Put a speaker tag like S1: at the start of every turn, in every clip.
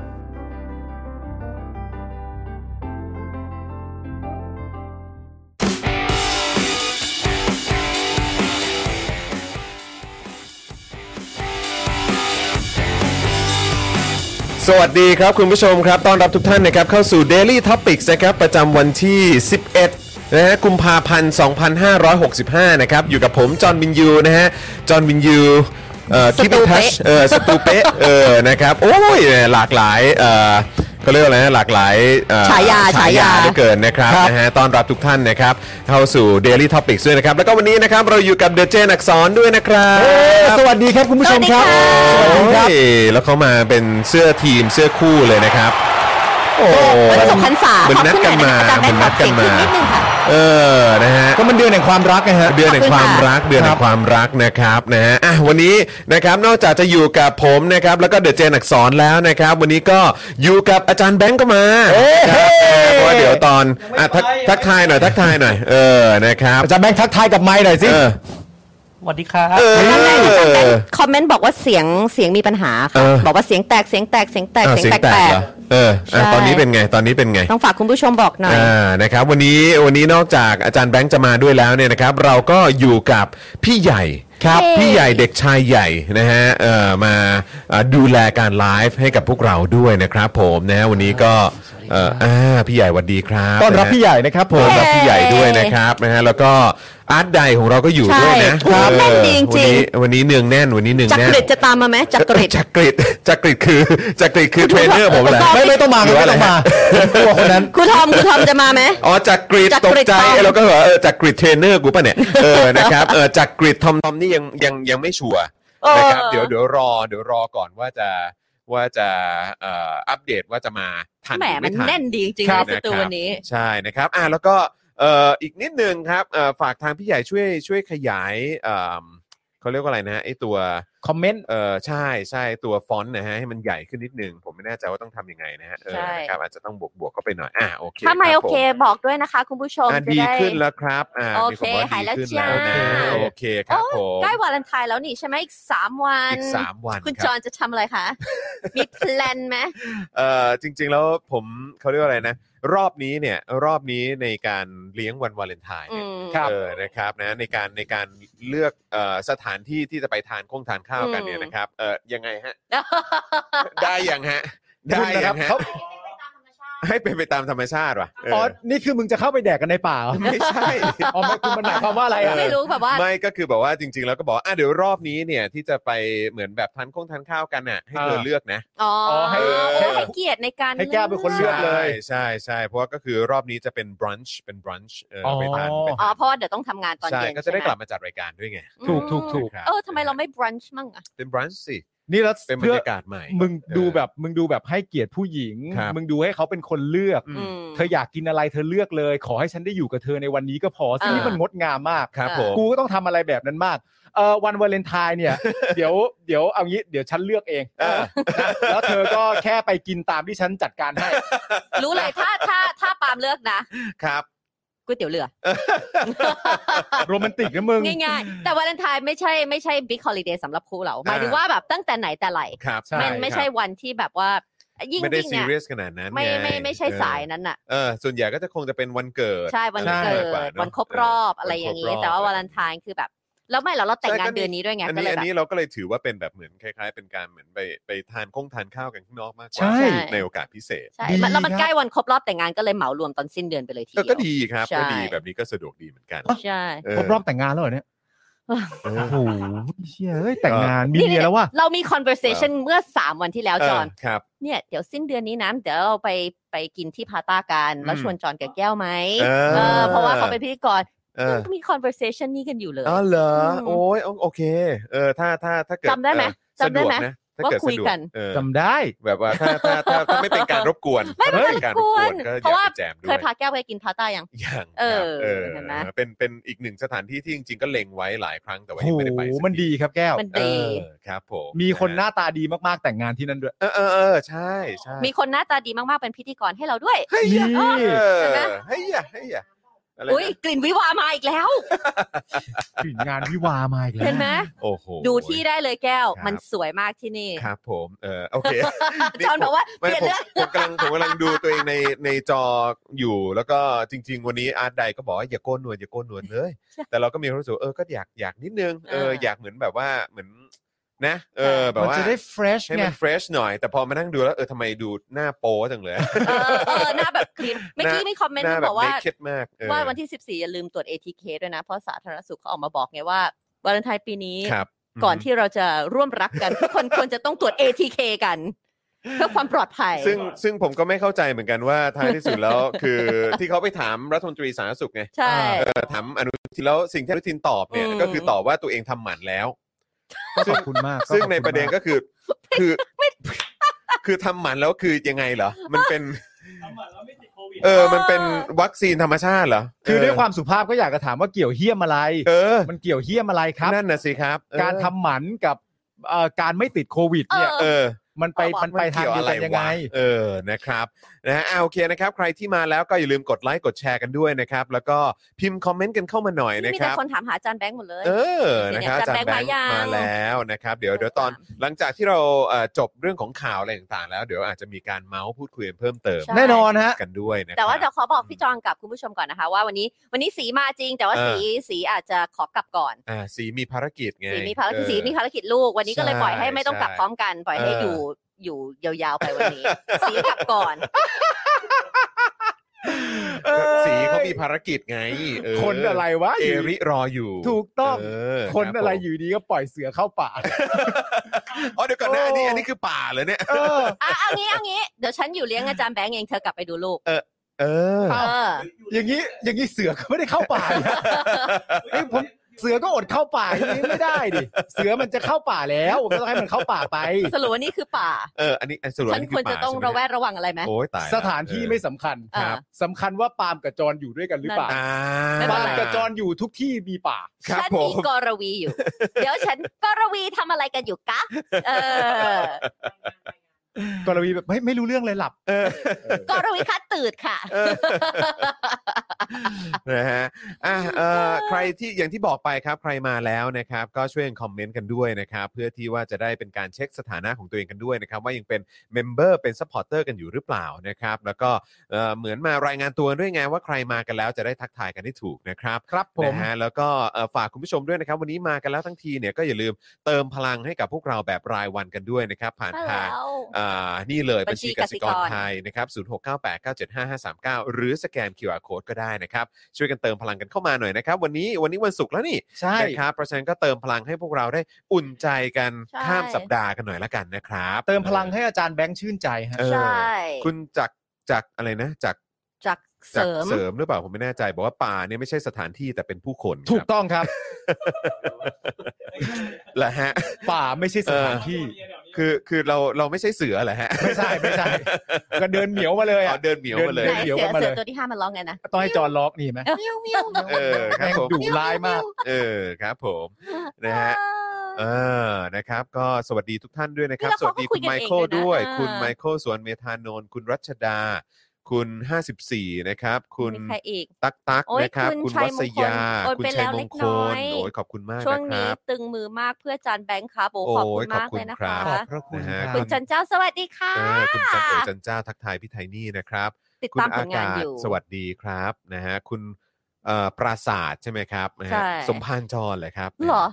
S1: สวัสดีครับคุณผู้ชมครับต้อนรับทุกท่านนะครับเข้าสู่ Daily Topics นะครับประจำวันที่ 11นะฮะกุมภาพันธ์ 2565 นะครับ อยู่กับผม จอห์นวินยูนะฮะ จอห์นวินยูเอ่อคิปทัชเออสตูเปะเออนะครับ โอ้ยหลากหลายเอ่อก็เรียกว่าอะไรนะหลากหลายเอ่อ
S2: ฉายาฉา
S1: ฉาาย
S2: ยา
S1: เหลือเกินนะครับนะฮะต้อนรับทุกท่านนะครับ เข้าสู่ Daily Topics ด้วยนะครับ แล้วก็วันนี้นะครับเราอยู่กับเดเจนักสอนด้วยนะครับ
S3: สวัสดีครับคุณผู้ชมครับ
S1: โอ้ยแล้วเขามาเป็นเสื้อทีมเสื้อคู่เลยนะครับ โอ้
S2: วันสงพรรษา
S1: เหมือนนัดกันมา
S2: ขอบ
S1: เห
S2: คุ
S1: มือน
S2: ณค่ะ
S1: นัดกันมา
S2: อาจารย์แบงค์ขอเสียงขึ้นนิดนึงค่ะ
S1: เออ นะฮะ
S3: ก็มันเดือนแห่งความรักไงฮะ
S1: เดือนแห่งความรักเดือนแห่งความรักนะครับนะฮะอ่ะวันนี้นะครับนอกจากจะอยู่กับผมนะครับแล้วก็เดอะเจนอักสอนแล้วนะครับ วันนี้ก็อยู่กับอาจารย์แบงก์ก็มาครับเพราะว่าเดี๋ยวตอนอ่ะทักทักทายหน่อยทักทายหน่อย เออนะครับ
S3: อาจารย์แบงค์ทักทายกับไม้หน่อยสิ
S1: เออ
S4: สวัสดีครับ
S1: เออ
S2: คอมเมนต์บอกว่าเสียงเสียงมีปัญหา
S1: เอ
S2: ค่ะ
S1: อ
S2: บอกว่าเสียงแตกเสียงแตกเสียงแตก
S1: อ่ะ
S2: เสียงแตก
S1: เสียงแต
S2: แต
S1: ก
S2: ก
S1: เหรอเอออ่ะ
S2: ใช่
S1: ตอนนี้เป็นไงตอนนี้เป็นไง
S2: ต้องฝากคุณผู้ชมบอกหน่อย
S1: อ่านะครับวันนี้วันนี้นอกจากอาจารย์แบงค์จะมาด้วยแล้วเนี่ยนะครับ เราก็อยู่กับพี่ใหญ่ครับ
S2: เย้
S1: พี่ใหญ่เด็กชายใหญ่นะฮะเอ่อมาเอ่อดูแลการไลฟ์ให้กับพวกเราด้วยนะครับ ผมนะฮะวันนี้ก็เอ่ออ่าพี่ใหญ่หวัดดีครับ
S3: ต้อนรับ
S1: ะฮะ
S3: พี่ใหญ่นะครับผ
S1: ต้
S3: ม
S1: อนรับพี่ใหญ่ด้วยนะครับนะฮะแล้วก็อาร์ตไดของเราก็อยู่
S2: ใช่
S1: ด้วยนะ
S2: โอ้โหแน่นดีจริ
S1: วั
S2: งๆ
S1: นนี้วันนี้เนืองแน่นวันนี้เนือง
S2: จัก
S1: แน่น
S2: ริดจะตามมาไหมจักริด
S1: จักริดจักริดคือจักริดคือเทรนเนอร์ผมแหละ
S3: ไม่ไม่ต้องมาครับไม่ต้องมาผมกลัวคนนั้น
S2: ครูทอมครูทอมจะมาไหม
S1: อ๋อจากกรีด
S2: จาก
S1: ต
S2: ก
S1: ก
S2: รีด
S1: ใจ
S2: ทอม
S1: เอ้ยเราก็เหรอเออจากกรีดเทรนเนอร์กูป่ะเนี่ยเออนะครับเออจากกรีดทอมทอมนี่ยังยังยังไม่ชัวร์นะครับเดี๋ยวเดี๋ยวรอเดี๋ยวรอก่อนว่าจะว่าจะเอ่ออัปเดตว่าจะมาทัน
S2: แหม
S1: รือ
S2: มั
S1: ไม่
S2: น
S1: ทัน
S2: แน่นดีจริง
S1: ค
S2: ๆ
S1: รั
S2: นะ
S1: บ
S2: สตูวันนี้
S1: ใช่นะครับอ่ะแล้วก็เอ่ออีกนิดนึงครับเอ่อฝากทางพี่ใหญ่ช่วยช่วยขยายเอ่อเขาเรียกว่าอะไรนะไอตัว
S3: คอมเมนต์
S1: เออใช่ใช่ตัวฟอนต์นะฮะให้มันใหญ่ขึ้นนิดนึงผมไม่แน่ใจว่าต้องทำยังไงนะฮะเออ
S2: ใช่
S1: นะครับอาจจะต้องบวกบวกๆเข้าไปหน่อยอ่ะโอเค
S2: ถ้าไม่
S1: รั
S2: โอบ
S1: ผ
S2: เคบอกด้วยนะคะ คุณผู้ชม
S1: อ่ะ
S2: จะ
S1: ดี
S2: ได้
S1: ขึ้นแล้วครับอ่า
S2: โอ
S1: มี
S2: เค
S1: คนบอกว่า
S2: หายแล้ว
S1: ดีขึ้นแล้วนะ
S2: จ้า
S1: โอเคครับผม
S2: ใกล้วาเลนไทน์แล้วนี่ใช่ไหมอีกสามวัน
S1: อีกสามวัน
S2: คุณ
S1: ค
S2: จ
S1: รั
S2: อบ นจะทำอะไรคะ มีแพลนไหม
S1: เอ่อจริง ๆ แล้วผมเขาเรียกว่าอะไรนะ รอบนี้เนี่ยรอบนี้ในการเลี้ยงวันวาเลนไทน์เนี่ย
S2: อืม
S1: เออนะครับนะในการในการเลือกเอ่อสถานที่ที่จะไปทานคงทานข้าวกันเนี่ย
S2: อืม
S1: นะครับเอ่อยังไงฮะ ได้ยังฮะ ได้
S3: คุณนะค
S1: ยั
S3: รั
S1: ง
S3: บ
S1: ฮะ
S3: เขา
S1: ให้เป็นไปตามธรรมชาติว่ะเออ
S3: อ๋อนี่คือมึงจะเข้าไปแดกกันในป่าเหรอ
S1: ไม่ใช่
S3: อ๋อไม่คือมันหมายความว่าอะไรอ่ะ
S2: ไม่รู้แบบว่า
S1: ไม่ก็คือแบบว่าจริง ๆ แล้วก็บอกว่าอ่ะเดี๋ยวรอบนี้เนี่ยที่จะไปเหมือนแบบทานข้งทานข้าวกันน่ะให้เธอ
S3: เออ
S1: เลือกนะ
S2: อ๋อ
S3: อ๋อให้
S2: ให้
S3: แก้ว
S2: เกียรติในการ
S3: ให้แก้วเป็นคนเลือก ลย
S1: ใช่ใช่ใช่เพราะว่าก็คือรอบนี้จะเป็นบรันช์เป็นบรันช์เออ
S3: อ๋อ
S1: ไปทานไป
S2: อ๋
S1: ทา
S2: อ
S1: น
S2: เพราะว่าเดี๋ยวต้องทำงานตอน
S1: ใช่
S2: เย็น
S1: ก็จะได้
S2: ใช่ห
S1: กลับมาจัดรายการด้วยไง
S2: อืม
S3: ถูกถูกถูก
S1: ครับ
S2: เออทำไมเราไม่บรันช์มั่งอะ
S1: เป็นบรันช์สิ
S3: นี่แล้ว
S1: เป็นบร
S3: เพื่อย
S1: รากาศใหม่
S3: มึงดูแบบมึงดูแบบให้เกียรติผู้หญิง
S1: ครับ
S3: มึงดูให้เขาเป็นคนเลือก
S1: อืม
S2: ม
S3: เธออยากกินอะไรเธอเลือกเลย ขอให้ฉันได้อยู่กับเธอในวันนี้ก็พอซึ่ง
S2: อ่านี่
S3: นี่มันงดงามมาก
S1: ครับ
S2: เออ
S1: ผม
S3: กูก็ต้องทำอะไรแบบนั้นมากเออวันวาเลนไท น์เนี่ย เดี๋ยวเดี๋ยวเอางี้เดี๋ยวฉันเลือกเอง
S1: เออ
S3: นะแล้วเธอก็แค่ไปกินตามที่ฉันจัดการให้
S2: รู้เลยถ้าถ้าถ้าปาล์มเลือกนะ
S1: ครับ
S2: กู ก๋วยเตี๋ยวเรือ
S3: โรแมนติกนะมึง
S2: ง่ายๆ แต่วาเลนไทน์ไม่ใช่ไม่ใช่บิ๊กฮอลิเดย์สำหรับคู่เรา หมายถึงว่าแบบตั้งแต่ไหนแต่ไร
S1: ครับ
S3: ใช่
S2: มันไม่ใช่วันที่แบบว่า ยิ่ง
S1: ไม่ได้
S2: ยิ่ง
S1: ซี
S2: อ่ะ
S1: เรียสขนาดนั้น
S2: ไม่
S1: ง
S2: ไม่ไม่ใช่
S1: เออ
S2: สายนั้นอ่ะ
S1: เออส่วนใหญ่ก็จะคงจะเป็นวันเกิด
S2: ใช่วัน
S1: อะไร
S2: เกิ
S1: มากกว่า
S2: ด
S1: เอะ
S2: วันครบรอบอะไรอย่า
S1: ค
S2: งนี้
S1: รบรบ
S2: แต่ว่าวาเลนไทน์คือแบบ แล้วไม่หรอกเราแต่งงาน
S1: ใช่ก็นี่
S2: เดือนนี้ด้วยไง
S1: อัน
S2: ก็
S1: นี้
S2: เล
S1: อั
S2: ย
S1: น
S2: แบบ
S1: นี้เราก็เลยถือว่าเป็นแบบเหมือนคล้าย ๆ เป็นการเหมือนไปไปทานคงทานข้าวกันข้างนอกมากกว่า
S3: ใช่
S1: ในโอกาสพิเศษ
S2: ใช่
S3: ดี
S2: มันแล้วมัน
S3: ครับ
S2: ใกล้วันครบรอบแต่งงานก็เลยเหมารวมตอนสิ้นเดือนไปเลยที
S1: เออ
S2: เดียว
S1: ก็ดีครับ
S2: ใช่
S1: ก็ดีแบบนี้ก็สะดวกดีเหมือนกัน
S2: ใช่
S1: เออ
S3: ครบรอบแต่งงานแล้วเหรอเนี่ย
S1: เออ
S3: โอ้โหเชี่ยเอ้ยแต่งงานมีเมียแล้วว่ะ
S2: เรามี conversation เมื่อ 3 วันที่แล้วจอห์น
S1: เครับ
S2: เนี่ยเดี๋ยวสิ้นเดือนนี้นะเดี๋ยวเราไปไปกินที่พาต้ากันแล้ว
S3: อืม
S2: ชวนจอห์นกับแก้วไหม
S1: เออ
S2: เออเพราะว่าเขาเป็นพิธีกร
S1: เออ
S2: ยังมี conversation นี่กันอยู่เลย
S1: อ๋อเหรอ
S2: ม
S1: โอ้ยโอเคเออถ้าถ้าถ้าเกิด
S2: จำได้ไหม
S1: เออ
S2: จำได้ไหม
S1: สะวกนะถ้เด
S2: ว่าคุย
S1: สะดว
S2: กัน
S1: เออ
S3: จำได้
S1: แบบว่าถ้าถ้าถ้าถ้าไม่เป็นการรบกวน
S2: ไม่เป็น
S1: ถ้
S2: การรบกวน
S1: ก็อ
S2: เพราะ
S1: ยา
S2: ว่า
S1: กไปแจมด้
S2: เค
S1: วย
S2: ยพาแก้วไปกินพาต้ายัง
S1: อย่าง
S2: เออ
S1: ครับ
S2: เห็นไหม
S1: เป็นเป็นอีกหนึ่งสถานที่ที่จริงๆก็เล็งไว้หลายครั้งแต่ว่า
S3: โอ้
S1: ยัง
S3: โห
S1: ไม่ได้ไปสักที
S3: มันดีครับแก้ว
S2: มัน
S1: เอ
S2: ดี
S1: อครับผม
S3: มีคนห
S1: ะ
S3: น้าตาดีมากๆแต่งงานที่นั่นด้วย
S1: เออเออเออใช่ใช่
S2: มีคนหน้าตาดีมากๆเป็นพิธีกรให้เราด้วย
S1: เฮ้ย
S3: นี่
S1: เออ
S2: เห็นไหม
S1: เฮ้ยเฮ้ยอะไร
S2: อุ้ย
S1: นะ
S2: กลิ่นวิวามาอีกแล้ว
S3: ถึงงานวิวามาอีกแล้ว
S2: เห็นไหม
S1: โอ้โห
S2: ดูที่ได้เลยแก้ว
S1: ครับ
S2: มันสวยมากที่นี่
S1: ครับผมเออโอ เค
S2: จอห์นบอกว่าเป
S1: ไม่
S2: ลี่ยน
S1: ผม
S2: เรื่อ
S1: ผม
S2: ง
S1: กำลังผมกำลังดูตัวเองในในจออยู่แล้วก็จริง ๆ วันนี้อาร์ตใดก็บอกว่าอย่าโกนหนวดอย่าโกนหนวดเลย
S2: ใช่
S1: แต่เราก็มีความรู้สึกว่าเออก็อยากอยากนิดนึงเออ
S2: เอออย
S1: อากเหมือนแบบว่าเหมือนนะเออ
S2: ใช่
S1: แบบ
S3: มัน
S1: ว่า
S3: จะได้ fresh
S1: ให้
S3: ไง
S1: มัน fresh หน่อยแต่พอมานั่งดูแล้วเออทำไมดูหน้าโป๊จังเลย
S2: เออเออหน้าแบบคลีนเมื่อกี้มีคอมเมน
S1: ห
S2: ต์
S1: น้า
S2: มา
S1: แบบ บอก
S2: ว่า
S1: เคดมากเออ
S2: ว่าวันที่ 14 อย่าลืมตรวจ ATK ด้วยนะ เพราะสาธารณสุขเขาออกมาบอกไงว่าวาเลนไทน์ปีนี้
S1: ครับ
S2: ก่อนที่เราจะร่วมรักกัน ทุกคนควรจะต้องตรวจ ATK กัน เพื่อความปลอดภัย
S1: ซึ่งซึ่งผมก็ไม่เข้าใจเหมือนกันว่าท้ายที่สุดแล้ว คือที่เขาไปถามรัฐมนตรีสาธารณสุขไง
S2: ใช่
S1: เออถามอนุทินแล้วสิ่งที่อนุทินตอบเนี่ย
S2: อืม
S1: ก็คือตอบว่าตัวเองทำหมันแล้ว
S3: ก็ขอบคุณมาก
S1: ซึ่ง
S3: ก็ขอบคุณ
S1: ในประเด็น
S3: มาก
S1: ก็คือ คือคือทำหมันแล้วคือยังไงเหรอ มันเป็นเออ มันเป็นวัคซีนธรรมชาติเหรอ
S3: คือด้วยค
S1: เ
S3: วามสุภาพก็อยากจะถามว่าเกี่ยวเหี้ยมอะไร
S1: เออ
S3: มันเกี่ยวเหี้ยมอะไรครับ
S1: นั่นน่ะสิครับเออ
S3: การทำหมันกับเอ่อการไม่ติดโควิดเนี่ย
S2: เออ
S1: เออ
S3: มันไป
S2: เอาวะ
S3: มันไปทางเดียวกันยังไง
S1: เออ นะครับ นะฮะอ่าโอเคนะครับ ใครที่มาแล้วก็อย่าลืมกดไลค์ กดแชร์กันด้วยนะครับ แล้วก็พิมพ์คอมเมนต์กันเข้ามาหน่อยนะ
S2: มี
S1: ค
S2: แต่
S1: รับ
S2: คนถามหาอาจานแบงค์หมดเลย
S1: เออ นะครับอา
S2: เดี๋ยว
S1: จารย์แบง
S2: อาจาร
S1: ค์
S2: ย์แบงค์มายัง
S1: มาแล้วนะครับ เดี๋ยว เดี๋ยวตอน หลังจากที่เราเอ่อจบเรื่องของข่าวอะไรต่างๆ แล้ว เดี๋ยวอาจจะมีการเมาส์พูดคุยกันเพิ่มเติม
S2: ใช่
S3: แน่นอนฮะ
S1: กันด้วยนะครับ
S2: แต่ว่าเดี๋ยวขอบอกพี่จองกับคุณผู้ชมก่อนนะคะ ว่าวันนี้วันนี้สีมาจริง แต่ว่า
S1: เออ
S2: สีสีอาจจะขอกลับก่อน
S1: อ่า สีมีภารกิจไง
S2: สีมีภารกิจ
S1: เออ
S2: สีมีภารกิจลูกวันนี้ก็เลย
S1: ใช่
S2: ปล่อยให้ไม่ต้องกลับ
S1: ใช่
S2: พร้อมกันปล่อยให้
S1: เออ
S2: อ
S1: อ
S2: ยู่อยู่ยาวๆไปวันนี้ สีกลับก่อน
S3: เอ้ย
S1: สีเขามีภารกิจไงเออ
S3: คนอะไรวะ
S1: เอริรออยู่
S3: ถูกต้อง
S1: เ
S3: คนอะไร
S1: บผม
S3: อยู่ดีก็ปล่อยเสือเข้าป่า
S1: อ๋อเดี๋ยวก่อนนะ
S3: โอ้
S1: อันนี้อันนี้คือป่าเหรอเนี่ย
S3: เออ
S2: อ่ะเอางี้เอางี้เดี๋ยวฉันอยู่เลี้ยงอาจารย์แบงค์เองเธอกลับไปดูลูก
S1: เอ อ
S2: เออ
S3: อย่างนี้อย่างนี้เสือก็ไม่ได้เข้าป่าเนี่ยเฮ้ยผมเสือก็อดเข้าป่าอย่างนี้ไม่ได้ดิเสือมันจะเข้าป่าแล้วผมก็ต้องให้มันเข้าป่าไป
S2: สรุปว่านี่คือป่า
S1: เออ อันนี้อันสรุป
S2: ฉั
S1: อั
S2: น
S1: นนี้
S2: ควรจะต้อง
S1: ป่า
S2: ระแวดระวังอะไรไหม
S1: ใช่ไหมโอ้ยตายละ
S3: สถานที่ไม่สำคัญ
S2: เออครับ
S3: สำคัญว่าปาล์มกับจรอยู่ด้วยกันหรือเปล่า
S1: อ่า
S2: ไม่เป็น
S3: ปาล์ม
S2: ไร
S3: กับจรอยู่ทุกที่มีป่า
S1: ครับ
S2: ฉัน
S1: ผ
S2: มี
S1: ม
S2: กรวี อยู่ เดี๋ยวฉันกรวีทำอะไรกันอยู่กะ เอ อ
S3: กรวีแบบไม่ไม่รู้เรื่องเลยหลับ
S1: เออก
S2: รวีคะตื่นค่ะ
S1: เออนะฮะอ่ะเออใครที่อย่างที่บอกไปครับ ใครมาแล้วนะครับ ก็ช่วยกันคอมเมนต์กันด้วยนะครับ เพื่อที่ว่าจะได้เป็นการเช็คสถานะของตัวเองกันด้วยนะครับ ว่ายังเป็นเมมเบอร์เป็นซัพพอร์เตอร์กันอยู่หรือเปล่านะครับ แล้วก็เอ่อเหมือนมารายงานตัวด้วยไงว่าใครมากันแล้วจะได้ทักทายกันได้ถูกนะครับ
S3: ครับผม
S1: นะฮะแล้วก็เอ่อฝากคุณผู้ชมด้วยนะครับ วันนี้มากันแล้วทั้งทีเนี่ยก็อย่าลืมเติมพลังให้กับพวกเราแบบรายวันกันด้วยนะครับ ผ่าน
S2: มา
S1: ทาง
S2: แล้ว
S1: อ่านี่เลย
S2: บั
S1: บัญ
S2: ญชี
S1: ชีกสิกร
S2: กสิกร
S1: ไทยนะครับ 0698975539 หรือสแกน QR Code ก็ได้นะครับ ช่วยกันเติมพลังกันเข้ามาหน่อยนะครับ วันนี้วันนี้วันศุกร์แล้วนี่
S3: ใช่
S1: นะครับเพราะฉะนั้นก็เติมพลังให้พวกเราได้อุ่นใจกัน
S2: ใช่
S1: ข้ามสัปดาห์กันหน่อยละกันนะครับ
S3: เติมพลังให้อาจารย์แบงค์ชื่นใจฮะ
S1: เออ
S2: ใช่
S1: คุณจักรจักรอะไรนะจักร
S2: จากเส
S1: จัก
S2: ริ
S1: ร
S2: ม
S1: เสริมหรือเปล่าผมไม่แน่ใจบอกว่าป่าเนี่ยไม่ใช่สถานที่แต่เป็นผู้คนครับ
S3: ถูกต้องครับ
S1: เหรอฮะ
S3: ป่าไม่ใช่สถานที่
S1: คือคือเราเราไม่ใช่เสือเหรอฮะ
S3: ไม่ใช่ไม่ใช่ก็เดินเหมียวมาเลย
S1: อ๋อ
S3: อ่ะ
S1: เดินเหมียวมาเลย
S3: ดิ
S2: ไหน
S3: เดี๋ยว
S2: เสื
S3: กั
S2: อน
S3: มา
S2: เสื
S3: เลย
S2: อตัวที่ห้ามันร้องไงนะ
S3: ต้องให้จอล็อกนี่ไหม
S2: เมียวเมียวเมียว
S1: เออครับผม
S3: ดุร้ายมาก
S1: เออครับผมนะฮะเออนะครับก็สวัสดีทุกท่านด้วยนะครับ สวัสดีคุณไมเคิลด้วย คุณไมเคิลสวนเมธานนท์คุณรัชดา คุณ 54 นะครับ คุณ
S2: มีใครอีก
S1: ตักตัก
S2: โอ้ย
S1: นะครับ
S2: คุ
S1: คุณ ณ
S2: ชั
S1: วั
S2: ย
S1: สยา
S2: มงคลโอน
S1: คุณ
S2: ไป
S1: ชั
S2: แล้
S1: ยว ม
S2: เล็
S1: ง
S2: ก
S1: ค
S2: น้อ
S1: ล
S2: ย
S1: โอ้ยขอบคุณมาก
S2: ช่วง
S1: นะค
S2: นี้
S1: รับ
S2: ตึงมือมากเพื่อจานแบงค์ครับโอ้
S1: โอ้
S2: ขอบคุ
S1: ย
S2: ณ
S1: ขอบ
S2: มาก
S1: คุณ
S2: เลยนะ
S1: ครั
S2: คะ
S1: บ
S3: ขอบพระคุณ
S1: นะฮะ
S3: ครับ
S2: คุณจันเจ้าสวัสดีค่ะ
S1: เออคุณจันโอจันจ้าทักทายพี่ไทนี่นะครับ
S2: ติด
S1: คุณ
S2: ตามผ
S1: อา
S2: ลงาน
S1: กาศ
S2: อยู่
S1: สวัสดีครับนะฮะคุณเอ่อปราศาสตร์ใช่ไหมครับนะฮะ
S2: ใช่
S1: สมพานจรเหรอครับ
S2: เหรอ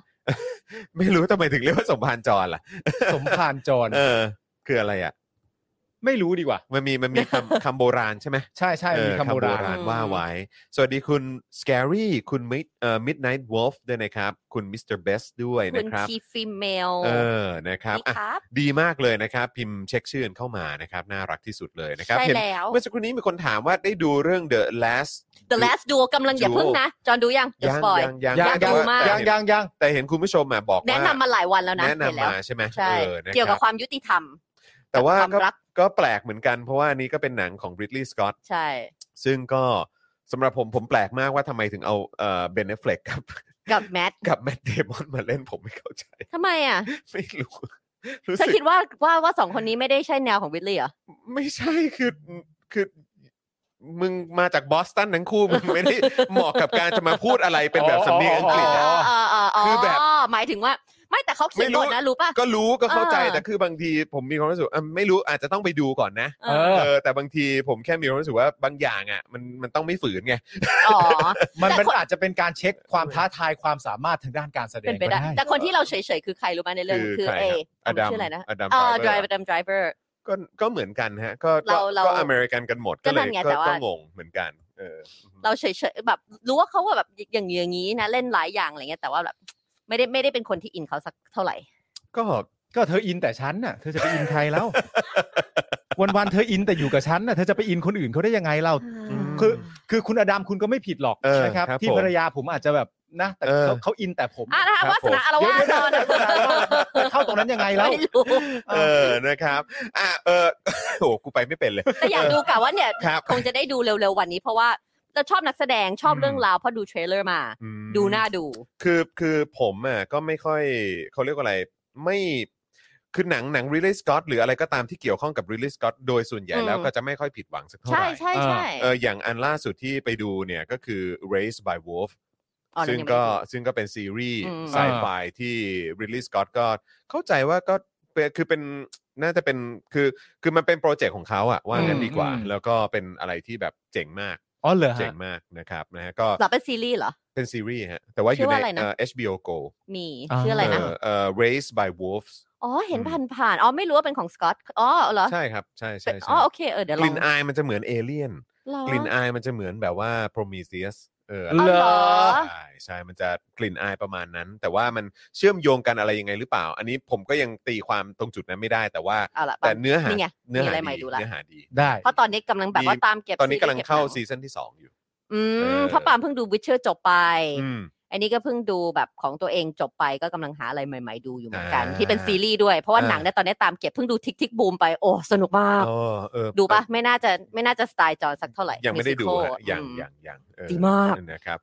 S1: ไม่รู้ทำไมถึงเรียกว่า สมพานจรล่ะ
S3: สมพานจร
S1: เออ คืออะไรอ่ะ
S3: ไม่รู้ดีกว่า
S1: มันมีมันมีคำ คำโบราณใช่ไหม
S3: ใช่ใช่
S1: เอ
S3: มี
S1: อ
S3: คำโบราณ
S2: คำโบราณ
S1: ว่าไว้ สวัสดีคุณ Scary คุณ Mid เอ่อ Midnight Wolf ด้วยนะครับ คุณ Mr. Best ด้วย
S2: คุ
S1: นะ
S2: ณ
S1: ครับ
S2: ชีฟิเมล
S1: เออนะครับ
S2: นี่
S1: อ่ะ
S2: ครับ
S1: ดีมากเลยนะครับ พิมพ์เช็คชื่อเข้ามานะครับ น่ารักที่สุดเลยนะครับ
S2: ใช่
S1: เห็น
S2: แล้ว
S1: เมื่อสักครู่นี้มีคนถามว่าได้ดูเรื่อง The Last
S2: The Last Duel กำลังอย่า
S1: Duel
S2: เพิ่งนะ จอนดูยัง The
S1: ยัง
S2: Spoil
S1: ยังยัง
S3: ยัง
S1: แต่ว่
S2: ดูมาก
S1: แต่
S3: ยัง
S1: เห็น
S3: ยังยัง
S1: แต่เห็นคุณผู้ชมอ่ะบอกว่า
S2: แนะนำมาหลายวันแล้วนะ
S1: แนะนำ
S2: เห็นแล้ว
S1: มาใช่ไหม
S2: ใช่
S1: ออนะ
S2: เกี่ยวกับ
S1: ค
S2: ครับ วามยุติธรรม
S1: แต่ว่า
S2: ความ
S1: ก็
S2: รัก
S1: ก็แปลกเหมือนกันเพราะว่าอันนี้ก็เป็นหนังของ Ridley Scott
S2: ใช่
S1: ซึ่งก็สำหรับผมผมแปลกมากว่าทำไมถึงเอาเอ่อเบนเนฟเลกกับ
S2: กับแมท
S1: กับแมต เดมอนมาเล่นผมไม่เข้าใจ
S2: ทำไมอ่ะ
S1: ไม่รู้ รู้
S2: เธอ
S1: สึก
S2: คิดว่าว่าว่าสองคนนี้ไม่ได้ใช่แนวของวิลลี่เหรอ
S1: ไม่ใช่คือคือ มึงมาจากบอสตันทั้งคู่ มึงไม่ได้เหมาะกับการจะมาพูดอะไรเป็นแบบสำเนียงอังกฤษ
S2: เอ
S1: อะ
S2: อเออเออเออ
S1: คือแบบ
S2: หมายถึงว่า ไม่แต่เขาเขียน
S1: ไม่รู้
S2: บทนะรู้ป่ะ
S1: ก็รู้ก็เข้าใจ
S2: เออ
S1: แต่คือบางทีผมมีความรู้สึกอ่ะไม่รู้อาจจะต้องไปดูก่อนนะ
S2: เอ
S3: เอ
S2: อ
S3: อ
S1: เออแต่บางทีผมแค่มีความรู้สึกว่าบางอย่างอ่ะมันมันต้องไม่ฝืนไง
S2: อ๋อ
S3: มัน
S2: แต่
S3: มัน
S2: คน
S3: อาจจะเป็นการเช็คความท้าทายความสามารถทางด้านการแสด
S2: เป็
S3: ง
S2: นไป
S3: ก็
S2: ได้
S3: ได้
S2: แต่คนที่เราเฉยๆคือใครรู้ไหมในเรื่อง
S1: คือ
S2: คือ
S1: ใคร
S2: เอ
S1: ครับอดัม
S2: จำชื่ออะไรนะ
S1: อดัม
S2: เออ
S1: Driver
S2: ดรเวอร์ดัมดรเวอร์
S1: ก็ก็เหมือนกันฮะ ก็ก็
S2: เราเรา
S1: ก็อเมริกันกันหมด
S2: ก็
S1: ก็เล
S2: นั่
S1: ย
S2: นไง
S1: ก็
S2: แต่ว่า
S1: ก็งงเหมือนกันเออ
S2: เราเฉยๆแบบรู้ว่าเขาว่าแบบอย่างนี้อย่างนี้นะเล่นหลายอย่างอะไรเงี้ยแต่ว่าแบบไม่ได้ไม่ได้เป็นคนที่อินเขาสักเท่าไหร่
S1: ก็
S3: ก็เธออินแต่ฉันน่ะ เธอจะไปอินใครแล้ว วันวันๆเธออินแต่อยู่กับฉันน่ะเธอจะไปอินคนอื่นเขาได้ยังไงเรา คือ คือคุณอดัมคุณก็ไม่ผิดหรอก
S1: เออ
S3: นะครับ
S1: ครับ
S3: ที่
S1: ผม
S3: ภรรยาผมอาจจะแบบนะแต่
S1: เออ
S3: เขาเขาอินแต่ผม
S2: อ่ะนะคะ
S1: ครับ
S2: วาสนาอารวาสตอน
S3: เดี๋ยวๆๆเข้าตรงนั้นยังไงแล้ว
S2: ไม่รู้
S1: เออนะครับอ่ะเออ โอ้กูไปไม่เป็นเลย
S2: แต่อยากดูกะว่าเนี่ย
S1: ครับ
S2: คงจะได้ดูเร็วๆวันนี้ เพราะว่าเราชอบนักแสดงชอบเรื่องราวเพราะดูเทรลเลอร์มา
S1: อืม
S2: ดูน่าดู
S1: คือคือผมอ่ะก็ไม่ค่อยเขาเรียกว่าอะไรไม่คือหนังหนัง Ridley Scott หรืออะไรก็ตามที่เกี่ยวข้องกับ Ridley Scott โดยส่วนใหญ่
S2: อืม
S1: แล้วก็จะไม่ค่อยผิดหวังสักเท่าไห
S2: ใช่
S1: ร่
S2: ใช่ใช่
S1: เอออย่างอันล่าสุดที่ไปดูเนี่ยก็คือ Raised by Wolf
S2: อ๋อนั่
S1: ซึ่
S2: น
S1: ง
S2: ยังไม่
S1: ก็
S2: ได้ดู
S1: ซึ่งก็เป็นซีรีส์
S2: อืม
S1: ไซไฟที่ Ridley Scott ก็เข้าใจว่าก็เป็นคือเป็นน่าจะเป็นคือคือมันเป็นโปรเจกต์ของเขาอะว่างั้นดีกว่า
S3: อืม
S1: แล้วก็เป็นอะไรที่แบบเจ๋งมาก
S3: อ๋อเหรอ
S1: เจ๋
S3: ฮะ
S1: งมากนะครับนะฮะก็
S2: หรอเป็นซีรีส์เหรอ
S1: เป็นซีรีส์ฮะแต่ว่าอ
S2: ชื่
S1: ยู่
S2: อ
S1: ใน
S2: ว่าอะไรนะ
S1: เอ่อ HBO Go
S2: มีชื่ออะไร
S1: เอ่
S2: นะ
S1: อเอ่อ Raised by Wolves
S2: อ๋อเห็นผ่านผ่านๆอ๋อไม่รู้ว่าเป็นของสกอตอ๋อเหรอ
S1: ใช่ครับ ใช่
S2: เป็
S1: ใช่
S2: น
S1: ใช่
S2: อ๋อโอเคเออเดี๋ยวล
S1: ก
S2: อ
S1: ลิ่
S2: ง
S1: นอายมันจะเหมือนเอเลี่ยน
S2: เหรอ
S1: กลิ่นอายมันจะเหมือนแบบว่า Prometheus เออ
S2: เหรอ
S1: ใช่ใช่มันจะกลิ่นอายประมาณนั้น แต่ว่ามันเชื่อมโยงกันอะไรยังไงหรือเปล่า อันนี้ผมก็ยังตีความตรงจุดนั้นไม่ได้ แต่ว่า
S2: เอาละ
S1: แต่
S2: ปั๊บ
S1: เนื้อหา
S2: ไง
S1: เนื้อหา
S2: มีอะไรใหม่
S1: ดี
S2: ดูละ
S1: เนื้อหาดี
S3: ได้
S2: เพราะตอนนี้กำลังแบบว่า
S1: ดี
S2: ตามเก็บ
S1: ตอนนี้
S2: ซี
S1: กำ
S2: รี
S1: ลัง
S2: ส์บ
S1: เข้า
S2: หนัง
S1: ซีซั่นที่ 2 อยู่
S2: อื
S1: เอ
S2: ม
S1: อ
S2: เพราะปาล์มเพิ่งดูวิเชอร์จบไป
S1: อืม
S2: อันนี้ก็เพิ่งดูแบบของตัวเองจบไปก็กำลังหาอะไรใหม่ ๆ ดูอยู่เหมือนกัน
S1: อ่า
S2: ที่เป็นซีรีส์ด้วย เพราะว่า
S1: อ่า
S2: หนังเนี่ยตอนนี้ตามเก็บเพิ่งดูทิกทิกบูมไปโอ้สนุกมาก
S1: เออเออ
S2: ดูปะไม่น่าจะไม่น่าจะสไตล์จอสักเท่าไหร่
S1: ยังไม่ได้ดู
S2: musical
S1: ฮะยัง
S2: อืม
S1: ยังยังเออ
S2: ดีมาก
S1: นะครับ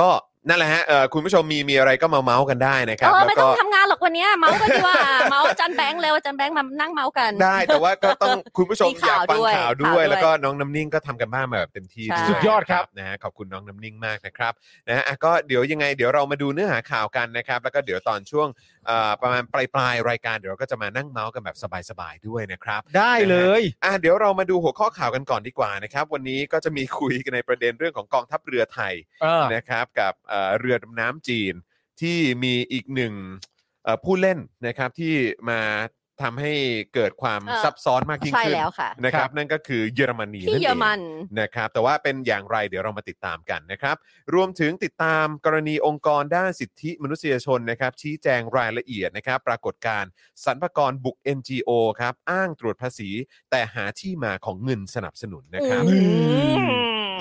S1: ก็นั่นแหละฮะเอ่อคุณผู้ชมมีมีอะไรก็มาเมาส์กันได้นะครับ
S2: เออ
S1: แล้ว
S2: ไม่
S1: ก็
S2: ต้องทำงานหรอกวันเนี้ยเมาส์กันดีกว่า เมาส์อาจันแบงค์เร็วอาจันแบงค์มานั่งเมาส์กัน
S1: ได้แต่ว่าก็ต้อง คุณผู้ชม
S2: มี
S1: อยา
S2: ข่ากว
S1: ฟัง
S2: ด้วย
S1: ข่าวด้วย
S2: ข่าวด้วย
S1: แล้วก็น้องน้ำนิ่งก็ทำกันบ้านมาแบบเต็มที่
S2: ใช่
S1: ว
S3: สุดยอดครับ
S1: นะฮะขอบคุณน้องน้ำนิ่งมากนะครับนะฮะอ่ะก็เดี๋ยวยังไงเดี๋ยวเรามาดูเนื้อหาข่าวกันนะครับ แล้วก็เดี๋ยวตอนช่วงเอ่อประมาณปลายปลายๆรายการเดี๋ยวเราก็จะมานั่งเมาส์กันแบบสบายๆด้วยนะครับ
S3: ได้เลย
S1: อ่ะเดี๋ยวเรามาดูหัวข้อข่าวกันก่อนดีกว่านะครับ วันนี้ก็จะมีคุยกันในประเด็นเรื่องของกองทัพเรือไทย
S3: เออ
S1: นะครับกับเอ่อเรือดำน้ำจีนที่มีอีกหนึ่งเอ่อผู้เล่นนะครับที่มาทำให้เกิดความ
S2: เอ่อ
S1: ซับซ้อนมากยิ่ง
S2: ใช่
S1: ขึ้น
S2: แล้วค่ะ
S1: นะค
S3: ครั
S1: รับบ นั่นก็คือเยอรมนี
S2: ที่
S1: ง
S2: เยอรมัน
S1: นะครับแต่ว่าเป็นอย่างไรเดี๋ยวเรามาติดตามกันนะครับ รวมถึงติดตามกรณีองค์กรด้านสิทธิมนุษยชนนะครับชี้แจงรายละเอียดนะครับ ปรากฏการณ์สรรพากรบุก NGO ครับอ้างตรวจภาษี แต่หาที่มาของเงินสนับสนุนนะครับ
S2: อืม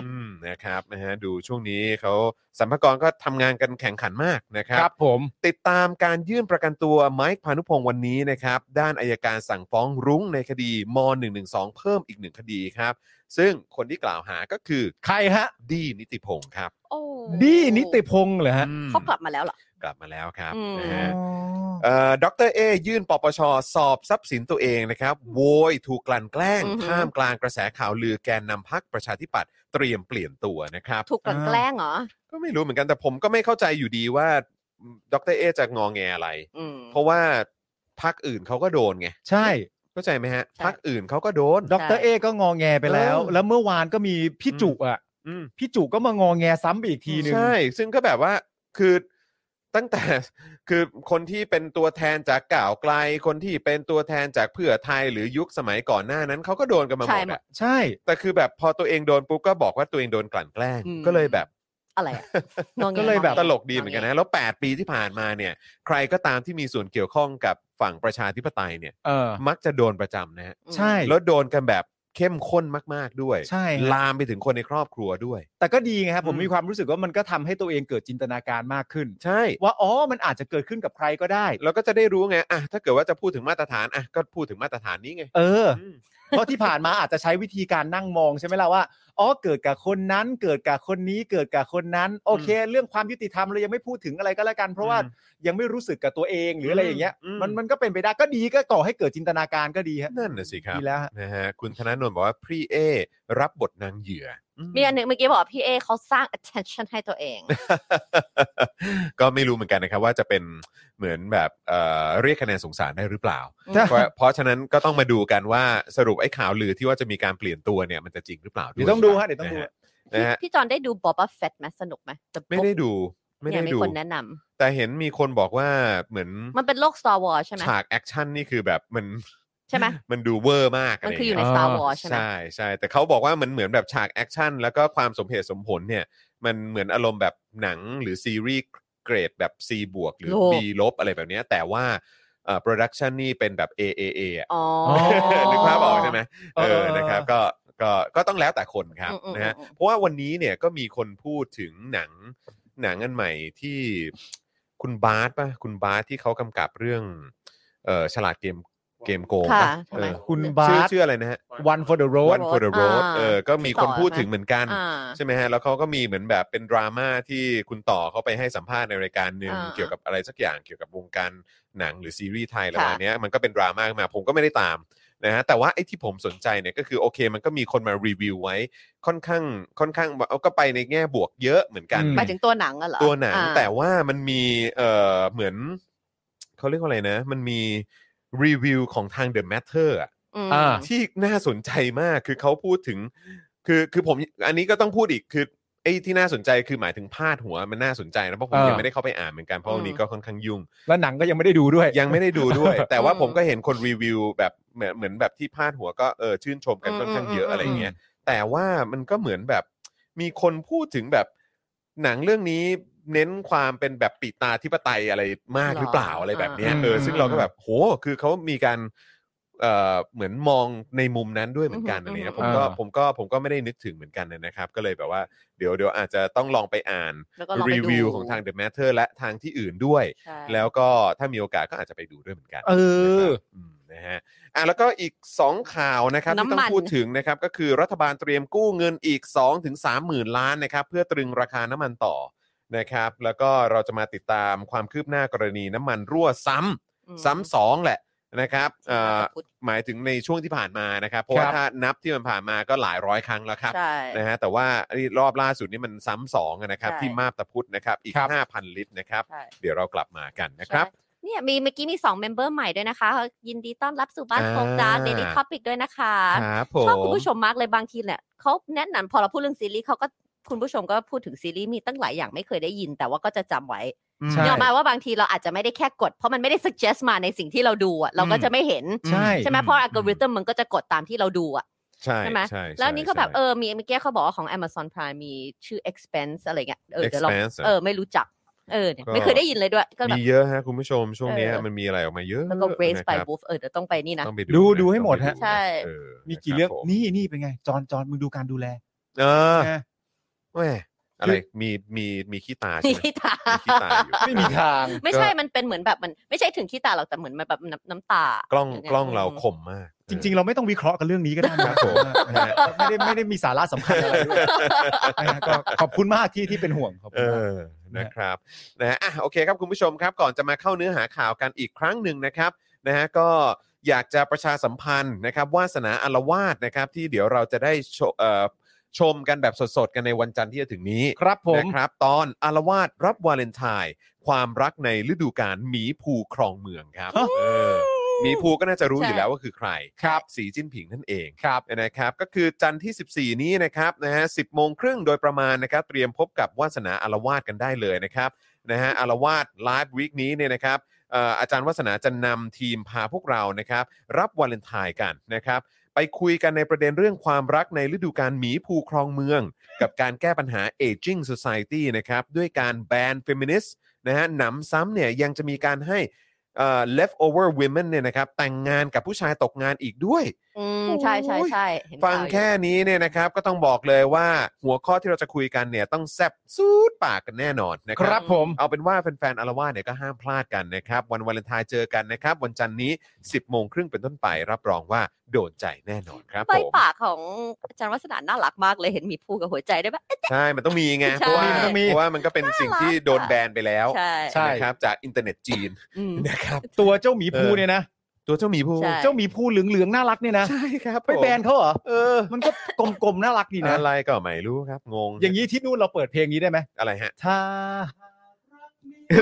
S1: อืมนะครับนะฮะดูช่วงนี้เขาสัมภากรก็ทำงานกันแข่งขันมากนะครั
S3: ครับ บผม
S1: ติดตามการยื่นประกันตัวไมค์พานุพงศ์วันนี้นะครับ ด้านอายการสั่งฟ้องรุ้งในคดีม .112 เพิ่มอีกหนึ่งคดีครับ ซึ่งคนที่กล่าวหาก็คือ
S3: ใครฮะ
S1: ดีนิติพงศ์ครับ
S2: โอ้
S3: ดีนิติพงษ์เหรอฮะ
S1: อืม
S2: เขากลับมาแล้วเหรอ
S1: กลับมาแล้วครับ
S2: อืม
S1: นะฮะ ดรเอ ยื่นปปช สอบทรัพย์สินตัวเองนะครับ โวย ถูกกลั่นแกล้ง
S2: อือฮึ
S1: ท่ามกลางกระแสข่าวลือแกนนำพักประชาธิปัตย์เตรียมเปลี่ยนตัวนะครับ
S2: ถูกกลั่นแกล้งเหรอ
S1: ก็ไม่รู้เหมือนกันแต่ผมก็ไม่เข้าใจอยู่ดีว่าดรเอ จะงองแงอะไร
S2: อืม
S1: เพราะว่าพักอื่นเขาก็โดนไง
S3: ใช่
S1: เข้าใจไหมฮะ
S2: ใช่
S1: พักอื่นเขาก็โดน
S3: ดรเอก็งอแงไปแล้ว
S1: เออ
S3: แล้วเมื่อวานก็มีพี่จุอ่ะ
S1: อืม
S3: พี่จุก็มางอแงซ้ำไปอีกทีหนึง
S1: ใช่ซึ่งก็แบบว่าคือตั้งแต่ คือคนที่เป็นตัวแทนจากก่าวไกล คนที่เป็นตัวแทนจากเพื่อไทยหรือยุคสมัยก่อนหน้านั้นเขาก็โดนกันมาห
S2: ใช่
S1: มด
S2: หม
S1: อะ
S2: ด
S3: ใช่
S1: แต่คือแบบพอตัวเองโดนปุ๊บก็บอกว่าตัวเองโดนกลั่นแกล้ง
S2: อืม
S1: ก็เลยแบบ
S2: อะไรอะงองง
S3: ก็เลยแบบ
S1: ตลกดีเหมือนกันนะ แล้ว 8 ปีที่ผ่านมาเนี่ย ใครก็ตามที่มีส่วนเกี่ยวข้องกับฝั่งประชาธิปไตยเนี่ย
S3: เออ
S1: มักจะโดนประจำนะฮะ
S2: อืม
S3: ใช่
S1: แล้วโดนกันแบบเข้มข้นมากๆด้วย
S3: ใช่ฮะ
S1: ลามไปถึงคนในครอบครัวด้วย
S3: แต่ก็ดีไงครับผม
S1: อืม
S3: มีความรู้สึกว่ามันก็ทำให้ตัวเองเกิดจินตนาการมากขึ้น
S1: ใช่
S3: ว่าอ๋อมันอาจจะเกิดขึ้นกับใครก็ได้
S1: แล้วก็จะได้รู้ไงอ่ะถ้าเกิดว่าจะพูดถึงมาตรฐานอ่ะก็พูดถึงมาตรฐานนี้ไง
S3: เออ
S1: อืม
S3: เพราะที่ผ่านมาอาจจะใช้วิธีการนั่งมองใช่ไหมล่ะว่าอ๋อเกิดกับคนนั้น เกิดกับคนนี้เกิดกับคนนั้น โอเค เรื่องความยุติธรรมเรายังไม่พูดถึงอะไรก็แล้วกัน เพราะว่า
S1: อืม
S3: ยังไม่รู้สึกกับตัวเองหรืออะไรอย่างเงี้ย
S1: อืม
S3: มันมันก็เป็นไปได้ก็ดีก็ก่อให้เกิดจินตนาการก็ดีฮะ
S1: นั่นน่ะสิครับ
S3: ดีแล้วฮะ
S1: นะฮะคุณธนาโนนบอกว่าพรีเอรับบทนางเหยื่ออื
S2: มีอันหนึ่งเมื่อกี้บอกว่าพี่เอเขาสร้าง attention ให้ตัวเอง
S1: ก็ไม่รู้เหมือนกันนะครับว่าจะเป็นเหมือนแบบเอ่อเรียกคะแนนสงสารได้หรือเปล่า
S2: ใช่
S1: เพราะเพราะฉะนั้นก็ต้องมาดูกันว่าสรุปไอ้ข่าวลือที่ว่าจะมีการเปลี่ยนตัวเนี่ยมันจะจริงหรือเปล่า
S3: เดี๋ยวต้องดูฮะเดี๋ยวต้องดู
S1: นะฮะนะ
S2: พี่
S1: ฮะ
S2: พี่จอนได้ดูบอบ b เฟตไหมสนุกไหม The
S1: ไม่
S2: Book
S1: ได้ดูไม่
S2: เนี่
S1: ได้
S2: ยมี
S1: ดู
S2: คนแนะนำ
S1: แต่เห็นมีคนบอกว่าเหมือน
S2: มันเป็นโลก Star Wars ใช่ไหม
S1: ฉากแอคชั่นนี่คือแบบมัน
S2: ใช่ไหม
S1: มันดูเวอร์มาก
S2: มัน
S1: น
S2: คืออยู่ใน
S3: อ่า
S2: Star Wars ใช่ไหม
S1: ใช่ใช่แต่เขาบอกว่ามันเหมือนแบบฉากแอคชั่นแล้วก็ความสมเหตุสมผลเนี่ยมันเหมือนอารมณ์แบบหนังหรือซีรีส์เกรดแบบ C บวกหรือ B ลบอะไรแบบเนี้ยแต่ว่าเอ่อโปรดักชันนี่เป็นแบบ AAA อะ
S2: อ๋อ
S1: นึกภาพออกใช่ไหมเอ
S3: เอ
S1: อ
S3: อ
S1: นะครับก็ก็ก็ต้องแล้วแต่คนครับ
S2: อืมอืม
S1: นะฮะ
S2: อืม
S1: เพราะว่าวันนี้เนี่ยก็มีคนพูดถึงหนังหนังอันใหม่ที่คุณบาสป่ะคุณบาสที่เขากำกับเรื่องเออฉลาดเกมเกมโกง
S2: ค่ะ
S1: ป่ะ
S2: ทำไม
S1: เออ
S3: คุณ
S1: ช
S3: บา
S1: อ
S3: ส
S1: ชื่ออะไรนะฮะ
S3: one for the road
S1: One for the road
S2: อ่า
S1: เออก็มีคน
S2: ที่ต่อ
S1: พูด
S2: นะ
S1: ถึงเหมือนกัน
S2: อ่า
S1: ใช่ไหมฮะแล้วเขาก็มีเหมือนแบบเป็นดราม่าที่คุณต่อเขาไปให้สัมภาษณ์ในรายการหนึ่ง
S2: อ่า
S1: เกี่ยวกับอะไรสักอย่างเกี่ยวกับวงการหนังหรือซีรีส์ไทยอะไรป
S2: ค่ะ
S1: ระมาณเนี้ยมันก็เป็นดราม่ามาผมก็ไม่ได้ตามนะฮะแต่ว่าไอ้ที่ผมสนใจเนี่ยก็คือโอเค มันก็มีคนมารีวิวไว้ค่อนข้างค่อนข้างเอาก็ไปในแง่บวกเยอะเหมือนกัน
S3: อืม
S2: ไปถึงตัวหนังอะเหรอ
S1: ตัวหนัง
S2: อ่า
S1: แต่ว่ามันมีเอ่อเหมือนเขาเรียกว่าอะไรนะ มันมีรีวิวของทาง The Matter อะ
S2: อืม
S3: อ่า
S1: ที่น่าสนใจมากคือเขาพูดถึง คือคือผมอันนี้ก็ต้องพูดอีกคือไอ้ที่น่าสนใจคือหมายถึงพาดหัวมันน่าสนใจนะเพราะผม
S3: เออ
S1: ยังไม่ได้เข้าไปอ่านเหมือนกันเพราะ
S2: อืม
S1: วันนี้ก็ค่อนข้างยุ่ง
S3: แล้วหนังก็ยังไม่ได้ดูด้วย
S1: ยังไม่ได้ดู ด้วย แต่ว่า
S2: อืม
S1: ผมก็เห็นคนรีวิวแบบเหมือนเหมือนแบบที่พาดหัวก็เออชื่นชมกัน
S2: อืม
S1: ค่อนข้างเยอะ
S2: อืม
S1: อะไรอย่างเงี้ยแต่ว่ามันก็เหมือนแบบมีคนพูดถึงแบบหนังเรื่องนี้เน้นความเป็นแบบปิดตาธิปไตยอะไรมากหรือเปล่าอะไรแบบเนี้ย
S3: อืม
S1: เออซึ่งเราก็แบบโหคือเขามีการเอ่อเหมือนมองในมุมนั้นด้วยเหมือนกัน
S2: อืม
S1: อะไรเงี้ยผ
S2: อื
S1: ม
S2: ม
S1: ก็ผมก็ผมก็ไม่ได้นึกถึงเหมือนกันนะครับ ก็เลยแบบว่าเดี๋ยวเดี๋ยวอาจจะต้องลองไปอ่าน
S2: แล้วก็ลองไป
S1: รี
S2: ดู
S1: วิวของทาง The Matter และทางที่อื่นด้วย
S2: ใช่
S1: แล้วก็ถ้ามีโอกาสก็อาจจะไปดูด้วยเหมือนกัน
S3: เออ
S1: นะครับมนะฮะอ่ะแล้วก็อีก 2 ข่าวนะครับที่
S2: น้ำมัน
S1: ต้องพูดถึงนะครับ ก็คือรัฐบาลเตรียมกู้เงินอีก 2-3ถึง3หมื่นล้านนะครับ เพื่อตรึงราคาน้ำมันต่อนะครับ แล้วก็เราจะมาติดตามความคืบหน้ากรณีน้ำมันรั่วซ้
S2: อืม
S1: ำซ้ำสองแหละนะครับเอ่อ
S2: พุทธ
S1: หมายถึงในช่วงที่ผ่านมานะครับ เพราะว่า
S3: ครับ
S1: ถ้านับที่มันผ่านมาก็หลายร้อยครั้งแล้วครับ
S2: ใช่
S1: นะฮะแต่ว่าอันนี้รอบล่าสุดนี่มันซ้ำสองอะนะครับ
S2: ใช่
S1: ที่มาบตาพุธนะครับ อีก
S3: ครับ
S1: 5,000 ลิตรนะครับ
S2: ใช่
S1: เดี๋ยวเรากลับมากันนะครับ
S2: ใช่เนี่ยมีเมื่อกี้มีสองเมมเบอร์ใหม่ด้วยนะคะ ยินดีต้อนรับสู่บ้าน
S1: อ่า
S2: โฟกัสเดลิทอพิกด้วยนะคะ
S1: ครับผ
S2: ช
S1: ม
S2: อบคุณผู้ชมมากเลยบางทีเนี่ยเขาแนะนำพอเราพูดเรื่องซีรีส์เขาก็คุณผู้ชมก็พูดถึงซีรีส์มีตั้งหลายอย่างไม่เคยได้ยิน แต่ว่าก็จะจำไว้
S1: อืม
S3: ใช่
S2: ยอมมาว่าบางทีเราอาจจะไม่ได้แค่กด เพราะมันไม่ได้ suggest มาในสิ่งที่เราดูอะเราก็
S1: อืม
S2: จะไม่เห็น
S3: ใช่
S2: ใช่ไหม
S1: อืม
S2: เพราะอัลกอริทึมมันก็จะกดตามที่เราดูอะ
S1: ใช่
S2: ใช่ไหม
S1: ใช่ใช่
S2: แล้วนี่ก็แบบ
S1: ใช่
S2: เออมีเมื่อกี้เขาบอกว่าของ Amazon Prime มีชื่อ expense อะไรเงี้ยเออเดี๋ยวลอง
S1: Expense หรอ
S2: เออไม่รู้จักเออเนี่ย
S1: ก็
S2: ไม่เคยได้ยินเลยด้วย ก็แบ
S1: มี
S2: บ
S1: เยอะฮะคุณผู้ชมช่วงเนี้ย
S2: เออ
S1: มันมีอะไรออกมาเยอะ
S2: แล้วก็ raise
S1: นะ
S2: by
S1: ครับ
S2: wolf เออเดี๋ยวต้องไปนี่นะ
S1: ต้องไป
S3: ดู
S1: ดูนะ
S3: ดูให้หมดฮะ
S1: ต้องไป
S2: ใช่
S1: เออ
S3: มีกี่เรื่อง
S1: ะคบผ
S3: นี่นี่เป็นไง จอนจอนมึงดูการดูแล
S1: เออ
S3: นะ
S1: แหมอะไร
S3: คือ
S1: มีมีมีขี้ตาใช่
S2: มี
S1: ไหม
S2: ขี้ตา
S1: มีขี้ตาอยู่
S3: ไม่มีทาง
S2: ไม่ใช่มันเป็นเหมือนแบบมันไม่ใช่ถึงขี้ตาหรอกแต่เหมือนมันแบบน้ำน้ำตาก
S1: ล้อง
S2: ย่าเย
S1: กล้องเรา
S2: ม
S1: คมมาก
S3: จริง ๆ เราไม่ต้องวิเคราะห์กันเรื่องนี้ก็ได้นะครับผมนะฮะไม่ได้ไม่ได้มีสาระสำคัญอะไรด้วยนะฮะก็ขอบคุณมากที่ที่เป็นห่วงขอบ
S1: เอ
S3: คุณมาก
S1: อ นะครับ นะฮะอ่ะ โอเคครับ คุณผู้ชมครับ ก่อนจะมาเข้าเนื้อหาข่าวกันอีกครั้งหนึ่งนะครับ นะฮะ ก็อยากจะประชาสัมพันธ์นะครับ วาสนาอารวาสนะครับ ที่เดี๋ยวเราจะได้โชเอ่อชมกันแบบสดๆ กันในวันจันทร์ที่จะถึงนี้
S3: ครับผม
S1: นะครับ ตอนอารวาสรับวาเลนไทน์ ความรักในฤดูกาลหมีภูครองเมืองครับ
S3: ฮะ
S1: เออ หมีภูก็น่าจะรู้
S2: ใช่
S1: อยู่แล้วว่าคือใคร
S3: ครับ
S1: สีจิ้นผิงนั่นเอง
S3: ครับ
S1: นะครับก็คือจันทร์ที่ 14 นี้นะครับนะฮะ10 โมงครึ่งโดยประมาณนะครับเตรียมพบกับวาสนาอารวาสกันได้เลยนะครับนะฮะอารวาสไลฟ์วีคนี้เนี่ยนะครับเอ่ออาจารย์วาสนาจะนำทีมพาพวกเรานะครับรับวาเลนไทน์กันนะครับไปคุยกันในประเด็นเรื่องความรักในฤดูการหมีภูครองเมือง กับการแก้ปัญหา aging society นะครับด้วยการแบนเฟมินิสต์นะฮะหนำซ้ำเนี่ยยังจะมีการให้เอ่อ leftover women เนี่ยนะครับแต่งงานกับผู้ชายตกงานอีกด้วย
S2: อืมใช่ใช่ใช่เห็น
S1: ฟัง
S2: ข่าวอยู่
S1: แค่นี้เนี่ยนะครับก็ต้องบอกเลยว่าหัวข้อที่เราจะคุยกันเนี่ยต้องแซบซูดปากกันแน่นอนนะค
S3: ครั
S1: รับ
S3: ผม
S1: เอาเป็นว่าแฟนๆอารวาสเนี่ยก็ห้ามพลาดกันนะครับวันวาเลนไทน์เจอกันนะครับ วันจันทร์นี้ 10 โมงครึ่งเป็นต้นไป รับรองว่าโดนใจแน่นอนครับ
S2: ใบ
S1: ผม
S2: ปากของอาจารย์วัฒนาน่ารักมากเลยเห็นมีพูกับหัวใจได้วยปะ
S1: ใช่มันต้องมีไง
S2: ใช่
S1: เพราะว่า
S3: มันต้องมี
S1: เพราะว่ามันก็เป็นสิ่งที่โดน
S2: น่ารักอะ
S1: แบนไปแล้ว
S2: ใช่
S3: ใช่
S1: นะครับจากอินเทอร์เน็ตจีน
S2: อืม
S1: นะครับ
S3: ตัวเจ้าหมีภูเนี่ยนะ
S1: ตัวเจ้าหมีภู
S2: ใช่
S3: เจ้าหมีภูเหลืองๆน่ารักเนี่ยนะ
S1: ใช่ครับ
S3: ไปแบนเขาเหรอ
S1: เออ
S3: มันก็กลมๆน่ารักดีนะ
S1: อะไรก็ไม่รู้ครับงง
S3: อย่างนี้ที่นู่นเราเปิดเพลงนี้ได้ไหม
S1: อะไรฮะ
S3: ถ้า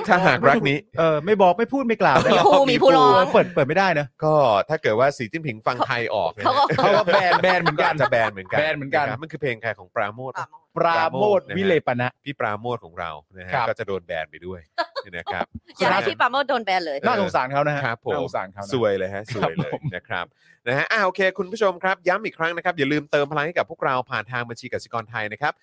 S1: ถ้าหากรักนี้
S3: เออไม่บอกไม่พูดไม่กล่าวได้
S2: มี
S3: ไหม
S2: ภูมีภูร้อง
S3: เปิดเปิดไม่ได้นะ
S1: ก็ถ้าเกิดว่าสีจิ้นผิงฟังไทยออกนี่ย
S2: เขาก็
S3: เขาก็แบนแบนเหมือนกัน
S1: จะแบนเหมือนกัน
S3: แบนเหมือนกัน
S1: ะครับมันคือเพลงใครของปราโมท
S3: ปราโมท
S1: นะฮะ
S3: วิเลปนะ
S1: พี่ปราโมทของเรานะฮะ
S3: ครับ
S1: ก็จะโดนแบนไปด้วยนะครับ
S2: อย่าง
S3: ครั
S2: ที่
S3: บ
S2: พี่ปราโมทโดนแบนเลย
S1: ครั
S3: น่า
S1: บ
S3: สงสารเขานะฮะ
S1: ครับผม
S3: น่าสงสารเขานะ
S1: สวยเลยฮะสวยเลยนะครับนะฮะอ่าโอเค คุณผู้ชมครับ ย้ำอีกครั้งนะครับ อย่าลืมเติมพลังให้กับพวกเราผ่านทางบัญชีกสิกรไทยนะครับ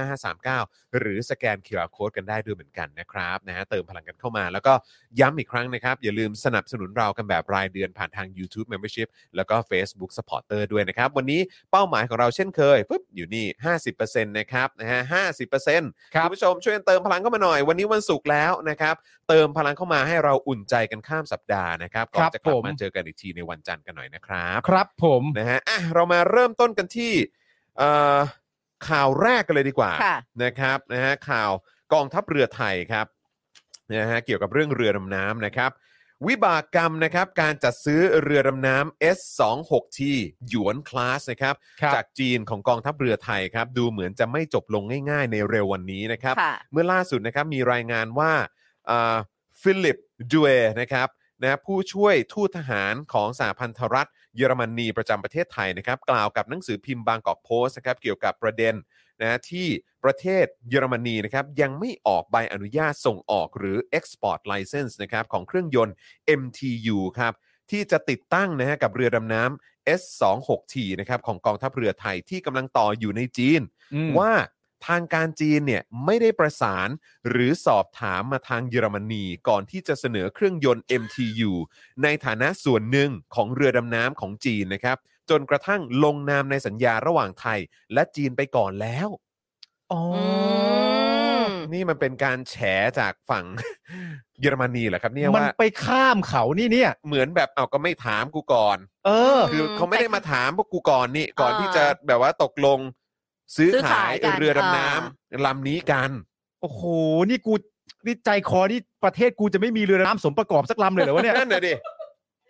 S1: 0698975539 หรือสแกน QR Code กันได้ด้วยเหมือนกันนะครับนะฮะเติมพลังกันเข้ามา แล้วก็ย้ำอีกครั้งนะครับ อย่าลืมสนับสนุนเรากันแบบรายเดือนผ่านทาง YouTube Membership แล้วก็ Facebook Supporter ด้วยนะครับ วันนี้เป้าหมายของเราเช่นเคยปุ๊บอยู่นี่ 50%นะครับนะฮะ50%
S3: ครับ
S1: คุณผู้ชมช่วยกันเติมพลังเข้ามาหน่อย วันนี้วันศุกร์แล้วนะครับ เติมพลังเข้ามาให้เราอุ่นใจกันข้ามสัปดาห์นะครับก่อ
S3: ครั
S1: น
S3: บ
S1: จะกลับ
S3: ผม
S1: มาเจอกันอีกทีในวันจันทร์กันหน่อยนะครับ
S3: ครับผม
S1: นะฮะอ่ะเรามาเริ่มต้นกันที่เอ่อข่าวแรกกันเลยดีกว่า
S2: ค่ะ
S1: นะครับนะฮะข่าวกองทัพเรือไทยครับนะฮะเกี่ยวกับเรื่องเรือดำน้ำนะครับ วิบากกรรมนะครับการจัดซื้อเรือดำน้ำ S26T หยวนคลาสนะครับ
S3: ครับ
S1: จากจีนของกองทัพเรือไทยครับ ดูเหมือนจะไม่จบลงง่ายๆ ในเร็ววันนี้นะครับ
S2: ค่ะ
S1: เมื่อล่าสุดนะครับมีรายงานว่าอ่าฟิลิปดูเอนะครับนะผู้ช่วยทูตทหารของสหพันธรัฐ เยอรมนีประจำประเทศไทยนะครับ กล่าวกับหนังสือพิมพ์บางกอกโพสต์นะครับเกี่ยวกับประเด็นนะที่ประเทศเยอรมนีนะครับยังไม่ออกใบอนุญาตส่งออกหรือ Export License นะครับของเครื่องยนต์ MTU ครับ ที่จะติดตั้งนะฮะกับเรือดำน้ำ S26T นะครับของกองทัพเรือไทยที่กำลังต่ออยู่ในจีน
S3: อืม
S1: ว่าทางการจีนเนี่ยไม่ได้ประสานหรือสอบถามมาทางเยอรมนี ก่อนที่จะเสนอเครื่องยนต์ MTU ในฐานะส่วนหนึ่งของเรือดำน้ำของจีนนะครับ จนกระทั่งลงนามในสัญญาระหว่างไทยและจีนไปก่อนแล้ว
S3: อ๋ออ
S2: อืม
S1: นี่มันเป็นการแฉจากฝั่ง เยอรมนีเหรอครับเนี่ย
S3: มัน
S1: ว่า
S3: ไปข้ามเขานี่เนี่ย
S1: เหมือนแบบเอาก็ไม่ถามกูก่อน
S3: เออ
S1: คือเขาไม่ได้มาถามพวกกูก่อนนี่ก่อน
S2: อ่า
S1: ที่จะแบบว่าตกลงซื้อ
S2: ซื้อ
S1: ขาย
S2: ขายกัน
S1: เรือดำ
S2: อ่า
S1: น้ำลำนี้กัน
S3: โอ้โห นี่กูนี่ใจคอนี่ประเทศกูจะไม่มีเรือดำน้ำสมประกอบสักลำเลยเหรอวะเนี่ย
S1: นั่นน่ะดิ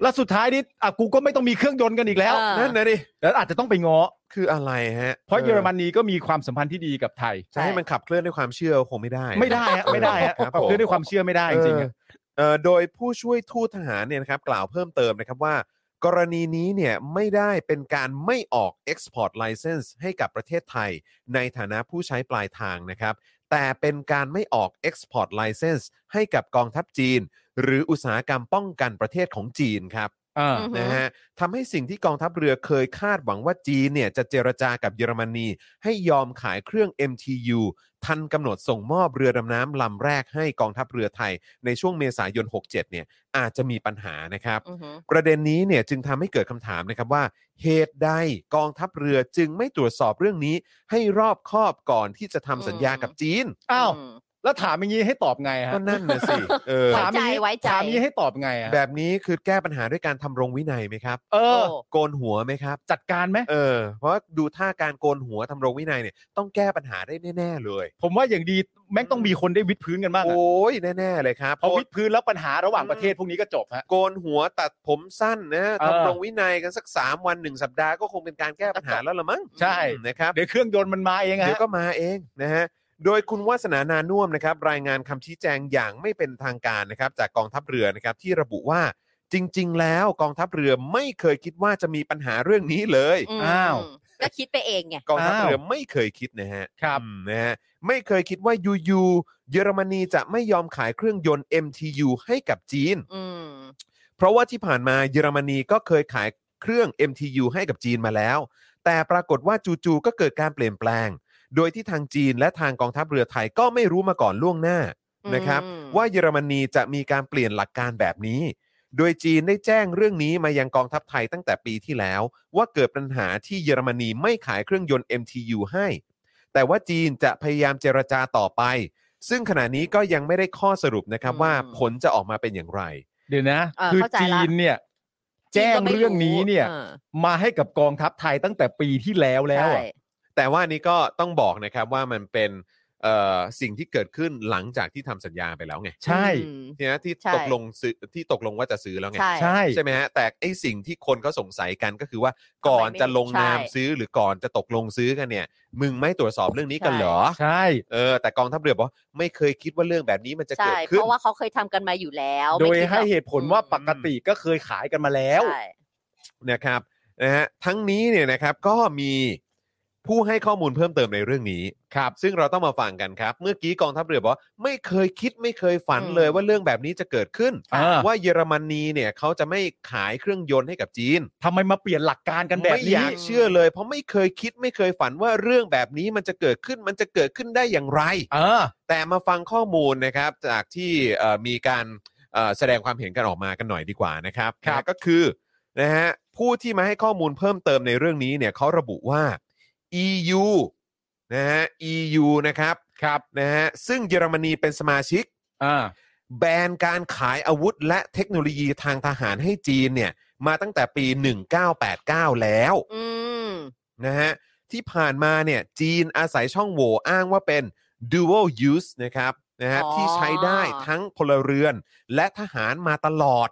S3: แล้วสุดท้ายนี่อ่ะกูก็ไม่ต้องมีเครื่องยนต์กันอีกแล้ว
S2: เออ
S1: นั่นนะดิ
S3: แล้วอาจจะต้องไปง้อ
S1: คืออะไรฮะ
S3: เพราะเยอรมนีก็มีความสัมพันธ์ที่ดีกับไทย
S1: จะให้มันขับเคลื่อนด้วยความเชื่อคงไม่ได้นะ
S3: ไม่ได้ฮะ ไม่ได้ฮะ
S1: ครับ
S3: ขับ
S1: ผม
S3: เคลื่อนด้วยความเชื่อไม่ได้จริงๆฮะ
S1: เออเอ่อโดยผู้ช่วยทูตทหารเนี่ยนะครับ กล่าวเพิ่มเติมนะครับว่า กรณีนี้เนี่ยไม่ได้เป็นการไม่ออก Export License ให้กับประเทศไทย ในฐานะผู้ใช้ปลายทางนะครับ แต่เป็นการไม่ออก Export License ให้กับกองทัพจีน หรืออุตสาหกรรมป้องกันประเทศของจีนครับ
S3: อ่า
S2: อืม
S1: นะฮะทำให้สิ่งที่กองทัพเรือเคยคาดหวังว่าจีนเนี่ยจะเจรจากับเยอรมนี ให้ยอมขายเครื่อง MTU ทันกำหนดส่งมอบเรือดำน้ำลำแรกให้กองทัพเรือไทย ในช่วงเมษายน 67 เนี่ยอาจจะมีปัญหานะครับ
S2: อือหือ
S1: ประเด็นนี้เนี่ยจึงทำให้เกิดคำถามนะครับว่า เหตุใดกองทัพเรือจึงไม่ตรวจสอบเรื่องนี้ ให้รอบคอบก่อนที่จะทำสัญญากับจีน
S3: อ้าว
S2: อืม
S3: แล้วถามอย่างนี้ให้ตอบไงฮะ
S1: ก็นั่นน่ะสิเออ
S2: ไว้
S3: ถาม
S2: ใจ
S3: อย่างนี้
S2: ไว้ใจ
S3: ถามอย่างนี้ให้ตอบไงอะ
S1: แบบนี้คือแก้ปัญหาด้วยการทำรงวินัยไหมครับ
S3: เออ
S2: โอ้
S1: โกนหัวไหมครับ
S3: จัดการไหม
S1: เออ เพราะว่าดูท่าการโกนหัวทำรงวินัยเนี่ยต้องแก้ปัญหาได้แน่ ๆ เลย
S3: ผมว่าอย่างดีแม่งต้องมีคนได้วิดพื้นกันบ้างอะ
S1: โอ้ยแน่ ๆ เลยครับ
S3: พอ
S1: โกน
S3: วิดพื้นแล้วปัญหาระหว่างประเทศพวกนี้ก็จบฮะ
S1: โกนหัวตัดผมสั้นนะ
S3: เออ
S1: ทำรงวินัยกันสัก 3 วัน 1 สัปดาห์ก็คงเป็นการแก้ปัญหาแล้วละมั้ง
S3: ใช่
S1: นะครับ
S3: เดี๋ยวเครื่องยนต์มันมาเองอะ
S1: เดี๋ยว
S3: ฮะ
S1: ก็มาเองนะฮะ โดยคุณวาสนานานุ่วมนะครับ รายงานคำชี้แจงอย่างไม่เป็นทางการนะครับ จากกองทัพเรือนะครับ ที่ระบุว่าจริง ๆ แล้วกองทัพเรือไม่เคยคิดว่าจะมีปัญหาเรื่องนี้เลย
S2: ม
S3: อ้าว
S2: ก็คิดไปเองไง
S1: กองทัพเรือไม่เคยคิดนะฮะ
S3: ครับ
S1: อืมนะฮะไม่เคยคิดว่ายูยูเยอรมนีจะไม่ยอมขายเครื่องยนต์ MTU ให้กับจีน
S2: อืม
S1: เพราะว่าที่ผ่านมาเยอรมนีก็เคยขายเครื่อง MTU ให้กับจีนมาแล้ว แต่ปรากฏว่าจู่ๆก็เกิดการเปลี่ยนแปลง โดยที่ทางจีนและทางกองทัพเรือไทยก็ไม่รู้มาก่อนล่วงหน้านะครับ
S2: อืม
S1: ว่าเยอรมนีจะมีการเปลี่ยนหลักการแบบนี้ โดยจีนได้แจ้งเรื่องนี้มายังกองทัพไทยตั้งแต่ปีที่แล้ว ว่าเกิดปัญหาที่เยอรมนีไม่ขายเครื่องยนต์ MTU ให้ แต่ว่าจีนจะพยายามเจรจาต่อไป ซึ่งขณะนี้ก็ยังไม่ได้ข้อสรุปนะครับว่า
S2: อืม
S1: ผลจะออกมาเป็นอย่างไร
S3: เดี๋ยวนะ
S2: เออ
S3: คือ
S2: เข้าใจ
S3: จี
S2: ละ
S3: นเนี่ย แจ้งเรื่องนี้เนี่ย
S2: ออ
S3: มาให้กับกองทัพไทยตั้งแต่ปีที่แล้วแล้วอะ
S2: ใช่
S1: แต่ว่านี่ก็ต้องบอกนะครับว่ามันเป็นเอ่อสิ่งที่เกิดขึ้นหลังจากที่ทำสัญญาไปแล้วไง
S3: ใช่
S2: อืม
S1: เนี่ยที่
S2: ใช่
S1: ตกลงซื้อที่ตกลงว่าจะซื้อแล้วไง
S2: ใช่
S3: ใช่
S1: ไหมฮะแต่ไอสิ่งที่คนเขาสงสัยกันก็คือว่าก่อนจะลงนาม
S2: ใช่
S1: ซื้อหรือก่อนจะตกลงซื้อกันเนี่ย มึงไม่ตรวจสอบเรื่องนี้กันเหรอ
S3: ใช่
S1: เออแต่กองทัพเรือบอกว่าไม่เคยคิดว่าเรื่องแบบนี้มันจะ
S2: ใช่
S1: เกิดขึ้น
S2: เพราะว่าเขาเคยทำกันมาอยู่แล้ว
S3: โดย
S2: ไม่คิ
S3: ให้
S2: รอก
S3: เหตุผลว่าปกติก็เคยขายกันมาแล้ว
S2: ใช่
S1: นะครับนะฮะทั้งนี้เนี่ยนะครับก็มีผู้ให้ข้อมูลเพิ่มเติมในเรื่องนี้ครับซึ่งเราต้องมาฟังกันครับ เมื่อกี้กองทัพเรือบอกว่าไม่เคยคิดไม่เคยฝันเลยว่าเรื่องแบบนี้จะเกิดขึ้น
S3: อ่า
S1: ว่าเยอรมนีเนี่ยเขาจะไม่ขายเครื่องยนต์ให้กับจีน
S3: ทำไมมาเปลี่ยนหลักการกันแบบ
S1: ไม่อ
S3: นี้
S1: ยากเชื่อเลย เพราะไม่เคยคิดไม่เคยฝันว่าเรื่องแบบนี้มันจะเกิดขึ้นมันจะเกิดขึ้นได้อย่างไร
S3: เออ
S1: แต่มาฟังข้อมูลนะครับจากที่เอ่อมีการเอ่อแสดงความเห็นกันออกมากันหน่อยดีกว่านะครับ
S3: ครับ
S1: นะฮะก็คือนะฮะผู้ที่มาให้ข้อมูลเพิ่มเติมในเรื่องนี้เนี่ยเขาระบุว่า EU นะฮะ EU นะครับ
S3: ครับ
S1: นะฮะซึ่งเยอรมนีเป็นสมาชิก
S3: อ่า
S1: แบนการขายอาวุธและเทคโนโลยีทางทหารให้จีนเนี่ยมาตั้งแต่ปี 1989 แล้ว
S2: อืม
S1: นะฮะที่ผ่านมาเนี่ยจีนอาศัยช่องโหว่อ้างว่าเป็น dual use นะครับนะฮะ
S2: อ๋อ
S1: ที่ใช้ได้ทั้งพลเรือนและทหารมาตลอด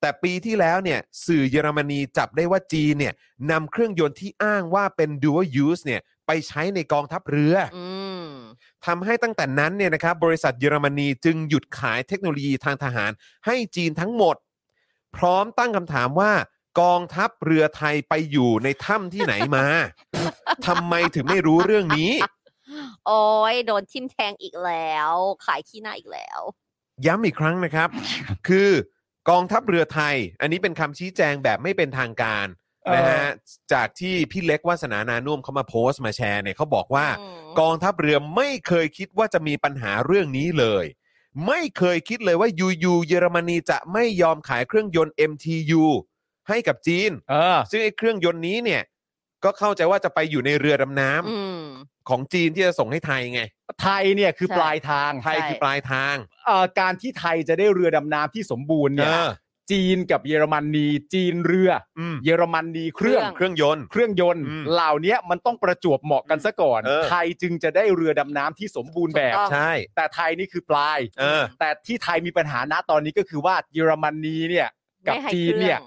S1: แต่ปีที่แล้วเนี่ยสื่อเยอรมนีจับได้ว่าจีนเนี่ยนำเครื่องยนต์ที่อ้างว่าเป็น dual use เนี่ยไปใช้ในกองทัพเรือ
S2: อืม
S1: ทำให้ตั้งแต่นั้นเนี่ยนะครับบริษัทเยอรมนีจึงหยุดขายเทคโนโลยีทางทหารให้จีนทั้งหมด พร้อมตั้งคำถามว่ากองทัพเรือไทยไปอยู่ในถ้ำที่ไหนมา ทำไมถึงไม่รู้เรื่องนี้
S2: โอ้ยโดนทิมแทงอีกแล้ว ขายขี้หน้าอีกแล้ว
S1: ย้ำอีกครั้งนะครับ คือกองทัพเรือไทย อันนี้เป็นคำชี้แจงแบบไม่เป็นทางการนะฮะจากที่พี่เล็กวาสนานานุ่วมเขามาโพสต์มาแชร์เนี่ยเขาบอกว่า
S2: อืม
S1: กองทัพเรือไม่เคยคิดว่าจะมีปัญหาเรื่องนี้เลย ไม่เคยคิดเลยว่ายูยูเยอรมนีจะไม่ยอมขายเครื่องยนต์ MTU ให้กับจีน
S3: เออ
S1: ซึ่งไอ้เครื่องยนต์นี้เนี่ยก็เข้าใจว่าจะไปอยู่ในเรือดำน้ำ
S2: อืม
S1: ของจีนที่จะส่งให้ไทยไง
S3: ไทยเนี่ยคือ
S2: ใช่
S3: ปลายทาง
S1: ไทยคือปลายทาง
S3: เอ่อการที่ไทยจะได้เรือดำน้ำที่สมบูรณ์เนี่ย
S1: เออ
S3: จีนกับเยอรมนี จีนเรือ
S1: อืม
S3: เยอรมนีเครื่อง
S1: เครื่องยนต์
S3: เครื่องยนต์
S1: อืม
S3: เหล่าเนี้ยมันต้องประจวบเหมาะกันซะก่อน
S1: เออ
S3: ไทยจึงจะได้เรือดำน้ำที่สมบูรณ์แบบ
S2: ถูกต้อง
S1: ใช่
S3: แต่ไทยนี่คือปลาย
S1: เออ
S3: แต่ที่ไทยมีปัญหาณตอนนี้ก็คือว่าเยอรมนีเนี่ย กับ
S2: ไม่ให้
S3: จีน
S2: ครื่อง
S3: เนี่ย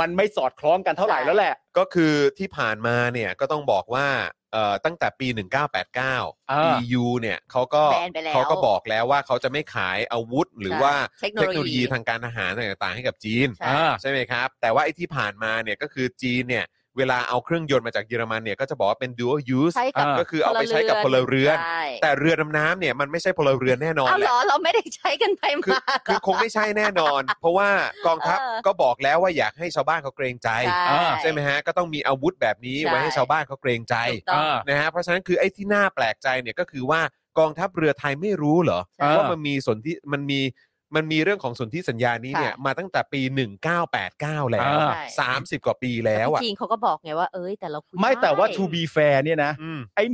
S3: มันไม่สอดคล้องกันเท่าไหร่
S2: ใช่
S3: แล้วแหละ
S1: ก็คือที่ผ่านมาเนี่ยก็ต้องบอกว่าเอ่อตั้งแต่ปี
S3: เอ
S1: 1989
S3: อ
S1: EU เนี่ยเขาก็
S2: แบนไปแล้ว
S1: เขาก็บอกแล้วว่าเขาจะไม่ขายอาวุธ หรือ
S2: ใช่
S1: ว่า
S2: เทคโน
S1: เทค
S2: โล
S1: โนโล
S2: ยี
S1: ยีทางการทหารต่างๆให้กับจีน
S2: ใช่
S3: อ่า
S1: ใช่ไหมครับ แต่ว่าไอ้ที่ผ่านมาเนี่ยก็คือจีนเนี่ยเวลาเอาเครื่องยนต์มาจากเยอรมันเนี่ยก็จะบอกว่าเป็น dual use
S2: ใช้กับ
S3: อ่า
S1: ก็คือเอาไปใช้กับพลเรือน
S2: ใช่
S1: แต่เรือดำน้ำเนี่ยมันไม่ใช่พลเรือนแน่นอน
S2: เอา
S1: แห
S2: เหร
S1: ละ
S2: อเราไม่ได้ใช้กันไป
S1: คือ
S2: มา
S1: คือคงไม่ใช่แน่นอน เพราะว่ากองทัพ
S2: เออ
S1: ก็บอกแล้วว่าอยากให้ชาวบ้านเขาเกรงใจ
S3: อ่า
S1: ใช่ไหมฮะก็ต้องมีอาวุธแบบนี้
S2: ใช่
S1: ไว้ให้ชาวบ้านเขาเกรงใจ
S2: ถูกต้อง
S3: อ่า
S1: นะฮะเพราะฉะนั้นคือไอ้ที่น่าแปลกใจเนี่ยก็คือว่ากองทัพเรือไทยไม่รู้เหรอ
S2: ใช่
S1: ว่ามันมีสนธิมันมีมันมีเรื่องของสนธิสัญญานี้เนี่ย
S2: ค่ะ
S1: มาตั้งแต่ปี 1989 แล้ว
S3: อ่า
S1: 30 กว่าปีแล้ว
S2: แต่
S1: อ่ะ
S2: พี่จีนเขาก็บอกไงว่าเอ้ยแต่เราคุย
S3: ไม่
S2: ด้
S3: แต่ว่า to be fair เนี่ยนะ
S1: อืม
S3: ไอ้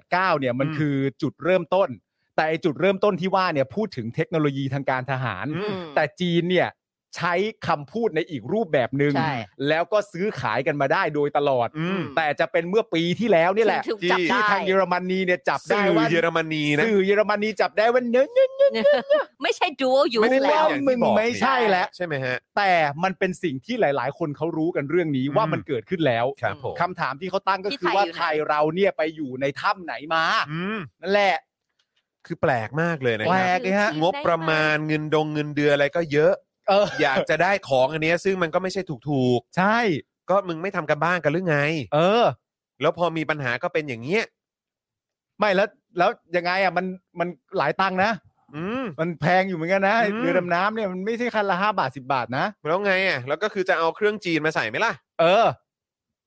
S3: 1989 เนี่ยมัน
S1: อืม
S3: คือจุดเริ่มต้น แต่ไอ้จุดเริ่มต้นที่ว่าเนี่ยพูดถึงเทคโนโลยีทางการทหาร
S1: อืม
S3: แต่จีนเนี่ยใช้คำพูดในอีกรูปแบบหนึ
S2: ใช่
S3: ง่งแล้วก็ซื้อขายกันมาได้โดยตลอด
S1: อืม
S3: แต่จะเป็นเมื่อปีที่แล้วนี่แหละ
S2: ถึงจับ
S3: ที่
S2: ได้
S3: ทางเยอรมนีเนี่ยจับได้
S1: สื่อ
S3: ว่า
S1: เยอรมนีนะ
S3: สื่อเยอรมนีจับได้ว่าเนื้อเนื้อ
S2: ไม่ใช่ dual
S1: ไม่
S2: use
S1: ได้
S2: แล้ว
S1: อย่างที่
S3: มึง
S1: บอกนี่
S3: ไม่ใช่แล้ว
S1: ใช่ไหมฮะ
S3: แต่มันเป็นสิ่งที่หลาย ๆ คนเขารู้กันเรื่องนี้
S1: อืม
S3: ว่ามันเกิดขึ้นแล้ว
S1: ครับผม
S3: คำถามที่เขาตั้งก็
S2: ที่
S3: คือว่าไท
S2: ไท
S3: ย
S2: ยอยู่ไหน
S3: เราเนี่ยไปอยู่ในถ้ำไหนมา
S1: อืม
S3: นั่นแหละ
S1: คือแปลกมากเลยนะ
S3: แป
S1: ค
S3: ล
S1: รับ
S3: กเลยฮะ
S1: งบประมาณเงินดงเงินเดือนอะไรก็เยอะ
S3: เออ
S1: อยากจะได้ของอันเนี้ยซึ่งมันก็ไม่ใช่ถูก
S3: ใช่
S1: ๆ ก็มึงไม่ทำกันบ้านกันหรือไง
S3: เออ
S1: แล้วพอมีปัญหาก็เป็นอย่างเงี้ย
S3: ไม่แล้วแล้วยังไงอ่ะมันมันหลายตังค์นะ
S1: อืม
S3: มันแพงอยู่เหมือนกันนะ
S1: อืม
S3: เรือดำน้ำเนี่ยมันไม่ใช่คันละห้าบาทสิบาทนะ
S1: แล้วไงอ่ะแล้วก็คือจะเอาเครื่องจีนมาใส่ไหมล่ะ
S3: เออ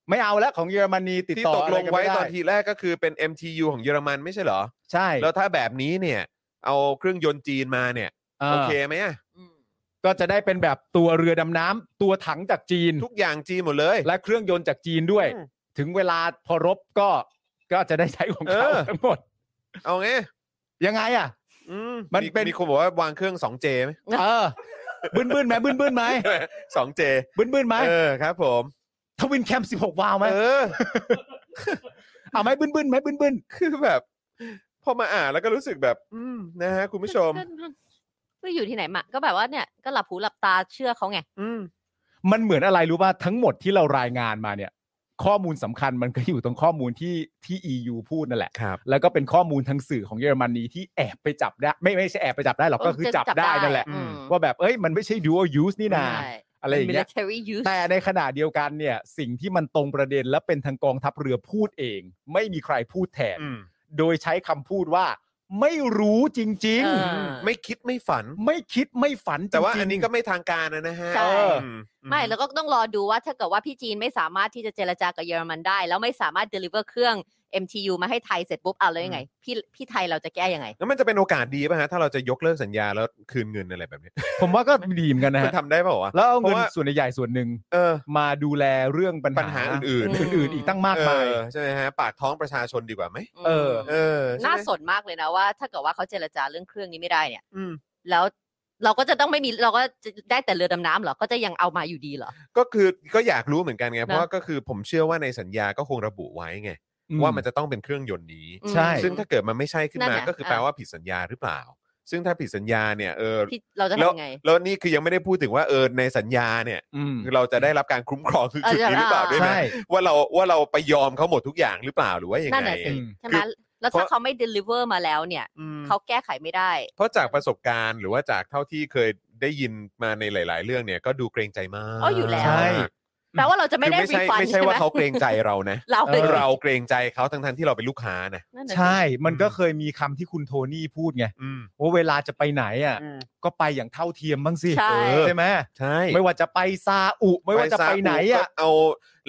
S3: ไม่เอาแล้วของเยอรมนีติด
S1: ที่
S3: ต่อ
S1: ตกลงไว้
S3: ะร
S1: ต
S3: ม่
S1: อน
S3: ด้
S1: ทีแรกก็คือเป็น MTU ของเยอรมันไม่ใช่เหรอ
S3: ใช่
S1: แล้วถ้าแบบนี้เนี่ย เอาเครื่องยนต์จีนมาเนี่ย
S3: า
S1: โอเคไหมอะ
S2: อืม
S3: ก็จะได้เป็นแบบตัวเรือดำน้ำตัวถังจากจีน
S1: ทุกอย่างจีนหมดเลย
S3: และเครื่องยนต์จากจีนด้วย
S1: อืม
S3: ถึงเวลาพอรบก็ก็จะได้ใช้ของเขา
S1: เออ
S3: ทั้งหมด
S1: เอาไง
S3: ยังไงอ่ะ
S1: อืม
S3: มันเป็น
S1: มีคนบอกว่าวางเครื่อง 2J ไห ม
S3: เออบึ้นบึ้นๆไหมบึ้นบึ้นๆไหม
S1: 2J
S3: บึ้นบึ้นๆไหม
S1: เออครับ ผม
S3: ทวินแคมสิบหกวาวไหม
S1: เออ
S3: เอาไหมบึ้นบึ้นๆไหมบึ้นบึ้น
S1: คือแบบ พอมาอ่านแล้วก็รู้สึกแบบ อืมนะฮะคุณผู้ชม
S2: ก็มันก็อยู่ที่ไหนมาก็แบบว่าเนี่ยก็หลับหูหลับตาเชื่อเขาไง
S1: อืม
S3: ๆมันเหมือนอะไรรู้ป่ะทั้งหมดที่เรารายงานมาเนี่ย ข้อมูลสำคัญมันก็อยู่ตรงข้อมูลที่ที่ EU พูดนั่นแหละ
S1: ครับ
S3: แล้วก็เป็นข้อมูลทางสื่อของเยอรมนีที่แอบไปจับได้ ไม่ไม่ใช่แอบไปจับได้หรอก
S2: เออ
S3: ก็คือ
S2: จะ
S3: จับ
S2: จับ
S3: ได้
S2: ได้
S3: นั่นแหละ
S2: อืม
S3: ว่าแบบเอ้ยมันไม่ใช่ dual use นี่นา
S2: ใช่
S3: อะไรอย่างเงี้ย
S2: ป็น military use
S3: แต่ในขณะเดียวกันเนี่ย สิ่งที่มันตรงประเด็นและเป็นทางกองทัพเรือพูดเอง ไม่มีใครพูดแทน
S1: อืม
S3: โดยใช้คำพูดว่า ไม่รู้จริง
S2: เออ
S3: ๆ
S1: ไม่คิดไม่ฝัน
S3: ไม่คิดไม่ฝันจริงๆ
S1: แต่ว่าอันนี้ก็ไม่ทางการนะฮะ
S2: ใช่
S1: อืม
S2: ไม่แล้วก็ต้องรอดูว่าถ้าเกิดว่าพี่จีนไม่สามารถที่จะเจรจากับเยอรมันได้ แล้วไม่สามารถ deliver เครื่อง MTU มาให้ไทยเสร็จปุ๊บเอาแล้วยังไง พี่พี่ไทยเราจะแก้ยังไง
S1: แล้วมันจะเป็นโอกาสดีป่ะฮะถ้าเราจะยกเลิกสัญญาแล้วคืนเงินอะไรแบบนี้
S3: ผมว่าก็ดีเหมือนกันนะ
S1: มัน
S3: ฮะ
S1: ทำได้เปล่าวะ
S3: แล้วเอา
S1: เพ
S3: เงิน
S1: ราะว่า
S3: ส่วนใหญ่ๆส่วนหนึ่ง
S1: เออ
S3: มาดูแลเรื่องปัญ
S1: ปัญหาอื่น
S2: อืม
S3: อื่นๆอีกตั้ง
S1: ๆ
S3: มากมาย
S1: เออใช่ไหมฮะ ปากท้องประชาชนดีกว่าไหม
S3: เออ
S1: เออใช่ไหม
S2: น่าสนมากเลยนะว่า ถ้าเกิดว่าเขาเจรจาเรื่องเครื่องนี้ไม่ได้เนี่ย
S1: อืม
S2: แล้วเราก็จะต้องไม่มีเราก็จะได้แต่เรือดำน้ำเหรอก็จะยังเอามาอยู่ดีเหรอ
S1: ก็คือก็อยากรู้เหมือนกันไง
S2: นะ
S1: เพราะว่าก็คือผมเชื่อว่าในสัญญาก็คงระบุไว้ไง ว่ามันจะต้องเป็นเครื่องยนต์นี้
S2: อืม
S3: ใช่
S1: ซึ่งถ้าเกิดมันไม่ใช่ขึ้น
S2: นั่
S1: มาน
S2: ไง
S1: ก็คือแปลว่าผิดสัญญาหรือเปล่า ซึ่งถ้าผิดสัญญาเนี่ยเออ
S2: พี่เราจะ
S1: แล้ว
S2: ทำไง
S1: แล้วนี่คือยังไม่ได้พูดถึงว่าเออในสัญญาเนี่ย
S3: อืม
S1: เราจะได้รับการคุ้มครอง ทุกจุดนี้หรือเปล่าด้วยไหม
S3: ใช่
S1: ว่าเราว่าเราไปยอมเขาหมดทุกอย่างหรือเปล่าหรือว่ายัง
S2: นั่น
S1: ไง
S2: น่ะสิ
S3: อืม
S2: ใช่ไหมแล้ว
S1: เพ
S2: ถ้า
S1: ราะ
S2: เขาไม่ deliver มาแล้วเนี่ย
S1: อืม
S2: เขาแก้ไขไม่ได้
S1: เพราะจากประสบการณ์หรือว่าจากเท่าที่เคยได้ยินมาในหลาย ๆ เรื่องเนี่ยก็ดูเกรงใจมาก
S2: อ๋ออยู่แล้ว
S3: ใช่
S2: แปลว่าเราจะ
S1: คื
S2: ไม่
S1: อ
S2: ได้
S1: ไม่
S2: รี
S1: ใช่
S2: ฟัน
S1: ไม่
S2: ใช่
S1: ใช่
S2: ไหม
S1: ว่าเขาเกรงใจเรานะ
S2: เรา
S3: ออ
S1: เราเกรงใจเขาทั้ง ๆ ที่เราเป็นลูกค้านะ
S2: นั่นน่ะสิ
S3: ใช่ มันก็เคยมีคำที่คุณโทนี่พูดไง
S1: อืม
S3: ว่าเวลาจะไปไหนอ่ะ ก็ไปอย่างเท่าเทียมบ้างสิ
S2: ใช่
S3: ใช่ไหม
S1: ใช่
S3: ไม่ว่าจะไปซาอุไม่ว่าจะไปไหนอ่ะ
S1: ซาก็เอา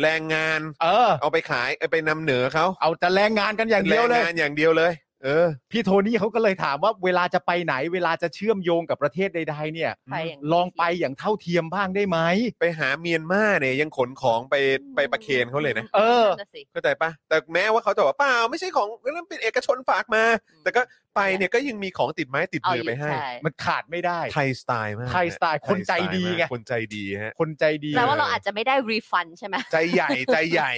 S1: แรงงาน
S3: เออ
S1: เอาไปขายเอ้ยไปนำเหนือเขา
S3: เอาแต่แรงงานกันอย่างเดียวเล
S1: แร
S3: ย
S1: งงานอย่างเดียวเลย เออ
S3: พี่โทนี่เขาก็เลยถามว่าเวลาจะไปไหน เวลาจะเชื่อมโยงกับประเทศใดๆเนี่ย
S2: ไปอย่าง
S3: ลองไปอย่างเท่าเทียมบ้างได้ไหม
S1: ไปหาเมียนมาเนี่ยยังขนของไปไปประเคนเขาเลยนะ
S3: เออ
S2: นั่นน่ะสิ
S1: เข้าใจปะแต่แม้ว่าเขาจะบอกว่าเปล่าไม่ใช่ของนั่นเป็นเอกชนฝากมา แต่ก็ไปเนี่ยก็ยังมีของติดไม้ติด
S2: เอา
S1: มือ
S2: อีก
S1: ไปให้
S2: ใช่
S3: มันขาดไม่ได้
S1: ไทยสไตล์มาก
S3: ไทยสไตล์คนใจดีไง
S1: คนใจดีฮะ
S3: คนใจดี
S2: แปลว่าเราอาจจะไม่ได้รีฟันใช่ไหม
S1: ใจใหญ่ใจใหญ่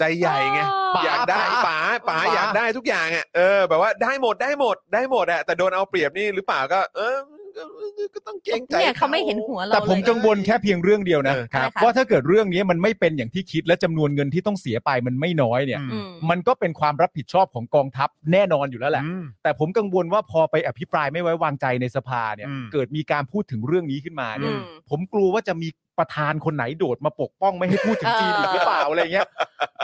S1: ใจใหญ่ไง
S3: ป๋า
S1: อยากได้ป๋าป๋า
S3: ป๋า
S1: อยากได้ทุกอย่างอ่ะเออแบบว่าได้หมดได้หมดได้หมดอะแต่โดนเอาเปรียบนี่หรือเปล่าก็ เออก็ก็ต้องเกรงใจ
S2: เนี่ยเขาไม่เห็นหัวเรา
S3: แต่ผม
S2: เลย
S3: กังวลแค่เพียงเรื่องเดียวนะ
S1: เออ
S2: ครับ
S3: ว่าถ้าเกิดเรื่องนี้มันไม่เป็นอย่างที่คิดและจำนวนเงินที่ต้องเสียไปมันไม่น้อยเนี่ย
S2: อืม
S3: มันก็เป็นความรับผิดชอบของกองทัพแน่นอนอยู่แล้วแหละ
S1: อืม
S3: แต่ผมกังวลว่าพอไปอภิปรายไม่ไว้วางใจในสภาเนี่ย
S1: อืม
S3: เกิดมีการพูดถึงเรื่องนี้ขึ้นมาเนี่ย
S2: อืม
S3: ผมกลัวว่าจะมีประธานคนไหนโดดมาปกป้องไม่ให้พูดถึงจีนอีกหรือเปล่าอะไรเงี้ย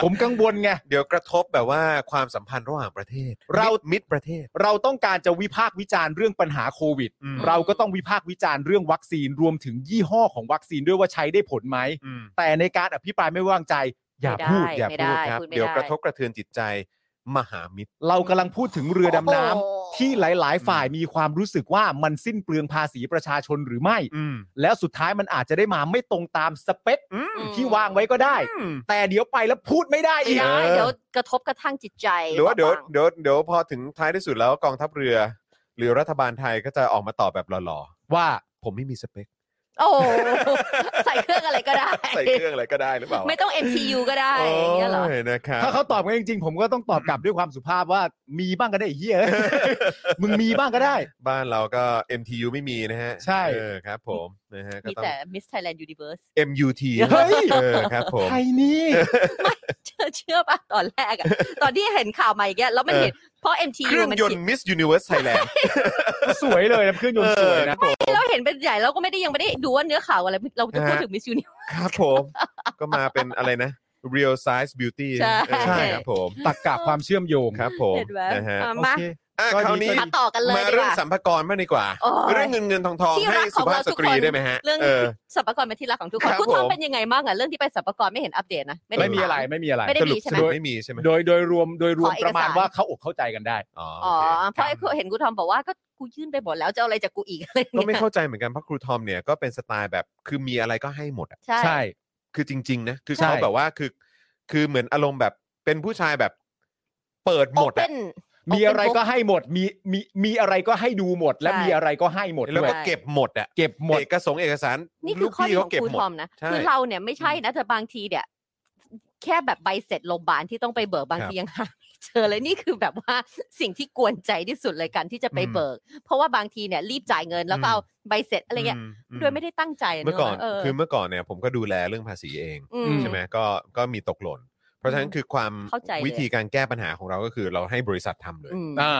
S3: ผมกังวลไง
S1: เดี๋ยวกระทบแบบว่าความสัมพันธ์ระหว่างประเทศ
S3: เรา
S1: มิตมิตรประเทศ
S3: เราต้องการจะวิพากษ์วิจารณ์เรื่องปัญหาโควิด
S1: อืม
S3: เราก็ต้องวิพากษ์วิจารณ์เรื่องวัคซีนรวมถึงยี่ห้อของวัคซีนด้วยว่าใช้ได้ผลไหม
S1: อืม
S3: แต่ในการอภิปรายไม่ไว้วางใจ อย่า
S2: ไม่ได้
S3: พูด
S1: อย่า
S2: ไม่ได้
S1: พูดครับ
S2: พูดไม่ได้
S1: เดี๋ยวกระทบกระเทือนจิตใจมหามิตร
S3: เรากำลังพูดถึงเรือดำน้ำ
S2: โอ้โห
S3: ที่หลาย ๆ ฝ่ายมีความรู้สึกว่ามันสิ้นเปลืองภาษีประชาชนหรือไม่
S1: อืม
S3: แล้วสุดท้ายมันอาจจะได้มาไม่ตรงตามสเปค
S1: อืม
S2: อืม
S3: ที่วางไว้ก็ได้
S1: อืม
S3: แต่เดี๋ยวไปแล้วพูดไม่ได้
S2: ไม่
S3: อีก
S2: ได้
S1: เออ
S2: เดี๋ยวกระทบกระทั่งจิตใจ
S1: หรือว่าเดี๋ยว
S2: บง
S1: เดี๋ยวเดี๋ยวพอถึงท้ายที่สุดแล้วกองทัพเรือ หรือรัฐบาลไทยก็จะออกมาตอบแบบหล่อ
S3: ว่า
S1: ๆ ผมไม่มีสเปค
S2: โอ้โห ใส่เครื่องอะไรก็ได้
S1: ใส่เครื่องอะไรก็ได้หรือเปล่า
S2: ไม่ต้อง MTU ก็ได้อย่างเงี้ยเหรอ
S1: โนะครับ
S3: ถ้าเขาตอบกันจริงๆ ผมก็ต้องตอบกลับด้วยความสุภาพว่ามีบ้างก็ได้ไอ้เฮีย มึงมีบ้างก็ได้
S1: บ้านเราก็ MTU ไม่มีนะฮะ
S3: ใช่
S1: เออครับผมนะฮะก็
S2: มี
S1: ต้อง
S2: แต่ Miss Thailand Universe
S1: MUT
S3: เฮ้ย
S1: เออครับผม
S3: ใครนี่
S2: เชื่อเชื่อป่ะ ตอนแรกอะ ตอนที่เห็นข่าวมาอย่างเงี้ยแล้วมัน
S1: เออ
S2: เห็นเพราะ
S1: เค
S2: MTU
S1: รื่อง
S2: มัน
S1: ยน
S2: คิด
S1: ต์ Miss Universe Thailand
S3: สวยเลยนะเครื่องยนต์สวยนะ
S2: เราเห็นเป็นใหญ่เราก็ไม่ได้ยังไม่ได้ดูว่าเนื้อข่าวอะไร เราจะพูดถึง Miss Universe
S1: ครับผม ก็มาเป็น อะไรนะ Real Size Beauty
S2: ใช่
S1: เออครับผม
S3: ตักกะความเชื่อมโยง
S1: ครับผม
S2: เห็นไหม
S1: นะฮะ
S2: อ่ะ
S3: โอ
S2: มา
S3: เค
S1: อ่ะค
S3: ก็ดี
S1: ราวนี้
S3: ก็
S2: มา
S3: ดี
S2: ต่อกันเลย
S1: มา
S2: ดี
S1: เรื่
S2: ก
S1: อง
S2: ว่า
S1: สัมภากรมากดีกว่า
S2: โอ้ย
S1: เรื่องเงินเงินทองทอง
S2: ที่รั
S1: ให้
S2: ก
S1: สุภาพ
S2: ของเรา
S1: สตรี
S2: ทุกคน
S1: ได้ไหมฮะ
S2: เรื่อง
S1: เออ
S2: สรรพากรเป็นที่รักของทุกค
S1: ครั
S2: น
S1: บ
S2: คุณทอม
S1: ผม
S2: เป็นยังไงบ้างอะเรื่องที่ไปสรรพากรไม่เห็นอัปเดตนะด้
S3: ไม่มี
S2: ถา
S3: อะไรไม่มีอะไร
S2: ไม่ได้
S1: สรุปสรุป
S2: มีใช่ไหม
S1: ไม่มีใช่ไหม
S3: โดยโดยรวมโดยรวม
S2: ขอเอ
S3: ป
S2: กสาร
S3: ระมาณว่าเขาอกเข้าใจกันได้
S1: อ๋อ
S2: อ๋อ
S1: โอเค
S2: เพราะเห็นคุณทอมบอกว่าก็กูยื่นไปหมดแล้วจะเอาอะไรจากกูอีกอะไร
S1: ก็
S2: เงี้ย
S1: ไม่เข้าใจเหมือนกันเพราะครูทอมเนี่ยก็เป็นสไตล์แบบคือมีอะไรก็ให้หมดอะ
S2: ใช่
S3: ใช่
S1: คือจริง ๆ นะ คือ
S3: ใช่
S1: เขาแบบว่าคือ คือเหมือนอารมณ์แบบเป็นผู้ชายแบบเปิดหมดอะ
S2: Open
S3: มีอะไรก็
S2: Open book
S3: ให้หมดมีมีมีอะไรก็ให้ดูหมด และ
S2: ใช่
S3: มีอะไรก็ให้หมด
S1: แล้ว
S3: ด้วย
S1: ก็เก็บหมดอะ
S3: เก็บหมด
S1: เอกสงเอกสาร
S2: นี่คื
S1: ลู
S2: อก ข้อดี
S1: พี่
S2: ข
S1: เขา
S2: องค
S1: เก็บ
S2: รู
S1: หมด
S2: ทอมนะ
S1: ใช่
S2: คือเราเนี่ยไม่ใช่นะแต่บางทีเนี่ย แค่แบบใบเสร็จโรงพยาบาลที่ต้องไปเบิกบาง
S1: ครับ
S2: ทียังหาไม่เจอเลยนี่คือแบบว่าสิ่งที่กวนใจที่สุดเลยกันที่จะไป
S1: อืม
S2: เบิก เพราะว่าบางทีเนี่ยรีบจ่ายเงินแล้วก็
S1: อืม
S2: เอาใบเสร็จอะไรเงี้ย
S1: มอื
S2: โดยไม่ได้ตั้งใจ
S1: เมื่อก่อน
S2: เออ
S1: คือเมื่อก่อนเนี่ยผมก็ดูแลเรื่องภาษีเอง
S2: ม
S3: อื
S1: ใช่ไหมก็ ก็มีตกหล่น เพราะฉะนั้นคือความ
S2: เข้าใจเลย
S1: วิธีการแก้ปัญหาของเราก็คือเราให้บริษัททำเลย
S2: อืม
S3: อ่า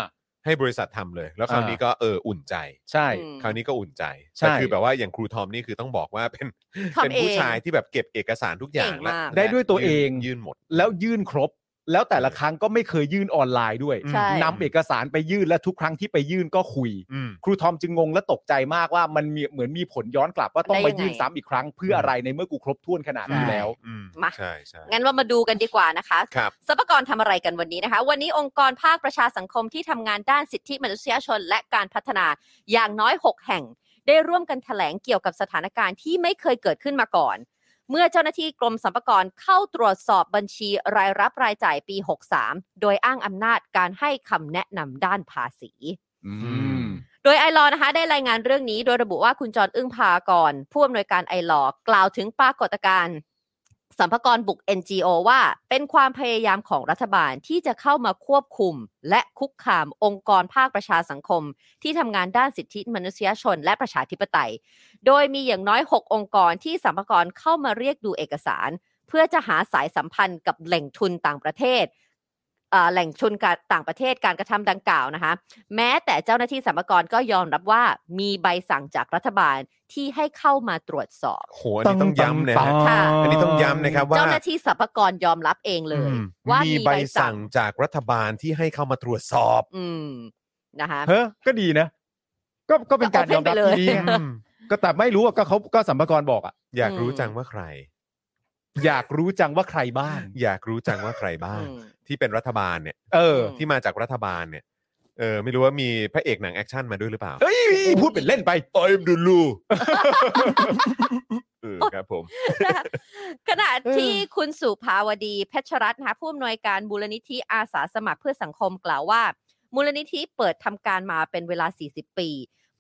S1: ให้บริษัททำเลย แล้วคราว
S3: อ่านี้
S1: นี้ก็เอออุ่นใจ
S3: ใช่
S2: อืม
S1: คราวนี้ก็อุ่นใจ
S3: ใช่
S1: แต่คือแบบว่าอย่างครูทอมนี่คือต้องบอกว่าเป็น เป็น
S2: ทำเอ
S1: ผู้
S2: ง
S1: ชายที่แบบเก็บเอกสารทุกอย่าง
S2: เก่ง
S1: และ
S2: มาก
S1: และ
S3: ได้ด้วยตัวเอง
S1: ยื่นยื่นหมด
S3: แล้วยื่นครบ แล้วแต่ละครั้งก็ไม่เคยยื่นออนไลน์ด้วย
S1: ใช่
S3: นำเอกสารไปยื่นและทุกครั้งที่ไปยื่นก็คุย
S1: อืม
S3: ครูทอมจึงงงและตกใจมากว่ามันมีเหมือนมีผลย้อนกลับว่าต้อง
S2: ได้
S3: มา
S2: ยังไง
S3: ยื่นซ้ำอีกครั้งเพื่ออะไรในเมื่อกูครบถ้วนขนาดนี้แล้ว
S1: อืม
S2: มา
S1: ใช่ใช่
S2: งั้นเรามาดูกันดีกว่านะคะ
S1: ครับ
S2: สรรพากรทำอะไรกันวันนี้นะคะ วันนี้องค์กรภาคประชาสังคมที่ทำงานด้านสิทธิมนุษยชนและการพัฒนาอย่างน้อย 6 แห่ง ได้ร่วมกันแถลงเกี่ยวกับสถานการณ์ที่ไม่เคยเกิดขึ้นมาก่อน เมื่อเจ้าหน้าที่กรมสรรพากรเข้าตรวจสอบบัญชีรายรับรายจ่ายปี 63 โดยอ้างอำนาจการให้คำแนะนำด้านภาษี
S1: ม
S2: โดยไอลอนะคะได้รายงานเรื่องนี้โดยระบุว่าคุณจรอึ้งพากรผู้อำนวยการไอลอกล่าวถึงปรากฏการณ์สัมภากรบุก NGO ว่าเป็นความพยายามของรัฐบาลที่จะเข้ามาควบคุม และคุกคามองค์กรภาคประชาสังคม ที่ทำงานด้านสิทธิมนุษยชนและประชาธิปไตย โดยมีอย่างน้อย 6 องค์กรที่สัมภากรเข้ามาเรียกดูเอกสาร เพื่อจะหาสายสัมพันธ์กับแหล่งทุนต่างประเทศเอ่อแหล่งทุนการต่างประเทศการกระทำดังกล่าวนะคะ แม้แต่เจ้าหน้าที่สรรพากรก็ยอมรับว่ามีใบสั่งจากรัฐบาลที่ให้เข้ามาตรวจสอบ
S1: โหอันนี้ต้องย้ำนะฮะ
S2: ค่ะ
S1: อันนี้ต้องย้ำนะครับว่า
S2: เจ้าหน้าที่สรรพากรยอมรับเองเลย
S1: อืม
S2: ว่า
S1: มี
S2: มี
S1: ใบ
S2: ใบ
S1: สั่
S2: สั่
S1: ง
S2: ง
S1: จากรัฐบาลที่ให้เข้ามาตรวจสอบ
S2: อืมนะคะ
S3: เฮ้ยก็ดีนะ ก็ก็เป็นการยอมรับที่ดีนะก็แต่ไม่รู้อะก็เขาก็สัมภากระบอกอ่ะ
S1: อยากรู้จังว่าใคร
S3: อยากรู้จังว่าใครบ้าง
S1: อยากรู้จังว่าใครบ้าง
S2: อืม
S1: ที่เป็นรัฐบาลเนี่ย
S3: เออ
S2: ม
S1: ที่มาจากรัฐบาลเนี่ย เออ ไม่รู้ว่ามีพระเอกหนังแอคชั่นมาด้วยหรือเปล่า
S3: เฮ้ยพูดเป็นเล่นไป
S1: มดูลูเออครับผม
S2: นะคะขณะที่คุณสุภาวดีเพชรรัตน์นะคะผู้อำนวยการมูลนิธิอาสาสมัครเพื่อสังคมกล่าวว่า มูลนิธิเปิดทำการมาเป็นเวลา 40 ปี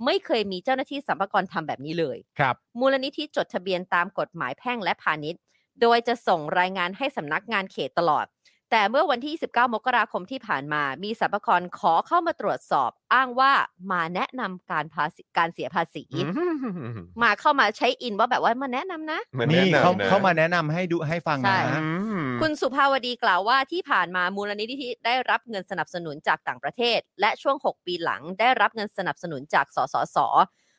S2: ไม่เคยมีเจ้าหน้าที่สัมภากรทำแบบนี้เลย
S3: ครับ
S2: มูลนิธิจดทะเบียนตามกฎหมายแพ่งและพาณิชย์ โดยจะส่งรายงานให้สำนักงานเขตตลอด แต่เมื่อวันที่ 19 มกราคมที่ผ่านมา มีสรรพากรขอเข้ามาตรวจสอบ อ้างว่ามาแนะนำการภาษีการเสียภาษี มาเข้ามาใช้อินว่าแบบว่ามาแนะนำนะ
S1: มั
S3: นี่
S1: แะำ
S3: เขา
S1: นะ
S3: เขามาแนะนำให้ดูให้ฟัง
S2: ใช่
S3: นะ
S1: อืม
S2: คุณสุภาวดีกล่าวว่าที่ผ่านมามูลนิธิได้รับเงินสนับสนุนจากต่างประเทศ และช่วง 6 ปีหลังได้รับเงินสนับสนุนจากสสส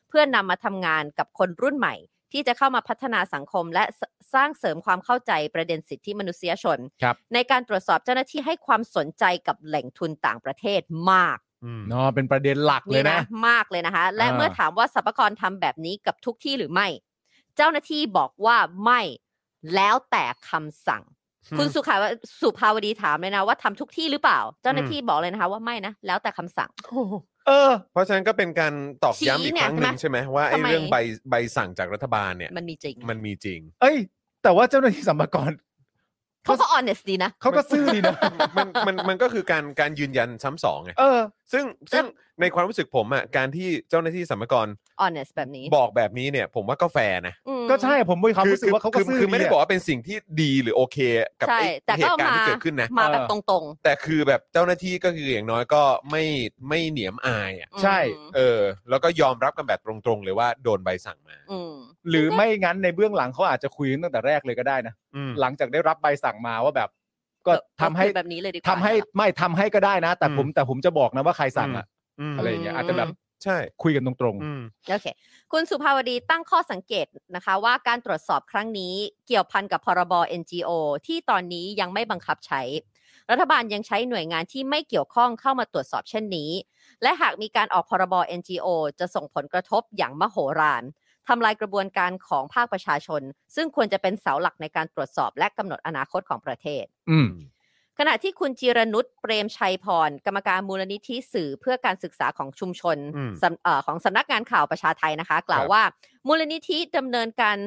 S2: เพื่อนนำมาทำงานกับคนรุ่นใหม่ ที่จะเข้ามาพัฒนาสังคม และสสร้างเสริมความเข้าใจประเด็นสิทธิมนุษยชน
S3: ครับ
S2: ในการตรวจสอบเจ้าหน้าที่ให้ความสนใจกับแหล่งทุนต่างประเทศมาก
S3: เนาะเป็นประเด็นหลักเลยนะ
S2: มากเลยนะคะ และ
S3: อ่า
S2: เมื่อถามว่าสรรพากรทำแบบนี้กับทุกที่หรือไม่ เจ้าหน้าที่บอกว่าไม่แล้วแต่คำสั่ง
S1: อืม
S2: คุณสุขาวสุภาวดีถามเลยนะว่าทำทุกที่หรือเปล่า เจ้าหน้าที่บอกเลยนะคะ ว่าไม่นะแล้วแต่คำสั่ง
S3: เออ
S1: เพราะฉะนั้นก็เป็นการตอกย้ำอีกครั้งหนึ่ง
S2: ชี้เนี่ย
S1: ใช่ไหมว่าไอ้
S2: ทำไม
S1: เรื่องใบใบสั่งจากรัฐบาลเนี่ย
S2: มันมีจริง
S1: มันมีจริง
S3: เอ้ย แต่ว่าเจ้าหน้าที่สัมภากร
S2: เขาก็ honest ดีนะ
S3: เขาก็ซื่อดีนะ
S1: มันมันมันก็คือการการยืนยันซ้ำสองไง
S3: เออ
S1: ซึ่งซึ่งในความรู้สึกผมอ่ะการที่เจ้าหน้าที่สรรพากร
S2: honest แบบนี้
S1: บอกแบบนี้เนี่ย ผมว่าก็แฟร์นะ
S2: อืม
S3: ก็ใช่ผมมีความรู้สึกว่าเขาก็
S1: คือ
S3: ซื่อ
S1: คือไม่ได้
S3: ดีะ
S1: บอกว่าเป็นสิ่งที่ดีหรือโอเคกับ
S2: ใช่
S1: ไอ้
S2: แต่
S1: เห
S2: ก็
S1: ตุการณ์ที่
S2: มา
S1: เกิดขึ้นนะ
S2: มา
S3: เออ
S2: แบบตรง
S1: แต่คือแบบเจ้าหน้าที่ก็คืออย่างน้อยก็ไม่ไม่เหนียมอายอ่ะ
S2: ๆ
S3: ใช่
S2: อืม
S1: เออ แล้วก็ยอมรับกันแบบตรงๆ เลยว่าโดนใบสั่งมา
S2: อืม
S3: หรือไม่งั้นในเบื้องหลังเขาอาจจะคุยกันตั้งแต่แรกเลยก็ได้นะ
S1: อืม
S3: หลังจากได้รับใบสั่งมาว่าแบบ ก็
S2: เออ
S3: ทำให้
S2: ก็คือแบบนี้เลยดีกว่า
S3: ทำให้ไม่ทำให้ก็ได้นะ แต่ผม
S1: อืม
S3: แต่ผมจะบอกนะว่าใครสั่งอะ
S1: อืม
S3: อะไรอย่างเงี้ยอาจจะแบบ
S2: อืม
S1: ใช่
S3: คุยกันตรง
S1: อืม
S2: โอเค คุณสุภาวดีตั้งข้อสังเกตนะคะ ว่าการตรวจสอบครั้งนี้เกี่ยวพันกับพรบ NGO ที่ตอนนี้ยังไม่บังคับใช้ รัฐบาลยังใช้หน่วยงานที่ไม่เกี่ยวข้องเข้ามาตรวจสอบเช่นนี้ และหากมีการออกพรบ NGO จะส่งผลกระทบอย่างมโหฬารทำลายกระบวนการของภาคประชาชน ซึ่งควรจะเป็นเสาหลักในการตรวจสอบและกำหนดอนาคตของประเทศ
S3: ๆ อืม
S2: ขณะที่คุณจิรนุชเปรมชัยพร กรรมการมูลนิธิสื่อเพื่อการศึกษาของชุมชน
S1: อืม
S2: สำเอ่อของสำนักงานข่าวประชาไทยนะคะ กล่าวว่า มูลนิธิดำเนินการ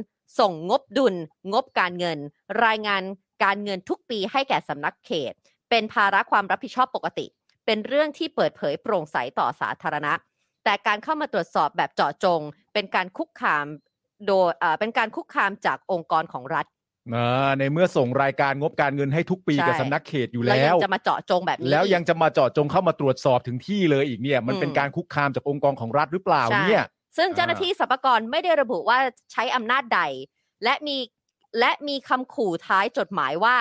S2: ส่งงบดุล งบการเงิน รายงานการเงินทุกปีให้แก่สำนักเขต เป็นภาระความรับผิดชอบปกติ เป็นเรื่องที่เปิดเผยโปร่งใสต่อสาธารณะ แต่การเข้ามาตรวจสอบแบบเจาะจง เป็นการคุกคามโดยเอ่อเป็นการคุกคามจากองค์กรของรัฐ
S3: อ่าในเมื่อส่งรายการงบการเงินให้ทุกปี
S2: ใช่
S3: กับสำนักเขตอยู่
S2: แล้ว
S3: แล้
S2: ยั
S3: ว
S2: งจะมาเจาะจงแบบนี้
S3: แล้วยังจะมาเจาะจงเข้ามาตรวจสอบถึงที่เลยอีกเนี่ย มัน
S2: อืม
S3: เป็นการคุกคามจากองค์กรของรัฐหรือเปล่า
S2: ใช่
S3: เนี่ย
S2: ซึ่งเจ้าหน้าที่สรรพากรไม่ได้ระบุว่าใช้อำนาจใด และมีและมีคำขู่ท้ายจดหมายว่า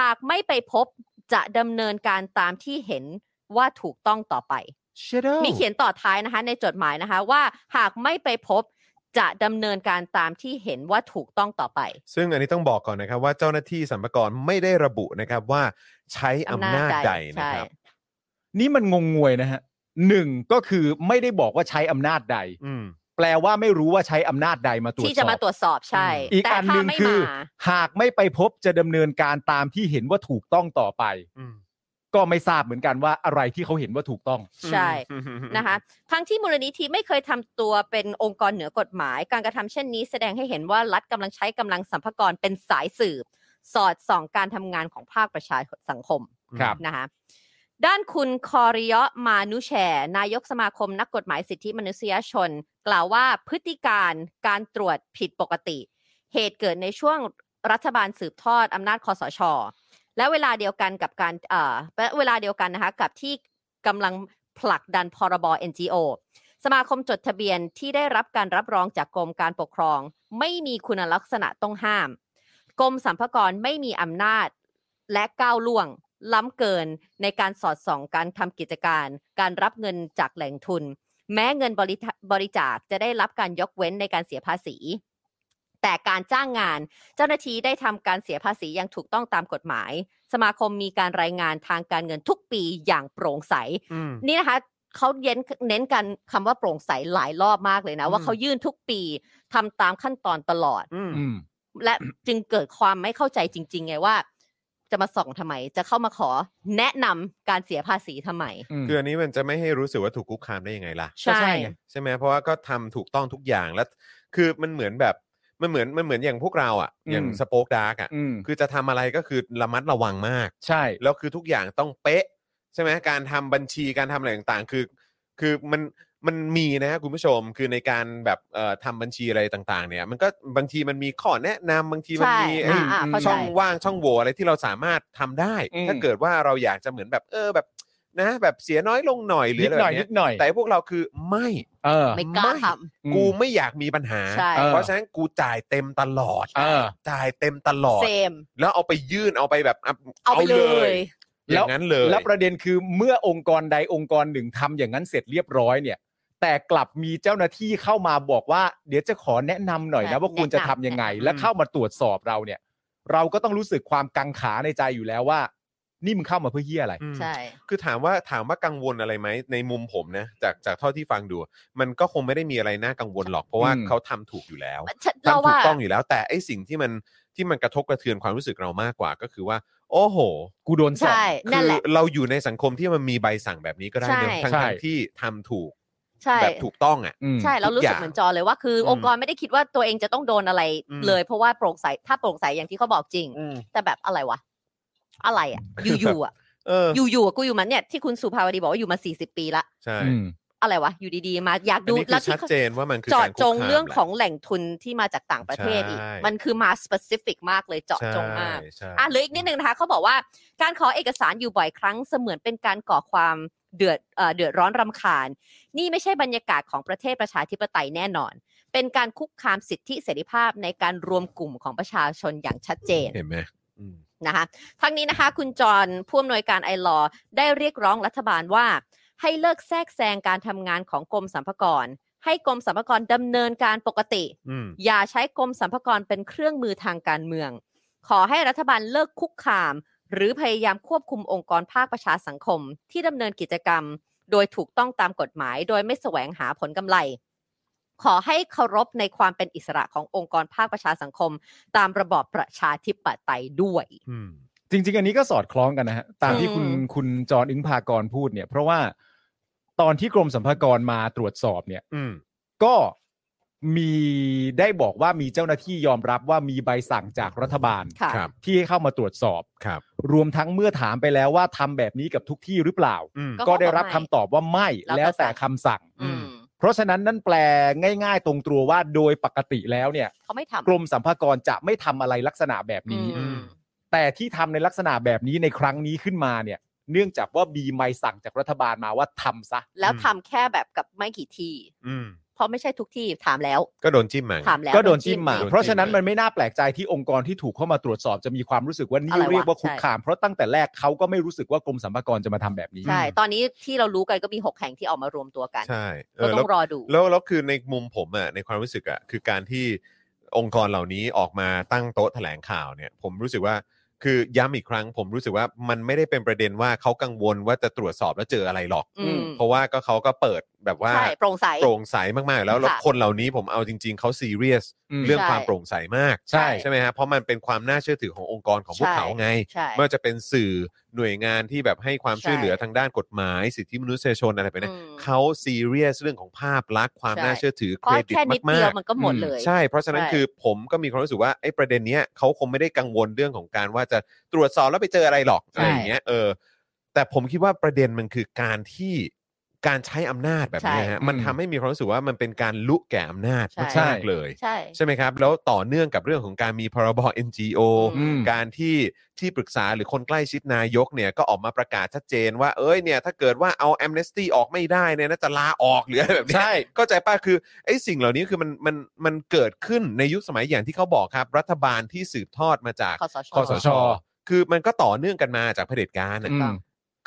S2: หากไม่ไปพบจะดำเนินการตามที่เห็นว่าถูกต้องต่อไป
S3: Shadow
S2: มีเขียนต่อท้ายนะคะ ในจดหมายนะคะว่าหากไม่ไปพบจะดำเนินการตามที่เห็นว่าถูกต้องต่อไป
S1: ซึ่งอันนี้ต้องบอกก่อนนะครับ ว่าเจ้าหน้าที่สรรพากรไม่ได้ระบุนะครับว่าใช้อำนาจใดนะครับ
S3: นี่มันงงงวยนะฮะหนึ่งก็คือไม่ได้บอกว่าใช้อำนาจใด
S1: อืม
S3: แปลว่าไม่รู้ว่าใช้อำนาจใดมาตรวจสอบ
S2: ที่จะมาตรวจสอบใช่
S3: อีก
S2: แต่
S3: อันห
S2: ถ้า
S3: นึ่ง
S2: ไม่
S3: คือ
S2: มา
S3: หากไม่ไปพบจะดำเนินการตามที่เห็นว่าถูกต้องต่อไป
S1: อืม
S3: ก็ไม่ทราบเหมือนกันว่าอะไรที่เขาเห็นว่าถูกต้อง
S2: ใช่ นะคะทั้งที่มูลนิธิไม่เคยทำตัวเป็นองค์กรเหนือกฎหมาย การกระทำเช่นนี้แสดงให้เห็นว่ารัฐกำลังใช้กำลังสัมภากระเป็นสายสืบ สอดส่องการทำงานของภาคประชาสังคม
S3: ครับ
S2: นะคะด้านคุณคอริยะมานุแชร์นายกสมาคมนักกฎหมายสิทธิมนุษยชน กล่าวว่าพฤติการการตรวจผิดปกติ เหตุเกิดในช่วงรัฐบาลสืบทอดอำนาจคอสช และเวลาเดียวกันกับการเอ่อและเวลาเดียวกันนะคะกับที่กำลังผลักดันพรบ NGO สมาคมจดทะเบียนที่ได้รับการรับรองจากกรมการปกครอง ไม่มีคุณลักษณะต้องห้าม กรมสรรพากรไม่มีอำนาจและก้าวล่วง ล้ำเกินในการสอดส่องการทำกิจการ การรับเงินจากแหล่งทุน แม้เงินบริทะบริจาคจะได้รับการยกเว้นในการเสียภาษี แต่การจ้างงาน เจ้าหน้าที่ได้ทำการเสียภาษีอย่างถูกต้องตามกฎหมาย สมาคมมีการรายงานทางการเงินทุกปีอย่างโปร่งใส
S1: อืม
S2: นี่นะคะเขาเน้นเน้นกันคำว่าโปร่งใสหลายรอบมากเลยนะ
S1: อืม
S2: ว่าเขายื่นทุกปีทำตามขั้นตอนตลอด
S1: อืม
S3: อืม
S2: และ จึงเกิดความไม่เข้าใจจริง ๆ ไงว่า จะมาส่องทำไม จะเข้ามาขอแนะนำการเสียภาษีทำไม
S1: คืออันนี้มันจะไม่ให้รู้สึกว่าถูกคุกคามได้ยังไงล่ะ
S2: ใช่
S3: ไง
S1: ใช่ไหมเพราะว่าก็ทำถูกต้องทุกอย่างแล้ว คือมันเหมือนแบบมันเหมือนมันเหมือนอย่างพวกเราอ่ะอย่าง
S3: อืม
S1: สป็อคดาร์กอ่ะ
S3: อืม
S1: คือจะทำอะไรก็คือระมัดระวังมาก
S3: ใช่
S1: แล้วคือทุกอย่างต้องเป๊ะ ใช่ไหมการทำบัญชีการทำอะไรต่างๆ คือ คือมันมันมีนะฮะคุณผู้ชมคือในการแบบเอ่อทำบัญชีอะไรต่างๆ เนี่ย มันก็บางทีมันมีข้อแนะนำบางทีมัน
S2: ใช่
S1: มีไอ้
S2: อ่าอ่าเข้าใจ
S1: ช่องว่างช่องโหว่อะไรที่เราสามารถทำได้ ถ้าเกิดว่าเราอยากจะเหมือนแบบเออแบบนะแบบเสียน้อยลงหน่อยหรือ
S3: นิด
S1: อะไร
S3: ห
S1: แบ
S3: น่อย
S1: บ
S3: นิ
S1: เนี้ย
S3: ดหน่อย
S1: แต่พวกเราคือไม่
S3: เออ
S2: ไม่กล้า
S1: ไม่
S2: ท
S1: กู
S3: อืม
S1: ไม่อยากมีปัญหา
S2: ใช่
S1: เพราะฉะนั้นกูจ่ายเต็มตลอด
S3: เออ
S1: จ่ายเต็มตลอด
S2: ำเซม
S1: แล้วเอาไปยื่นเอาไปแบบะ
S2: เอาไปเลย
S1: อย่างนั้นเลย
S3: แล้วประเด็นคือเมื่อองค์กรใดองค์กรหนึ่งทำอย่างนั้นเสร็จเรียบร้อยเนี่ย แต่กลับมีเจ้าหน้าที่เข้ามาบอกว่า เดี๋ยวจะขอแนะนำหน่อย
S2: ใช่
S3: นะว่าควรจะทำยังไง
S2: แนะนำ
S3: และเข้ามาตรวจสอบเราเนี่ย เราก็ต้องรู้สึกความกังขาในใจอยู่แล้วว่า นี่มึงเข้ามาเพื่อเฮียอะไร
S1: อืม
S2: ใช่
S1: คือถามว่าถามว่ากังวลอะไรไหมในมุมผมนะจากจากเท่าที่ฟังดู มันก็คงไม่ได้มีอะไรน่ากังวลหรอกเพราะว่า
S3: อืม
S1: เขาทำถูกอยู่แล้ว
S2: ฉันเรา
S1: ทำถู
S2: ว่าก
S1: ต้องอยู่แล้ว แต่ไอ้สิ่งที่มันที่มันกระทบกระเทือนความรู้สึกเรามากกว่าก็คือว่า โอ้โห
S3: กูโดนสอบ
S2: ใช่ นั่น
S1: คื
S2: แหละ
S1: เราอยู่ในสังคมที่มันมีใบสั่งแบบนี้ก็ได้
S2: ใช่
S1: เนอะทั้ง
S3: ใช่
S1: ทั้งที่ทำถูก
S2: ใช่
S1: แบบถูกต้องอ่ะ
S3: อืม
S2: ใช่เรารู้สึกเหมือนจอเลยว่าคืออ
S1: ม
S2: องค์กรไม่ได้คิดว่าตัวเองจะต้องโดนอะไร
S1: อืม
S2: เลย เพราะว่าโปร่งใสถ้าโปร่งใสอย่างที่เขาบอกจริง แต่แบบอะไรวะ อะไรอ่ะ อยู่ๆอ่ะ
S1: เออ
S2: อยู่ๆอ่ะกูอยู่มาเนี่ยที่คุณสุภาวดีบอกว่าอยู่มาสี่สิบปีละ
S1: ใช่
S3: อืม
S2: อะไรวะ อยู่ดีๆ มาอยาก
S1: อัน
S2: ดู
S1: นี้คื
S2: แล้
S1: อ
S2: วที่
S1: ชัดเจนว่ามันคือ
S2: เจาะ
S1: การคุกคาม
S2: จงเรื่องของ
S1: แหละ
S2: แหล่งทุนที่มาจากต่างประเทศอีก
S1: ใช่
S2: มันคือมา specific มากเลยเจาะจงมาก
S1: ใช่
S2: อ่ะเหลืออีกนิดนึงนะคะเขาบอกว่าการขอเอกสารอยู่บ่อยครั้งเสมือนเป็นการก่อความเดือดเอ่อเดือดร้อนรำคาญ นี่ไม่ใช่บรรยากาศของประเทศประชาธิปไตยแน่นอน เป็นการคุกคามสิทธิเสรีภาพในการรวมกลุ่มของประชาชนอย่างชัดเจน
S1: เห็นไหมอืม
S2: นะคะทั้งนี้นะคะคุณจอห์นผู้อำนวยการไอลอได้เรียกร้องรัฐบาลว่า ให้เลิกแทรกแซงการทำงานของกรมสรรพากร ให้กรมสรรพากรดำเนินการปกติ
S1: อืม
S2: อย่าใช้กรมสรรพากรเป็นเครื่องมือทางการเมือง ขอให้รัฐบาลเลิกคุกคาม หรือพยายามควบคุมองค์กรภาคประชาสังคม ที่ดำเนินกิจกรรม โดยถูกต้องตามกฎหมาย โดยไม่แสวงหาผลกำไร ขอให้เคารพในความเป็นอิสระขององค์กรภาคประชาสังคม ตามระบอบประชาธิปไตยด้วย
S1: อืม
S3: จริง ๆ อันนี้ก็สอดคล้องกันนะฮะตามที่คุณ
S2: อืม
S3: คุณจรอึ้งพากรพูดเนี่ย เพราะว่าตอนที่กรมสรรพากรมาตรวจสอบเนี่ย
S1: อืม
S3: ก็มีได้บอกว่ามีเจ้าหน้าที่ยอมรับว่ามีใบสั่งจากรัฐบาล
S2: ค่ะ
S1: ครับ
S3: ที่ให้เข้ามาตรวจสอบ
S1: ครับ
S3: รวมทั้งเมื่อถามไปแล้วว่าทำแบบนี้กับทุกที่หรือเปล่า
S1: อืม
S2: ก็
S3: ก็ได้รับคำตอบว่าไม่
S2: แล้
S3: แล้ว ว
S2: แต่
S3: แต่คำสั่ง
S2: อืม
S3: เพราะฉะนั้นนั่นแปลง่าย ๆ ตรงตัวว่าโดยปกติแล้วเนี่ย
S2: เขาไม่
S3: กร
S2: ทำ
S3: มสรรพากรจะไม่ทำอะไรลักษณะแบบนี้
S1: อืม
S3: แต่ที่ทำในลักษณะแบบนี้ในครั้งนี้ขึ้นมาเนี่ย เนื่องจากว่ามีใบสั่งจากรัฐบาลมาว่าทำซะ
S2: แล้วทำแค่แบบกับไม่กี่ที่
S1: อืม
S2: เพราะไม่ใช่ทุกที่ถามแล้ว
S1: ก็โดนจิ้มมาไง
S2: ถามแล้ว
S3: ก็โดนจิ้มมา
S2: โดน
S3: เพราะฉะนั้นมันไม่น่าแปลกใจที่องค์กรที่ถูกเข้ามาตรวจสอบจะมีความรู้สึกว่านี่
S2: อะไรวะ
S3: เรียกว่าคุกคาม เพราะตั้งแต่แรกเขาก็ไม่รู้สึกว่ากรมสรรพากรจะมาทำแบบนี้
S2: ใช่ ตอนนี้ที่เรารู้กันก็มี 6 แห่งที่ออกมารวมตัวกัน
S1: ใช่เอ
S2: ก็
S1: อ
S2: ต้
S1: แล้
S2: อ
S1: ว
S2: งรอดู
S1: แล้วแล้วคือในมุมผมอ่ะในความรู้สึกอ่ะคือการที่องค์กรเหล่านี้ออกมาตั้งโต๊ะแถลงข่าวเนี่ย ผมรู้สึกว่าคือย้ำอีกครั้ง ผมรู้สึกว่ามันไม่ได้เป็นประเด็นว่าเขากังวลว่าจะตรวจสอบแล้วเจออะไรหรอก
S2: อืม
S1: เพราะว่าก็เขาก็เปิดแบบว่า
S2: ใช่โปร่งใส
S1: โปร่งใสมากๆ แล้วแล้ว
S2: ค่ะ
S1: คนเหล่านี้ผมเอาจริง ๆเขาซีเรียส
S3: อืม
S1: เรื่อง
S2: ใช่
S1: ความโปร่งใสมาก
S3: ใช่
S1: ใช่ไหมฮะเพราะมันเป็นความน่าเชื่อถือขององค์กรของพวกเขาไง
S2: ใช่
S1: ไม่ว่าจะเป็นสื่อหน่วยงานที่แบบให้ความ
S2: ใช่
S1: ช่วยเหลือทางด้านกฎหมาย สิทธิมนุษยชนอะไรไปเนี่ย
S2: อืม
S1: เขาซีเรียสเรื่องของภาพลักษณ์ความ
S2: ใช่
S1: น่าเชื่อถือ
S2: เพ
S1: เค
S2: ราะ
S1: รดิต
S2: แค่นิดเดี
S1: มา
S2: ยว
S1: ก
S2: มันก็หมดเลย
S1: ๆ ใช่ เพราะฉะนั้น
S2: ใช่
S1: คือผมก็มีความรู้สึกว่าไอ้ประเด็นเนี้ยเขาคงไม่ได้กังวลเรื่องของการว่าจะตรวจสอบแล้วไปเจออะไรหรอกอะไรอย่างเงี้ยเออแต่ผมคิดว่าประเด็นมันคือการที่การใช้อำนาจแบบเนี้ยฮะมันทำให้มีความรู้สึกว่ามันเป็นการลุกแก่อำนาจมากๆเลย
S2: ใช่
S1: ใช่ไหมครับ แล้วต่อเนื่องกับเรื่องของการมีพรบ NGO
S2: อืม
S1: การที่ที่ปรึกษาหรือคนใกล้ชิดนายกเนี่ยก็ออกมาประกาศชัดเจนว่าเอ้ยเนี่ยถ้าเกิดว่าเอา a อมเนสตี้ออกไม่ได้เนี่ยน่าจะลาออกหรืออะไร แบบเนี้ย
S3: ใช่
S1: เข้าใจป้ะคือไอ้สิ่งเหล่านี้คือมันมันมันเกิดขึ้นในยุคสมัยอย่างที่เขาบอกครับ รัฐบาลที่สืบทอดมาจาก
S2: คอสช
S1: คอสช คือมันก็ต่อเนื่องกันมาจากเผด็จการน่ะ
S3: อืม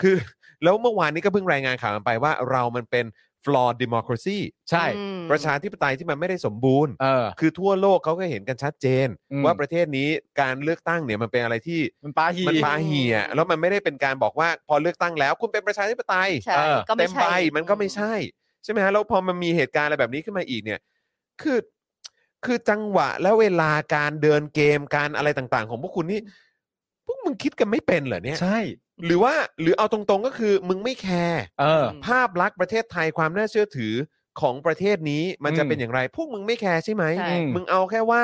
S1: คือแล้วเมื่อวานนี้ก็เพิ่งรายงานข่าวกันไปว่าเรามันเป็น flawed democracy
S3: ใช่
S2: อืม
S1: ประชาธิปไตยที่มันไม่ได้สมบูรณ์
S3: เออ
S1: คือทั่วโลกเขาก็เห็นกันชัดเจน
S3: อืม
S1: ว่าประเทศนี้การเลือกตั้งเนี่ยมันเป็นอะไรที่
S3: มันปาฮี
S1: มันมาเหี่ย
S2: อืม
S1: แล้วมันไม่ได้เป็นการบอกว่าพอเลือกตั้งแล้ว คุณเป็นประชาธิปไตย
S2: ใช่
S3: เออ
S2: ก็
S1: เต็
S2: ไม่
S1: ม
S2: ใช่
S1: ใบมันก็ไม่ใช่ใช่ไหมฮะแล้วพอมันมีเหตุการณ์อะไรแบบนี้ขึ้นมาอีกเนี่ย คือคือจังหวะและเวลาการเดินเกมการอะไรต่างๆ ของพวกคุณนี่พวกมึงคิดกันไม่เป็นเหรอเนี่ย
S3: ใช่
S1: หรือว่าหรือเอาตรงๆก็คือมึงไม่แคร์
S3: เออ
S1: ภาพลักษณ์ประเทศไทยความน่าเชื่อถือของประเทศนี้มันจะ
S3: อืม
S1: เป็นอย่างไร พวกมึงไม่แคร์ใช่ไหม
S2: ใช่
S3: อืม
S1: มึงเอาแค่ว่า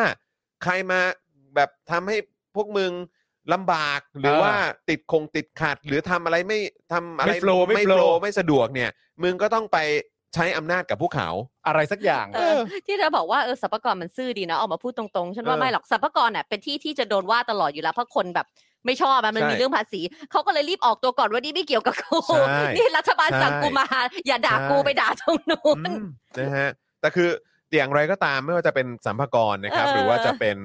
S1: ใครมาแบบทำให้พวกมึงลำบาก หรือ
S3: เออ
S1: ว่าติดคงติดขัด หรือทำอะไรไม่ทำอะไร
S3: ไม่ flow ไม่
S1: ไม่
S3: flow
S1: โไม่สะดวกเนี่ย มึงก็ต้องไปใช้อำนาจกับพวกเขา
S3: อะไรสักอย่าง
S2: เออที่เธอบอกว่าเออสรรพากรมันซื่อดีนะออกมาพูดตรงๆ ฉันว่า
S1: เออ
S2: ไม่หรอกสรรพากรน่ะเป็นที่ที่จะโดนว่าตลอดอยู่แล้วเพราะคนแบบไม่ชอบอะมัน
S1: ใช่
S2: มีเรื่องภาษีเขาก็เลยรีบออกตัวก่อนว่านี่ไม่เกี่ยวกับกู
S1: ใช่
S2: นี่รัฐบาลสั่ง
S1: ใช่
S2: กูมา อย่าด่า
S1: ใช่
S2: กูไปด่าตรงนู้น
S1: อืมนะฮะแต่คืออย่างไรก็ตามไม่ว่าจะเป็นสัมภากรนะครับ
S2: เออ
S1: หรือว่าจะเป็น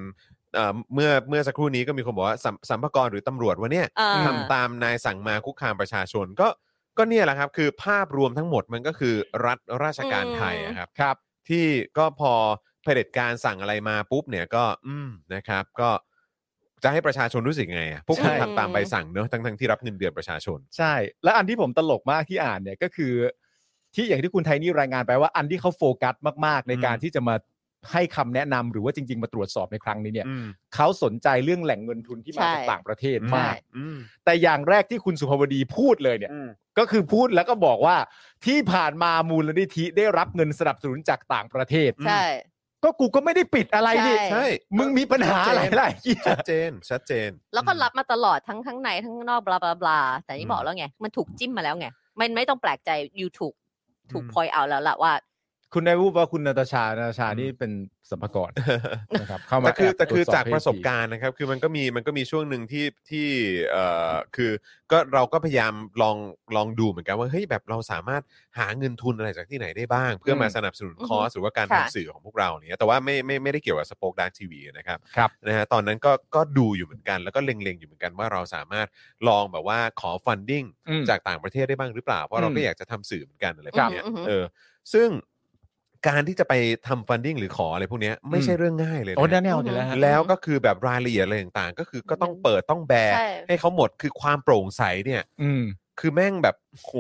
S1: เอ่อเมื่อเมื่อสักครู่นี้ก็มีคนบอกว่าสัมสัมภากรหรือตำรวจวันเนี้ย
S2: เออ
S1: ทำตามนายสั่งมาคุกคามประชาชนก็ก็เนี่ยแหละครับ คือภาพรวมทั้งหมดมันก็คือรัฐราชการไทยอะครับ
S3: ครับ
S1: ที่ก็พอเผด็จการสั่งอะไรมาปุ๊บเนี่ยก็ อืมนะครับ ก็จะให้ประชาชนรู้สึกไงอะพวกคุณ
S3: ใช่
S1: ทำตามใบสั่งเนอะทั้งทั้งๆที่รับเงินเดือนประชาชน
S3: ใช่ และอันที่ผมตลกมากที่อ่านเนี่ยก็คือ ที่อย่างที่คุณไทนี่รายงานไปว่าอันที่เขาโฟกัสมากๆ ในการ
S1: อืม
S3: ที่จะมาให้คำแนะนำหรือว่าจริง ๆ มาตรวจสอบในครั้งนี้เนี่ย
S1: อืม
S3: เขาสนใจเรื่องแหล่งเงินทุนที่มาจาก
S2: ใช่
S3: ต่างประเทศ
S2: ใช่
S3: มาก
S1: อืม
S3: แต่อย่างแรกที่คุณสุภวดีพูดเลยเนี่ย
S1: อืม
S3: ก็คือพูดแล้วก็บอกว่าที่ผ่านมามูลนิธิได้รับเงินสนับสนุนจากต่างประเทศ
S2: ใช่
S3: ก็กูก็ไม่ได้ปิดอะไรดิ
S2: ใช่
S1: ใช่
S3: มึงมีปัญหาอะไรล่ะไอ้เหี้ย
S1: ชัดเจนชัดเจน
S2: แล้วก็รับมาตลอดทั้งข้างในทั้งข้างนอกบลาบลาบลาแต่นี่
S1: อืม
S2: บอกแล้วไง มันถูกจิ้มมาแล้วไงมันไม่ต้องแปลกใจอยู่ถูกถูก
S3: อืม
S2: พอยเอาแล้วล่ะว่า
S3: คุณได้พูดว่าคุณนาตาชานาตาชานี่เป็นสัมภากระนะครับเข้ามา
S1: แต่คือ
S3: บ
S1: แต่คือ
S3: ตวจสอบ
S1: จากประสบการณ์นะครับ คือมันก็มีมันก็มีช่วงหนึ่งที่ที่เอ่อคือก็เราก็พยายามลองลองดูเหมือนกันว่าเฮ้ยแบบเราสามารถหาเงินทุนอะไรจากที่ไหนได้บ้าง เพื่อมาสนับสนุน
S2: อือ
S1: ค
S2: ฮึ
S1: อสหรือว่าการ
S2: ค่ะ
S1: ทำสื่อของพวกเราเนี่ยแต่ว่าไม่ไม่ไม่ได้เกี่ยวกับสปอคดักทีวีนะครับ
S3: ครับ
S1: นะฮะตอนนั้นก็ก็ดูอยู่เหมือนกัน แล้วก็เล็งๆอยู่เหมือนกันว่าเราสามารถลองแบบว่าขอฟันดิ้ง
S3: อืม
S1: จากต่างประเทศได้บ้างหรือเปล่า เพราะเราก็
S3: อืม
S1: อยากจะทำสื่อเหมือนกันอะไรแบบเนี้ย
S2: อือฮึ
S1: เออซึ่งการที่จะไปทำฟันดิ้งหรือขออะไรพวกเนี้ยไม่ใช่เรื่องง่ายเลยนะ
S3: โอ้แน่ๆอยู่แล้วฮะ
S1: แล้วก็คือแบบรายละเอียดอะไรต่างๆ ก็คือก็ต้องเปิดต้องแบร์
S2: ใช่
S1: ให้เขาหมดคือความโปร่งใสเนี่ย
S3: อืม
S1: คือแม่งแบบโห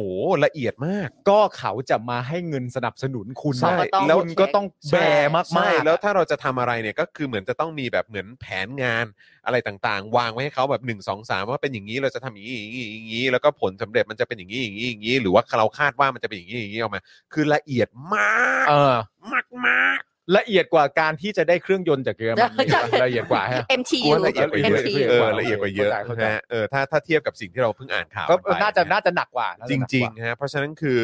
S1: ละเอียดมาก
S3: ก็เขาจะมาให้เงินสนับสนุนคุณ
S1: ใช่
S3: นะ
S2: แล้
S3: แล้ว วคุณก็ต้องแบร์มากๆ
S1: ใช่
S3: อะ
S1: แล้วถ้าเราจะทำอะไรเนี่ยก็คือเหมือนจะต้องมีแบบเหมือนแผนงานอะไรต่างๆ วางไว้ให้เขาแบบ1 2 3 ว่าเป็นอย่างนี้เราจะทำอย่างนี้อย่างนี้อย่างนี้แล้วก็ผลสำเร็จมันจะเป็นอย่างนี้อย่างนี้อย่างนี้หรือว่าเราคาดว่ามันจะเป็นอย่างนี้อย่างนี้ออกมา คือละเอียดมาก
S3: เออ
S1: มากมาก
S3: ละเอียดกว่าการที่จะได้เครื่องยนต์จากเยอรมัน
S2: ใช่
S3: ละเอียดกว่าฮะ
S1: กลั
S2: MTU
S1: วละเอียดกว่าเยอะ
S2: MTU
S1: เออละเอียดกว่าเยอะ
S3: เข้าใจ
S1: นะฮะเออถ้าถ้าเทียบกับสิ่งที่เราเพิ่งอ่านข่าว
S3: ก็
S1: กันไป
S3: น่าจะ
S1: ฮ
S3: น่าจะหนักกว่าน่า
S1: จ
S3: จะหนักกว่า
S1: ริงๆฮะเพราะฉะนั้นคือ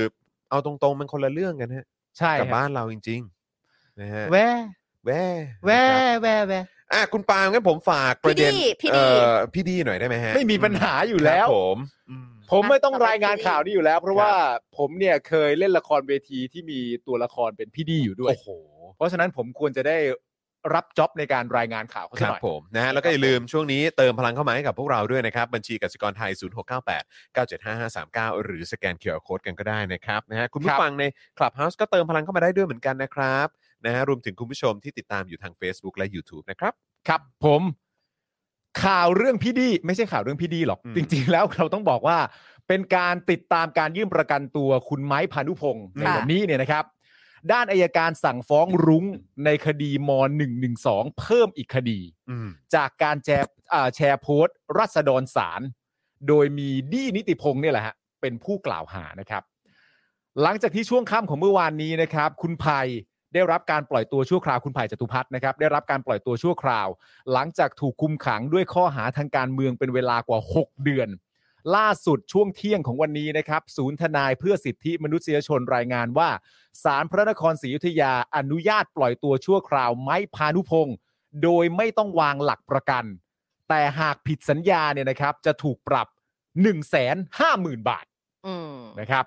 S1: เอาตรงๆ มันคนละเรื่องกันฮะ
S3: ใช่
S1: กับ
S3: ฮะ
S1: บ้านเราจริงๆนะฮะ
S3: แว
S1: แว่
S3: แว
S1: นะครับ
S3: แวแว
S1: อ่ะคุณปาล์มงั้นผมฝากประเด็น
S2: พี่ดีพี่ดี
S1: เอ่อพี่ดีหน่อยได้ไหมฮะ
S3: ไม่มีปัญหาอยู่แล้
S1: ค
S3: ว
S1: รับผมอืม
S3: ผมไม่ต้องรายงานข่าวนี้อยู่แล้ว เพ
S1: ครั
S3: ราะ
S1: บ
S3: ว่าผมเนี่ยเคยเล่นละครเวทีที่มีตัวละครเป็นพี่ดีอยู่ด้วย
S1: โอ้โห
S3: เพราะฉะนั้นผมควรจะได้รับจ็อบในการรายงานข่าวเขา
S1: ค
S3: สัก
S1: รับ
S3: หน่อย
S1: ผมนะฮะแล้วก็อย่าลืมช่วงนี้เติมพลังเข้ามาให้กับพวกเราด้วยนะครับ บัญชีกสิกรไทย 0698 975539 หรือสแกนเคอร์โคดกันก็ได้นะครับนะฮะคุณผู้
S3: ครับ
S1: ฟังใน Clubhouse ก็เติมพลังเข้ามาได้ด้วยเหมือนกันนะครับนะฮะรวมถึงคุณผู้ชมที่ติดตามอยู่ทาง Facebook และ YouTube นะครับ
S3: ครับผมข่าวเรื่องพี่ดีไม่ใช่ข่าวเรื่องพี่ดีหรอก
S1: อืม
S3: จริง ๆ แล้วเราต้องบอกว่า เป็นการติดตามการยื่นประกันตัวคุณไม้พานุพงศ์ใน
S2: ค่ะ
S3: วันนี้เนี่ยนะครับ ด้านอายการสั่งฟ้องรุ้งในคดีม .112 เพิ่มอีกคดี
S1: อืม
S3: จากการแชร์อ่าแชร์โพสต์รัศดรสาร โดยมีดีนิติพงศ์เนี่ยแหละฮะเป็นผู้กล่าวหานะครับ หลังจากที่ช่วงค่ำของเมื่อวานนี้นะครับ คุณภัยได้รับการปล่อยตัวชั่วคราวคุณภัยจตุพัฒน์นะครับ ได้รับการปล่อยตัวชั่วคราว หลังจากถูกคุมขังด้วยข้อหาทางการเมืองเป็นเวลากว่า 6 เดือน ล่าสุดช่วงเที่ยงของวันนี้นะครับ ศูนย์ทนายเพื่อสิทธิมนุษยชนรายงานว่าศาลพระนครศรีอยุธยาอนุญาตปล่อยตัวชั่วคราวไม้พานุพงศ์โดยไม่ต้องวางหลักประกัน แต่หากผิดสัญญาเนี่ยนะครับ จะถูกปรับ 1 5 0 0 0 0 บาท
S2: อืม
S3: นะครับ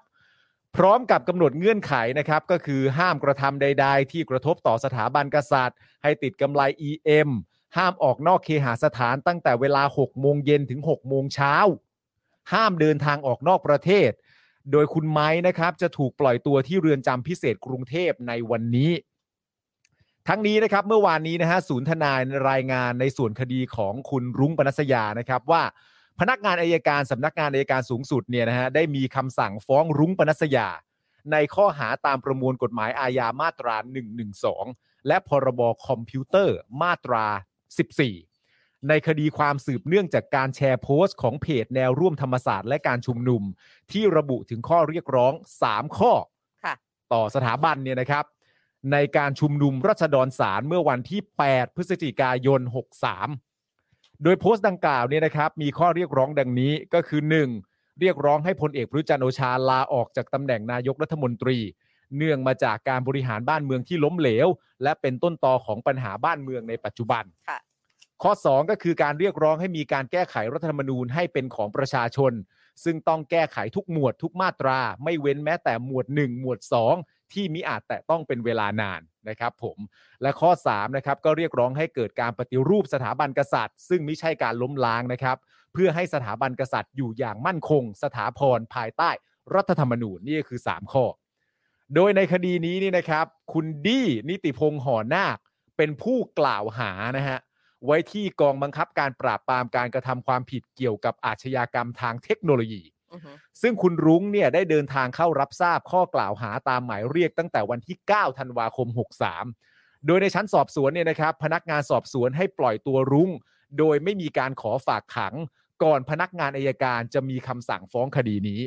S3: พร้อมกับกำหนดเงื่อนไขนะครับก็คือห้ามกระทำใด ๆ ที่กระทบต่อสถาบันกษัตริย์ ให้ติดกำไร EM ห้ามออกนอกเคหสถานตั้งแต่เวลา 6 โมงเย็นถึง 6 โมงเช้า ห้ามเดินทางออกนอกประเทศ โดยคุณไม้นะครับจะถูกปล่อยตัวที่เรือนจำพิเศษกรุงเทพในวันนี้ ทั้งนี้นะครับเมื่อวานนี้นะฮะศูนย์ทนายรายงานในส่วนคดีของคุณรุ้งปนัสยานะครับว่า พนักงานอายการสำนักงานอายการสูงสุดเนี่ยนะฮะได้มีคำสั่งฟ้องรุ้งปนัสยา ในข้อหาตามประมวลกฎหมายอาญามาตรา 112 และพรบคอมพิวเตอร์มาตรา 14 ในคดีความสืบเนื่องจากการแชร์โพสต์ของเพจแนวร่วมธรรมศาสตร์และการชุมนุม ที่ระบุถึงข้อเรียกร้อง 3 ข้อ
S2: ค่ะ
S3: ต่อสถาบันเนี่ยนะครับ ในการชุมนุมรัษฎรศาลเมื่อวันที่ 8 พฤศจิกายน 63 โดยโพสต์ดังกล่าวเนี่ยนะครับ มีข้อเรียกร้องดังนี้ก็คือ 1. เรียกร้องให้พลเอกประยุทธ์จันทร์โอชาลาออกจากตำแหน่งนายกรัฐมนตรี เนื่องมาจากการบริหารบ้านเมืองที่ล้มเหลว และเป็นต้นตอของปัญหาบ้านเมืองในปัจจุบัน
S2: ค่ะ
S3: ข้อ 2 ก็คือการเรียกร้องให้มีการแก้ไขรัฐธรรมนูญให้เป็นของประชาชน ซึ่งต้องแก้ไขทุกหมวดทุกมาตรา ไม่เว้นแม้แต่หมวด 1 หมวด 2 ที่มิอาจแต่ต้องเป็นเวลานานนะครับผมและข้อ3นะครับก็เรียกร้องให้เกิดการปฏิรูปสถาบันกษัตริย์ ซึ่งไม่ใช่การล้มล้างนะครับ เพื่อให้สถาบันกษัตริย์อยู่อย่างมั่นคง สถาพรภายใต้รัฐธรรมนูญนี่คือ 3 ข้อ โดยในคดีนี้นี่นะครับ คุณดี้นิติพงษ์ห่อนาคเป็นผู้กล่าวหานะฮะ ไว้ที่กองบังคับการปราบปรามการกระทำความผิดเกี่ยวกับอาชญากรรมทางเทคโนโลยี
S2: อือหือ
S3: ซึ่งคุณรุ้งเนี่ยได้เดินทางเข้ารับทราบข้อกล่าวหาตามหมายเรียกตั้งแต่วันที่ 9 ธันวาคม 63 โดยในชั้นสอบสวนเนี่ยนะครับ พนักงานสอบสวนให้ปล่อยตัวรุ้ง โดยไม่มีการขอฝากขัง ก่อนพนักงานอายการจะมีคำสั่งฟ้องคดีนี้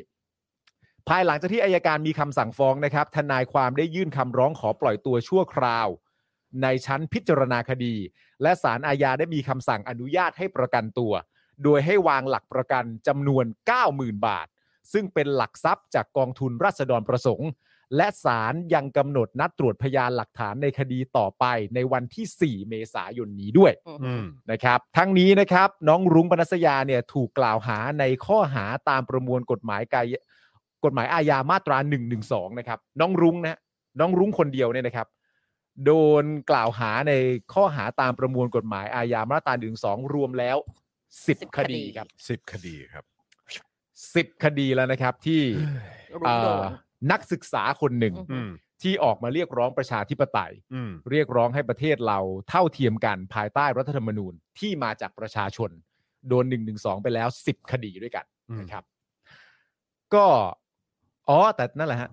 S3: ภายหลังจากที่อายการมีคำสั่งฟ้องนะครับ ทนายความได้ยื่นคำร้องขอปล่อยตัวชั่วคราว ในชั้นพิจารณาคดี และศาลอาญาได้มีคำสั่งอนุญาตให้ประกันตัว โดยให้วางหลักประกันจำนวน 90,000 บาท ซึ่งเป็นหลักทรัพย์จากกองทุนราษฎรประสงค์ และศาลยังกำหนดนัดตรวจพยานหลักฐานในคดีต่อไปในวันที่ 4 เมษายนนี้ด้วย
S1: อืม
S3: นะครับทั้งนี้นะครับน้องรุ้งปนัสยาเนี่ยถูกกล่าวหาในข้อหาตามประมวลกฎหมายกายกฎหมายอาญามาตรา1นึนะครับน้องรุ้งนะน้องรุ้งคนเดียวเนี่ยนะครับ โดนกล่าวหาในข้อหาตามประมวลกฎหมายอาญามาตรา1นึรวมแล้ว 10
S2: 10
S3: คดีครับ
S1: สิบคดีครับ
S3: 10 คดีแล้วนะครับที่
S2: รุ้งโดน
S3: เอ่อนักศึกษาคนหนึ่ง
S2: อือฮึ
S1: อืม
S3: ที่ออกมาเรียกร้องประชาธิปไตย
S1: อืม
S3: เรียกร้องให้ประเทศเราเท่าเทียมกันภายใต้รัฐธรรมนูญที่มาจากประชาชน โดน1นึไปแล้ว 10 คดีด้วยกัน
S1: อืม
S3: นะครับ ก็อ๋อแต่นั่นแหละฮะ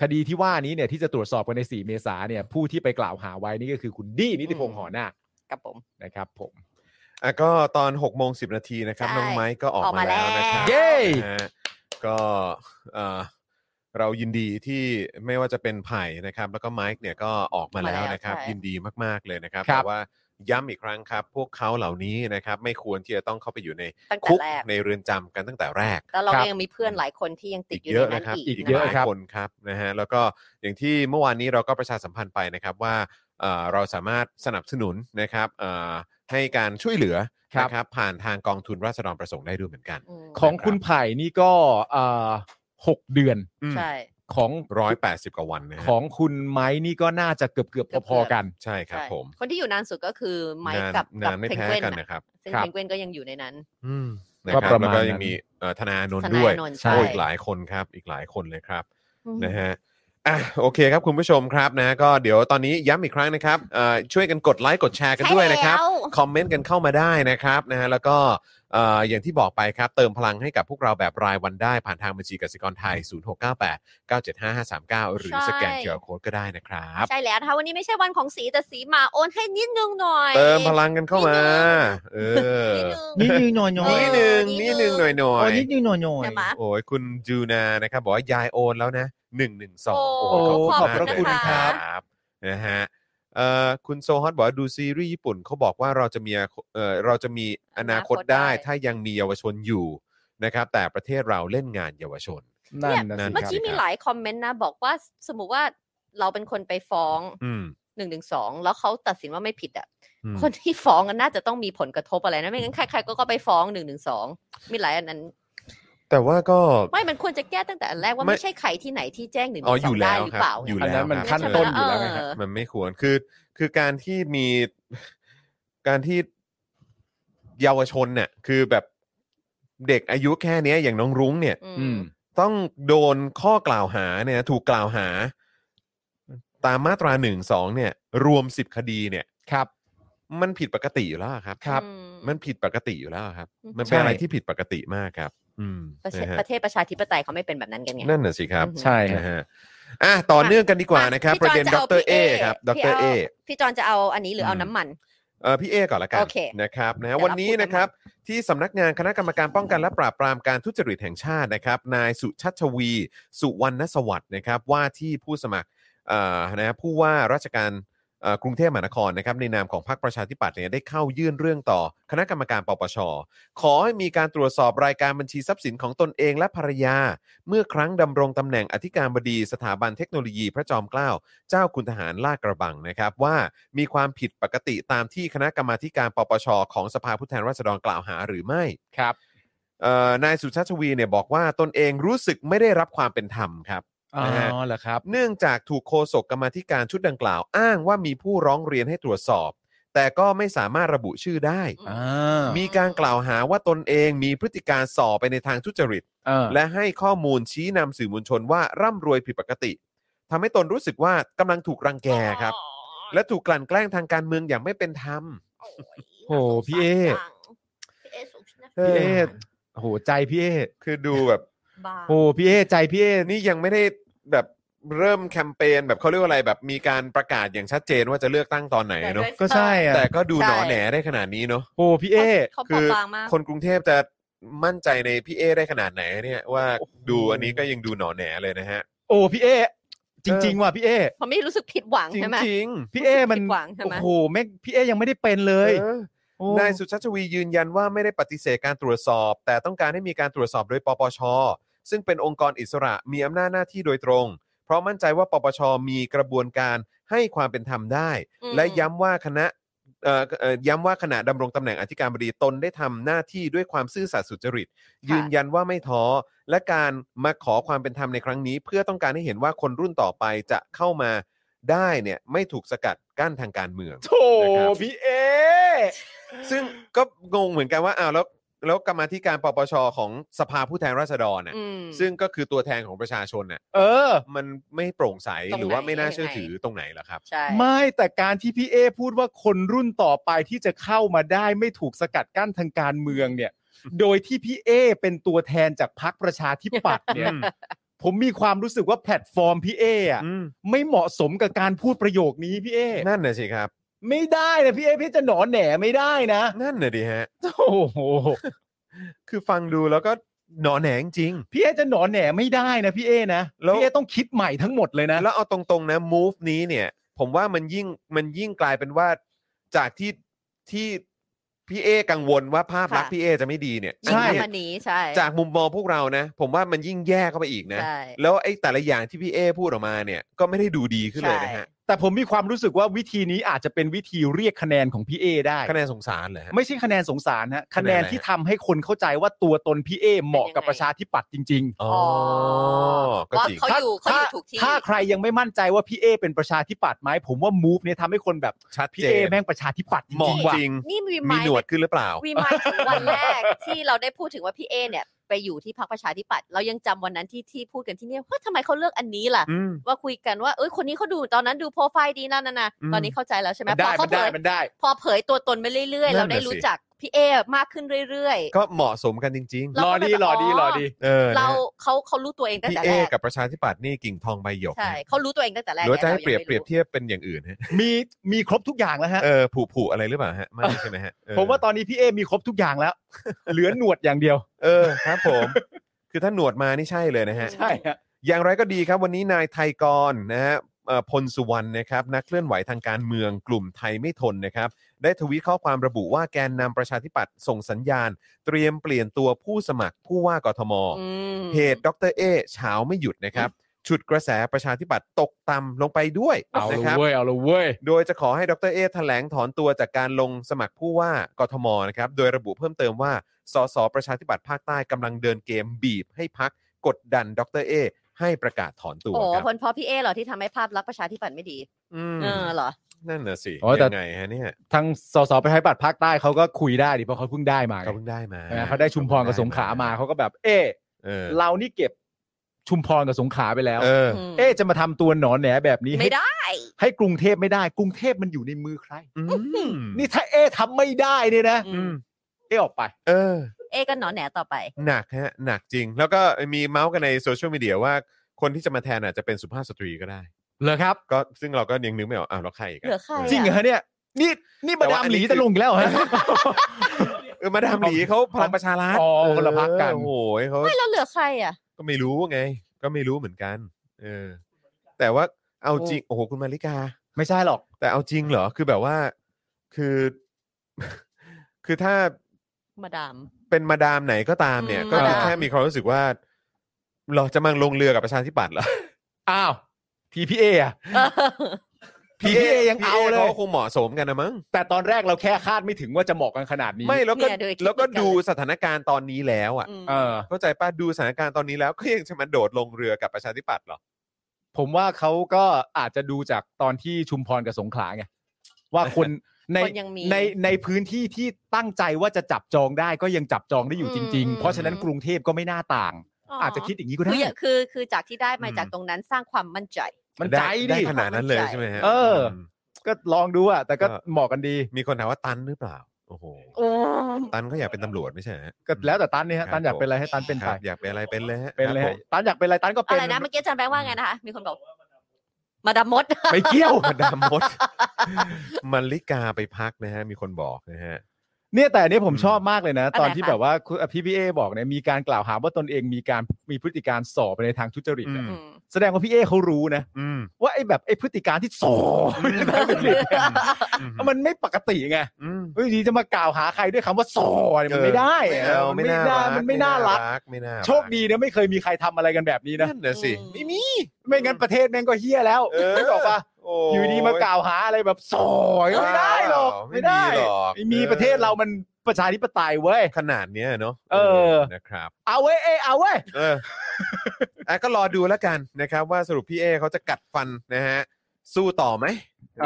S3: คดีที่ว่านี้เนี่ยที่จะตรวจสอบกันใน 4 เมษาเนี่ย ผู้ที่ไปกล่าวหาไว้นี่ก็คือคุณดี้นิติพงษ์หอนาค
S2: กับผม
S3: นะครับ ผม
S1: อ่ะก็ตอน6กโมงสินาทีนะครับ
S2: ใช่
S1: น้องไม้ก็ออก
S2: ออก
S1: มา
S2: มา
S1: แล้ว
S2: แล้ว
S1: นะครับ
S3: เย้
S1: นะฮะก็เอ่อเรายินดีที่ไม่ว่าจะเป็นไผ่นะครับ แล้วก็ไมค์เนี่ยก็ออกมาแล้วนะครับ
S2: มาแล้วใช่
S1: ยินดีมาก ๆ เลยนะครับ
S3: ครั
S1: แต่
S3: บ
S1: ว่าย้ำอีกครั้งครับ พวกเขาเหล่านี้นะครับ ไม่ควรที่จะต้องเข้าไปอยู่ใน
S2: ตั้งแต่
S1: คุก
S2: แรก
S1: ในเรือนจำกันตั้งแต่แรก
S2: แล้วเรา
S3: ครั
S2: ก็
S3: บ
S2: ยังมีเพื่อนหลายคนที่ยังติ
S1: อี
S2: ด
S1: ก
S2: อยู่
S1: เยอะ
S2: ในนั้
S1: นะ
S2: น
S1: ครับ
S2: อีก
S1: อีก
S3: เย
S1: ห
S3: อะ
S1: ลาย
S3: ครับ
S1: คนครับนะฮะแล้วก็อย่างที่เมื่อวานนี้เราก็ประชาสัมพันธ์ไปนะครับว่าเอ่อเราสามารถสนับสนุนนะครับเอ่อให้การช่วยเหลือ
S3: ครับ
S1: นะครับผ่านทางกองทุนราษฎรประสงค์ได้ด้วยเหมือนกัน
S2: อืม
S3: ของคุณ
S1: นะครับ
S3: ไผ่นี่ก็เอ่อหกเดือน
S2: ใช่
S3: ของ
S1: ร้อยแปดสิบกว่าวันนะฮะ
S3: ของคุณไม้นี่ก็น่าจะเกือบเกือบๆพอๆกัน
S1: ใช่ครับ
S2: ใช่
S1: ผม
S2: คนที่อยู่นานสุดก็คือไมค์
S1: นาน
S2: กับกับ
S1: นานไม่
S2: เพน
S1: แพ้
S2: กวิน
S1: กัน
S2: อะ
S1: นะครับ
S2: ซึ่ง
S3: ครับ
S2: เพนกวินก็ยังอยู่ในนั้น
S1: อืมนะ
S3: ก็
S1: ครับ
S3: ประมาณ
S1: แล้วก็ยั
S3: นั้
S1: ง
S3: น
S1: มีเอ่อธนาโนนท์
S2: ธนา
S1: ด้วย
S2: โนนท์ใช่
S1: โอ้อีกหลายคนครับอีกหลายคนเลยครับ
S2: อืม
S1: นะฮะ อ่ะ โอเคครับคุณผู้ชมครับนะ ก็เดี๋ยวตอนนี้ย้ำอีกครั้งนะครับเอ่อช่วยกันกดไลค์กดแชร์กันด้วยนะครับ
S2: ใช่แล้ว
S1: คอมเมนต์กันเข้ามาได้นะครับนะฮะ แล้วก็เอ่ออย่างที่บอกไปครับ เติมพลังให้กับพวกเราแบบรายวันได้ ผ่านทางบัญชีกสิกรไทย 0698 975539 หรือสแกนเคอร์โคดก็ได้นะครับ
S2: ใช่แล้วนะคะวันนี้ไม่ใช่วันของสีแต่สีมาโอนให้นิดนึงหน่อย
S1: เติมพลังกันเข้ามา เออ
S2: นิดนึง
S4: นิดนึงหน่อยหน่อย
S1: นี่หนึ่ง
S2: นิ
S1: นี่
S2: ด
S1: ห
S2: นึ
S1: นึ่ง
S2: ง
S1: หน่อยหน่อ
S4: โอ้
S1: ย
S4: นิดนึงหน่อยหน่อย
S2: ใช่ไหม
S1: โอ้ยคุณจูนานะครับบอกว่ายายโอนแล้วนะหนึ่งหนึ่งสอง
S2: โอ้
S1: ขอบ
S2: ขอบพ
S1: คุ
S2: ระ
S1: ณ
S2: คุณ
S1: มากเลยนะค
S2: ค่ะ
S1: รับนะฮะเอ่อคุณโซฮอตบอกว่าดูซีรีส์ญี่ปุ่นเขาบอกว่าเราจะมีเอ่อเราจะมีอนาคตได้ถ้ายังมีเยาวชนอยู่นะครับ แต่ประเทศเราเล่นงานเยาวชน
S3: นั่นนะ
S1: เนี่ย
S3: สิ
S2: เมื่อ
S3: ครับ
S2: กี้มีหลายคอมเมนต์นะ บอกว่าสมมุติว่าเราเป็นคนไปฟ้อง
S1: อืม
S2: หนึ่งถึงสองแล้วเขาตัดสินว่าไม่ผิดอ่ะ
S1: อืม
S2: คนที่ฟ้องกันน่าจะต้องมีผลกระทบอะไรนะไม่งั้นใครๆก็ก็ไปฟ้องหนึ่งหนึ่งสองมีหลายอันนั้น
S1: แต่ว่าก็
S2: ไม่มันควรจะแก้ตั้งแต่อันแรกว่า
S1: ไม่
S2: ไม่ใช่ใครที่ไหนที่แจ้งหนึ่ง
S1: อ๋อ
S2: ส
S1: อยู่
S2: อง
S1: แล้
S2: ได้
S1: ว
S2: หรือ
S1: ครับ
S2: เปล่า
S1: อยู่
S3: อัน
S1: แล้ว
S3: นั้นมัน
S1: ครับ
S3: ขั้นต้นอยู่แล้วไงครับ
S2: เออ
S1: มันไม่ควรคือคือการที่มีการที่เยาวชนเนี่ยคือแบบเด็กอายุแค่เนี้ยอย่างน้องรุ้งเนี่ย
S2: อื
S3: อื
S2: ม
S3: ม
S1: ต้องโดนข้อกล่าวหาเนี่ยถูกกล่าวหา ตามมาตราหนึ่งสองเนี่ย รวมสิบคดีเนี่ย
S3: ครับ
S1: มันผิดปกติอยู่แล้วครับ
S3: ครับ
S2: อืม
S1: มันผิดปกติอยู่แล้วครับ
S2: อืม
S1: มันเป็นอะไร
S3: ใช่
S1: ที่ผิดปกติมากครับ อืม
S2: ประเทศ
S1: นะฮะ
S2: ประเทศประชาธิปไตยเขาไม่เป็นแบบนั้นกันไง
S1: นั่นน่ะสิครับ
S2: อืม
S3: ใช่ฮะ
S1: นะฮะอ่ะต่อเนื่องกันดีกว่านะครับ
S2: พี่
S1: ประเด็น
S2: จ
S1: ด
S2: อา
S1: รา
S2: พี่
S1: เอครับดรา
S2: พี่า
S1: เอ
S2: พี่จอนจะเอาอันนี้หรื
S1: ม
S2: อเอาน้ำมัน
S1: เออพี่เอก่อนละกัน
S2: โอเค
S1: นะครับนะ
S2: เดี๋
S1: ฮะ
S2: ยวเรา
S1: วันนี้นะครับที่สำนักงานคณะกรรมการป้องกันและปราบปรามการทุจริตแห่งชาตินะครับ นายสุชัชวี สุวรรณสวัสดิ์นะครับ ว่าที่ผู้สมัครเอ่อนะผู้ว่าราชการเอ่อกรุงเทพมหานครนะครับในนามของพรรคประชาธิปัตย์เนี่ยได้เข้ายื่นเรื่องต่อคณะกรรมการปปช ขอให้มีการตรวจสอบรายการบัญชีทรัพย์สินของตนเองและภรรยา เมื่อครั้งดำรงตำแหน่งอธิการบดีสถาบันเทคโนโลยีพระจอมเกล้า เจ้าคุณทหารลาดกระบังนะครับว่ามีความผิดปกติตามที่คณะกรรมาธิการปปช ของสภาผู้แทนราษฎรกล่าวหาหรือไม่
S3: ครับ
S1: เอ่อนายสุชาติชวีเนี่ยบอกว่าตนเองรู้สึกไม่ได้รับความเป็นธรรมครับ
S3: อ๋อ
S1: นะฮะ
S3: เหรอครับ
S1: เนื่องจากถูกโฆษกกรรมาธิการชุดดังกล่าวอ้างว่ามีผู้ร้องเรียนให้ตรวจสอบ แต่ก็ไม่สามารถระบุชื่อได้
S3: อ่า
S1: มีการกล่าวหาว่าตนเองมีพฤติการส่อไปในทางทุจริต
S3: เออ
S1: และให้ข้อมูลชี้นำสื่อมวลชนว่าร่ำรวยผิดปกติทำให้ตนรู้สึกว่ากำลังถูกรังแกครับ และถูกกลั่นแกล้งทางการเมืองอย่างไม่เป็นธรรม
S2: โอ้ย
S3: โหพี่เอ
S2: น่าสงสารจังพี่
S1: เอ
S2: เอสุชนะ
S1: อ
S3: พี่เอโหใจพี่เอ
S1: คือดูแบบ
S2: บ้า
S3: โหพี่เอใจพี่เอนี่
S1: นี่ยังไม่ได้แบบเริ่มแคมเปญแบบเขาเรียกว่าอะไรแบบมีการประกาศอย่างชัดเจนว่าจะเลือกตั้งตอนไหนเนาะ
S3: ก็ใช่อ่ะ
S1: แต่ก็ดูหนอแหนได้ขนาดนี้เนาะ
S3: โหพี่เอ
S2: เขาบ
S1: คื
S2: อบบางมาก
S1: คนกรุงเทพจะมั่นใจในพี่เอได้ขนาดไหนเนี่ยว่าดูอันนี้ก็ยังดูหนอแหนเลยนะฮะ
S3: โอ้พี่เอ จริง ๆ ว่ะพี่เอ
S2: เพราะไม่รู้สึกผิดหวัง
S1: จริ
S2: ใช่
S1: ง
S2: ไหม
S1: จริง
S3: พี่เอมัน
S2: ผิดหวังใช่ไหม
S3: โอ้โหแม่งพี่เอยังไม่ได้เป็นเล
S1: ๆ
S3: ย
S1: เออ
S3: โอ้
S1: นายสุชาติชวียืนยันว่าไม่ได้ปฏิเสธการตรวจสอบ แต่ต้องการให้มีการตรวจสอบโดยปปช ซึ่งเป็นองค์กรอิสระมีอำนาจหน้าที่โดยตรง เพราะมั่นใจว่าปปช มีกระบวนการให้ความเป็นธรรมได้
S2: อืม
S1: และย้ำว่าคณะเอ่อเอ่อย้ำว่าขณะดำรงตำแหน่งอธิการบดีตนได้ทำหน้าที่ด้วยความซื่อสัตย์สุจริต
S2: ะ
S1: ยืนยันว่าไม่ท้อ และการมาขอความเป็นธรรมในครั้งนี้ เพื่อต้องการให้เห็นว่าคนรุ่นต่อไปจะเข้ามาได้เนี่ยไม่ถูกสกัดกั้นทางการเมือง
S3: โถ
S1: นะครับ
S3: พี่เอ
S1: ซึ่งก็งงเหมือนกันว่าอ้าวแล้วแล้วกรรมาธิการปปชของสภาผู้แทนราษฎรน่ะ
S2: อืม
S1: ซึ่งก็คือตัวแทนของประชาชนน่ะ
S3: เออ
S1: มันไม่โปร่งใส
S2: ตรงไหน
S1: หรือว่าไม่น่าเชื่อ
S2: ยังไง
S1: ถือตรงไหนเหรอครับ
S2: ใช่
S3: ไม่แต่การที่พี่เอพูดว่าคนรุ่นต่อไปที่จะเข้ามาได้ไม่ถูกสกัดกั้นทางการเมืองเนี่ย โดยที่พี่เอเป็นตัวแทนจากพรรคประชาธิปัตย์เนี่ย
S1: อืม
S3: ผมมีความรู้สึกว่าแพลตฟอร์มพี่เออะ
S1: อืม
S3: ไม่เหมาะสมกับการพูดประโยคนี้พี่เอ
S1: นั่นน่ะสิครับ
S3: ไม่ได้นะพี่เอพี่จะหนอนแหน่ไม่ได้นะ
S1: นั่นน่ะดิฮะ
S3: โอ้โห
S1: คือฟังดูแล้วก็หนอแหนงจริง
S3: พี่เอจะหนอนแหน่ไม่ได้นะพี่เอนะ
S1: แล้ว
S3: พี่เอต้องคิดใหม่ทั้งหมดเลยนะ
S1: แล้วเอาตรงๆนะ move นี้เนี่ย ผมว่ามันยิ่งมันยิ่งกลายเป็นว่าจากที่ที่พี่เอกังวลว่าภาพลักษณ์พี่เอจะไม่ดีเนี่ย
S2: ยิ่ง
S1: อันเนี้ย
S2: ทำอันนี้ใช่
S1: จากมุมมองพวกเรานะ ผมว่ามันยิ่งแย่เข้าไปอีกนะ
S2: ใช่
S1: แล้วไอ้แต่ละอย่างที่พี่เอพูดออกมาเนี่ยก็ไม่ได้ดูดีขึ้นเลยนะฮะ
S3: แต่ผมมีความรู้สึกว่าวิธีนี้อาจจะเป็นวิธีเรียกคะแนนของพี่เอได้
S1: คะแนนสงสารเลยฮะ
S3: ไม่ใช่คะแนนสงสารฮะ
S1: คะ
S3: คะ
S1: แน
S3: แน
S1: น
S3: น
S1: อะไร
S3: ที่ทำให้คนเข้าใจว่าตัวตนพี่เอเหมาะกับประชาธิปัตย์จริง ๆ
S1: อ๋อก็
S2: ว่า
S1: จริง
S2: เขาอยู่เขาอยู่ถูกที่
S3: ถ้าใครยังไม่มั่นใจว่าพี่เอเป็นประชาธิปัตย์ไหมผมว่ามูฟเนี่ยทำให้คนแบบ
S1: ชัด
S3: พี่
S1: เจ
S3: เอน แม่งประชาธิปัตย์จ
S1: เหมาะ
S3: ริงๆว่ะ
S1: จริง
S2: นี่มี
S1: มี
S2: ไม้
S1: หนวดขึ้นหรือเปล่า
S2: วีมาย ถึงวันแรก ที่เราได้พูดถึงว่าพี่เอเนี่ย ไปอยู่ที่พรรคประชาธิปัตย์เรายังจำวันนั้นที่ที่พูดกันที่เนี่ยว่าทำไมเขาเลือกอันนี้ล่ะ
S1: อืม
S2: ว่าคุยกันว่าเอ้ยคนนี้เขาดูตอนนั้นดูโปรไฟล์ดีนั่นน่ะนะ
S1: อืม
S2: ตอนนี้เข้าใจแล้วใช่ไหม
S3: มัน
S2: พ
S3: ได้
S2: อเขา
S3: มัน
S2: เผ
S3: ได้
S2: ย
S3: มันได้
S2: พอเผยตัวตนไปเรื่อย
S1: นั่น
S2: ๆเราได้
S1: น่ะสิ
S2: รู้จักพี่เอมากขึ้นเรื่อยๆ
S1: ก็เหมาะสมกันจริง
S2: เรา
S3: รอ
S2: ก็
S3: ดี
S2: แบบ
S3: รอดี
S2: อ๋อ
S3: รอดี
S1: ๆ เออนะ
S2: เรา
S1: ฮะ
S2: เขาเขารู้ตัวเองตั้ง
S1: พี่
S2: แต่
S1: เอ
S2: แรก
S1: กับประชาธิปัตย์นี่กิ่งทองใบหยก
S2: ใช่
S1: นะ
S2: เขารู้ตัวเองตั้งแต่แร
S1: ห
S2: ก
S1: รือว่าจะให้เปรียบ
S2: ไง
S1: เปรียบ
S2: รา
S1: เทียบเป็นอย่างอื่นฮะ
S3: มีมีครบทุกอย่างแล้วฮะ
S1: เออผูผูอะไรหรือเปล่าฮะไม่ใช่ไหมฮะเออ
S3: ผมว่าตอนนี้พี่เอมีครบทุกอย่างแล้ว เหลือหนวดอย่างเดียว
S1: เออครับผม คือถ้าหนวดมานี่ใช่เลยนะฮะ
S3: ใช่ฮะ
S1: อย่างไรก็ดีครับวันนี้นายไทยกรนะฮะเอ่อพลสุวรรณนะครับนักเคลื่อนไหวทางการเมืองกลุ่มไทยไม่ทนนะครับ ได้ทวีตข้อความระบุว่าแกนนำประชาธิปัตย์ส่งสัญญาณ เตรียมเปลี่ยนตัวผู้สมัครผู้ว่ากทม
S2: อืม
S1: เหตุดรเอเฉาไม่หยุดนะครับฉุดกระแสประชาธิปัตย์ตกต่ำลงไปด้วย
S3: เอา
S1: นะ
S3: ละ
S1: ครับ
S3: เว้ยเอาละเว้ย
S1: โดยจะขอให้ดรเอแถลงถอนตัวจากการลงสมัครผู้ว่ากทมนะครับ โดยระบุเพิ่มเติมว่า สสประชาธิปัตย์ภาคใต้กำลังเดินเกมบีบให้พักกดดันดรเอให้ประกาศถอนตัว
S2: โอ้
S1: ครับ
S2: คนเพราะพี่เอเหรอที่ทำให้ภาพลักษณ์ประชาธิปัตย์ไม่ดี
S1: อืม
S2: เออเหรอ
S1: นั่นน่ะสิ
S3: อ๋อแต่
S1: ยังไงฮะเนี่ย
S3: ทางสสประชาธิปัตย์ภาคใต้เขาก็คุยได้ดิเพราะเขาเพิ่งได้มาไง
S1: เขาเพิ่งได้มา
S3: เขาได้ชุมพรกับสงขลามาเขาก็แบบ เอะ
S1: เออ
S3: เรานี่เก็บชุมพรกับสงขลาไปแล้ว
S1: เออ
S2: อืม
S3: เอ๊ะจะมาทำตัวหนอนแหนแบบนี้ให้
S2: ไม่ได้
S3: ให้กรุงเทพไม่ได้ กรุงเทพมันอยู่ในมือใคร
S1: อืม
S3: นี่ถ้าเอ๊ะทำไม่ได้เนี่ยนะ
S2: อื
S1: อืม
S3: เอ๊ะออกไป
S1: เออ
S2: เอก็หนอนแหนต่อไป
S1: หนักฮะหนักจริง แล้วก็มีเมาส์กันในโซเชียลมีเดียว่าคนที่จะมาแทนอาจจะเป็นสุภาพสตรีก็ได้
S3: เหรอครับ
S1: ก็ซึ่งเราก็ยังนึกไม่ออกอ้าวแล้วใครอีกอะ
S2: เหลือใครอะ
S3: จริงเหรอเนี่ย นี่นี่มาดามหลีตะลุงอีกแล้วเหรอฮะ
S1: เออมาดามหลีเขาพลังประชารัฐ
S3: อ๋อคนละพรรคกัน
S1: เออโอ้โหเขา
S2: ไม่แล้วเหลือใครอ่ะ
S1: ก็ไม่รู้ไง ก็ไม่รู้เหมือนกัน เออ แต่ว่าเอาจริง โอ้โหคุณมาริกา
S3: ไม่ใช่หรอก
S1: แต่เอาจริงเหรอ คือแบบว่า คือ คือถ้า
S2: มาดาม
S1: เป็นมาดามไหนก็ตามเนี่ย
S2: อืม
S1: ก็คือ
S2: มาดาม
S1: แค่มีความรู้สึกว่า เราจะมังลงเรือกับประชาธิปัตย์เหรอ
S3: อ้าวทีพีเออะ
S2: เออ
S3: ที พีเอยังเอาเล
S1: พี่
S3: ย
S1: ก็คงเหมาะสมกันนะมั้ง
S3: แต่ตอนแรกเราแค่คาดไม่ถึงว่าจะเหมาะกันขนาดนี้
S1: ไม่แล้วก็
S2: เนี่ยโดยคิด
S1: แล้วก็
S2: เหมือนกัน
S1: ดูสถานการณ์ตอนนี้แล้วอ่ะ
S2: อืม
S3: เออ
S1: เข้าใจป้าดูสถานการณ์ตอนนี้แล้ว ก็ยังจะมาโดดลงเรือกับประชาธิปัตย์เหรอ
S3: ผมว่าเขาก็อาจจะดูจากตอนที่ชุมพรกับสงขลาไงว่าคน ใน
S2: คนยังมี
S3: ในในพื้นที่ที่ตั้งใจว่าจะจับจองได้ก็ยังจับจองได้อยู่จริง
S2: อื
S3: ๆ
S2: ม
S3: เพราะฉะนั้นกรุงเทพก็ไม่น่าต่าง อาจจะคิดอย่างนี้ก็
S2: คื
S3: ได้
S2: ออย่างคือคือจากที่ได้มา
S1: อืม
S2: จากตรงนั้นสร้างความมั่นใจ
S3: มัน
S1: ได้
S3: ใจ
S1: ได้
S3: ดิ
S1: ขนาดนั้นเลยใช่ไหมฮะ
S3: เออ
S1: ม
S3: ก็ลองดูอะแต่ก็
S1: ก็
S3: เหมาะกันดี
S1: มีคนถามว่าตันหรือเปล่า โอ้โห
S2: โอ้
S1: ตันก็อยากเป็นตำรวจไม่ใช่ฮะ
S3: ก็แล้วแต่ตันเนี่ย
S1: ครั
S3: ฮะ
S1: บ
S3: ตันอยากเป็นอะไรให้ตันเป็น
S1: ค
S3: ไป
S1: รับอยากเป็นอะไรเป็นเลยฮะ
S3: เป็นเลย
S1: ค
S3: ฮะ
S1: บผม
S3: ตันอยากเป็นอะไรตันก็เป็
S2: อะ
S3: น
S2: ไรนะเมื่อกี้อาจารย์แบงค์ว่าไงนะคะ มีคนบอก มาดามมด
S3: ไม่เกี่ยว
S1: มาดามมด มันลิกาไปพักนะฮะ มีคนบอกนะฮะ
S3: เนี่ยแต่อันนี้ผม
S1: อืม
S3: ชอบมากเลยนะ
S2: อันไหน
S3: ตอนที่
S2: คะ
S3: แบบว่าคุณพี่พี่เอบอกเนี่ยมีการกล่าวหาว่าตนเองมีการมีพฤติการส่อไปในทางทุจริตเนี่ย
S1: อืม
S2: อืม
S3: แสดงว่าพี่เอเขารู้นะ
S1: อืม
S3: ว่าไอ้แบบไอ้พฤติการที่ส่อไปในทางทุจริตเนี่ย
S1: อืม
S3: มันไม่ปกติไง
S1: อืม
S3: เฮ้ยดีจะมากล่าวหาใครด้วยคำว่าส่อเนี่ยมัน
S1: เออ
S3: ไม่ได้
S1: ไม่
S3: อะ
S1: เอา
S3: มั
S1: ไม่
S3: ไม่
S1: น่ารั
S3: น่า
S1: ก
S3: มันไม่น่ารัก
S1: ไม่น่ารัก
S3: โชคดีนะไม่เคยมีใครทำอะไรกันแบบนี้นะ
S1: นั่นนะสิ
S2: อืม
S1: ไม่มี
S3: ไม่งั้นประเทศแม่งก็เฮี้ยแล้ว
S1: เออ
S3: นึกออกปะ
S1: โอ้
S3: อยู่ดีมากล่าวหาอะไรแบบส่อไม่ได้หรอก
S1: ไม่
S3: ไม่ได้
S1: มีหรอก
S3: ไม่มีประเทศเรามันประชาธิปไตยเว้ย
S1: ขนาดเนี้ยเนาะ
S3: เออ
S1: นะครับ
S3: เอาเว้ยเอยเอาเว้ย
S1: เอออ่ะก็รอดูแล้วกันนะครับ ว่าสรุปพี่เอเขาจะกัดฟันนะฮะ สู้ต่อไหม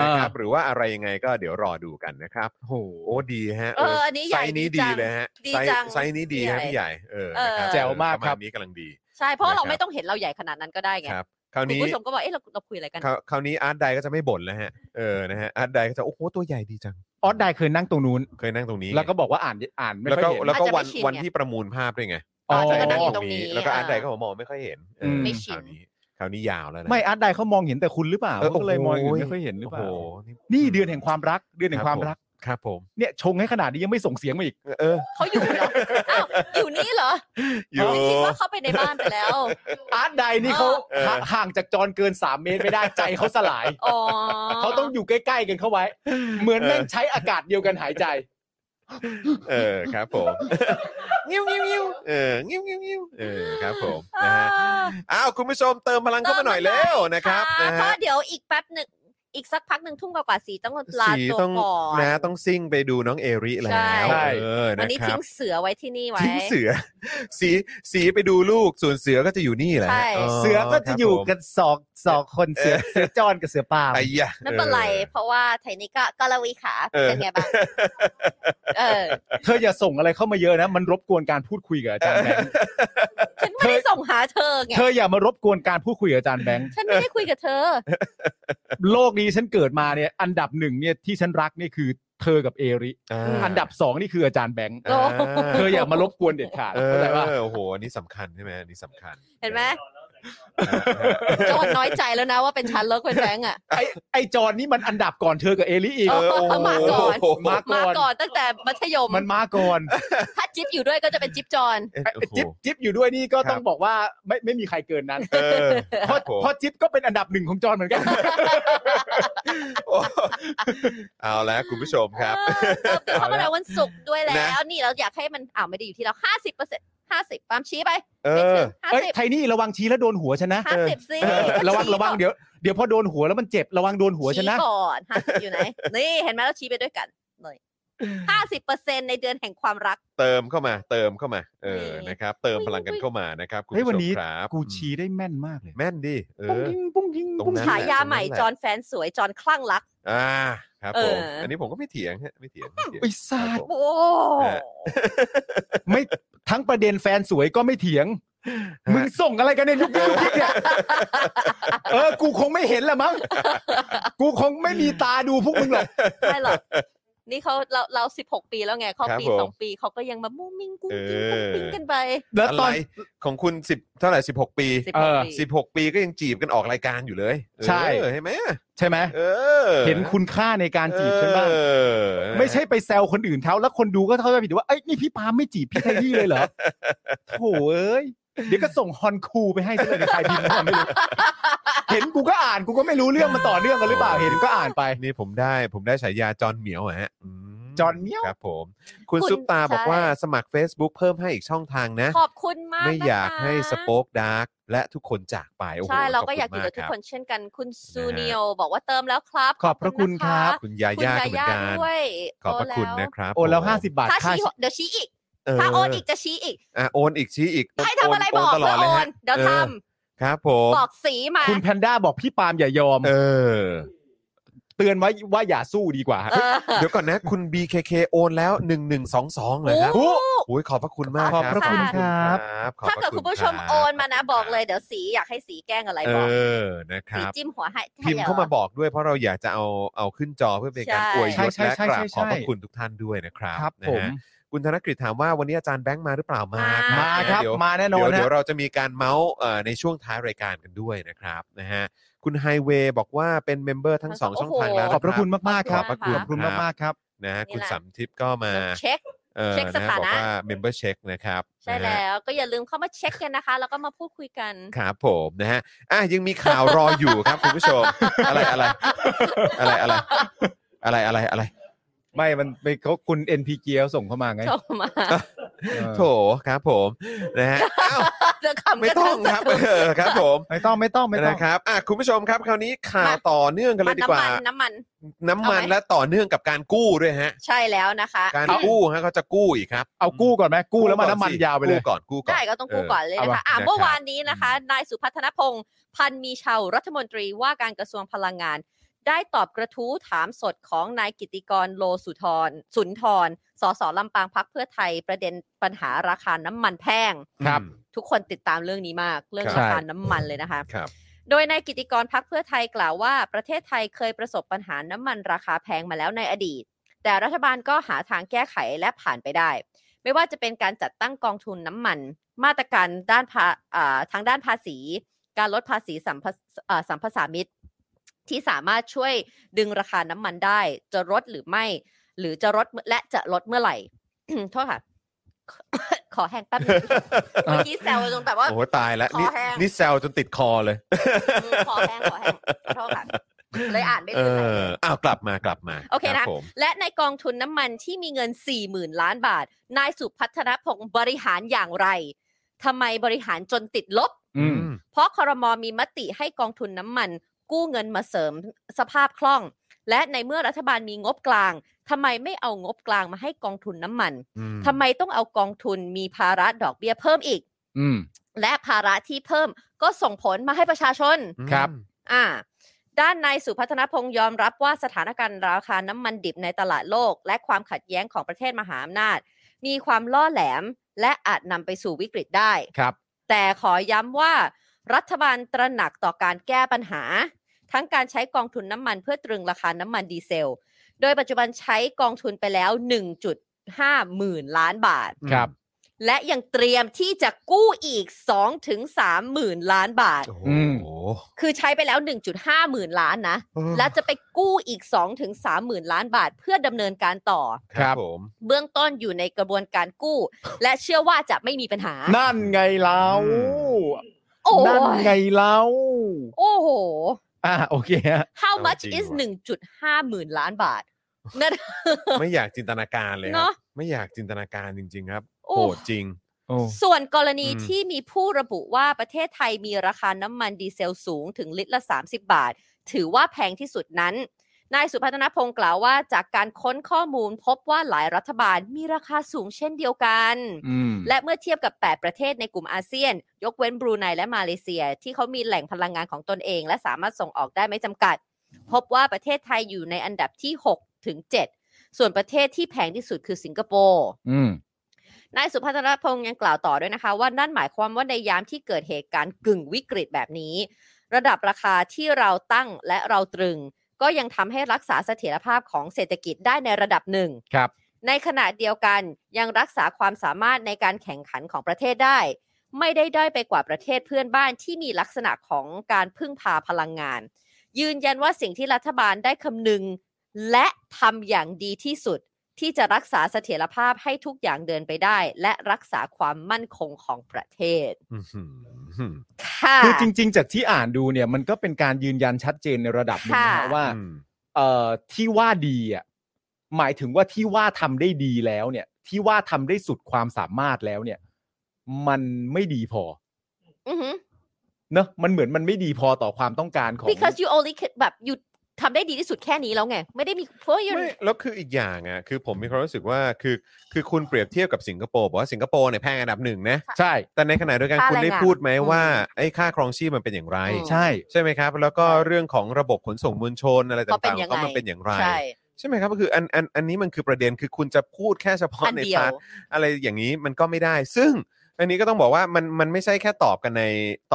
S1: นะครับ
S3: อ่า
S1: หรือว่าอะไรยังไงก็เดี๋ยวรอดูกันนะครับ
S3: โอ้โห
S1: โอ้ดีฮะ
S2: เอออันนี้ใหญ่
S1: ไซส์นี้
S2: ดี
S1: ดี
S2: จัง
S1: เลยฮะ
S2: ดี
S1: ไซส์
S2: จัง
S1: ไซส์นี้ดีฮะ
S2: พี่
S1: พี่
S2: ให
S1: ให
S2: ญ่
S1: ญ่เออนะครับ
S2: เออ
S3: แจ๋วมาก
S1: ปะณ
S3: ครับ
S1: นี้กำลังดี
S2: ใช่เพราะ
S1: นะค
S2: เรา
S1: รับ
S2: ไม่ต้องเห็นเราใหญ่ขนาดนั้นก็ได้ไง
S1: ครับคราว
S2: คุณ
S1: นี้
S2: ผู้ชมก็บอกเอ๊ะเราเราคุยอะไรกัน
S1: คราวคราวนี้อาร์ตไดก็จะไม่บ่นแล้วฮะเออนะฮะอาร์ตไดก็จะโอ้โหตัวใหญ่ดีจัง
S3: ออสได้เคยนั่งตรงนู้น
S1: เคยนั่งตรงนี้
S3: แล้วก็บอกว่าอ่านอ่านไม่
S1: แล้ว
S3: ค่อ
S1: ก็
S3: ยเห็น
S1: แล้วก็
S2: อาจจะ
S1: วัน
S2: ไม่ชิน
S1: วัน
S2: ไง
S1: ที่ประมูลภาพด้วยไง
S3: อ๋อ
S2: อาจจะ
S1: จะ
S2: ไม่
S1: นั่ง
S2: เห็
S1: ตรงนี้
S2: ตรงนี้
S1: แล้วก็อาร์ตได
S2: อ่า
S1: ก็บอกมองไม่ค่อยเห็นเออ
S3: ม
S2: ไม่ชิ
S1: ค
S2: น
S1: ราวนี้คราวนี้ยาวแล้วนะ
S3: ไม่อาร์ตไดเขามองเห็นแต่คุณหรือเปล่า
S1: เออ
S3: เขาก็เลย
S1: โอ้
S3: ม
S1: โห
S3: องอื่นไม่ค่อยเห็นหรือ
S1: โอ้
S3: เป
S1: โห
S3: ล่านี่เดือนแห่งความรักเดือนแห่งความรัก
S1: ครับผม
S3: เนี่ยชงให้ขนาดนี้ยังไม่ส่งเสียงมาอีก
S1: เออ
S2: เขาอยู่ เหรออ้าวอยู่นี่เหรอ
S1: อยู่
S2: ไม่คิดว่าเข้าไปในบ้านไปแล้ว
S3: อาร์ตไดนี่เขา
S1: เออ
S3: ห่าห่างจากจอนเกิน 3 เมตรไม่ได้ใจเขาสลาย
S2: อ๋อ
S3: เขาต้องอยู่ใกล้ๆกันเข้าไว้ เหมือนแม่งใช้อากาศเดียวกันหายใจ
S1: เออครับผมงิ้วงิ้วงิ้วเอองิ้วงิ้วงิ้วเออครับผมนะฮะ
S2: อ่า
S1: อ้าวคุณผู้ชมเติมพลังเข้ามาหน่อย
S2: เติม
S1: เร็
S2: มาหน่อย
S1: วนะครับ
S2: ค่ะ
S1: นะ
S2: เพราะ
S1: ฮะ
S2: เดี๋ยวอีกแป๊บหนึ่งอีกสักพักหนึ่งทุ่มกว่าๆสีต้องลา
S1: สี
S2: ตัว
S1: ต้อง
S2: ก่อน
S1: นะต้องซิ่งไปดูน้องเอริแล้
S2: ใช่
S1: ว
S3: ใช่
S1: เออ
S2: วั
S1: นะ
S2: นนี้
S1: ครั
S2: ทิ้
S1: บ
S2: งเสือไว้ที่นี่ไว้
S1: ทิ้งเสือ สีสีไปดูลูกส่วนเสือก็จะอยู่นี่แหละ
S2: ใช่
S3: เสือก็จะอยู่กันสองสองคนเสือเสือจอนกับเสือปาล์ม
S1: ไอ้ยะ
S2: ไม่เป็นไร เพราะว่าไทยนี่ก็ก็ละวีขา
S1: เออ
S2: เป็นไงบ้างเออ
S3: เธออย่าส่งอะไรเข้ามาเยอะนะ มันรบกวนการพูดคุยกับอาจารย์แบงค์
S2: ฉันไม่ได้ส่งหาเธอไง
S3: เธออย่ามารบกวนการพูดคุยกับอาจารย์แบงค์
S2: ฉันไม่ได้คุยกับเธอ
S3: โลกนี้ฉันเกิดมาเนี่ยอันดับหนึ่งเนี่ยที่ฉันรักนี่คือเธอกับเอริ
S1: เออ
S3: อันดับสองนี่คืออาจารย์แบงค์
S2: โอ้
S3: เธออย่ามารบกวนเด็ดขาด
S1: เอ
S3: เข้าใจป่ะ
S1: อโอ้โหอันนี้สำคัญใช่ไหมอันนี้สำคัญ
S2: เห็นไหม
S1: เออ
S2: โจนน้อยใจแล้วนะว่าเป็นฉันเลิกเป็นแบงค์อ่ะ
S3: ไอไอจอนนี่มันอันดับก่อนเธอกับเอริอีก
S1: เออ
S2: เออ
S1: โอ้โห
S2: มาก่อน
S3: มาก่
S2: มา
S3: อน
S2: ก่อนตั้งแต่มัธยม
S3: มันมาก่อน
S2: ถ้าจิ๊บอยู่ด้วยก็จะเป็นจิ๊บจอน
S1: เอ๊ะ
S3: ไอ้
S1: โอ้โห
S3: จิ๊บจิ๊บอยู่ด้วยนี่ก็
S1: ครับ
S3: ต้องบอกว่าไม่ไม่มีใครเกินนั้น
S1: เออค
S3: เพราะ
S1: บผม
S3: เพราะจิ๊บก็เป็นอันดับหนึ่งของจอนเหมือนกัน
S1: โอ้ เอาแล้วคุณผู้ชมครับ
S2: เออเติมเต็มเข้ามาในวันศุกร์ด้วยแล้
S1: นะ
S2: ว นี่เราอยากให้มันอ่าวไม่ได้อยู่ที่เราห้าสิบเปอร์เซ็นต์ห้าสิบปาล์มชี้ไป
S1: เอ
S2: ไม่
S1: อ
S2: ถึงห้า
S3: เอ้ย
S2: สิบ
S3: ไทนี่ระวังชี้แล้วโดนหัวชนะ
S2: ห้าสิบสิ
S3: เออระวังระวังเดี๋ยวเดี๋ยวพอโดนหัวแล้วมันเจ็บระวังโดนหัวชนะ
S2: ชี้ก่อนห้าสิบอยู่ไหน นี่เห็นไหมเราชี้ไปด้วยกันหน่อยห้าสิบเปอร์เซ็นในเดือนแห่งความรัก
S1: เติมเข้ามาเติมเข้ามา เออ
S2: นี่
S1: นะครับ เติม
S2: อุ๊ย
S1: พลังกัน
S2: อุ๊ย
S1: เข้ามานะครับคุณ
S3: เฮ้ย
S1: ผู้
S3: วัน
S1: ชม
S3: นี้
S1: ครับ
S3: กูชี้ได้แม่นมากเลย
S1: แม่นดิเอ
S3: ปุ้ง
S1: อ
S3: ยิง
S1: ตร
S3: ปุ้งยิง
S1: ง
S3: ปุ้ง
S1: นั้น
S3: ยิง
S2: ฉายาใหม่
S1: แหละ
S2: จอนแฟนสวยจอนคลั่งรัก
S1: อ่าครับผม
S2: เอออั
S1: อันนี้ผมก็ไม่เถียงฮะไม่เถียงไม่เถียง
S3: ไอ้ซา
S1: ค
S3: ด
S1: รับผม
S2: โอ้
S1: ฮะ
S3: ไม่ทั้งประเด็นแฟนสวยก็ไม่เถียง มึงส่งอะไรกันในยยุคนี้เนี่ย เออ กูคงไม่เห็นละมั้งกูคงไม่มีตาดูพวกมึงหรอก
S2: ไม่หรอกนี่เขาเราเราสิบหกปีแล้วไงเขา
S1: ครับ
S2: ปี
S1: ผม
S2: สองปีเขาก็ยังมามุ้งมิ้งกุ้งกิ้ง
S1: เออ
S2: กุ้งปิ้งกันไป
S3: แล้ว
S1: อะ
S3: ต
S1: ไร
S3: อน
S1: ของคุณสิบเท่าไหร่สิบหกปี
S2: สิบ
S3: เอ
S2: หก
S3: อ
S2: ปี
S1: สิบหกปีก็ยังจีบกันออกรายการอยู่เลย
S3: ใช่
S1: เออเห็นไหม
S3: ใช่ไหม
S1: เออ
S3: เห็นคุณค่าในการจีบฉันบ้าง
S1: เออ
S3: ไม่ใช่ไปแซวคนอื่นเขาแล้วคนดูก็เข้าใจผิดว่า เอ้ยนี่พี่ปาล์มไม่จีบพี่ไทนี่เลยเหรอ โถเอ้ย เดี๋ยวก็ส่งฮอนคูไปให้ซะเลยเดี๋ยวใครพิมพ์มาไม่รู้ เห็นกูก็อ่านกูก็ไม่รู้เรื่องมันต่อเนื่องกันหรือเปล่า เห็นก็อ่านไป
S1: นี่ผมได้ผมได้ฉายาจอนเหมียวอะฮะม
S3: จอนเหมียว
S1: ครับผม คุณ
S2: คุณ
S1: ซุปตาบอก
S2: ใช่
S1: ว่าสมัคร Facebook เพิ่มให้อีกช่องทางนะ
S2: ขอบคุณมาก
S1: ไม่อยาก
S2: นะคะ
S1: ให้สโป๊กดาร์กและทุกคนจากไปโอ้โห
S2: ใช่ เราก็
S1: ขบ
S2: อยากอ
S1: คุ
S2: ยู่
S1: ณ
S2: กับทุก
S1: ม
S2: ค
S1: รั
S2: นเช่นกันคุณซูเนียวบอกว่าเติมแล้วครับ
S3: ขอบพระคุณครับ
S2: ขอ
S1: คุณยา
S2: ณนะ
S1: ย่า
S2: คะ
S1: ก็
S2: คุ
S1: เหมือย
S2: ณานย่า
S1: กัน
S2: ด้วย
S1: ขอบพระคุณ
S2: โแล้ว
S1: นะครับ
S3: โอนแล้ว
S1: ผม
S3: 50 บาท
S2: ถ้า
S3: ค่า
S2: ชี้
S3: ชิ
S2: เดี๋ยวชี้อีก
S1: เออ
S2: ถ้าโอนอีกจะชี้อีก
S1: อ่ะโอนอีกชี้อีก
S2: ใครทำอะไรบอก
S1: ตลอด
S2: เธ
S1: เลย
S2: โอ
S1: ฮะ
S2: นเดี๋ยว
S1: ออ
S2: ท
S1: ครับผม
S2: ำบอกสีมา
S3: คุณแพนด้าบอกพี่ปาล์มอย่ายอม
S1: เออ
S3: เตือนไว้ว่าอย่าสู้ดีกว่า
S2: เออ
S1: เดี๋ยวก่อนนะ คุณ BKK โอนแล้ว 1122เลยครับ
S2: โอ้
S1: โอ้ยขอบพระคุณมาก
S3: ขอบพระคุณครับ
S1: ขอบพระคุณครับ
S2: ถ้าเกิดคุณผู้ชมโอนมานะบอกเลยเดี๋ยวสีอยากให้สีแกล้งอะไร
S1: เอ
S2: บอก
S1: อนะค
S2: สี
S1: รับ
S2: จิ้มหัวให้
S1: พิมพ์เข้ามาบอกด้วยเพราะเราอยากจะเอาเอาขึ้นจอเพื่อเป็นการอวยยศ
S3: ใช่
S1: และ
S3: ใช่
S1: กราบ
S3: ใช่
S1: ข
S3: ใช่
S1: อบพระคุณทุกท่านด้วยนะครับ
S3: ครับ
S1: นะ
S3: ผ
S1: ฮะ
S3: ม
S1: คุณธนกฤษถามว่าวันนี้อาจารย์แบงค์มาหรือเปล่ามา
S3: มาครับ
S1: เดี๋ยว
S3: มาแน่นอ
S1: เดี๋ย
S3: น
S1: วเดี๋ย
S3: ฮะ
S1: วเราจะมีการเมาส์เอ่อในช่วงท้ายรายการกันด้วยนะครับนะฮะคุณไฮเวย์บอกว่าเป็นเมมเบอร์ทั้งสองช่องทางแล้วน
S3: ขอบพระคุณมากๆค
S1: ข
S3: รั
S1: อ
S3: บบ
S1: พระคุณ
S3: ขอบคุณ
S1: รับ
S3: มากๆครับ
S1: นะฮะ
S2: นี่
S1: คุณ
S2: แหละ
S1: สัมทิพย์ก็มา
S2: เช็ค
S1: เออ
S2: เช็คส
S1: นะ
S2: ถา
S1: บอ
S2: นะ
S1: กว่า member check นะครับ
S2: ใช่
S1: นะฮะ
S2: แล้วก็อย่าลืมเข้ามาเช็คกันนะคะ แล้วก็มาพูดคุยกัน
S1: ครับผมนะฮะอ่ะยังมีข่าวรออยู่ครับ คุณผู้ชม อะไรอะไร อะไรอะไร อะไรอะไรอะไร
S3: ไม่มันไปเขาคุณ NPG เขาส่งเข้ามาไง
S2: เข้ามา
S3: เออ
S1: โถครับผมนะฮะอ้าว
S2: จะขำ
S1: ไม่
S2: กัน
S1: ต้องครั
S2: ทั้ส
S1: บ
S2: ตู
S1: เออครับผม
S3: ไม่ต้องไม่ต้องไม่ต้อง
S1: นะครับอ่ะคุณผู้ชมครับคราวนี้ข่าวต่อเนื่องกันเล
S2: มาย
S1: ดีก
S2: น้ำ
S1: ว่า
S2: มันน้ำมัน
S1: น้ำมัน
S2: เอาไหม
S1: และต่อเนื่องกับการกู้ด้วยฮะ
S2: ใช่แล้วนะคะ
S1: การกู้ฮะเขาจะกู้อีกครับ
S3: เอากู้ก่อนไหมกู้แล้วมันน้ำมัน
S1: สิ
S3: ยาวไปเลย
S1: กู้ก่อนกู้ก่อน
S2: ได้ก็ต้องกู้ก่อนเลย
S1: เออ
S2: นะคะอ่ะ
S1: เอาวะ
S2: เมื่อ
S1: นะครับ
S2: วานนี้นะคะ นายสุพัฒนพงศ์พันมีเชาวรัฐมนตรีว่าการกระทรวงพลังงาน ได้ตอบกระทู้ถามสดของนายกิติกรโลสุธรสุนทรสสลำปางพักเพื่อไทยประเด็นปัญหาราคาน้ำมันแพง
S3: ครับ
S1: อืม
S2: ทุกคนติดตามเรื่องนี้มาก เรื่อง
S1: ครับ
S2: ราคาน้ำมันเลยนะคะ
S1: ครับ
S2: โดยนายกิติกรพักเพื่อไทยกล่าวว่า ประเทศไทยเคยประสบปัญหาน้ำมันราคาแพงมาแล้วในอดีต แต่รัฐบาลก็หาทางแก้ไขและผ่านไปได้ ไม่ว่าจะเป็นการจัดตั้งกองทุนน้ำมัน มาตรการด้านภาอ่าทางด้านภาษี การลดภาษีสัมภาอ่าสัมภาษามิตร ที่สามารถช่วยดึงราคาน้ำมันได้ จะลดหรือไม่ หรือจะลดและจะลดเมื่อไหร่ โทษค่ะ ขอแห้งแป๊บ นึงเมื่อกี้แซวจนแบบว่า
S1: โอ้โหตายแล้ว
S2: คอ
S1: นี่
S2: แห้ง
S1: นี่แซวจนติดคอเลย
S2: อืมขอแห้งขอแห้งขอโทษค่ะเลยอ่านไม่
S1: เอ
S2: ขึ้นเลย
S1: ออ้าวกลับมากลับมา
S2: โอเค
S1: รั
S2: นะ
S1: บผม
S2: และในกองทุนน้ำมันที่มีเงิน 40,000 ล้านบาท นายสุพัฒนพงศ์บริหารอย่างไรทำไมบริหารจนติดลบ
S3: อืม
S2: เพราะคอรมอมีมติให้กองทุนน้ำมัน กู้เงินมาเสริมสภาพคล่อง และในเมื่อรัฐบาลมีงบกลางทำไมไม่เอางบกลางมาให้กองทุนน้ำมัน
S1: อืม
S2: ทำไมต้องเอากองทุนมีภาระดอกเบี้ยเพิ่มอีก
S3: อืม
S2: และภาระที่เพิ่มก็ส่งผลมาให้ประชาชน
S3: ครับ
S2: อ่าด้านนายสุพัฒนพงศ์ยอมรับว่าสถานการณ์ราคาน้ำมันดิบในตลาดโลก และความขัดแย้งของประเทศมหาอำนาจ มีความล่อแหลมและอาจนำไปสู่วิกฤตได้
S3: ครับ
S2: แต่ขอย้ำว่ารัฐบาลตระหนักต่อการแก้ปัญหา ทั้งการใช้กองทุนน้ำมันเพื่อตรึงราคาน้ำมันดีเซล โดยปัจจุบันใช้กองทุนไปแล้ว 1.5 หมื่นล้านบาท
S1: อืม
S3: ครับ
S2: และยังเตรียมที่จะกู้อีก 2-3หมื่นล้านบาท
S1: โอ้โห
S3: อืม
S2: คือใช้ไปแล้ว 1.5 หมื่นล้านนะ
S1: เออ
S2: และจะไปกู้อีก 2-3ถึงหมื่นล้านบาทเพื่อดำเนินการต่อ
S1: ครับผม
S2: เบื้องต้นอยู่ในกระบวนการกู้ และเชื่อว่าจะไม่มีปัญหา
S3: นั่นไงเรา
S2: โอ้
S3: นั่นไง
S2: ย
S3: เรา
S2: โอ้โห
S3: อ่ะโอเคฮะ
S2: how much is 1.5 หมื่นล้านบาทนั่น
S1: ไม่อยากจินตนาการเลยค
S2: เน
S1: รับ
S2: อะ
S1: ไม่อยากจินตนาการจริง ๆ ครับ
S2: โอ้
S1: โหดจริง
S3: โอ้
S2: ส่วนกรณี
S1: อืม
S2: ที่มีผู้ระบุว่าประเทศไทยมีราคาน้ำมันดีเซลสูงถึงลิตรละ 30 บาท ถือว่าแพงที่สุดนั้น นายสุพัฒนพงศ์กล่าวว่าจากการค้นข้อมูลพบว่าหลายรัฐบาลมีราคาสูงเช่นเดียวกัน
S3: อืม
S2: และเมื่อเทียบกับ 8 ประเทศในกลุ่มอาเซียน ยกเว้นบรูไนและมาเลเซีย ที่เขามีแหล่งพลังงานของตนเอง และสามารถส่งออกได้ไม่จำกัด พบว่าประเทศไทยอยู่ในอันดับที่ 6 ถึง 7 ส่วนประเทศที่แพงที่สุดคือสิงคโปร์
S3: อืม
S2: นายสุพัฒนพงศ์ยังกล่าวต่อด้วยนะคะ ว่านั่นหมายความว่าในยามที่เกิดเหตุการณ์กึ่งวิกฤตแบบนี้ ระดับราคาที่เราตั้งและเราตรึง ก็ยังทำให้รักษาเสถียรภาพของเศรษฐกิจได้ในระดับหนึ่ง
S3: ครับ
S2: ในขณะเดียวกันยังรักษาความสามารถในการแข่งขันของประเทศได้ ไม่ได้ด้อยไปกว่าประเทศเพื่อนบ้านที่มีลักษณะของการพึ่งพาพลังงาน ยืนยันว่าสิ่งที่รัฐบาลได้คำนึง และทำอย่างดีที่สุด ที่จะรักษาเสถียรภาพให้ทุกอย่างเดินไปได้ และรักษาความมั่นคงของประเทศ
S1: อื้อหือ
S2: ค่ะ
S3: คือจริง ๆ จากที่อ่านดูเนี่ย มันก็เป็นการยืนยันชัดเจนในระดับหนึงนะ
S2: ค่ะ
S3: ฮะว่า
S1: อืม
S3: เอ่อที่ว่าดีอ่ะหมายถึงว่าที่ว่าทำได้ดีแล้วเนี่ย ที่ว่าทำได้สุดความสามารถแล้วเนี่ย มันไม่ดีพอ
S2: อือหือ
S3: เนอะมันเหมือนมันไม่ดีพอต่อความต้องการของ
S2: because you only can- แบบหยุดทำได้ดีที่สุดแค่นี้แล้วไง ไม่ได้มีเพราะ you
S1: ไม่แล้วคืออีกอย่างอ่ะคือผมมีความรู้สึกว่าคือคือคุณเปรียบเทียบกับสิงคโปร์บอกว่าสิงคโปร์เนี่ยแพงอันดับหนึ่งนะ
S3: ใช่
S1: แต่ในขณะเดียวกัน
S2: ค่า
S1: คุณได้
S2: แรงงาน
S1: พูดไหม
S2: อืม
S1: ว่าไอ้ค่าครองชีพมันเป็นอย่างไร
S2: อืม
S3: ใช่
S1: ใช่ไหมครับ แล้วก็เรื่องของระบบขนส่งมวลชนอะไร
S2: เขาเป็
S1: ต่าน ง
S2: ยั
S1: ๆ
S2: ง
S1: ก็
S2: ไง
S1: มันเป็นอย่างไร
S2: ใช่
S1: ใช่ไหมครับก็คืออันอันอันนี้มันคือประเด็นคือคุณจะพูดแค่เฉพาะ
S2: อัน
S1: ใน
S2: เดีย
S1: พาว ร์ทอะไรอย่างนี้มันก็ไม่ได้ ซึ่งอันนี้ก็ต้องบอกว่ามันมันไม่ใช่แค่ตอบกันใน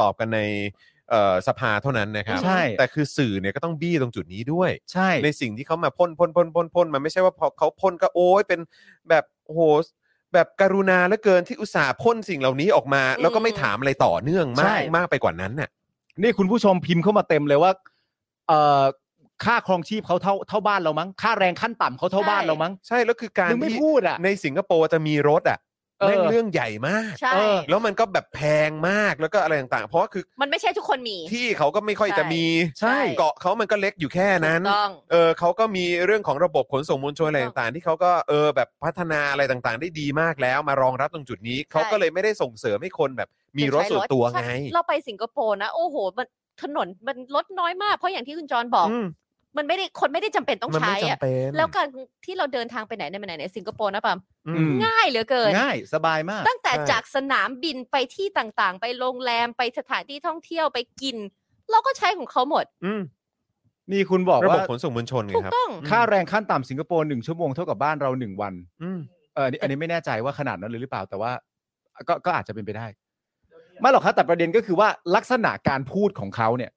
S1: ตอบกันในเอ่อสภาเท่านั้นนะครับ
S3: ใช่
S1: แต่คือสื่อเนี่ยก็ต้องบี้ตรงจุดนี้ด้วย
S3: ใช่
S1: ในสิ่งที่เขามาพ่นพ่นพ่นพ่นพ่นมันไม่ใช่ว่าพอเขาพ่นก็โอ้ยเป็นแบบโอ้โหแบบกรุณาเหลือเกินที่อุตส่าห์พ่นสิ่งเหล่านี้ออกมา
S2: อืม
S1: แล้วก็ไม่ถามอะไรต่อเนื่องมาก
S3: ใช่
S1: มากไปกว่านั้นน่ะ
S3: นี่คุณผู้ชมพิมพ์เข้ามาเต็มเลยว่าเอ่อ ค่าครองชีพเขาเท่าเท่าบ้านเรามั้งค่าแรงขั้นต่ำเขาเท่า
S2: ใช่
S3: บ้านเรามั้ง
S1: ใช่แล้วคือการ
S3: มึงไม่
S1: ที่
S3: พูดอ่ะ
S1: ในสิงคโปร์จะมีรถอ่ะ
S3: เออ
S1: แม่งเรื่องใหญ่มาก
S2: ใช่
S3: เออ
S1: แล้วมันก็แบบแพงมากแล้วก็อะไรต่างๆ เพราะว่าคือ
S2: มันไม่ใช่ทุกคนมี
S1: ที่เขาก็ไม่ค่อยจะมี
S2: ใช่
S1: เกาะเขามันก็เล็กอยู่แค่นั้น
S2: ถูกต้อง
S1: เออเขาก็มีเรื่องของระบบขนส่งมวลชนอะไร
S2: ถูกต้อง
S1: ต่างๆ ที่เขาก็เออแบบพัฒนาอะไรต่างๆ ได้ดีมากแล้วมารองรับตรงจุดนี้เขาก็เลยไม่ได้ส่งเสริมให้คนแบบมีรถส่วนตัวไง
S2: ใช่เราไปสิงคโปร์นะโอ้โหมันถนนมันรถน้อยมากเพราะอย่างที่คุณจรบอก
S1: อืม
S2: มันไม่ได้คนไม่ได้จำเป็นต้อง
S1: มัน
S2: ใช้
S1: ไม่
S2: อะ
S1: จำเป็น
S2: แล้วการที่เราเดินทางไปไหนในยไปไหนในสิงคโปร์นะปั๊ม
S1: อื
S3: อื
S1: ม
S3: ม
S2: ง่ายเหลือเกิน
S3: ง่ายสบายมาก
S2: ตั้งแต่
S1: ใช่
S2: จากสนามบินไปที่ต่างๆ ไปโรงแรมไปสถานที่ท่องเที่ยวไปกิน เราก็ใช้ของเขาหมด
S1: อืม
S3: นี่คุณบอก
S1: ระบบ
S3: ว่า
S1: ขนส่งมวลชนไง
S2: ถูก
S1: ครับ
S2: ต้อง
S1: อืม
S3: ค่าแรงขั้นต่ำสิงคโปร์หนึ่งชั่วโมงเท่ากับบ้านเราหนึ่งวัน
S1: อืม
S3: เอออันนี้อันนี้ไม่แน่ใจว่าขนาดนั้นเลยหรือเปล่าแต่ว่า ก็ก็อาจจะเป็นไปได้ไม่หรอกครับแต่ประเด็นก็คือว่าลักษณะการพูดของเขาเนี่ย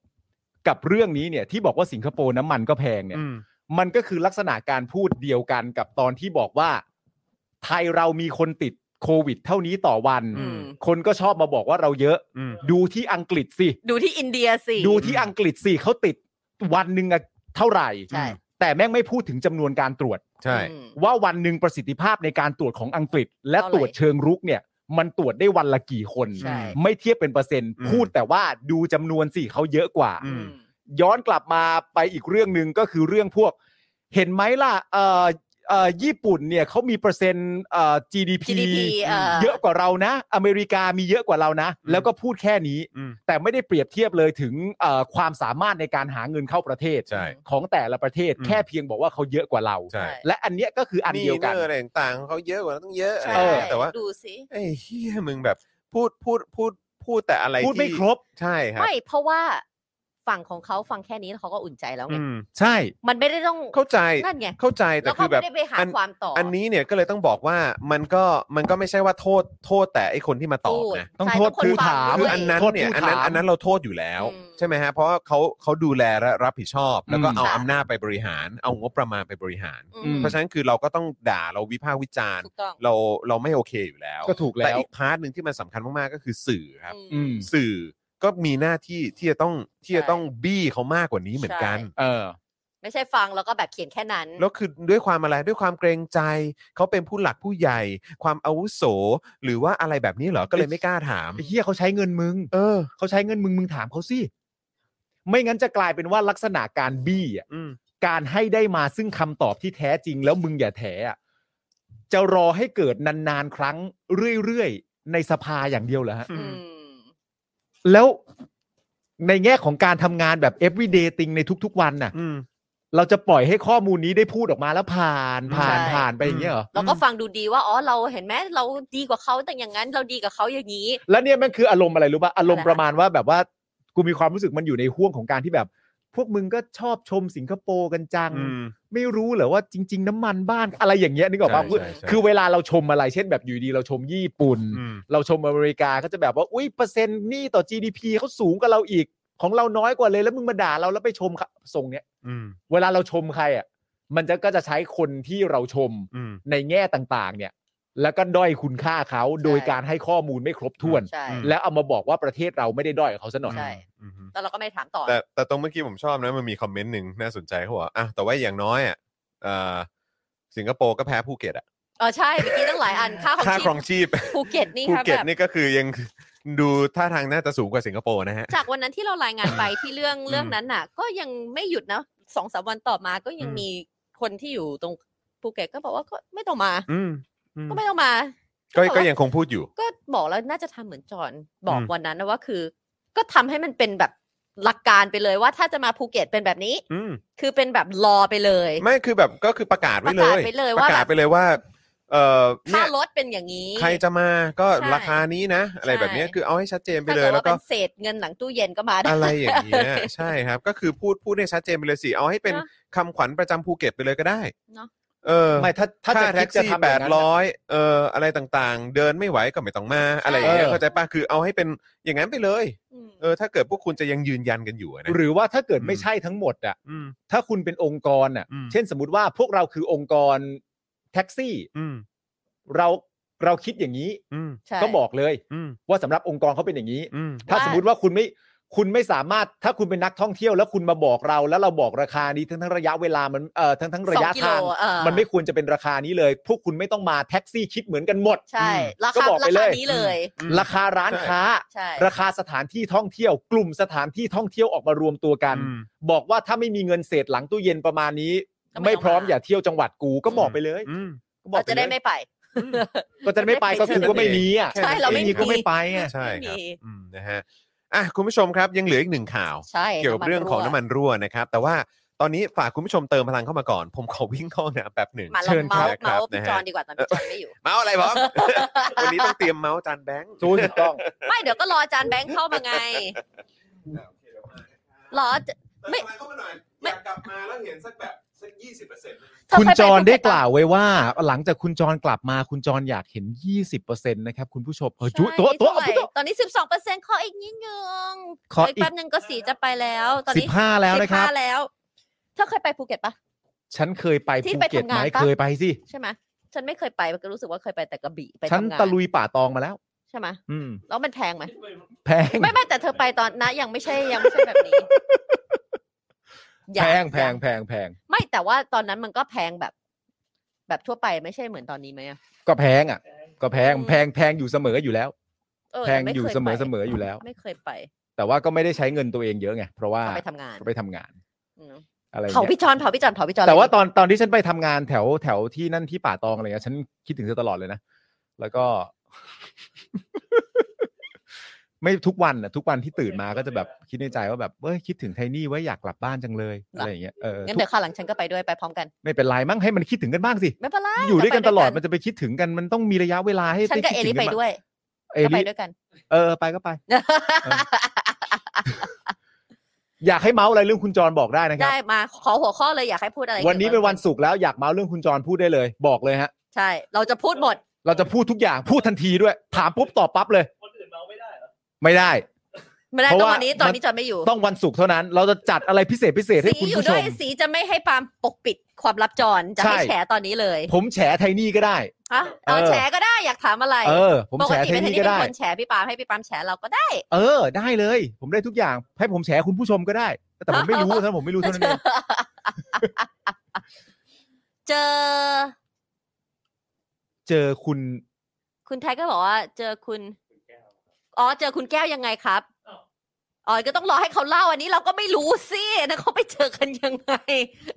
S3: กับเรื่องนี้เนี่ยที่บอกว่าสิงคโปร์น้ำมันก็แพงเนี่ย
S1: อืม
S3: มันก็คือลักษณะการพูดเดียวกันกับตอนที่บอกว่า ไทยเรามีคนติดโควิด เท่านี้ต่อวัน
S2: อืม
S3: คนก็ชอบมาบอกว่าเราเยอะ
S1: อืม
S3: ดูที่อังกฤษสิ
S2: ดูที่อินเดียสิ
S3: ดูที่อังกฤษสิเขาติดวันหนึ่งอะเท่าไหร่
S2: ใช่
S3: แต่แม่งไม่พูดถึงจำนวนการตรวจ
S1: ใช่
S2: อืม
S3: ว่าวันหนึ่งประสิทธิภาพในการตรวจของอังกฤษ และ
S2: เท่าไหร่
S3: ตรวจเชิงรุกเนี่ย มันตรวจได้วันละกี่คน
S2: ใช่
S3: ไม่เทียบเป็นเปอร์เซ็นต์
S1: อืม
S3: พูดแต่ว่าดูจำนวนสิเขาเยอะกว่า
S1: อื
S2: อื
S1: ม
S2: ม
S3: ย้อนกลับมาไปอีกเรื่องหนึ่งก็คือเรื่องพวก เห็นไหมล่ะเอ่อเอ่อญี่ปุ่นเนี่ยเขามีเปอร์เซ็นต์เอ่อ GDP,
S2: GDP เอ่อ
S3: เยอะกว่าเรานะ อเมริกามีเยอะกว่าเรานะ
S1: อืม
S3: แล้วก็พูดแค่นี้
S1: อืม
S3: แต่ไม่ได้เปรียบเทียบเลยถึงเอ่อความสามารถในการหาเงินเข้าประเทศ
S1: ใช่
S3: ของแต่ละประเทศ
S1: อืม
S3: แค่เพียงบอกว่าเขาเยอะกว่าเรา
S1: ใช่
S3: และอันเนี้ยก็คืออันเดียวกัน
S1: หอะไรต่างๆเขาเยอะกว่าเราต้องเยอะ
S2: ใช่
S1: เออแต่ว่า
S2: ดูสิ
S1: ไอ้เฮียมึงแบบพูดพูดพูดพูดแต่อะไร
S3: พูดไม่
S1: ที่
S3: ครบ
S1: ใช่ครับ
S2: ไม่เพราะว่าฝั่งของเขาฟังแค่นี้แล้วเขาก็อุ่นใจแล้วไง
S1: อืม
S3: ใช่
S2: มันไม่ได้ต้อง
S1: เข้าใจ
S2: นั่นไง
S1: เข้าใจแต่
S2: แล้ว
S1: คื
S2: ก็
S1: อแบบ
S2: ไม่ได้ไปหา
S1: อัน
S2: ความต่ออ
S1: อันนี้เนี่ยก็เลยต้องบอกว่ามันก็มันก็ไม่ใช่ว่าโทษโทษแต่ไอคนที่มาตอบ
S2: พูด
S1: นะ
S3: ต้อง
S2: ใช่
S3: โทษ
S2: น
S3: ผู้
S2: ฟัง
S3: ถาม
S1: คือ
S2: ด้วย
S1: อันนั้นเนี่ย
S3: โทษผู้
S1: อันนั้น
S3: ถาม
S1: อันนั้นเราโทษอยู่แล้ว
S2: อืม
S1: ใช่ไหมฮะเพราะว่าเขาเขาดูแลและรับผิดชอบ แล้วก็
S3: อืม
S1: เอา
S2: ค่ะ
S1: อำนาจไปบริหาร เอางบประมาณไปบริหาร
S2: อืม
S1: เพราะฉะนั้นคือเราก็ต้องด่าเราวิพากษ์วิจารณ์
S2: ถูกต้อง
S1: เราเราไม่โอเคอยู่แล้ว
S3: ก็ถูกแล้
S1: แต่
S3: ว
S1: อีกพาร์ทหนึ่งที่มันสำคัญมากๆก็คือสื่อครับ
S2: อืม
S3: ม
S1: สื่อก็มีหน้าที่ที่จะต้องที่จะ
S2: ใช่
S1: ต้องบี้เขามากกว่านี้เหมือนกัน
S2: ใช่
S3: เออ
S2: ไม่ใช่ฟังแล้วก็แบบเขียนแค่นั้น
S1: แล้วคือด้วยความอะไรด้วยความเกรงใจ เขาเป็นผู้หลักผู้ใหญ่ ความอาวุโส หรือว่าอะไรแบบนี้เหรอ ก็เลยไม่กล้าถาม
S3: ไอ้เฮียเขาใช้เงินมึง
S1: เออ
S3: เขาใช้เงินมึงมึงถามเขาสิ ไม่งั้นจะกลายเป็นว่าลักษณะการบี้อ่ะ
S1: อืม
S3: การให้ได้มาซึ่งคำตอบที่แท้จริงแล้วมึงอย่าแถอะจะรอให้เกิดนานๆครั้งเรื่อยๆ ในสภาอย่างเดียวเหรอฮะ
S2: อืม
S3: แล้วในแง่ของการทำงานแบบ everyday thing ในทุกๆ วันน่ะ
S1: อืม
S3: เราจะปล่อยให้ข้อมูลนี้ได้พูดออกมาแล้วผ่านผ่าน
S2: ใช่
S3: ผ่านไปอย่างเงี้ยเหรอ
S2: เราก็ฟังดูดีว่าอ๋อเราเห็นไหมเราดีกว่าเขาแต่อย่างนั้นเราดีกับเขาอย่างนี้
S3: แล้วเนี่ยมันคืออารมณ์อะไรรู้ป่ะอารมณ์
S2: อะไรคะ
S3: ประมาณว่าแบบว่ากูมีความรู้สึกมันอยู่ในห่วงของการที่แบบ พวกมึงก็ชอบชมสิงคโปร์กันจัง
S1: อืม
S3: ไม่รู้เหรอว่าจริง ๆ น้ำมันบ้านอะไรอย่างเงี้ยนึกออกป่ะ
S1: ใช่
S3: คือ
S1: ใช่ใช่
S3: คือเวลาเราชมอะไรเช่นแบบอยู่ดีเราชมญี่ปุ่น
S1: อืม
S3: เราชมอเมริกาก็จะแบบว่าอุ้ยเปอร์เซ็นต์หนี่ต่อ GDP เขาสูงกว่าเราอีก ของเราน้อยกว่าเลยแล้วมึงมาด่าเราแล้วไปชมเขาทรงเนี้ย
S1: อืม
S3: เวลาเราชมใครอ่ะมันจะก็จะใช้คนที่เราชม
S1: อืม
S3: ในแง่ต่างๆ เนี่ย แล้วก็ด้อยคุณค่าเขาโดยการให้ข้อมูลไม่ครบถ้วน
S2: ใช่
S1: อืม
S3: แล้วเอามาบอกว่าประเทศเราไม่ได้ด้อยกับเขาซะหน่อย
S2: ใช่
S1: อืม
S2: แล้วเราก็ไม่ถามต่อ
S1: แต่แต่ตรงเมื่อกี้ผมชอบนะ มันมีคอมเมนต์หนึ่งน่าสนใจเขาบอกว่าอ่ะแต่ว่าอย่างน้อยอ่ะเอ่อสิงคโปร์ก็แพ้ภูเก็ตอ่ะ
S2: เออใช่เมื่อกี้ตั้งหลาย อันค่าของ
S1: ค่า
S2: ชี
S1: ครอ
S2: พ
S1: งชีพ
S2: ภูเก็ตนี่
S1: ภู
S2: ค่ะ
S1: เก็ต
S2: แบบ
S1: นี่ก็คือยังดูท่าทางน่าจะสูงกว่าสิงคโปร์นะฮะ
S2: จากวันนั้นที่เรารายงานไป ที่เรื่อง
S1: อืม
S2: เรื่องนั้นน่ะ ก็ยังไม่หยุดนะสองสามวันต่อมาก็ยัง
S1: อืม
S2: มีคนที่อยู่ตรงภูเก็ตก็บอกว่าก็ไม่ต้องมา
S1: อืมอืม
S2: ก็ไม่ต้องมา
S1: ก็
S2: แต่ว่า
S1: ก็ยังคงพูดอยู่
S2: ก็บอกแล้วน่าจะทำเหมือนจอห์นบอก
S1: อืม
S2: วันนั้นนะว่าคือ ก็ทำให้มันเป็นแบบหลักการไปเลยว่าถ้าจะมาภูเก็ตเป็นแบบนี้
S1: อืม
S2: คือเป็นแบบรอไปเลย
S1: ไม่คือแบบก็คือประกาศไว้เลย
S2: ประกาศไว้เลย
S1: ป
S2: ว่า
S1: ระกาศ
S2: แบบ
S1: ไปเลยว่าเออเนี่
S2: ค่าย รถเป็นอย่างนี้
S1: ใครจะมาก็
S2: ใช่
S1: ราคานี้นะ อะไรแบบเนี้ย
S2: ใช่
S1: คือเอาให้ชัดเจนไป
S2: ถ้า
S1: เล
S2: เกิ
S1: ยแล้ว
S2: ด่าว
S1: ก็
S2: เป็นเศษเงินหลังตู้เย็นก็มาได้
S1: อะไรอย่างเงี้ยใช่ครับ ก็คือพูดพูดให้ชัดเจนไปเลยสิเอาให้เป็น
S2: เนอะ
S1: คำขวัญประจำภูเก็ตไปเลยก็ได้
S2: เนอะ
S1: เออ
S3: ไม่ถ้าถ้า
S1: ค่า
S3: จะ
S1: แท็
S3: คิ
S1: ก
S3: ดจะ
S1: ซี่
S3: ทำ
S1: แป
S3: แบบ
S1: ด
S3: นั้น
S1: ร้อ
S3: อะ
S1: ยเอออะไรต่างๆ เดินไม่ไหวก็ไม่ต้องมาอะไรอย่างเงี้ย
S3: เออ
S1: เข้าใจป่ะคือเอาให้เป็นอย่างนั้นไปเลย
S2: อืม
S1: เออถ้าเกิดพวกคุณจะยังยืนยันกันอยู่อะนะ
S3: หรือว่าถ้าเกิด
S1: อืม
S3: ไม่ใช่ทั้งหมดอ่ะ
S1: อืม
S3: ถ้าคุณเป็นองค์กรอ่ะ
S1: อืม
S3: เช่นสมมติว่าพวกเราคือองค์กรแท็กซี่
S1: อืม
S3: เราเราคิดอย่างนี้
S1: อืม
S2: ใช่
S3: ก็บอกเลย
S1: อืม
S3: ว่าสำหรับองค์กรเขาเป็นอย่างนี้
S1: อืม
S3: ถ้า
S2: ว่า
S3: สมมติว่าคุณไม่ คุณไม่สามารถถ้าคุณเป็นนักท่องเที่ยวแล้วคุณมาบอกเรา แล้วเราบอกราคานี้ทั้งทั้งระยะเวลามันเอ่อทั้งทั้งระ
S2: ส
S3: ยะ
S2: องกิโล
S3: ทาง
S2: เออ
S3: มันไม่ควรจะเป็นราคานี้เลย พวกคุณไม่ต้องมาแท็กซี่คิดเหมือนกันหมด
S2: ใช่รา
S3: ก็
S2: คา
S3: บอก
S2: รา
S3: ไปเล
S2: คาย นี้เลย
S1: อืม
S3: ราคาร้านค้า
S2: ใช่
S3: ราคาสถานที่ท่องเที่ยว กลุ่มสถานที่ท่องเที่ยวออกมารวมตัวกัน
S1: อืม
S3: บอกว่าถ้าไม่มีเงินเศษหลังตู้เย็นประมาณนี้
S2: ก็ไม่
S3: ไม่พร้อม
S2: ต้องมา
S3: อย่าเที่ยวจังหวัดกูก็บอกไปเลย
S1: อืม
S3: ก็บอก
S2: เรา
S3: ปเล
S2: จะ
S3: ย
S2: ได้ไม่ไป
S3: ก็จะไม่ไปก็กูก็ไม่มีอ่ะ
S1: ใช่เราไม่มี
S3: ก็ไม่ไปอ่ะ
S1: ใช่
S2: ไม่
S1: ค
S2: มี
S1: รับอืมนะฮะอ่ะคุณผู้ชมครับยังเหลืออีกหนึ่งข่าว
S2: ใช่
S1: เกี่ยวกับเรื่องของน้ำมันรั่วนะครับ แต่ว่าตอนนี้ฝากคุณผู้ชมเติมพลังเข้ามาก่อน ผมขอวิ่งเข้าห้องน้ำแป๊บหนึ่ง
S2: มาล
S3: เชิ
S2: อง
S3: ญครั
S2: เมา
S3: บ
S2: ส์เมาส์
S1: นะฮะ
S2: พี่จอนดีกว่าตอนพี่จอนไม่อยู่
S1: เมาส์อะไรพร้อ ม วันนี้ต้องเตรียมเมาส์จานแบงค์
S3: ถูกต้อง
S2: ไม่เดี๋ยวก็รออาจารย์แบงค์เข้ามาไงรอจะ ไม่
S1: เติพลังเข้าาหน่อยอยากกลับมาแล้วเห็นสักแบบสักยี่สิบเปอร์เซ็นต์
S2: เธอ
S3: คุณ
S2: ไป
S3: จรได้
S2: ภูเต
S3: กล่าวไว้ว่า หลังจากคุณจรกลับมาคุณจรอยากเห็น 20%นะครับคุณผู้ชมเออจุ๊ตัวตัว
S2: ใช่ตอนนี้สิบสองเปอร์เซ็นต์ขออีกนิดนึง
S3: ขอ
S2: อีก
S3: อี
S2: แป๊
S3: ก
S2: บนึงก็สีจะไปแล้ว ตอนนี้
S3: 15 แล้วนะครับ
S2: สิห้าแล้วเธอเคยไปภูเก็ตปะ
S3: ฉันเคยไป
S2: ที่
S3: ภู
S2: ไป
S3: เก็ต
S2: ทำ
S3: ไหม
S2: งานปะ
S3: เคยไปสิ
S2: ใช่ไหมฉันไม่เคยไปก็รู้สึกว่าเคยไปแต่กระบี่ไป
S3: ฉัน
S2: ทำงาน
S3: ตะลุยป่าตองมาแล้ว
S2: ใช่ไหม
S3: อืม
S2: แล้วมันแพงไหม
S3: แพง
S2: ไม่ไม่แต่เธอไปตอนนะยังไม่ใช่ยังไม่ใช่แบบนี้ยัง
S3: แพงแพง
S2: ยัง
S3: แพงแพง
S2: ไม่แต่ว่าตอนนั้นมันก็แพงแบบ แบบทั่วไปไม่ใช่เหมือนตอนนี้ไหมอะ
S3: ก็แพงอ่ะ ก็แพง
S2: อืม
S3: แพงแพงอยู่เสมออยู่แล้ว
S2: เออ
S3: แพ
S2: ต่
S3: ง
S2: ไม่
S3: อยู่
S2: ค
S3: เสมอ
S2: ไป
S3: เสมออยู่แล้ว
S2: ไม่เคยไป
S3: แต่ว่าก็ไม่ได้ใช้เงินตัวเองเยอะไงเพราะว่า
S2: เอาไปทำงาน
S3: ไปทำงาน
S2: อืม
S3: อะไรอย่าง
S2: เผา
S3: เงี้ย
S2: พี่จอนเผาพี่จอนเผาพี่จอน
S3: แต่ว่า
S2: เลย
S3: ตอนตอนที่ฉันไปทำงานแถวแถวที่นั่นที่ป่าตองอะไรเงี้ยฉันคิดถึงเธอตลอดเลยนะ แล้วก็ ไม่ทุกวันนะทุกวันที่ตื่ นมาก็จะแบบคิดในใจว่าแบบเอ้ยคิดถึงไทนี่ไว้อยากกลับบ้านจังเลยอะไรอย่างเงี้ยเออ
S2: งั้น
S3: ทุก
S2: เดี๋ยวข้าวหลังฉันก็ไปด้วยไปพร้อมกัน
S3: ไม่เป็นไรมั้งให้มันคิดถึงกันบ้างสิ
S2: ไม่เป็นไร
S3: อยู่ด้วยกัน
S2: ไป
S3: ตลอดมันจะไปคิดถึงกันมันต้องมีระยะเวลาให้
S2: ฉันกับเอ
S3: คิด
S2: ลิ
S3: ถึง
S2: ไป
S3: บ้าง
S2: ด้วย
S3: เอ
S2: ก็ไป
S3: ลิ
S2: ด้วยกัน
S3: เออไปก็ ไป อยากให้เมาส์อะไรเรื่องคุณจรบอกได้นะครับ
S2: ได้มาขอหัวข้อเลยอยากให้พูดอะไร
S3: วันนี้
S2: กี่
S3: เป็
S2: ย
S3: นวันศุกร์แล้วอยากเมาส์เรื่องคุณจรพูดได้เลย บอกเลยฮะ
S2: ใช่ เราจะพูดหมด
S3: เราจะพูดทุกอย่างพูดทันทีด้วย ถามปุ๊บตอบปั๊บเลย
S4: คนอื่นเมาไม่ได้เหรอ
S3: ไม่ได้
S2: ไม่ได้
S3: เพราะ
S2: ต้อง
S3: ว่า
S2: วันนี้ตอน
S3: มัน
S2: นี้จอนไม่อยู่
S3: ต้องวันศุกร์เท่านั้น เราจะจัดอะไรพิเศษพิเศษให้
S2: สี
S3: คุณ
S2: อยู่
S3: ผู้ช
S2: ด้วย
S3: ม
S2: สีจะไม่ให้ปาล์มปกปิดความลับจอนจะให้
S3: ใช่
S2: แฉตอนนี้เลย
S3: ผมแฉไทนี่ก็ได้
S2: อ่ะเอา
S3: เออ
S2: แฉก็ได้อยากถามอะไร
S3: เออ ผม
S2: ป
S3: แฉ
S2: กติ
S3: ไท
S2: เป็นเทน
S3: นี่
S2: นี่
S3: ก็
S2: เป็น
S3: ได้
S2: คนแฉพี่ปาล์มให้พี่ปาล์มแฉเราก็ได้
S3: เออ ได้เลย ผมได้ทุกอย่าง ให้ผมแฉคุณผู้ชมก็ได้ แต่ผมไม่ รู้ ถ้าผมไม่รู้เท่านั้นเอง
S2: เจอ
S3: เจอคุณ
S2: คุณไทยก็บอกว่า เจอคุณ
S4: คุณแก้ว
S2: อ๋อเจอคุณแก้วยังไงครับ
S4: อ้าว
S2: อ๋อก็ต้องรอให้เขาเล่าอันนี้เราก็ไม่รู้สินะเขาไปเจอกันยังไง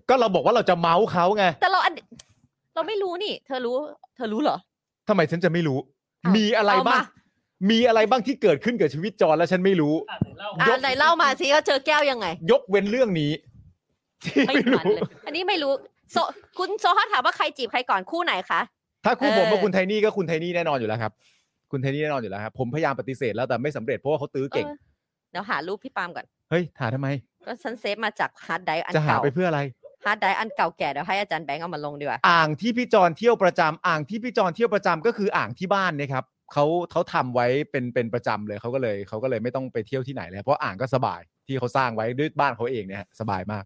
S3: ก็เราบอกว่าเราจะเมาส์เขาไง
S2: แต่เราอันเราไม่รู้นี่ เธอรู้ เธอรู้เหรอ
S3: ทำไมฉันจะไม่รู้
S2: อ้าว
S3: มีอะไร
S2: เอามา
S3: บ้าง มีอะไรบ้างที่เกิดขึ้นกับชีวิตจอแล้วฉันไม่รู้
S4: อ่ะไหนเล่า
S2: อ่าไหนเล่ามาสิว่าเจอแก้วยังไง
S3: ยกเว้นเรื่องนี้ที่
S2: ไม่
S3: ไม่
S2: ทัน
S3: รู้
S2: เลย อันนี้ไม่รู้โซคุณโซฮอตถามว่าใครจีบใครก่อนคู่ไหนคะ
S3: ถ้าคู่ผม
S2: เออ
S3: กับคุณไทนี่ก็คุณไทนี่แน่นอนอยู่แล้วครับ คุณไทนี่แน่นอนอยู่แล้วครับ ผมพยายามปฏิเสธแล้วแต่ไม่สำเร็จเพราะว่าเขาตื้อเก่ง
S2: ออเดี๋ยวหารูปพี่ปาล์มก่อน
S3: เฮ้ยถ่ายทำไม
S2: ก็ฉันเซฟมาจากฮาร์ดไดร์ฟอัน
S3: จะหา
S2: เก่า
S3: ไปเพื่ออะไร
S2: ฮาร์ดไดร์ฟอันเก่าแก่เดี๋ยวให้อาจารย์แบงค์เอามาลงดีกว่า
S3: อ่างที่พี่จรเที่ยวประจำอ่างที่พี่จรเที่ยวประจำก็คืออ่างที่บ้านเนะครับเขาเขาทำไว้เป็นเป็นประจำเลยเขาก็เลยเขาก็เลยไม่ต้องไปเที่ยวที่ไหนเลยเพราะอ่างก็สบายที่เขาสร้างไว้ด้วยบ้านเขาเองเนี่ยฮะสบายมาก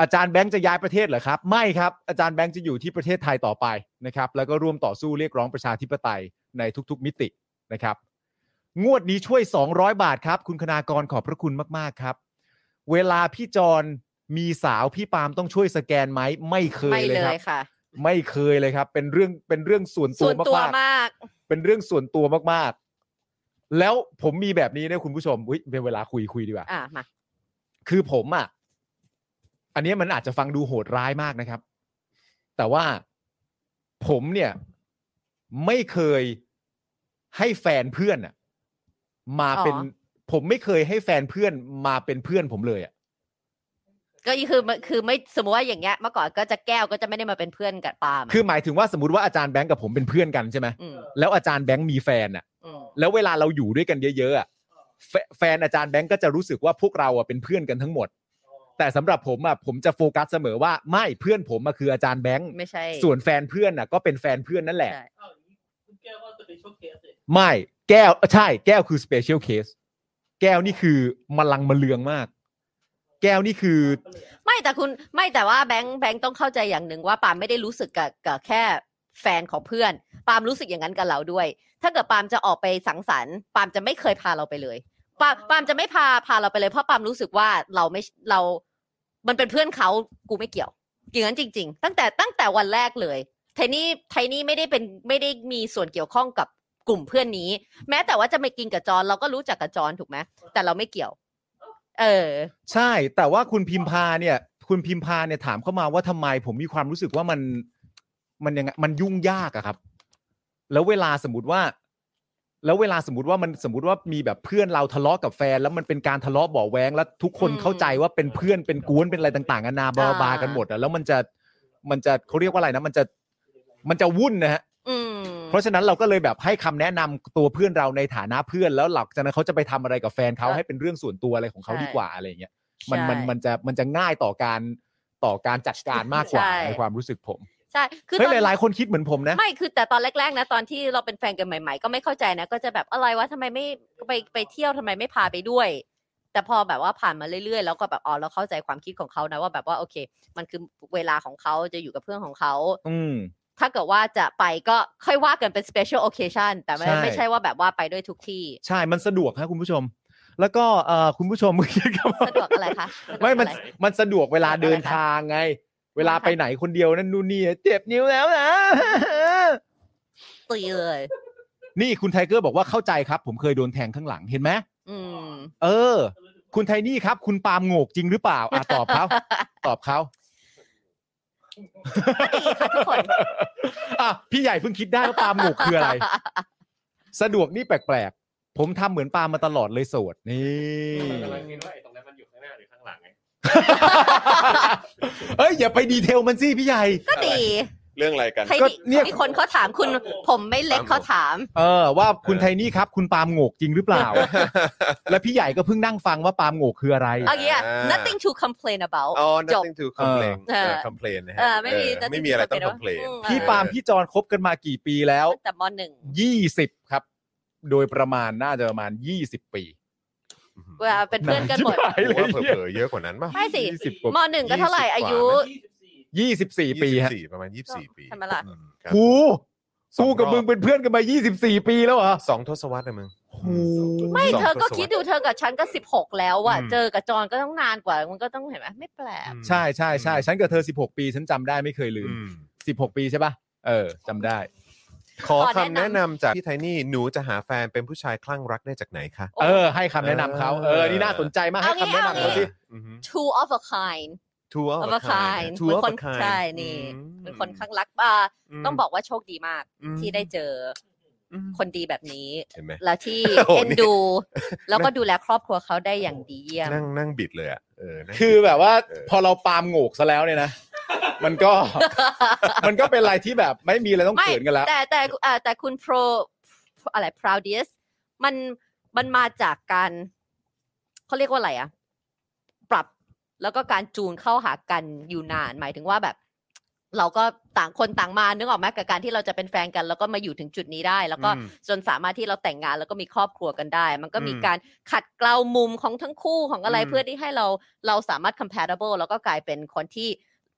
S3: อาจารย์แบงค์จะย้ายประเทศเหรอครับ ไม่ครับ อาจารย์แบงค์จะอยู่ที่ประเทศไทยต่อไปนะครับแล้วก็ร่วมต่อสู้เรียกร้องประชาธิปไตยในทุกๆมิตินะครับ งวดนี้ช่วย 200 บาทครับ คุณคณากรขอบพระคุณมากๆครับ เวลาพี่จรมีสาวพี่ปาล์มต้องช่วยสแกนไหมไม่เคย
S2: ไม่
S3: เลย
S2: เล
S3: ครับ
S2: ยค่ะ
S3: ไม่เคยเลยครับ เป็นเรื่องเป็นเรื่องส่วนตั
S2: ส่ว
S3: ว
S2: นตัว
S3: มาก
S2: มาก
S3: ๆเป็นเรื่องส่วนตัวมากๆ แล้วผมมีแบบนี้นะคุณผู้ชมอุ๊ยเป็นเวลาคุยคุยดีกว่า
S2: อ่ะมา
S3: คือผมอ่ะ อันเนี้ยมันอาจจะฟังดูโหดร้ายมากนะครับ แต่ว่าผมเนี่ย ไม่เคยให้แฟนเพื่อนอ่ะ มาเป็น
S2: อ๋อ
S3: ผมไม่เคยให้แฟนเพื่อนมาเป็นเพื่อนผมเลยอ่ะ
S2: ก็คือมันคือไม่สมมติว่าอย่างเงี้ยเมื่อก่อนก็จะแก้วก็จะไม่ได้มาเป็นเพื่อนกับปาล์มะ
S3: คือหมายถึงว่าสมมติว่าอาจารย์แบงค์กับผมเป็นเพื่อนกันใช่ไหม
S2: ม
S3: แล้วอาจารย์แบงค์มีแฟนอ่ะ
S2: อืม
S3: แล้วเวลาเราอยู่ด้วยกันเยอะๆอะแฟแฟนอาจารย์แบงก์ก็จะรู้สึกว่าพวกเราอะเป็นเพื่อนกันทั้งหมด แต่สำหรับผมอะผมจะโฟกัสเสมอว่าไม่เพื่อนผมอะคืออาจารย์แบงค์
S2: ไม่ใช่
S3: ส่วนแฟนเพื่อนน่ะก็เป็นแฟนเพื่อนนั่นแหละ
S2: ใช่
S4: อ้าวอย่างนี้คุณแก้วก็จะเป็นช่วงเคสเลย
S3: ไม่แก้วใช่แก้วคือสเปเชียลเคสแก้วนี่คือมลังมะเลืองมาก แก้วนี่คือ
S4: ก็เลยอ่ะ
S2: ไม่แต่คุณไม่แต่ว่าแบงค์แบงค์ต้องเข้าใจอย่างหนึ่งว่าปาล์มไม่ได้รู้สึกกับกับแค่แฟนของเพื่อน ปาล์มรู้สึกอย่างนั้นกับเราด้วย ถ้าเกิดปาล์มจะออกไปสังสรรค์ปาล์มจะไม่เคยพาเราไปเลย ปาล์มปาล์มจะไม่พาพาเราไปเลยเพราะปาล์มรู้สึกว่าเราไม่เรา มันเป็นเพื่อนเขากูไม่เกี่ยวอย่างนั้นจริง ๆ ตั้งแต่ตั้งแต่วันแรกเลยไทนี่ไทนี่ไม่ได้เป็นไม่ได้มีส่วนเกี่ยวข้องกับกลุ่มเพื่อนนี้ แม้แต่ว่าจะไปกินกับจอนเราก็รู้จักกับจอนถูกไหมแต่เราไม่เกี่ยว เออ
S3: ใช่ แต่ว่าคุณพิมพาเนี่ย คุณพิมพาเนี่ยถามเข้ามาว่าทำไมผมมีความรู้สึกว่ามัน มันยังไงมันยุ่งยากอะครับ แล้วเวลาสมมติว่า แล้วเวลาสมมติว่ามันสมมติว่ามีแบบเพื่อนเราทะเลาะกับแฟน แล้วมันเป็นการทะเลาะเบาะแวงแล้วทุกคน
S2: อืม
S3: เข้าใจว่าเป็นเพื่อนเป็นกวนเป็นอะไรต่างๆนานาบลาบลา
S2: อ่า
S3: กันหมดอะแล้วมันจะมันจะเขาเรียกว่าอะไรนะมันจะมันจะวุ่นนะฮะ
S2: อืม
S3: เพราะฉะนั้นเราก็เลยแบบให้คำแนะนำตัวเพื่อนเราในฐานะเพื่อนแล้วหลังจากนั้นเขาจะไปทำอะไรกับแฟนเขา
S2: ใช่
S3: ให้เป็นเรื่องส่วนตัวอะไรของเขา
S2: ใช่
S3: ดีกว่าอะไรอย่างเงี้ยมัน
S2: ใช่
S3: มันมันจะมันจะง่ายต่อการต่อการจัดการมากกว่า
S2: ใช่
S3: ในความรู้สึกผม
S2: ใช่ คือ
S3: เฮ้ย
S2: ตอน
S3: หลายๆคนคิดเหมือนผมนะ
S2: ไม่คือแต่ตอนแรกๆนะตอนที่เราเป็นแฟนกันใหม่ ๆ ก็ไม่เข้าใจนะ ก็จะแบบอะไรวะทำไมไม่ไปไปเที่ยวทำไมไม่พาไปด้วย แต่พอแบบว่าผ่านมาเรื่อยๆ แล้วก็แบบอ๋อเราเข้าใจความคิดของเขานะว่าแบบว่าโอเค มันคือเวลาของเขาจะอยู่กับเพื่อนของเขา
S3: อืม
S2: ถ้าเกิดว่าจะไปก็ค่อยว่ากันเป็น special occasion แต่ไม่
S3: ใช่
S2: ไม่ใช่ว่าแบบว่าไปด้วยทุกที่
S3: ใช่มันสะดวกครับคุณผู้ชม แล้วก็เอ่อคุณผู้ชม
S2: สะดวกอะไรคะสะดวก
S3: ไม่มัน
S2: อะร
S3: มันสะดวกเวลา
S2: สะดวกอะไร
S3: เดิน
S2: คะ
S3: ทางไง เวลาไปไหนคนเดียวนั่นนู่นนี่เจ็บนิ้วแล้วนะ
S2: ตีเลย
S3: นี่คุณไทเกอร์บอกว่าเข้าใจครับ ผมเคยโดนแทงข้างหลังเห็นไหม
S2: อืม
S3: เออ คุณไทนี่ครับ คุณปาล์มโงกจริงหรือเปล่าอ่ะตอบเขา ตอบเขา
S2: ดีค่ะทุกคน
S3: อ่ะพี่ใหญ่เพิ่งคิดได้ว่าปาล์มโงกคืออะไร สะดวกนี่แปลกๆ ผมทำเหมือนปาล์มมาตลอดเลยโสดนี่
S5: กำลังคิดว่าไอ้ตรงนั้นมันอยู่ข้างหน้าหรือข้างหลังไง
S3: เอ้ยอย่าไปดีเทลมันสิพี่ใหญ่
S2: ก็ดี
S1: เรื่องอะไรกัน
S2: ใคร
S3: ก็
S2: ดี
S3: เนี่ย
S2: มีคนเขาถามคุณผมไม่เล็กเขาถาม
S3: เออว่าคุณไทนี่ครับ คุณปาล์มโงกจริงหรือเปล่า แล้วพี่ใหญ่ก็เพิ่งนั่งฟังว่าปาล์มโงกคืออะไร
S2: เอาอย่างเงี้ย
S1: อ่า
S2: nothing to complain about
S1: อ๋อ
S2: จบ
S1: nothing to complain
S2: เออ
S1: เออ complain นะฮะ
S2: เออไม่มี
S1: เอ
S2: nothing
S1: อไม่มีอะไรต้อง
S2: to
S1: complain
S2: อื
S3: พี่ปาล์มพี่จอนคบกันมากี่ปีแล้ว
S2: ตั้งแต่มหนึ่ง
S3: 20 ครับ โดยประมาณน่าจะประมาณ 20 ปี
S2: เวลาเป็นเพื่อนกันหมด
S1: ผมว่าเผลอๆเยอะกว่านั้นป่ะ
S2: ไม่สิ
S3: ยี่สิบกว่า
S2: มหนึ่งก็เท่าไหร่
S1: ยี่สิบ
S2: อายุ
S1: กว่า
S4: ยี่สิบสี่
S3: 24 ปีฮะ
S1: 24ประมาณ 24 ปี
S2: ทำไมล่ะ
S1: อืครับ
S3: หู
S1: สอ
S3: กูกับ
S1: รอ
S3: มึงเป็นเพื่อนกันมา 24 ปีแล้วเหรอ
S1: สองทศวรรษนะมึง
S3: หู
S2: ไม่
S1: สอง
S2: เธอก็
S1: ทศวรรษ
S2: คิดดูเธอกับฉันก็สิบหกแล้วอ่ะ
S1: อืม
S2: เจอกับจอนก็ต้องนานกว่า มันก็ต้องเห็นไหมไม่แปลก
S3: ใช่ใช่ใช่ฉันกับเธอ 16 ปีฉันจำได้ไม่เคยลืม
S1: อืม
S3: 16 ปีใช่ป่ะ เออจำได้
S1: ขอ
S2: ขอ
S1: คำ
S2: แนะนำ
S1: แนะนำจากพี่ไทนี่หนูจะหาแฟนเป็นผู้ชายคลั่งรักได้จากไหนคะ
S2: โอ้
S3: เออ ให้คำแนะนำเขาเออ นี่น่าสนใจมาก ให้
S2: เอางี้
S3: คำแนะนำ
S2: เอางี้
S3: เขาสิ
S1: อือฮึ
S2: two of a kind
S1: Two of
S2: of
S1: a
S2: a kind
S1: kind Two of
S2: เป็นคน
S1: a kind
S2: ใช่นี่
S1: อืม
S2: เป็นคนข้างรักอ่าต้องบอกว่าโชคดีมาก
S1: ม
S2: ที่ได้เจอ
S1: อืม
S2: คนดีแบบนี้
S1: เห็นไหม
S2: แล้วที่
S1: โอ้โห
S2: เอ็น
S1: นี่
S2: ดู แล้วก็ดูแลครอบครัวเขาได้อย่างดีเยี่ยม
S1: นั่งนั่งบิดเลยอ่ะเออนั่ง
S3: คือ
S1: บิด
S3: แบบว่า
S1: เออ
S3: พอเราปาล์มโงกซะแล้วเนี่ยนะ มันก็ มันก็เป็นอะไรที่แบบไม่มีอะไรต้อง
S2: ไม่
S3: เขินกันแล้ว
S2: แต่แต่เอ่อแต่คุณโปรอะไร proudest มันมันมาจากการเขาเรียกว่าอะไรอะปรับแล้วก็การจูนเข้าหากันอยู่นาน หมายถึงว่าแบบ เราก็ต่างคนต่างมานึกออกไหมกับการที่เราจะเป็นแฟนกัน แล้วก็มาอยู่ถึงจุดนี้ได้ แล้วก็
S1: อืม
S2: จนสามารถที่เราแต่งงานแล้วก็มีครอบครัวกันได้ มันก็มี
S1: อืม
S2: การขัดเกลามุมของทั้งคู่ของอะไร
S1: อืม
S2: เพื่อที่ให้เราเราสามารถ compatible แล้วก็กลายเป็นคนที่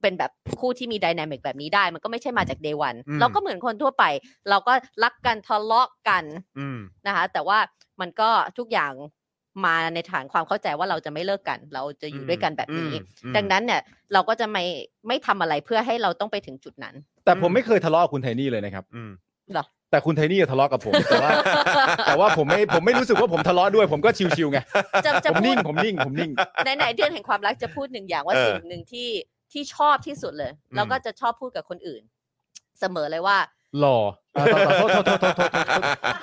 S2: เป็นแบบคู่ที่มีไดนามิกแบบนี้ได้ มันก็ไม่ใช่มาจาก day one
S1: อืม
S2: เราก็เหมือนคนทั่วไป เราก็รักกันทะเลาะกัน
S1: อืม
S2: นะคะ แต่ว่ามันก็ทุกอย่างมาในฐานความเข้าใจว่าเราจะไม่เลิกกัน เราจะอยู่
S1: อืม
S2: ด้วยกันแบบนี้
S1: อืมอืม
S2: ดังนั้นเนี่ยเราก็จะไม่ไม่ทำอะไรเพื่อให้เราต้องไปถึงจุดนั้น
S3: แต่ผมไม่เคยทะเลาะกับคุณไทนี่เลยนะครับ
S1: อืม
S3: แต่คุณไทนี่ทะเลาะกับผม แต่ว่า แต่ว่าผมไม่ผมไม่รู้สึกว่าผมทะเลาะด้วย ผมก็ชิวๆไง
S2: จะจะ
S3: ผม
S2: พูด
S3: นิ่งผมนิ่งผมนิ่ง
S2: ในไหนๆเดือนแห่งความรักจะพูดหนึ่งอย่างว่า
S1: เออ
S2: สิ่งหนึ่งที่ที่ชอบที่สุดเลย
S1: อืม
S2: แล้วก็จะชอบพูดกับคนอื่น เสมอเลยว่า
S3: หล่ออ่ะต่อต่อโทษโทษโทษโทษ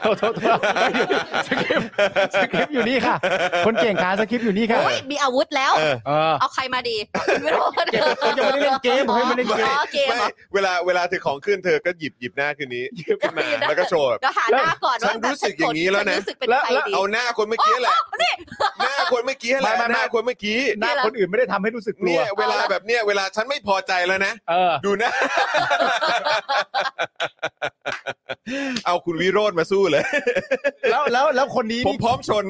S3: โทษโทษโทษสคริปต์สคริปต์อยู่นี่ค่ะ คนเก่งขาสคริปต์อยู่นี่ค่ะ
S2: โอ้ยมีอาวุธแล้ว
S1: เออ
S3: เออ
S2: เอาใครมาดีไม่รู้
S3: เกมเขายังไม่ได้เล่นเกมผมยังไม่ได้เล่นเกม
S2: อ๋อเกมเหร
S1: ไม่
S2: อ
S1: เวลาเวลาเธอของขึ้นเธอก็หยิบหยิบหน้าขึ้นนี้ขึ้นมา
S2: หยิบหน้า
S1: แล้วก็โชว์แบบ
S2: เดี๋ยวหาหน้าก่อน
S1: ฉั
S2: ว่านแบบ
S1: รู้สึกอย่างนี้แล้วนะ
S2: ฉัรู้สึกเป็น
S3: แล้ว
S2: ใครดี
S1: เอาหน้าคนเมื่อกี้แหละหน้าคนเมื่อกี้แหละ
S3: ไม่ไม่ไม่
S1: หน้าคนเมื่อกี้
S3: หน้าคนอื่นไม่ได้ทำให้รู้สึกกลั
S1: เนี่
S3: วย
S1: เวลาแบบเนี้ยเวลาฉันไม่พอใจแล้วนะ
S3: เออ
S1: ดูนะ เอาคุณวิโรธมาสู้เลย
S3: แล้วแล้วแล้วคนนี้
S1: ผม
S3: นี่
S1: พร้อมชน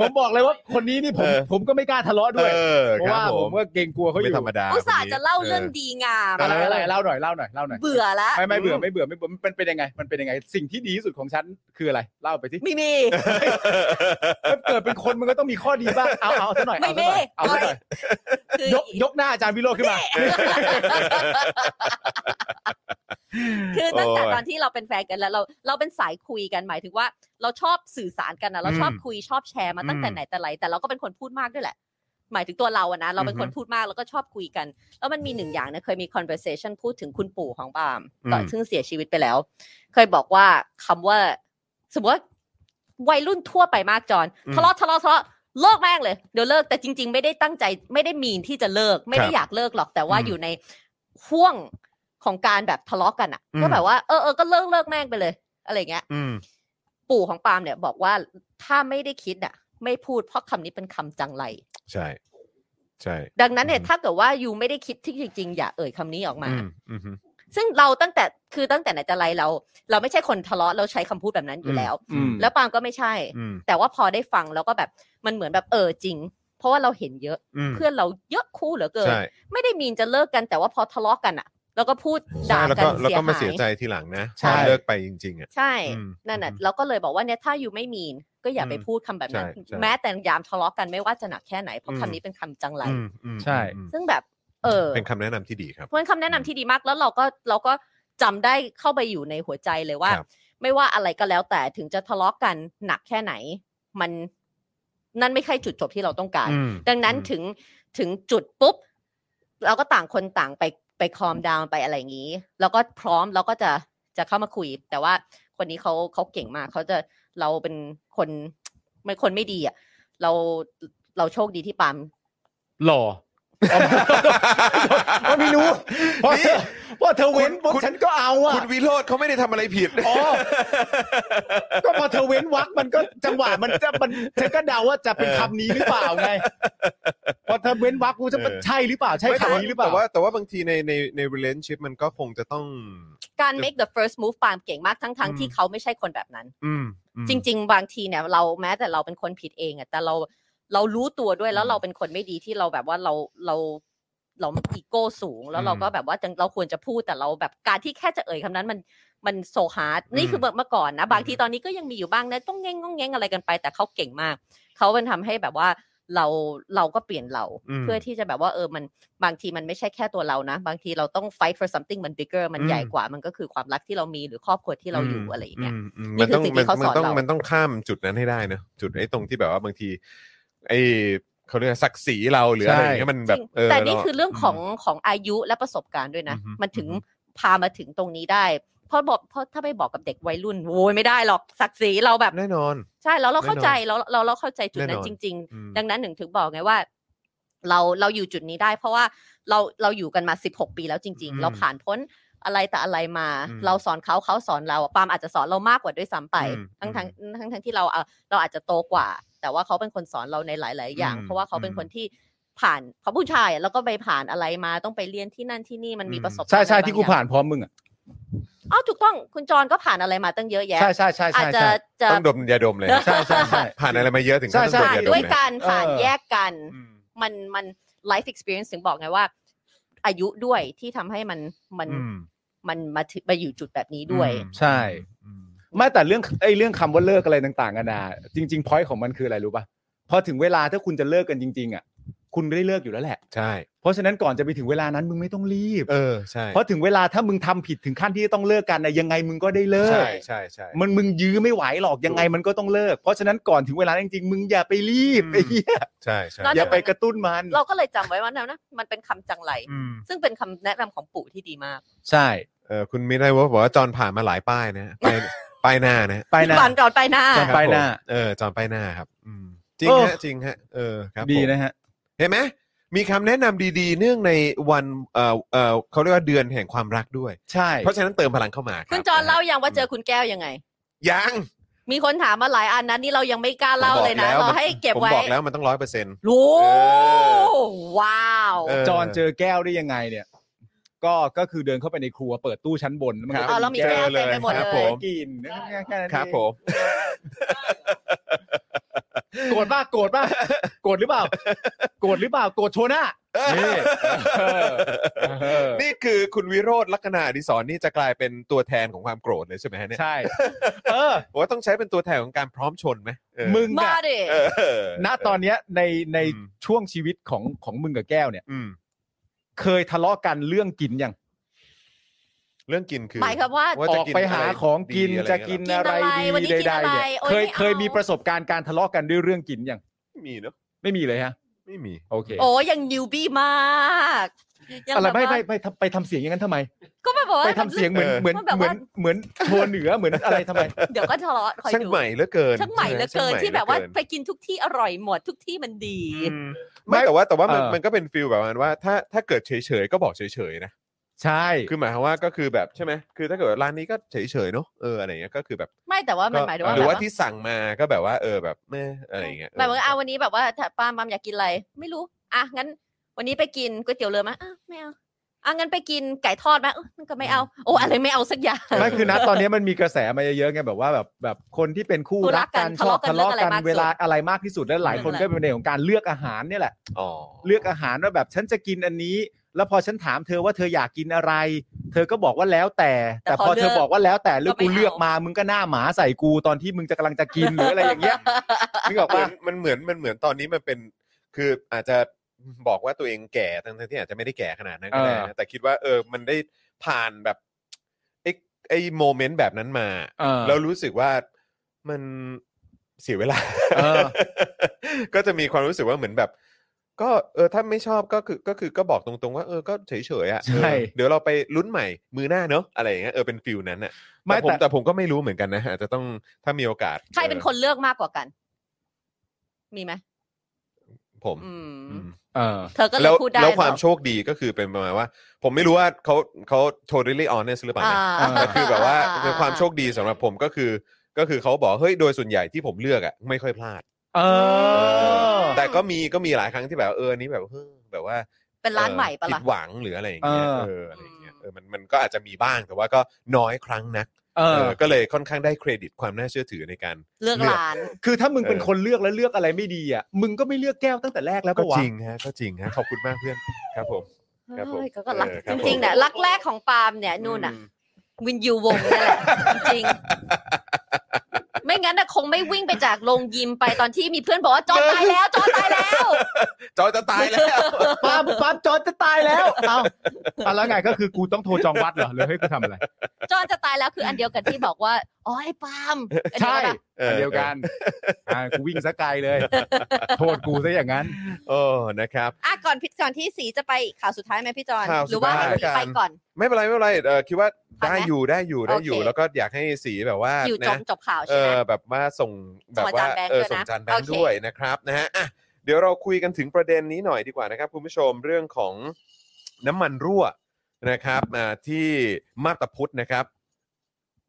S3: ผมบอกเลยว่าคนนี้นี่ผม
S1: เออ
S3: ผมก็ไม่กล้าทะเลาะด้วย
S1: เออ
S3: เพราะ
S1: ครับ
S3: ว่า
S1: ผ
S3: ผม มก็เกรงกลัวเขาอ
S1: ไม่
S3: ยู่
S1: ธรรมดา
S2: อุตส่า
S1: ค
S2: ห์
S1: นนี้
S2: จะเล่าเรื่องดีงาม
S3: อะไรอะไรเล่าหน่อยเล่าหน่อยเล่าหน่อย
S2: เบื่อแล้ว
S3: ไม่ไม่เบื่อไม่เบื่อไม่เบื่อมันเป็นยังไง มันเป็นยังไง สิ่งที่ดีที่สุดของฉันคืออะไรเล่าไปสิ
S2: ไม่มี
S3: เกิดเป็นคนมันก็ต้องมีข้อดีบ้างเอาเอาซะหน่อยเอาซะหน่อยเอาซะหน่อย
S2: คือย
S3: กยกหน้าอาจารย์วิโรจน์ขึ้นมา
S2: คือตั้งแต่ตอนที่เราเป็นแฟนกันแล้วเราเราเป็นสายคุยกันหมายถึงว่า เราชอบสื่อสารกันนะเราชอบ
S3: อืม
S2: คุยชอบแชร์มาตั้งแต่
S3: อืม
S2: ไหนแต่ไรแต่เราก็เป็นคนพูดมากด้วยแหละ หมายถึงตัวเราอะนะเราเป็นคน
S3: อือฮึ
S2: พูดมากแล้วก็ชอบคุยกัน แล้วมันมีหนึ่งอย่างนะเคยมี conversation พูดถึงคุณปู่ของปาล์ม
S3: อืม
S2: ตอนซึ่งเสียชีวิตไปแล้ว เคยบอกว่าคำว่า สมมติว่าวัยรุ่นทั่วไปมากจอน
S1: อืม
S2: ทะเลาะทะเลาะทะเลาะเลิกแม่งเลยเดี๋ยวเลิกแต่จริง ๆ ไม่ได้ตั้งใจไม่ได้มีนที่จะเลิก ไม่ได้อยากเลิกหรอกแต่ว่า
S3: อืม
S2: อยู่ในห่วงของการแบบทะเลาะกันอะ
S3: อืม
S2: ก็แบบว่าเออเออก็เลิกเลิกแม่งไปเลย อะไรเงี้ย
S3: อืม
S2: ปู่ของปาล์มเนี่ยบอกว่าถ้าไม่ได้คิดอะไม่พูดเพราะคำนี้เป็นคำจังไร
S1: ใช่ ใช่
S2: ดังนั้นเนี่ย
S1: อืม
S2: ถ้าเกิดว่าอยู่ไม่ได้คิดที่จริงๆอย่าเอ่ยคำนี้ออกมา
S1: อืมอืม
S2: ซึ่งเราตั้งแต่คือตั้งแต่ไหนแต่ไรเรา เราไม่ใช่คนทะเลาะเราใช้คำพูดแบบนั้นอยู่แล้ว
S3: อืม
S2: แล้วปาล์มก็ไม่ใช่
S1: อืม
S2: แต่ว่าพอได้ฟังแล้วก็แบบมันเหมือนแบบเออจริง เพราะว่าเราเห็นเยอะ
S1: อืม
S2: เพื่อนเราเยอะคู่เหลือเกิน
S1: ใช่
S2: ไม่ได้มีนจะเลิกกันแต่ว่าพอทะเลาะกันอะแล้วก็พูด
S1: ใช่
S2: ด่า
S1: แล้ว
S2: กั
S1: ก็
S2: น
S1: แล้ว
S2: เสีย
S1: ก็มา
S2: หา
S1: เสีย
S2: ย
S1: ใจทีหลังนะ
S3: ใช่
S1: ตอนเลิกไปจริง ๆ อ่ะ
S2: ใช่
S1: อืม
S2: นั่นน่ะ
S1: อืม
S2: เราก็เลยบอกว่าเนี่ยถ้าอยู่ไม่มีนก็อย่าไป
S1: อืม
S2: พูดคำแบบนั้น
S1: ใช่ใช่
S2: แม้แต่ยามทะเลาะกันไม่ว่าจะหนักแค่ไหนเพราะ
S1: อืม
S2: คำนี้เป็นคำจังไร
S1: อืมอืม
S3: ใช่
S1: อืม
S2: ซึ่งแบบ เออ
S1: เป็นคำแนะนำที่ดีครับ
S2: เป็นคำแนะนำที่ดีมากแล้วเราก็เราก็จำได้เข้าไปอยู่ในหัวใจเลยว่า
S1: ครับ
S2: ไม่ว่าอะไรก็แล้วแต่ถึงจะทะเลาะกันหนักแค่ไหน มันนั่นไม่ใช่จุดจบที่เราต้องการ
S1: อืม
S2: ดังนั้น
S1: อืม
S2: ถึงถึงจุดปุ๊บ เราก็ต่างคนต่างไปไปคอมดาวไปอะไรอย่างนี้ แล้วก็พร้อมเราก็จะจะเข้ามาคุย แต่ว่าคนนี้เขาเขาเก่งมากเขาจะเราเป็นคนไม่คนไม่ดีอ่ะเราเราโชคดีที่ปาล์ม
S3: หล่อ ก็ไม่รู้เพราะ
S1: นี่
S3: เธอเพราะเธอเว้น
S1: คุณ
S3: ปุ๊บ
S1: คุณ
S3: ฉันก็เอาอ่ะ
S1: คุณวิโรธเขาไม่ได้ทำอะไรผิด
S3: อ๋อ ก็พอเธอเว้นวักมันก็จังหวะมันจะมันฉันก็เดาว่าจะเป็น
S1: เออ
S3: คำนี้หรือเปล่าไงพอเธอเว้นวักกูจะเป็นใช่หรือเปล่า ใช่
S1: ไม่แต่
S3: คำ
S1: ว่า
S3: นี้หรือเปล่า
S1: แต่ว่าแต่ว่าบางทีในในใน relationship มันก็คงจะต้อง
S2: การ make the first move ปาล์มเก่งมากทั้งทั้ง
S1: อืม
S2: ที่เขาไม่ใช่คนแบบนั้น
S1: อืมอืม
S2: จริง ๆ บางทีเนี่ยเราแม้แต่เราเป็นคนผิดเองอ่ะแต่เราเรารู้ตัวด้วยแล้ว
S1: อืม
S2: เราเป็นคนไม่ดีที่เราแบบว่าเราเราเราอีโก้สูง แล้
S1: อื
S2: ว
S1: ม
S2: เราก็แบบว่าจะเราควรจะพูดแต่เราแบบการที่แค่จะเอ่ยคำนั้นมันมันโซฮาร์ด
S1: อืม
S2: นี่คือเมื่อก่อนนะ บางทีตอนนี้ก็ยังมีอยู่บ้างนะต้องแง่งงองแง่งอะไรกันไป แต่เขาเก่งมาก เขาเป็นทำให้แบบว่าเราเราก็เปลี่ยนเรา
S1: ม
S2: เพื่อที่จะแบบว่าเออมันบางทีมันไม่ใช่แค่ตัวเรานะ บางทีเราต้อง fight for something มัน bigger มัน
S1: อืม
S2: ใหญ่กว่ามันก็คือความรักที่เรามีหรือครอบครัวที่เราอยู่อะไรอย่างเงี้ย
S1: มอืม
S2: นี่
S1: มันต้อ
S2: คือ
S1: ง
S2: สิ่งที่
S1: มัน
S2: เขาสอน
S1: มันต้อง
S2: เรามั
S1: มันต้องข้ามจุดนั้นให้ได้นะจุดไอ้ตรงที่แบบว่าบางที ไอ้เขาเรียกศักดิ์ศรีเราหรืออะไรอย่างเงี้ยมันแบบ
S2: จริง
S1: เออ
S2: แต่นี่
S1: เรา
S2: คือเรื่องของของอายุและประสบการณ์ด้วยนะ
S1: อือฮึ
S2: มันถึง
S1: อือฮึ
S2: พามาถึงตรงนี้ได้ เพราะบอกเพราะถ้าไปบอกกับเด็กวัยรุ่นโวยไม่ได้หรอกศักดิ์ศรีเราแบบ
S1: แน่นอน
S2: ใช่แล้วเรา
S1: แน่นอน
S2: เข้าใจเราเราเราเข้าใจจุด
S1: แน่
S2: นั้น
S1: นอน
S2: จริง
S1: อืม
S2: ๆ ดังนั้นหนึ่งถึงบอกไงว่า เราเราอยู่จุดนี้ได้ เพราะว่าเราเราอยู่กันมาสิบหกปีแล้วจริง
S1: อืม
S2: ๆ เราผ่านพ้นอะไรแต่อะไรมา
S1: อืม
S2: เราสอนเขาเขาสอนเราปาล์มอาจจะสอนเรามากกว่าด้วยซ้ำไป
S1: อืม
S2: ทั้งทั้งทั้งทั้งที่เราเออเราอาจจะโตกว่า แต่ว่าเขาเป็นคนสอนเราในหลาย ๆ อย่าง
S1: อืม
S2: เพราะว่าเขาเป็น
S1: อืม
S2: คนที่ผ่านเขาผู้ชายอะแล้วก็ไปผ่านอะไรมาต้องไปเรียนที่นั่นที่นี่มันมี
S1: อืม
S2: ประสบการณ์
S3: ใช่ใช่ที่กู
S2: บงอย่ง
S3: ผ่านพร้อมมึงอ่ะ
S2: อ้าวถูกต้องคุณจรก็ผ่านอะไรมาตั้งเยอะแยะ
S3: ใช่ใช่ใช่
S2: อาจ
S3: ใช่
S2: จะ
S3: ใช่
S2: จะ
S1: ต้องดมยาดมเลย
S2: ใช่ใช่ใช่
S1: ผ่านอะไรมาเยอะถึงขั้น
S3: ใช่
S1: ต้องดม
S2: ผ่า
S1: ยาด
S2: น
S1: ม
S2: ด้วย
S1: นะ
S2: กันผ่าน
S3: เออ
S2: แยกกัน
S1: อืม
S2: มันมัน life experience ถึงบอกไงว่า อายุด้วยที่ทำให้มันมัน
S1: อืม
S2: มันมาถึงมาอยู่จุดแบบนี้ด้วย
S1: อืม
S3: ใช่
S1: อืม
S3: ไม่แต่เรื่องไอ้เรื่องคำว่าเลิกอะไรต่างๆกันานะจริงๆพอยต์ของมันคืออะไรรู้ป่ะพอถึงเวลาถ้าคุณจะเลิกกันจริง ๆอ่ะคุณได้เลิกอยู่แล้วแหละ
S1: ใช่
S3: เพราะฉะนั้นก่อนจะไปถึงเวลานั้นมึงไม่ต้องรีบ
S1: เออใช่
S3: เพราะถึงเวลาถ้ามึงทำผิดถึงขั้นที่จะต้องเลิกกันนะยังไงมึงก็ได้เลิก
S1: ใช่ใช่ใช่
S3: มันมึงยื้อไม่ไหวหรอกยังไงมันก็ต้องเลิก เพราะฉะนั้นก่อนถึงเวลานั้นจริงๆมึงอย่าไปรีบ
S1: อืม
S3: ไอ้เหี้ย
S1: ใช่ใช่
S2: นอก
S3: อ
S2: จ
S3: ย่าก ไปกระตุ้นมัน
S2: เราก็เลยจำไว้ว่านะนะมันเป็นคำจังไร
S1: อืม
S2: ซึ่งเป็นคำแนะนำของปู่ที่ดีมาก
S3: ใช่
S1: เออคุณมิได้ว่าบอกว่าจอนผ่านมาหลายป้ายนะ ไป ไปายหน้านะ
S3: ไปนะ
S2: บานจอดไปหน้า
S3: จอด ป้ายหน้า
S1: ครับผมเออจอนไปายหน้าครับอืมจริง
S3: โอ้
S1: ฮะจริงฮะเออครับ
S3: ดี
S1: ผม
S3: นะฮะ
S1: เห็นไหมมีคำแนะนำดีๆ เนื่องในวันเอ่อเอ่อเขาเรียกว่าเดือนแห่งความรักด้วย
S3: ใช่
S1: เพราะฉะนั้นเติมพลังเข้ามารับ
S2: คุณจอนเล่า
S1: นะฮะ
S2: ยังว่าเจอคุณแก้วยังไง
S1: ยัง
S2: มีคนถามมาหลายอันนะนี่เรายังไม่กล้าเล่าเลยนะ
S1: ผม
S2: เรา
S1: บอกแว
S2: ให้เก็บไว้
S1: ผมบอกแล้วมันต้องร้อยเปอร์เซ็นต์
S2: รู้
S1: เออ
S2: ว้าว
S1: เออ
S3: จอนเจอแก้วได้ยังไงเนี่ย ก็ก็คือเดินเข้าไปในครัวเปิดตู้ชั้นบนนก็
S2: ครับอ๋อแล้วมีแก้วเต็มไปหมดเลย
S3: ครับผมกินแค่นั้นเอง
S1: ครับผม
S3: โกรธป่ะโกรธป่ะโกรธหรือเปล่า โกรธหรือเปล่าโกรธโชว์หน้านี่เออเออ
S1: นี่คือคุณวิโรธลักษณะอดิศรนี่จะกลายเป็นตัวแทนของความโกรธเลยใช่ไหมฮะเนี่ย
S3: ใช่ เออ
S1: ว่าต้องใช้เป็นตัวแทนของการพร้อมชนไหมเออ
S3: มึง
S2: มา
S3: อะ
S2: ดิ
S1: เออ
S3: ณตอนเนี้ยในใน
S1: อืม
S3: ช่วงชีวิตของของมึงกับแก้วเนี่ย
S1: อืม
S3: เคยทะเลาะกันเรื่องกินยัง
S1: เรื่องกินคือ
S2: หมายความว่า
S1: ว่า
S3: อ
S1: จะ
S3: อก
S1: น
S3: ไปหา
S1: ะร
S3: ของกิน
S1: ดีอไร
S3: จะกิน
S1: เงี้ย
S2: กิน
S3: อะไร
S2: อะไร
S3: ดี
S2: วันนี้กิน
S3: ใด
S2: อะไร
S3: ๆเนี่ย
S2: โอ๊ย
S3: เคย
S2: ไม่เอา
S3: เคยมีประสบการณ์การทะเลาะกันด้วยเรื่องกินยัง
S1: เหรอมีเนาะ
S3: ไม่มีเลยฮะ
S1: ไม่มี
S3: โอเค
S2: โอ้ยังนิวบี้มากยัง
S3: อะไร
S2: แบบ
S3: ไม่
S2: ว่า
S3: ไม่ไม่ทำไปทำเสียงอย่างนั้นทำไม
S2: ก็มาบอกว่า
S3: ไปทำเสียงเหมือน
S1: เออ
S3: เหมือน
S2: มันแบบ
S3: เหมือ
S2: ว่า
S3: นเหมือนโชว์เหนือเหมือนอะไรทำไม
S2: เดี๋ยวก็ทะเลาะคอย
S1: ช่าง
S2: ดู
S1: ใหม่เหลือเกิน
S2: ช่างใหม่เหลือเกิน
S1: ใช่
S2: ที่แบบว่า
S1: ช่งใหม่เหลือเกิน
S2: ไปกินทุกที่อร่อยหมดทุกที่มันดี
S1: อืมไม่แต่ว่าแต่ว่ามัน
S3: เออ
S1: มันก็เป็นฟิลแบบประมาณว่า ถ้าถ้าเกิดเฉยๆก็บอกเฉยๆนะ
S3: ใช่
S1: คือหมายความว่าก็คือแบบใช่ไหมคือถ้าเกิดว่าร้านนี้ก็เฉยๆเนาะเอออะไรเงี้ยก็คือแบบ
S2: ไม่แต่ว่ามันหมายถึงว่า
S1: หรือว่า
S2: แบบ
S1: ที่สั่งมาก็แบบว่าเออแบบแม่อะไรเงี้ย
S2: หมายถึงว่าเอาวันนี้แบบว่าถ้าป้ามัมอยากกินอะไร ไม่รู้อ่ะงั้น วันนี้ไปกินก๋วยเตี๋ยวเรือไหมอ่ะไม่เอาอ่ะงั้นไปกินไก่ทอดไหมเออมันก็ไม่เอา โอ้อะไรไม่เอาสักอย่าง
S3: ไม่คือนะตอนนี้มันมีกระแสมาเยอะๆไงแบบว่าแบบแบบคนที่เป็นคู่
S2: คู่รั
S3: รั
S2: ก
S3: ก
S2: กั
S3: กัน นชอบ
S2: ทะ
S3: ทะ
S2: เลาะ
S3: เลาะ
S2: กัน
S3: กัน
S2: เรื่องอะไรมากสุด
S3: เวลาอะไรมากที่สุดแล้วหลายคนก็เป็นเรื่องของการเลือกอาหารเนี่ยแหละ
S1: อ๋อ
S3: เลือกอาหารว่าแบบฉันจะกินอันนี้ แล้วพอฉันถามเธอว่าเธออยากกินอะไร เธอก็บอกว่าแล้วแต่ แต่พอเธอบอกว่าแล้วแต่แล้วกูเลือกมามึงก็หน้าหมาใส่กูตอนที่มึงจะกำลังจะ กินหรืออะไรอย่างเงี้ยนึกออก
S1: เหมื
S3: ปะ
S1: อนมันเหมือนมันเหมือนตอนนี้มันเป็น คืออาจจะบอกว่าตัวเองแก่ทั้งๆที่อาจจะไม่ได้แก่ขนาดนั้นก็ได้
S3: เอ
S1: นะ
S3: อ
S1: แต่คิดว่าเออมันได้ผ่านแบบไอ้ไอ้โมเมนต์แบบนั้นมา
S3: เออ
S1: แล้วรู้สึกว่ามันเสียเวลา
S3: เออ
S1: ก็จะมีความรู้สึกว่าเหมือนแบบ ก็เออถ้าไม่ชอบก็คือก็คือก็บอกตรงๆว่าเออก็เฉยๆอ่ะ
S3: ใช่
S1: เออเดี๋ยวเราไปลุ้นใหม่มือหน้าเนอะอะไรอย่างเงี้ยเออเป็นฟิลนั้นอ่ะ
S3: ไม่
S1: แต่ผม
S3: แต่
S1: แต่ผมก็ไม่รู้เหมือนกันนะอาจจะต้องถ้ามีโอกาส
S2: ใครเป็นคนเลือกมากกว่ากัน มีไหม
S1: ผม
S2: อืม
S1: อืม
S3: เออ
S2: เธอก็เล
S1: แล้
S2: ยว พูดได้
S1: แล้วความ
S2: เนอะ
S1: โชคดีก็คือเป็นประมาณว่า ผมไม่รู้ว่าเขาเขา totally honest หรือเปล่านะ
S2: อ่า
S1: แต่คือแบบว่า
S2: อ่
S1: เป็นความโชคดีสำหรับผมก็คือ ก็คือเขาบอกเฮ้ยโดยส่วนใหญ่ที่ผมเลือกอ่ะไม่ค่อยพลาด
S3: เออ
S1: แต่ก็มีก็มีหลายครั้งที่แบบเอออนนี้แบบเฮ้ยแบบว่า
S2: เป็นร้านใหม่ปะ
S1: ผิ
S2: ล่ะ
S1: ดหวังหรืออะไรอย่างเงี้ย
S3: เออ
S1: เอออะไรอย่างเงี้ยเออมันมันก็อาจจะมีบ้างแต่ว่าก็น้อยครั้งนัก
S3: เอ
S1: เอ
S3: อ
S1: อก็เลยค่อนข้างได้เครดิตความน่าเชื่อถือในการ
S2: เลือก
S1: เลือก
S2: ร้าน
S3: คือถ้ามึง
S1: เออ
S3: เป็นคนเลือกแล้วเลือกอะไรไม่ดีอ่ะมึงก็ไม่เลือกแก้วตั้งแต่แรกแล้ว
S1: ก็
S3: ปะวะ
S1: จริงฮะก็จริงฮะขอบคุณมากเพื่อนครับผม ครับผม
S2: เอ้ยก็ก็รัก
S1: เออครั
S2: จ
S1: บผม
S2: ริงๆเนี่ยรักแรกของปาล์มเนี่ยนู่นน่ะ วินยูวงเนี่ยแหละ จริงๆไม่งั้นน่ะคงไม่วิ่งไปจากโรงยิมไปตอนที่มีเพื่อนบอกว่าจอตายแล้ว จอตายแล้ว
S1: จอยจะตายแล้ว
S3: ปั๊มปั๊มจอร์จจะตายแล้วเอาเอาแล้วไงก็คือกูต้องโทรจองวัดเหรอหรือให้กูทำอะไร
S2: จอจะตายแล้วคืออันเดียวกันที่บอกว่าอ๋อไอ้ปาล์มอันเดียว
S3: ใช่
S2: กันปะ
S1: เออ
S3: อันเดียวกันอ่ากูวิ่งซะไกลเลย โทษกูซะอย่างนั้น
S1: โอ้นะครับ
S2: อ่ะก่อนพี่ก่อนที่สีจะไปข่าวสุดท้ายไหมพี่จอน
S1: ข่าว
S2: ห
S1: สุ
S2: รื
S1: ด
S2: ว่า
S1: ท้าย
S2: ให้สีไป
S1: กัน
S2: ก่อน
S1: ไม่เป็นไรไม่เป็นไรเออคิดว่า
S2: ผ่าน
S1: ได้
S2: ไหม
S1: อยู่ได้อยู่ได้อยู่
S2: โอเค
S1: แล้วก็อยากให้สีแบบว่า
S2: อยู่จบ
S1: นะ
S2: จบข่าว
S1: เอ
S2: ใช่ไหม
S1: อแบบว่าส่งแบบว่า
S2: ส่งอาจารย์แบง
S1: เออส่งจานแบง
S2: ค์ด้วยนะโอ
S1: ค์
S2: เค
S1: ด้วยนะครับนะฮะอ่ะเดี๋ยวเราคุยกันถึงประเด็นนี้หน่อยดีกว่านะครับคุณผู้ชมเรื่องของน้ำมันรั่วนะครับอ่าที่มาบตาพุธนะครับ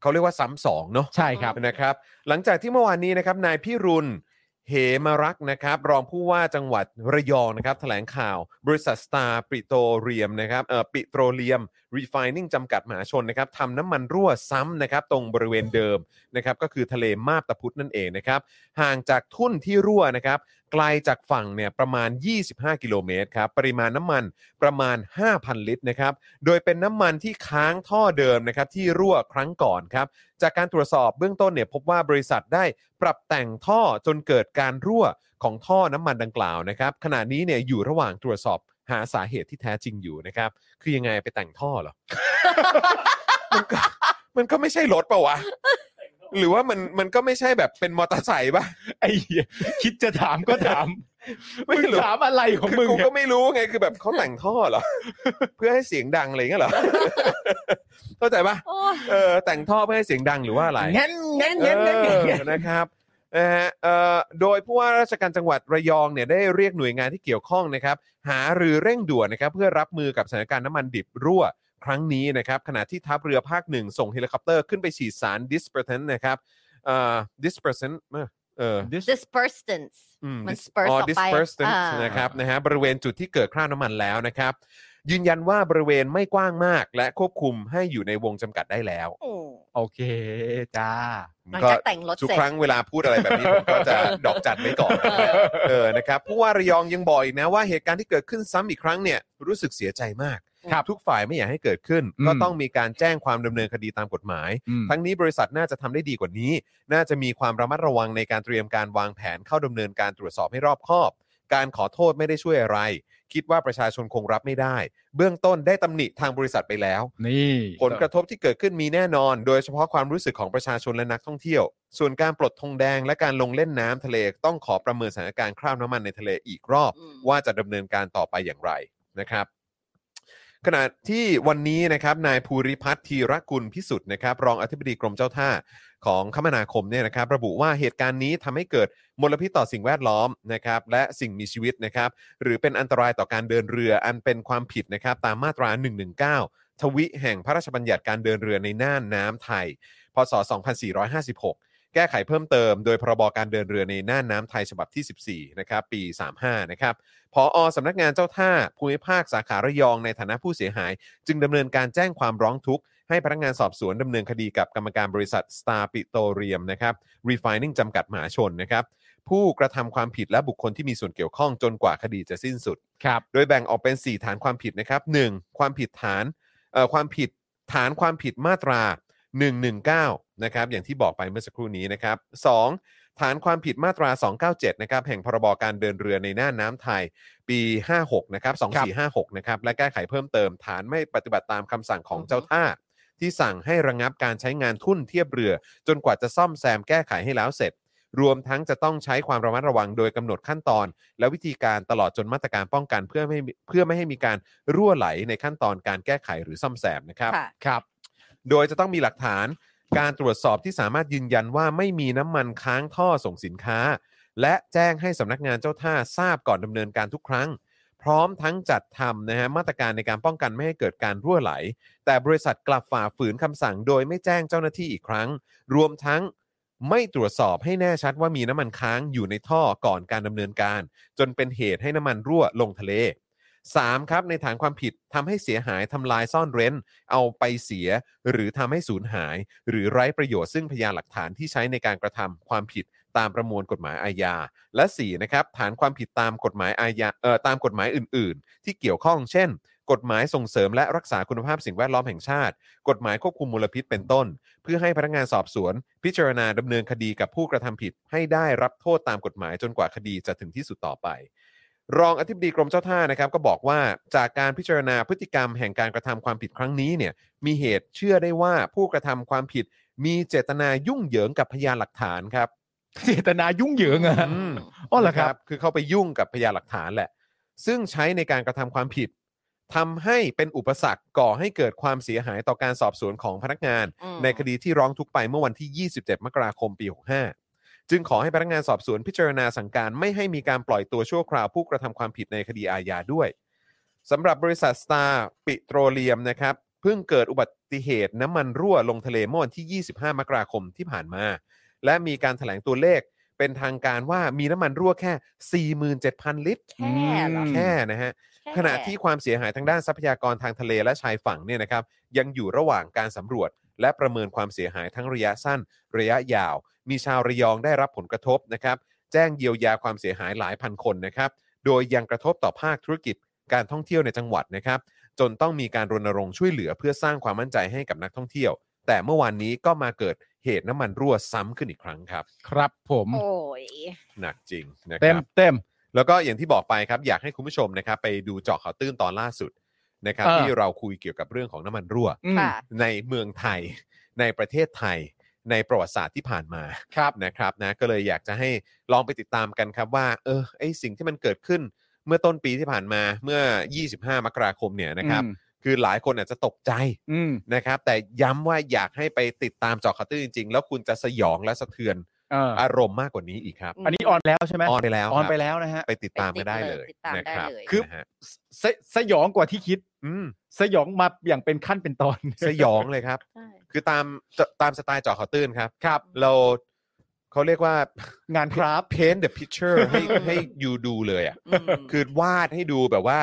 S1: เขาเรียกว่าซ้ำสองเนาะ
S3: ใช่ครับ
S1: นะครับหลังจากที่เมื่อวานนี้นะครับนายพิรุณเหมรักษ์นะครับ รองผู้ว่าจังหวัดระยองนะครับแถลงข่าว บริษัทสตาร์ปิโตรเลียมนะครับเอ่อปิโตรเลียมรีไฟนิ่งจำกัดมหาชนนะครับทำน้ำมันรั่วซ้ำนะครับตรงบริเวณเดิมนะครับก็คือทะเลมาบตะพุธนั่นเองนะครับห่างจากทุ่นที่รั่วนะครับไกลจากฝั่งเนี่ยประมาณ 25 กิโลเมตรครับปริมาณน้ำมันประมาณ 5,000 ลิตรนะครับโดยเป็นน้ำมันที่ค้างท่อเดิมนะครับที่รั่วครั้งก่อนครับ จากการตรวจสอบเบื้องต้นเนี่ยพบว่าบริษัทได้ปรับแต่งท่อจนเกิดการรั่วของท่อน้ำมันดังกล่าวนะครับขณะนี้เนี่ยอยู่ระหว่างตรวจสอบหาสาเหตุที่แท้จริงอยู่นะครับ คือยังไงไปแต่งท่อเหรอ มันก็มันก็ไม่ใช่รถปะวะ หรือว่ามันมันก็ไม่ใช่แบบเป็นมอเตอร์ไซค์ปะ
S3: ไอ้เหี้ยคิดจะถามก็ถาม
S1: ไม่
S3: มึง
S1: รู้
S3: ถามอะไรของมึง
S1: กู
S3: เนี่
S1: ก็
S3: ย
S1: ไม่รู้ไงคือแบบเขาแต่งท่อเหรอ เพื่อให้เสียงดังอะไรอย่างเงี้ยเหรอ เข้าใจปะ
S2: โอ้ย
S1: เออแต่งท่อเพื่อให้เสียงดังหรือว่าอะไร
S3: งั้นงั้น
S1: เอ
S3: งั้นงั้นงั้น
S1: อนะครับนะฮะเอ่อโดยผู้ว่าราชการจังหวัดระยองเนี่ยได้เรียกหน่วยงานที่เกี่ยวข้องนะครับ หารือเร่งด่วนนะครับ เพื่อรับมือกับสถานการณ์น้ำมันดิบรั่วครั้งนี้นะครับ ขณะที่ทัพเรือภาคหนึ่งส่งเฮลิคอปเตอร์ขึ้นไปฉีดสาร dispersant นะครับเอ่อ dispersant เอ่อเออ
S2: dispersants
S1: อืม
S2: มัน disperse ออกไป
S1: dispersant
S2: อ่าน
S1: นะครับนะฮะบริเวณจุดที่เกิดคราบน้ำมันแล้วนะครับ ยืนยันว่าบริเวณไม่กว้างมาก และควบคุมให้อยู่ในวงจำกัดได้แล้ว
S2: โอ้
S3: โอเคจ้า
S2: หลัง
S1: ก็
S2: จากแต่งรถ
S1: ทุก
S2: เสร็จ
S1: ครั้งเวลาพูดอะไรแบบนี้ ผมก็จะดอกจันไว้ก่อน
S2: เออ
S1: เออนะครับผู้ว่าระยองยังบอกอีกนะว่าเหตุการณ์ที่เกิดขึ้นซ้ำอีกครั้งเนี่ยรู้สึกเสียใจมาก
S3: ครับ
S1: ทุกฝ่ายไม่อยากให้เกิดขึ้น
S3: อืม
S1: ก็ต้องมีการแจ้งความดำเนินคดีตามกฎหมาย
S3: อืม
S1: ทั้งนี้บริษัทน่าจะทำได้ดีกว่านี้ น่าจะมีความระมัดระวังในการเตรียมการวางแผนเข้าดำเนินการตรวจสอบให้รอบคอบ การขอโทษไม่ได้ช่วยอะไร คิดว่าประชาชนคงรับไม่ได้ เบื้องต้นได้ตำหนิทางบริษัทไปแล้ว
S3: นี่
S1: ผลกระทบที่เกิดขึ้นมีแน่นอน โดยเฉพาะความรู้สึกของประชาชนและนักท่องเที่ยว ส่วนการปลดธงแดงและการลงเล่นน้ำทะเลต้องขอประเมินสถานการณ์คราบน้ำมันในทะเลอีกรอบ
S2: อืม
S1: ว่าจะดำเนินการต่อไปอย่างไรนะครับ ขณะที่วันนี้นะครับนายภูริพัฒน์ธีรกุลพิสุทธิ์นะครับ รองอธิบดีกรมเจ้าท่าของคมนาคมเนี่ยนะครับ ระบุว่าเหตุการณ์นี้ทำให้เกิดมลพิษต่อสิ่งแวดล้อมนะครับ และสิ่งมีชีวิตนะครับ หรือเป็นอันตรายต่อการเดินเรืออันเป็นความผิดนะครับ ตามมาตรา 119 ทวิแห่งพระราชบัญญัติการเดินเรือในน่านน้ำไทย พศ 2456 แก้ไขเพิ่มเติมโดยพรบการเดินเรือในน่านน้ำไทยฉบับที่ 14 นะครับ ปี 35 นะครับ ผอสำนักงานเจ้าท่าภูมิภาคสาขาระยองในฐานะผู้เสียหาย จึงดำเนินการแจ้งความร้องทุกข์ ให้พนักงานสอบสวนดำเนินคดีกับกรรมการบริษัท Star p i t o r i u m นะครับ Refining จำกัดมหาชนนะครับ ผู้กระทำความผิดและบุคคลที่มีส่วนเกี่ยวข้องจนกว่าคดีจะสิ้นสุด
S3: ครับ
S1: โดยแบ่งออกเป็น 4 ฐานความผิดนะครับ 1. ความผิดฐานเอ่อความผิดฐานความผิดมาตรา 119 นะครับ อย่างที่บอกไปเมื่อสักครู่นี้นะครับ 2. ฐานความผิดมาตรา 297 นะครับ แห่งพรบการเดินเรือในหน้าน้ำไทย ปี 56 นะครับ 2456 นะครับ และแก้ไขเพิ่มเติม ฐานไม่ปฏิบัติตามคำสั่งของเจ้าท่า ที่สั่งให้ระงงับการใช้งานทุ่นเทียบเรือ จนกว่าจะซ่อมแซมแก้ไขให้แล้วเสร็จ รวมทั้งจะต้องใช้ความระมัดระวังโดยกำหนดขั้นตอน และวิธีการตลอดจนมาตรการป้องกันเพื่อไม่เพื่อไม่ให้มีการรั่วไหลในขั้นตอนการแก้ไขหรือซ่อมแซมนะครับ
S2: ค่ะ
S3: ครับ
S1: โดยจะต้องมีหลักฐานการตรวจสอบที่สามารถยืนยันว่าไม่มีน้ำมันค้างท่อส่งสินค้า และแจ้งให้สำนักงานเจ้าท่าทราบก่อนดำเนินการทุกครั้ง พร้อมทั้งจัดทำนะฮะมาตรการในการป้องกันไม่ให้เกิดการรั่วไหล แต่บริษัทกลับฝ่าฝืนคำสั่งโดยไม่แจ้งเจ้าหน้าที่อีกครั้ง รวมทั้งไม่ตรวจสอบให้แน่ชัดว่ามีน้ำมันค้างอยู่ในท่อก่อนการดำเนินการ จนเป็นเหตุให้น้ำมันรั่วลงทะเลสามครับในฐานความผิดทำให้เสียหายทำลายซ่อนเร้น เอาไปเสียหรือทำให้สูญหาย หรือไร้ประโยชน์ซึ่งพยานหลักฐานที่ใช้ในการกระทำความผิดตามประมวลกฎหมายอาญา และ4นะครับฐานความผิดตามกฎหมายอาญาเอ่อตามกฎหมายอื่น ๆ ที่เกี่ยวข้อง เช่น กฎหมายส่งเสริมและรักษาคุณภาพสิ่งแวดล้อมแห่งชาติ กฎหมายควบคุมมลพิษเป็นต้น เพื่อให้พนักงานสอบสวน พิจารณาดำเนินคดีกับผู้กระทำผิด ให้ได้รับโทษตามกฎหมายจนกว่าคดีจะถึงที่สุดต่อไป รองอธิบดีกรมเจ้าท่านะครับก็บอกว่าจากการพิจารณาพฤติกรรมแห่งการกระทำความผิดครั้งนี้เนี่ยมีเหตุเชื่อได้ว่าผู้กระทำความผิด มีเจตนายุ่งเหยิงกับพยานหลักฐานครับ
S3: เจตนายุ่งเหยิงอะ
S1: อืม
S3: อ๋อเหรอครับ
S1: นะคือเข้าไปยุ่งกับพยานหลักฐานแหละ ซึ่งใช้ในการกระทำความผิดทำให้เป็นอุปสรรคก่อให้เกิดความเสียหายต่อการสอบสวนของพนักงาน
S2: อืม
S1: ในคดีที่ร้องทุกข์ไปเมื่อวันที่ 27 มกราคมปี 65 จึงขอให้พนักงานสอบสวนพิจารณาสั่งการไม่ให้มีการปล่อยตัวชั่วคราวผู้กระทำความผิดในคดีอาญาด้วยสำหรับบริษัทสตาร์ปิโตรเลียมนะครับเพิ่งเกิดอุบัติเหตุน้ำมันรั่วลงทะเลเมื่อวันที่ 25 มกราคมที่ผ่านมา และมีการถแถลงตัวเลขเป็นทางการว่ามีน้ำมันรั่วแค่ 47,000 ลิตร
S2: แค่เหรอ
S3: ม
S1: แค่นะฮะ
S2: แค่
S1: ขณะที่ความเสียหายทางด้านทรัพยากรทางทะเลและชายฝั่งเนี่ยนะครับ ยังอยู่ระหว่างการสำรวจ และประเมินความเสียหายทั้งระยะสั้น ระยะยาว มีชาวระยองได้รับผลกระทบนะครับ แจ้งเยียวยาความเสียหายหลายพันคนนะครับ โดยยังกระทบต่อภาคธุรกิจการท่องเที่ยวในจังหวัดนะครับ จนต้องมีการรณรงค์ช่วยเหลือเพื่อสร้างความมั่นใจให้กับนักท่องเที่ยว แต่เมื่อวานนี้ก็มาเกิดเหตุน้ำมันรั่วซ้ำขึ้นอีกครั้งครับ
S3: ครับผม
S2: โอ้ย
S1: หนักจริงนะค
S3: เต็ม
S1: รับ
S3: เต็ม
S1: แล้วก็อย่างที่บอกไปครับ อยากให้คุณผู้ชมนะครับ ไปดูเจาะข่าวตื้นตอนล่าสุดนะครับ
S3: เออ
S1: ที่เราคุยเกี่ยวกับเรื่องของน้ำมันรั่ว
S3: อืม
S2: ค่ะ
S1: ในเมืองไทย ในประเทศไทย ในประวัติศาสตร์ที่ผ่านมา
S3: ครับ
S1: นะครับนะก็เลยอยากจะให้ลองไปติดตามกันครับว่า เออไอสิ่งที่มันเกิดขึ้น เมื่อต้นปีที่ผ่านมาเมื่อ 25 มกราคมเนี่ยนะครับ คือหลายคนอาจจะตกใจ
S3: อืม
S1: นะครับ แต่ย้ำว่าอยากให้ไปติดตามเจาะข่าวตื้นจริงๆแล้วคุณจะสยองและสะเทือน
S3: เออ
S1: อารมณ์มากกว่านี้อีกครับ
S3: อันนี้ออนแล้วใช่ไหม
S1: ออนไปแล้ว
S3: ออ
S1: ค
S3: น
S1: รับ
S3: ไปแล้วนะฮะ
S1: ไปติดตามกันได้เลย
S2: ติดตาม
S1: นะ
S2: ได้
S1: ครับ
S2: เลย
S1: คือนะฮะ
S3: สสยองกว่าที่คิด
S1: อืม
S3: สยองมาอย่างเป็นขั้นเป็นตอน
S1: สยองเลยครับ
S2: ใช่
S1: คือตามจะตามสไตล์เจอข่าวตื้นครับ
S3: ครับ
S1: เราเขาเรียกว่า
S3: งานครับ
S1: paint the picture ให้
S2: อืม
S1: ให้อยู่ดูเลยอ่ะ
S2: ม
S1: คือวาดให้ดูแบบว่า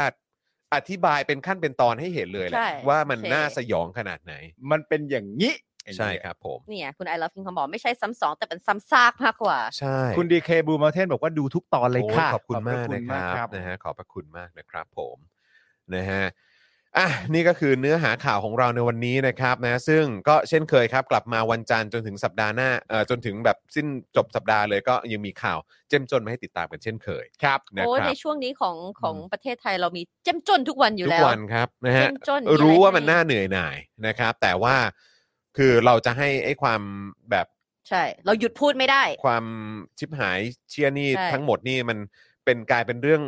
S1: อธิบายเป็นขั้นเป็นตอนให้เห็นเลยแหละ
S2: ใช่
S1: ว่ามัน
S2: โอเค
S1: น่าสยองขนาดไหน
S3: มันเป็นอย่างนี้
S1: ใช่ครับผม
S2: เนี่ยคุณไอรับพิงคอมบอกไม่ใช่ซ้ำสองแต่เป็นซ้ำซากมากกว่า
S1: ใช่
S3: คุณดีเคบูมาเทนบอกว่าดูทุกตอนเลย
S1: โอ้
S3: ค่ะ
S1: ขอบคุณ
S3: พ
S1: มาก
S3: ระ
S1: นะ
S3: ณ
S1: ค
S3: มาก
S1: รับนะฮะขอบพระคุณมากนะครับผมนะฮะอ่ะนี่ก็คือเนื้อหาข่าวของเราในวันนี้นะครับนะซึ่งก็เช่นเคยครับ กลับมาวันจันทร์จนถึงสัปดาห์หน้าเอ่อจนถึงแบบสิ้นจบสัปดาห์เลยก็ยังมีข่าวเจ้มจนมาให้ติดตามกันเช่นเคยครับนะ
S2: โอ้ย
S1: ครั
S2: ใน
S1: บ
S2: ช่วงนี้ของของ
S3: อืม
S2: ประเทศไทยเรามีเจ้มจนทุกวันอยู่
S1: ทุ
S2: แล้ว
S1: กวันครับนะฮะ
S2: เจ้มจน
S1: รู้
S2: อะไร
S1: ว่ามัน
S2: ให้
S1: น่าเหนื่อยหน่ายนะครับ แต่ว่าคือเราจะให้ไอ้ความแบบ
S2: ใช่ เราหยุดพูดไม่ได้
S1: ความชิบหายเชียนี่
S2: ใช่
S1: ทั้งหมดนี่มันเป็นกลายเป็นเรื่อง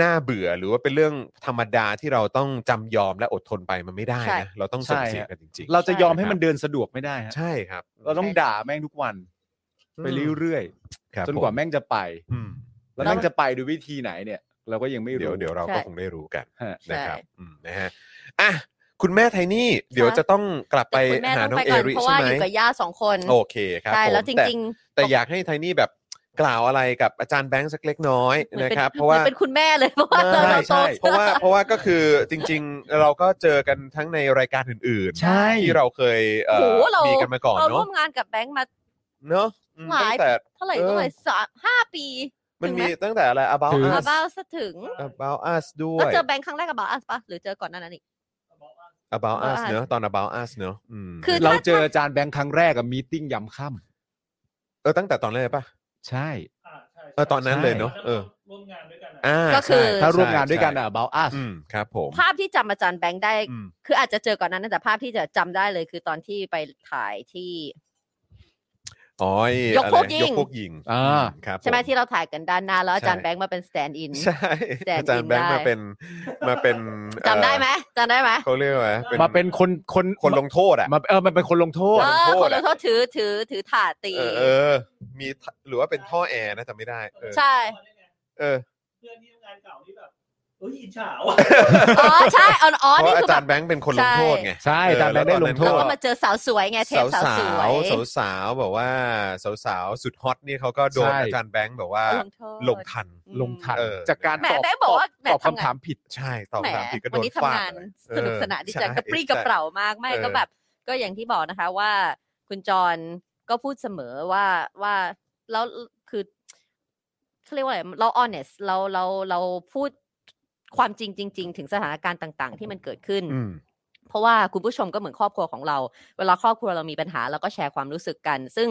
S1: น่าเบื่อหรือว่าเป็นเรื่องธรรมดาที่เราต้องจำยอมและอดทนไปมันไม่ได้นะเราต้องส่งเสียงกันจริงๆ
S3: เราจะยอมให้
S1: ใช่
S3: มันเดินสะดวกไม่ได้ฮะ
S1: ใช่ครับ
S3: เราต้องด่าแม่งทุกวัน ไปเรื่อย
S1: ครับ
S3: ๆจนกว่าแม่งจะไป
S1: อืม
S3: แล้วแม่งจะไปด้วยวิธีไหนเนี่ย เราก็ยังไม่
S1: เดี๋ยว
S3: รู้
S1: เดี๋ยวเรา
S2: ใช่
S1: ก็คงได้รู้กัน
S3: ฮะ
S1: นะครับอืมนะฮะอ่ะคุณแม่ไทนี่เดี๋ยวจะต้องกลับไป
S2: แต่คุณแม่
S1: หา
S2: ต้อง
S1: น้อง
S2: ไป
S1: เอ
S2: ก่อน
S1: ริ
S2: เพราะ
S1: ใช่
S2: ว่า
S1: ไห
S2: อ
S1: ม
S2: ยู่กับย่าสองคน
S1: โอเคครับ
S2: ใช่
S1: ผม
S2: แล้วจ
S1: ต่
S2: ริง ๆ
S1: แต่อยากให้ไทนี่แบบกล่าวอะไรกับอาจารย์แบงค์สักเล็กน้อย
S2: เหมือ
S1: นะ
S2: ป็
S1: ครับ เพราะว่า
S2: หมือนเป็นคุณแม่เลย เพราะว่า
S1: ใช่
S2: เราโต
S1: ใช่เพราะว่าเพราะว่าก็คือจริง ๆ เราก็เจอกันทั้งในรายการอื่น
S3: ใช่
S1: ที่เราเคยเอ่
S2: โอ้
S1: อ
S2: โหเรา
S1: มีกันมาก่อน
S2: เราร่
S1: เนาะ
S2: วมงานกับแบงค์มา
S1: เนาะอืม
S2: หลาย
S1: ตั้งแต่
S2: เท่าไหร่
S1: เออ
S2: เท่าไหร่สามห้าปี
S1: มัน
S2: ถึง
S1: มี
S2: ไห
S1: ตั้งแต่อะไร about
S3: ถึง
S2: อา
S1: us
S2: บ้าซะถึง
S1: about us ด้ว
S2: แล้ว
S1: ย
S2: เจอแบงค์ครั้งแรกกับบ้าสปะหรือเจอก่อนหนานั้นอีก
S4: บอกว่า
S1: about us
S2: About Us
S1: เนอะตอน about us เนอะอืม
S2: คือ
S3: เราเจออาจารย์แบงค์ครั้งแรกกับมีตติ้งยำค่
S1: เออตั้งแต่ตอนแรกเลยป่ะ
S3: ำใช่
S4: อ่าใช่
S1: เออตอนนั้นเลยเนอะเออ
S4: ร่วมงานด้วยกันอะ
S1: อ่า
S2: ก็คือ
S1: ใช่
S3: ถ้าร่วมงานด้วยกัน
S1: ใช่
S3: อะ about us
S1: อืมครับผม
S2: ภาพที่จำอาจารย์แบงค์ได้
S1: อืม
S2: คืออาจจะเจอก่อนนั้นนะแต่ภาพที่จะจำได้เลยคือตอนที่ไปถ่ายที่
S1: อ๋อย
S2: ยกพวก
S1: อะไร
S2: ยิง
S1: ยกพวกยิง
S3: อ่า
S1: อืมครับ
S2: ใช่ไหม
S1: ผ
S2: ที่เราถ่ายกันด้านหน้าแล้วอาจาร
S1: ใช่
S2: ย์แบงค์มาเป็นสแตนด์อิน
S1: ใช่
S2: แสดง
S1: อาจารย์แบงค์
S2: อินได้
S1: มาเป็นมาเป็น
S2: จำได้ไหมจำได้ไหม
S1: เอ่อเขาเรียกว่าอะไร
S3: มาเป็นคนคน
S1: คนลงโทษอ่ะ
S3: มาเออมันเป็นคนลงโทษ
S2: เอ
S1: ข
S2: อ
S1: อน
S2: ค
S1: โทษอะ
S2: ลงโทษถือถือถือถาดตี
S1: เออเออ มีท่าหรือว่าเป็นท่อแอร์นะจำไม่ได้เออ
S2: ใช่
S1: เออ
S4: เพื่อนที่ทำงานเก่านี่แบบเอ้ยอิจฉาว่ะ
S2: อ๋อใช่อ๋ออ๋อ
S1: เพ
S2: นี่
S1: ราะอา
S2: คือ
S1: จา
S2: แบ
S1: รย์แบง
S2: บ
S1: ค์เป็นคนลงโทษไง
S3: ใช่อาจารย์แบงค์ได้ลงโท
S2: แล้ว
S3: ษ
S2: ก็มาเจอสาวสวยไงเทป
S1: สาว
S2: สาว
S1: สา
S2: ส
S1: ว
S2: ว
S1: ย สาวสาวๆแบบว่าสาวสาวๆสุดฮอตนี่เขาก็โดน
S3: ใช่
S1: อาจารย์แบงค์แบบว่า
S2: ลงโทษ
S1: ลงทัน
S3: ลงทัน
S1: เออ
S3: จากการ
S2: แหม่
S3: ตอบ
S2: แบงค์บอกว่า
S3: ตอบ
S2: แหม่ทำงาน
S3: คำถามผิด
S1: ใช่ ตอบ
S2: แหม
S1: คำถามผิดก็โด
S2: วัน
S1: น
S2: นี้
S1: ฟา
S2: ทำ
S1: ด
S2: งาน
S1: เลย
S2: สนุกสนานที่จะ
S1: เออก
S2: ระปรี้กระเปร่ามากไม่ก็แบบ ก็อย่างที่บอกนะคะว่า คุณจรก็พูดเสมอว่าว่าแล้วคือเขาเรียกว่าอะไรเรา honest เราเราเราพูดความจริงจริง ๆ ถึงสถานการณ์ต่าง ๆ ที่มันเกิดขึ้น
S1: อืม
S2: เพราะว่าคุณผู้ชมก็เหมือนครอบครัวของเรา เวลาครอบครัวเรามีปัญหาเราก็แชร์ความรู้สึกกัน ซึ่ง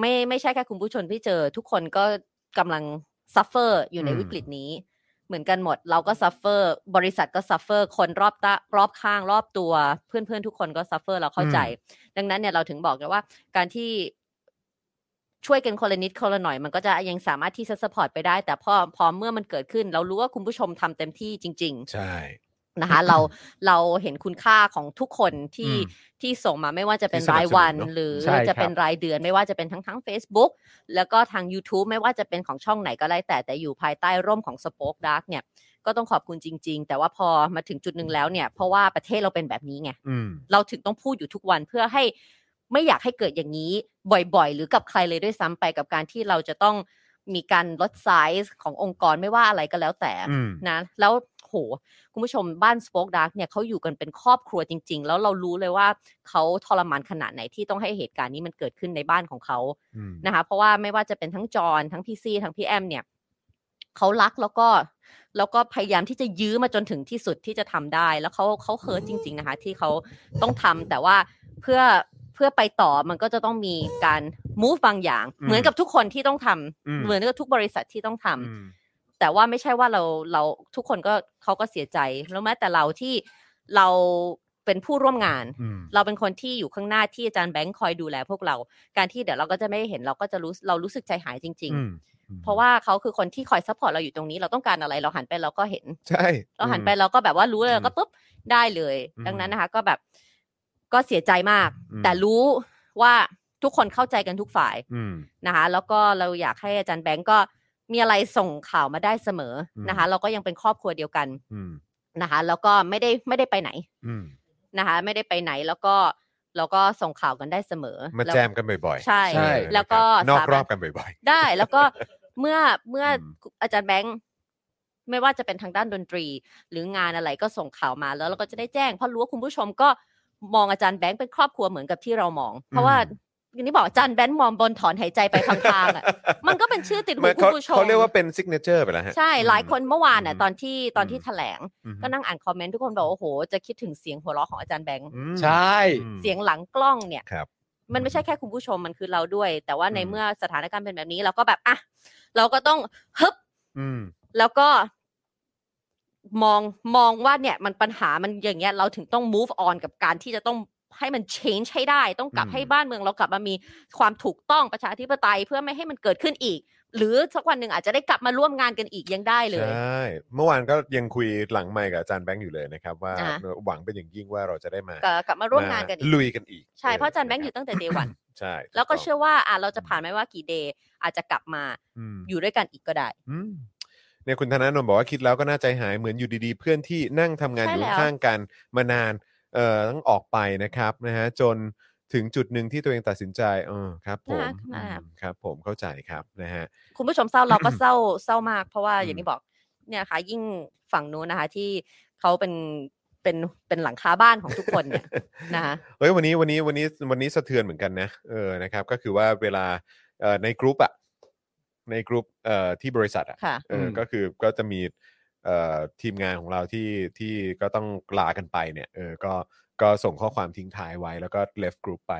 S2: ไม่ไม่ใช่แค่คุณผู้ชมที่เจอ ทุกคนก็กำลังซัฟเฟอร์อยู่ใน
S1: อืม
S2: วิกฤตนี้ เหมือนกันหมด เราก็ซัฟเฟอร์บริษัทก็ซัฟเฟอร์คนรอบตารอบข้างรอบตัวเพื่อนเพื่อนๆทุกคนก็ซัฟเฟอร์เราเข้าใจ ดังนั้นเนี่ยเราถึงบอกกันว่า การที่ช่วยกันคนละนิดคนละหน่อย มันก็จะยังสามารถที่จะสปอร์ตไปได้ แต่พอพอเมื่อมันเกิดขึ้น เรารู้ว่าคุณผู้ชมทำเต็มที่จริง ๆ
S1: ใช่
S2: นะคะเราเราเห็นคุณค่าของทุกคนที่
S1: อืม
S2: ที่ส่งมาไม่ว่าจะเป็น
S1: ที่สนับ
S2: รายวัน
S1: สนุนเนอะ
S2: หรือ
S3: ใช่
S2: จะ
S3: ครับ
S2: เป็นรายเดือน ไม่ว่าจะเป็นทั้งทั้ง Facebook แล้วก็ทาง YouTube ไม่ว่าจะเป็นของช่องไหนก็ได้แต่แต่อยู่ภายใต้ร่มของ Spoke Dark เนี่ย ก็ต้องขอบคุณจริง ๆ แต่ว่าพอมาถึงจุดหนึ่งแล้วเนี่ย เพราะว่าประเทศเราเป็นแบบนี้ไง
S1: อืม
S2: เราถึงต้องพูดอยู่ทุกวันเพื่อให้ไม่อยากให้เกิดอย่างนี้บ่อยๆ หรือกับใครเลยด้วยซ้ำไปกับการที่เราจะต้องมีการลดไซส์ขององค์กรไม่ว่าอะไรก็แล้วแต่
S1: อืม
S2: นะแล้วโหคุณผู้ชมบ้าน Spoke Dark เนี่ยเขาอยู่กันเป็นครอบครัวจริง ๆ แล้วเรารู้เลยว่าเขาทรมานขนาดไหนที่ต้องให้เหตุการณ์นี้มันเกิดขึ้นในบ้านของเขา
S1: อืม
S2: นะคะ เพราะว่าไม่ว่าจะเป็นทั้งจอนทั้งพี่ซี่ทั้งพี่แอมเนี่ยเขารักแล้วก็แล้วก็พยายามที่จะยื้อมาจนถึงที่สุดที่จะทำได้ แล้วเขาเขาเฮิร์ตจริง ๆนะคะ ที่เขาต้องทำแต่ว่าเพื่อเพื่อไปต่อมันก็จะต้องมีการ move บางอย่าง
S1: อืม
S2: เหมือนกับทุกคนที่ต้องทำ
S1: อืม
S2: เหมือนกับทุกบริษัทที่ต้องทำ
S1: อืม
S2: แต่ว่าไม่ใช่ว่าเราเราทุกคนก็เขาก็เสียใจ แล้วแม้แต่เราที่เราเป็นผู้ร่วมงาน
S1: อืม
S2: เราเป็นคนที่อยู่ข้างหน้าที่อาจารย์แบงค์คอยดูแลพวกเรา การที่เดี๋ยวเราก็จะไม่เห็นเราก็จะรู้เรารู้สึกใจหายจริง
S1: อืม
S2: ๆ เพราะว่าเขาคือคนที่คอยซัพพอร์ตเราอยู่ตรงนี้ เราต้องการอะไรเราหันไปเราก็เห็น
S1: ใช่
S2: เราหันไป
S1: อืม
S2: เราก็แบบว่ารู้เลย
S1: อืม
S2: เราก็ปุ๊บได้เลย
S1: อืม
S2: ดังนั้นนะคะ ก็แบบก็เสียใจมาก
S1: อืม
S2: แต่รู้ว่าทุกคนเข้าใจกันทุกฝ่าย
S1: อืม
S2: นะคะแล้วก็เราอยากให้อาจารย์แบงก์ก็มีอะไรส่งข่าวมาได้เสมอ
S1: อืม
S2: นะคะ เราก็ยังเป็นครอบครัวเดียวกัน
S1: อืม
S2: นะคะ แล้วก็ไม่ได้ไม่ได้ไปไหน
S1: อืม
S2: นะคะ ไม่ได้ไปไหนแล้วก็เราก็ส่งข่าวกันได้เสมอ
S1: มา
S2: ล้ว
S1: แจมกันบ่อยๆ
S2: ใช่
S3: ใช่
S2: แล้วก็
S1: นะครับนอก
S2: สามารถ
S1: รอบกันบ่อย
S2: ได้แล้วก็ เมื่อเมื่อ
S1: ม
S2: อาจารย์แบงค์ ไม่ว่าจะเป็นทางด้านดนตรี หรืองานอะไรก็ส่งข่าวมาแล้วเราก็จะได้แจ้ง เพราะรู้ว่าคุณผู้ชมก็มองอาจารย์แบงค์เป็นครอบครัวเหมือนกับที่เรามอง เพราะว่าอย่างที่บอกอาจารย์แบงค์มองบนถอนหายใจไปพลางๆอ่ะ มันก็เป็นชื่อติดหู
S1: ไม่
S2: คุ
S1: เขา
S2: ณผู้ชม
S1: เขาเรียกว่าเป็นซิกเนเจอร์ไปแล้วฮะ
S2: ใช่หลายคนเมื่อวานน่ะ
S1: อืม
S2: ตอนที่ตอนที่
S1: อืม
S2: แถลง
S1: อืม
S2: ก็นั่งอ่านคอมเมนต์ทุกคนบอกว่าโอ้โห จะคิดถึงเสียงหัวเราะของอาจารย์แบงค์
S1: อืม
S3: ใช่
S1: อืม
S2: เสียงหลังกล้องเนี่ย
S1: ครับ
S2: มันไม่ใช่แค่คุณผู้ชมมันคือเราด้วย แต่ว่าใน
S1: อืม
S2: เมื่อสถานการณ์เป็นแบบนี้เราก็แบบอ่ะเราก็ต้องฮึบ
S1: อืม
S2: แล้วก็ มองมองว่าเนี่ย มันปัญหามันอย่างเงี้ย เราถึงต้อง move on กับการที่จะต้องให้มัน change ให้ได้ ต้องกลับให้บ้านเมืองเรากลับมามีความถูกต้องประชาธิปไตยเพื่อไม่ให้มันเกิดขึ้นอีก หรือสักวันหนึ่งอาจจะได้กลับมาร่วมงานกันอีกยังได้เลย
S1: ใช่เมื่อวานก็ยังคุยหลังไมค์กับอาจารย์แบงค์อยู่เลยนะครับ ว่า
S2: อ่ะ
S1: หวังเป็นอย่างยิ่งว่าเราจะได้มาก
S2: ก็กลับมาร่วมงานกันอีก
S1: ลุยกันอีก
S2: ใช่เพราะอาจารย์แบงค์อยู่ตั้งแต่ day one
S1: ใช่
S2: แล้วก็เชื่อว่าอ่ะเราจะผ่านไม่ว่ากี่เดย์อาจจะกลับมา
S1: อ
S2: อยู่ด้วยกันอีกก็ได้
S1: อืมเนี่ยคุณธนาโนนบอกว่าคิดแล้วก็น่าใจหายเหมือนอยู่ดีๆ เพื่อนที่นั่งทำงาน
S2: ใช่
S1: อยู่
S2: แล้ว
S1: ข้างกันมานานเอ่อต้องออกไปนะครับนะฮะจนถึงจุดหนึ่งที่ตัวเองตัดสินใจเออครับผมอืมครับ ผมเข้าใจครับนะฮะ
S2: คุณผู้ชมเศร้าเราก็ เศร้าเศร้ามาก เพราะว่าอย่างที่บอกเนี่ยค่ะยิ่งฝั่งนู้นนะคะ ที่เขาเป็นเป็นเป็นหลังคาบ้านของทุกคน เนี่ย นะคะ
S1: เฮ้ยวันนี้วันนี้วันนี้วันนี้สะเทือนเหมือนกันนะเออนะครับ ก็คือว่าเวลาเอ่อในกรุ๊ปอะในกรุ๊ปเอ่อที่บริษัทอะ
S2: ค่ะ
S1: เอออ
S3: ม
S1: ก็คือก็จะมีเอ่อทีมงานของเราที่ที่ก็ต้องลากันไปเนี่ยเออก็ก็ส่งข้อความทิ้งท้ายไว้แล้วก็ left group ไป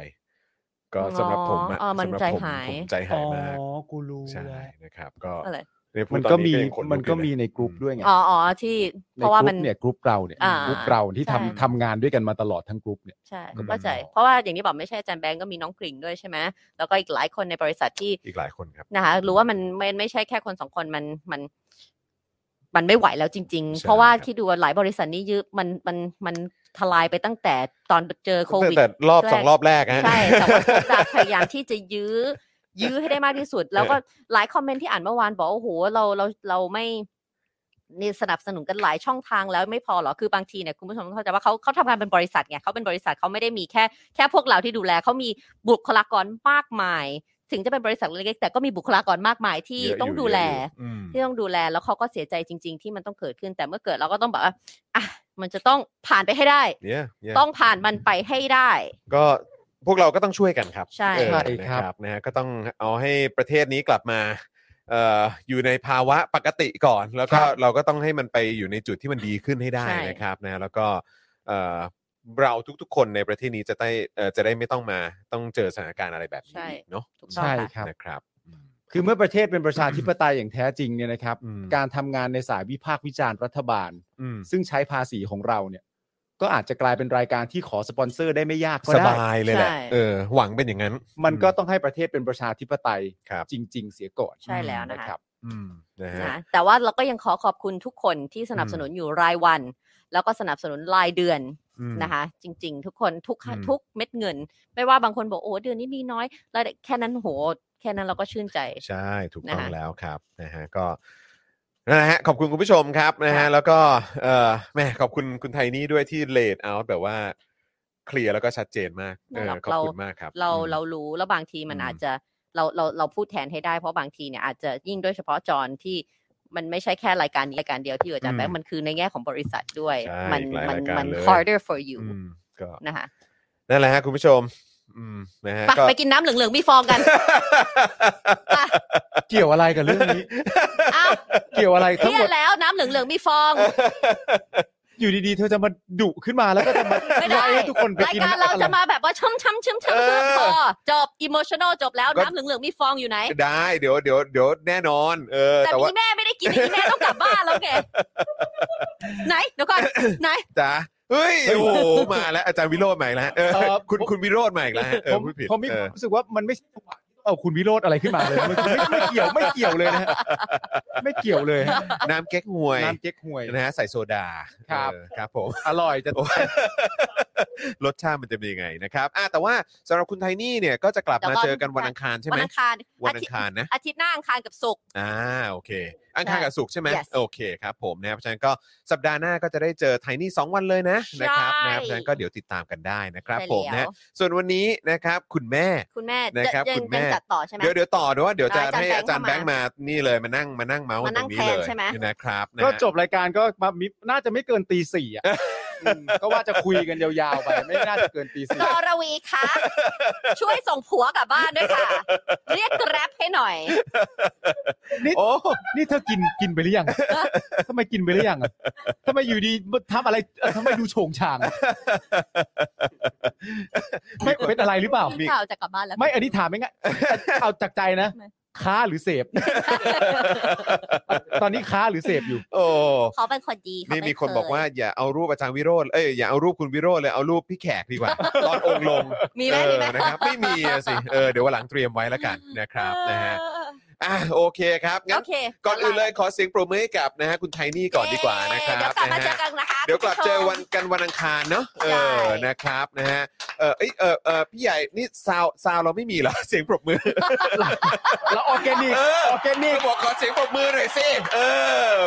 S1: ก็สำหรับผมอะ
S2: อ๋อเออมัน
S1: สำหรับ
S2: ใจ
S1: ผม
S2: หาย
S1: ผมใจหายมาก
S3: กูรู้
S1: ใช่นะครับ ก็
S2: อะไร
S1: เนี่ยพูด
S3: มัน
S1: ตอ
S3: ก็
S1: น
S3: มี
S1: ยังขลุ
S3: มันก็มี
S1: อยู่เลย
S3: ในกลุ่มด้วยไง
S2: อ๋ออ๋อที่เพ
S3: ใน
S2: ราะ
S3: ก
S2: ว่ามั
S3: ลุ่
S2: น
S3: มเนี่ยกลุ่มเราเนี่ย
S2: อ่าก
S3: ลุ่มเราที่ทำ
S2: ใช่
S3: ทำงานด้วยกันมาตลอดทั้งกลุ่มเนี่ย
S2: ใช่
S3: อืม
S2: เข้าใจเพราะว่าอย่างที่บอกไม่ใช่อาจารย์แบงก์ก็มีน้องกริ่งด้วยใช่ไหมแล้วก็อีกหลายคนในบริษัทที่
S1: อีกหลายคนครับ
S2: นะคะรู้ว่ามันไม่ไม่ใช่แค่คนสองคนมันมัน มันไม่ไหวแล้วจริง
S1: ใช่
S2: ๆ เพราะว่า
S1: ครับ
S2: ที่ดูหลายบริษัทนี่ยืมมันมันมันทลายไปตั้งแต่ตอนเจอโค
S1: ตั้
S2: วิ
S1: ง
S2: ด
S1: แต่รอบ
S2: แรก
S1: สองรอบแรกฮะ
S2: ใช่แต่ ว่าเขาจะพยายามที่จะยื้อ ยื้อให้ได้มากที่ สุด แล้วก็หลายคอมเมนต์ที่อ่านเมื่อวานบอกว่าโอ้โหเราเราเราไม่นี่สนับสนุนกันหลายช่องทางแล้วไม่พอเหรอคือบางทีเนี่ยคุณผู้ชมต้องเข้าใจว่าเขาเขาทำงานเป็นบริษัทไงเขาเป็นบริษัทเขาไม่ได้มีแค่แค่พวกเราที่ดูแลเขามีบุคลากรมากมาย ถึงจะเป็นบริษัทเล็กๆแต่ก็มีบุคลากรมากมายที่
S1: เยะยู่
S2: ต้องดู
S1: เยะ
S2: แล
S1: อยู่อืม
S2: ที่ต้องดูแลแล้วเขาก็เสียใจจริง ๆ ที่มันต้องเกิดขึ้นแต่เมื่อเกิดเราก็ต้องแบบว่าอ่ะมันจะต้องผ่านไปให้ได้
S1: เนี่ยเนี่ย
S2: ต้องผ่านมันไปให้ได้
S1: ก็พวกเราก็ต้องช่วยกันครับ
S2: ใช่
S1: เออ
S3: ใช่ครับ
S1: นะนะฮะก็ต้องเอาให้ประเทศนี้กลับมาเอ่ออยู่ในภาวะปกติก่อน แล้วก็เราก็ต้องให้มันไปอยู่ในจุดที่มันดีขึ้นให้ได้นะครับนะแล้วก็เอ่อเราทุกๆ คนในประเทศนี้จะได้เอ่อจะได้ไม่ต้องมาต้องเจอสถานการณ์อะไรแบบนี้อีกเนาะ
S2: ถูกต้องค่ะ
S3: ครับ
S1: นะครับ
S3: คือเมื่อประเทศเป็นประชาธิปไตยอย่างแท้จริงเนี่ยนะครับ
S1: อืม
S3: การทำงานในสายวิพากษ์วิจารณ์รัฐบาล
S1: อืม
S3: ซึ่งใช้ภาษีของเราเนี่ย ก็อาจจะกลายเป็นรายการที่ขอสปอนเซอร์ได้ไม่ยากก็
S1: ส
S3: ได้
S1: บายเลยแหละ
S2: ใช่
S1: เออหวังเป็นอย่างนั้น
S3: มันก็ต้องให้ประเทศเป็นประชาธิปไตย
S1: ครับ
S3: จริง ๆ เสียก่อน
S2: ใช่แล้วนะคะ
S3: รับ
S1: อืมนะฮะ
S2: นะแต่ว่าเราก็ยังขอขอบคุณทุกคนที่สนับสนุนอยู่รายวัน แล้วก็สนับสนุนรายเดือน
S1: อืม
S2: นะคะ จริง ๆ ทุกคนทุก
S1: อืม
S2: ทุกเม็ดเงิน ไม่ว่าบางคนบอกโอ้เดือนนี้มีน้อยแล้วแค่นั้นโหแค่นั้นเราก็ชื่นใจ
S1: ใช่ถูกต้อง
S2: นะคะ
S1: แล้วครับนะฮะก็นั่นแหละฮะขอบคุณคุณผู้ชมครับนะฮะ
S2: ค่ะ
S1: แล้วก็เอ่อแหม่ขอบคุณคุณไทยนี่ด้วยที่เลดเอาแบบว่าเคลียร์แล้วก็ชัดเจนมากเออขอบคุณมากครับ
S2: เรา
S1: อืม
S2: เรารู้แล้วบางทีมัน
S1: อืม
S2: อาจจะเราเราเราพูดแทนให้ได้เพราะบางทีเนี่ยอาจจะยิ่งโดยเฉพาะจอนที่มันไม่ใช่แค่รายการนี้รายการเดียวที่อยู่อาจารย์แบงค์มันคือในแง่ของบริษัทด้วย
S1: ใช่
S2: มั
S1: อีกหลาย
S2: มั
S1: รายการ
S2: มั
S1: เลย
S2: harder for you
S1: อืมก็
S2: นะคะ
S1: นั่นแหละฮะคุณผู้ชมอืมนะฮะ
S2: ไป
S1: ก็
S2: ไปกินน้ำเหลืองๆมีฟองกันไป
S3: เกี่ยวอะไรกับเรื่องนี้
S2: อ้าว
S3: เกี่ยวอะไร
S2: เค
S3: ทั้ง
S2: รีย
S3: หม
S2: ด
S3: ด
S2: แล้วน้ำเหลืองๆมีฟอง
S3: อยู่ดีๆ เธอจะมาดุขึ้นมาแล้วก็จะมา
S2: ไม่ได้
S3: ไล่ให้ทุกคนไป
S2: ราย
S3: กิน
S2: การเรา
S3: อไ
S2: จะมาแบบว่าช่ำช้ำช้ำช้ำ
S1: เออ
S2: พอจบอิโมชันอลจบแล้ว
S1: ก็
S2: น้ำเหลืองๆมีฟองอยู่ไหน
S1: ได้เดี๋ยวเดี๋ยวเดี๋ยวแน่นอนเออ
S2: แต่
S1: แต่ว่า
S2: พี่แม่ไม่ได้กินพี่แม่ต้องกลับบ้านแล้วแก ไหนเดี๋ยวก่อนไหน
S1: จ้าเฮ้ยโอ้โหมาแล้วอาจารย์วิโรจน์ใหม่แล้วฮะเออ
S3: เอ่อ
S1: คุณคุณวิโรจน์ใหม่แล้วฮะเอ
S3: ผ
S1: อ
S3: ม
S1: พูดผิด
S3: ผมมี
S1: เออ
S3: ความรู้สึกว่ามันไม่ใช่จังหวะที่เอาคุณวิโรธอะไรขึ้นมาเลยนะมันคือไม่ไม่เกี่ยวไม่เกี่ยวเลยนะฮะไม่เกี่ยวเลยฮะ
S1: น้ำเก๊กฮวย
S3: น้ำเก๊กฮวย
S1: นะฮะใส่โซดา
S3: ครับ
S1: เออครับผม
S3: อร่อยจะ
S1: รสชาติมันจะเป็นยังไงนะครับอ่ะแต่ว่าสำหรับคุณไทนี่เนี่ยก็จะกลับมาเจอกันวันอังคารใช่ไห
S2: วั
S1: ม
S2: นอังคาร
S1: วัน
S2: อา
S1: อั
S2: ทิต
S1: ง
S2: ย์
S1: คารนะ
S2: อาทิตย์หน้าอังคารกับศุกร์
S1: อ่าโอเค อังคารกับศุกร์ใช่ไหม
S2: Yes
S1: โอเคครับผมนะครับเพราะฉะนั้นก็สัปดาห์หน้าก็จะได้เจอไทนี่2วันเลยนะนะครับ
S2: ใช่
S1: นะครับเพราะฉะนั้นก็เดี๋ยวติดตามกันได้นะครับ
S2: ใช่
S1: ผม
S2: แล้
S1: นะ
S2: ว
S1: ส่วนวันนี้นะครับคุณแม่
S2: คุณแม่
S1: นะครับ
S2: ยัง
S1: คุณแม่
S2: ยังจัดต่อใช่ไหม
S1: เดี๋ยวเดี๋ยวต่อเดี๋ยวว่าเดี๋ยวจะ
S2: ได้
S1: ให้อา
S2: อา
S1: จา
S2: จาร รย์
S1: ย์แบ
S2: แบ
S1: ง
S2: งค์
S1: ค์มานี่เลยมานั่งมานั่งเมาส์
S2: มา
S1: ต
S2: นั่
S1: รง งนี้เลย
S2: แทนใช่ไหม
S1: นะครับนะ
S3: ก็
S1: ฮะ
S3: จบรายการก็มามิน่าจะไม่เกินตีสี่อ่ะอืมก็ว่าจะคุยกันยาวๆไปไม่น่าจะเกินตีสี่
S2: นอรวี คะช่วยส่งผัวกลับบ้านด้วยค่ะ เรียกแกร็บให้หน่อย
S1: โอ้
S3: นี่เธอกินกินไปหรือยังทำไมกินไปหรือยังอะทำไมอยู่ดีทำอะไรเอ่อทำไมดูโฉงฉางไม่เป็นอะไรหรือเปล่า
S2: มีข่าวจะกลับบ้านแล้ว
S3: ไม่อันนี้ถามไม่ง่ายเอาจากใจนะ
S2: ไม่
S3: ค้าหรือเส พ ตอนนี้ค้าหรือเสพอยู่
S1: โอ้
S2: เขาเป็นคนดีเขา
S1: นี่
S2: ไ
S1: มีคนบอกว่าอย่าเอารูปอาจารย์วิโรธเอ้ยอย่าเอารูปคุณวิโรธเลยเอารูปพี่แขกดีกว่า ตอนองค์ลง
S2: มีไหม
S1: เอ
S2: มี
S1: อ
S2: ไหม
S1: นะครับไม่มีอะสิเออเดี๋ยววันหลังเตรียมไว้แล้วกันนะครับนะฮะ
S2: เออ
S1: อ่ะโอเคครับงั้
S2: โอน เค
S1: ก่อนอื่นเลยขอเสียงปรบมือให้กับนะฮะคุณไทนี่ก่อนดีกว่านะครับ
S2: เดี๋ยวกลับมา
S1: นะ
S2: เจอ
S1: ฮะ
S2: กันนะคะ
S1: เดี๋ยวกลับเจอวันกันวันอังคารเนาะเอ
S2: ใช่
S1: อนะครับนะฮะเออเอยเออเออพี่ใหญ่นี่ซาวซาวเราไม่มีเหรอ เสียงปรบมือ
S3: แล้วออร์แกนิก
S1: เออ
S3: ออร์แกนิ
S1: นี่
S3: ก
S1: บอกขอเสียงปรบมือหน่อยสิเออ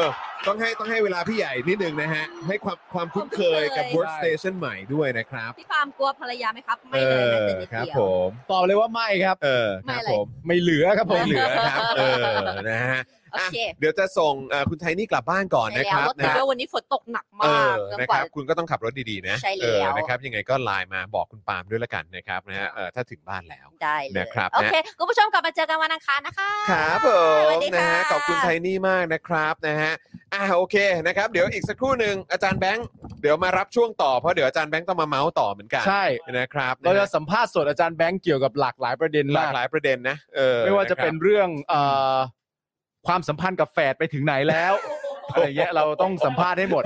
S1: ต้องให้ต้องให้เวลาพี่ใหญ่นิดนึงนะฮะ ให้ความความคุ้นเคยกับ workstation ใหม่ด้วยนะครับ
S2: พี่ฟาร์มกลัวภรรยาไหมครับ
S1: เอ
S2: ไม่เลย
S1: อ
S2: แม้แต่นิด
S1: ครับ
S2: เดียว
S1: ผม
S3: ตอบเลยว่าไม่ครับ
S1: เออครับผม
S3: ไม่เหลือครับผ
S1: ไม่
S3: ม
S1: เหลือครับเออนะฮะ
S2: โอ
S1: อ่ะ
S2: เค
S1: เดี๋ยวจะส่งเอ่อคุณไทนี่กลับบ้านก่อน
S2: ใช่
S1: นะค
S2: แล้
S1: รับ
S2: วรถ
S1: นะ
S2: ติด
S1: ฮะ
S2: ด้วยวันนี้ฝนตกหนัก
S1: เอ
S2: มาก
S1: อ
S2: จน
S1: นะ
S2: ก
S1: ค
S2: ว่า
S1: รับ คุณก็ต้องขับรถดีๆนะ
S2: ใช่แล้ว
S1: เออนะครับ ยังไงก็ไลน์มาบอกคุณปาล์มด้วยละกันนะครับนะฮะเออถ้าถึงบ้านแล้ว
S2: ได้เลย
S1: นะครับนะ
S2: โอเคคุณผู้ชมกลับมาเจอกันวันอังคารนะคะ
S1: ครับผ
S2: ส
S1: ม
S2: วัสดี
S1: นะฮะ
S2: ค่ะ
S1: ขอบคุณไทนี่มากนะครับนะฮะอ่าโอเคนะครับ เดี๋ยวอีกสักครู่หนึ่งอาจารย์แบงค์เดี๋ยวมารับช่วงต่อเพราะเดี๋ยวอาจารย์แบงค์ต้องมาเมาส์ต่อเหมือนกัน
S3: ใช่
S1: นะครับ
S3: เราจะสัมภาษณ์สดอาจารย์แบงค์เกี่ยวกับหลากหลายประเด็น
S1: ห
S3: มาก
S1: ลากหลายประเด็นนะเออ
S3: ไม่ว่าจะเป็นเรื่องเอ่อความสัมพันธ์กับแฝดไปถึงไหนแล้วอะไรเงี้ยเราต้องสัมภาษณ์ให้หมด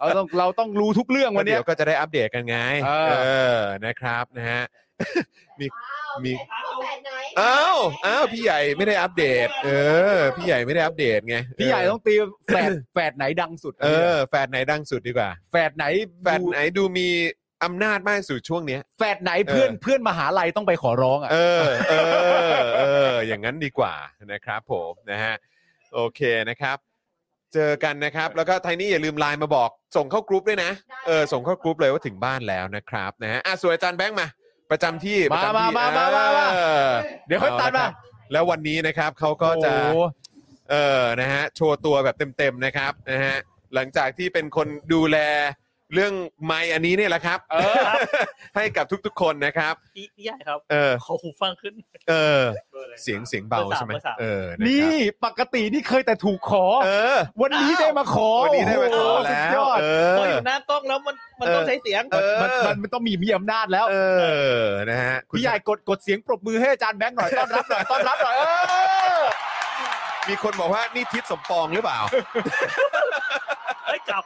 S3: เราต้องเราต้องรู้ทุกเรื่อง
S1: วั
S3: วัน น
S1: เดี๋ย
S3: เนี้ย
S1: วก็จะได้อัปเดตกันไง
S3: เออ
S1: อนะครับนะฮะ มี มี
S2: แผ่นไหน
S1: อ้าวอ้าวพี่ใหญ่ไม่ได้อัปเดต เออ พี่ใหญ่ไม่ได้อัปเดตไง
S3: พี่ใหญ่ต้องตีแฝดแฝดไหนดังสุด
S1: เออแฟนไหนดังสุดดีกว่า
S3: แฝดไหน
S1: แฟนไหนดูมีอำนาจมากที่สุดช่วงเนี้ย
S3: แฝดไหนเพื่อน
S1: เออ
S3: เพื่อนมหาลัยต้องไปขอร้องอ่ะ
S1: เออ เออ เออ อย่างนั้นดีกว่านะครับผมนะฮะ โอเคนะครับ เจอกันนะครับ แล้วก็ไทนี่อย่าลืมไลน์มาบอก ส่งเข้ากรุ๊ปด้วยนะ เออ ส่งเข้ากรุ๊ปเลยว่าถึงบ้านแล้วนะครับนะฮะอ่ะสวยอาจารย์แบงค์มา ประจำที่ประจำที่
S3: มามามามามา
S1: เออ
S3: เดี๋ยวค่อยตัดมา
S1: แล้ววันนี้นะครับเขาก็จะ
S3: โอ้โห
S1: เออ นะฮะ โชว์ตัวแบบเต็มๆนะครับ นะฮะ หลังจากที่เป็นคนดูแลเรื่องไมค์อันนี้เนี่ยแหละครับ
S3: เออ
S1: ให้กับทุกๆคนนะครับ
S4: พี่พี่ใหญ่ครับ
S1: เออ
S4: ขอหูฟังขึ้น
S1: เออ
S5: เบอร์อะไร
S1: เสียงเสียงเบา
S4: เบอร์สาม
S1: ใช่ไหม
S4: เบอร์สาม
S1: เออนะครับ
S3: นี่ปกตินี่เคยแต่ถูกขอ
S1: เออ
S3: วันนี้ได้มาขอ
S1: วันนี้ได้มาขอ
S3: โโหสุด
S1: แล้
S3: ยว อด
S1: เอ
S4: พอ
S1: อ
S4: อยู่หน้ากล้องแล้วมันมัน
S1: เออ
S4: ต้องใช้เสียง
S1: เออ
S3: มันมันมันต้องมีมีอำนาจแล้ว
S1: เออ นะฮะคุณ
S3: พี่ใหญ่กดกดเสียงปรบมือให้อาจารย์แบงค์หน่อยต้อนรับหน่อยต้อนรับหน่อยเออ
S1: มีคนบอกว่านี่ทิศสมปองหรือเปล่า
S4: เอ้ยกลับ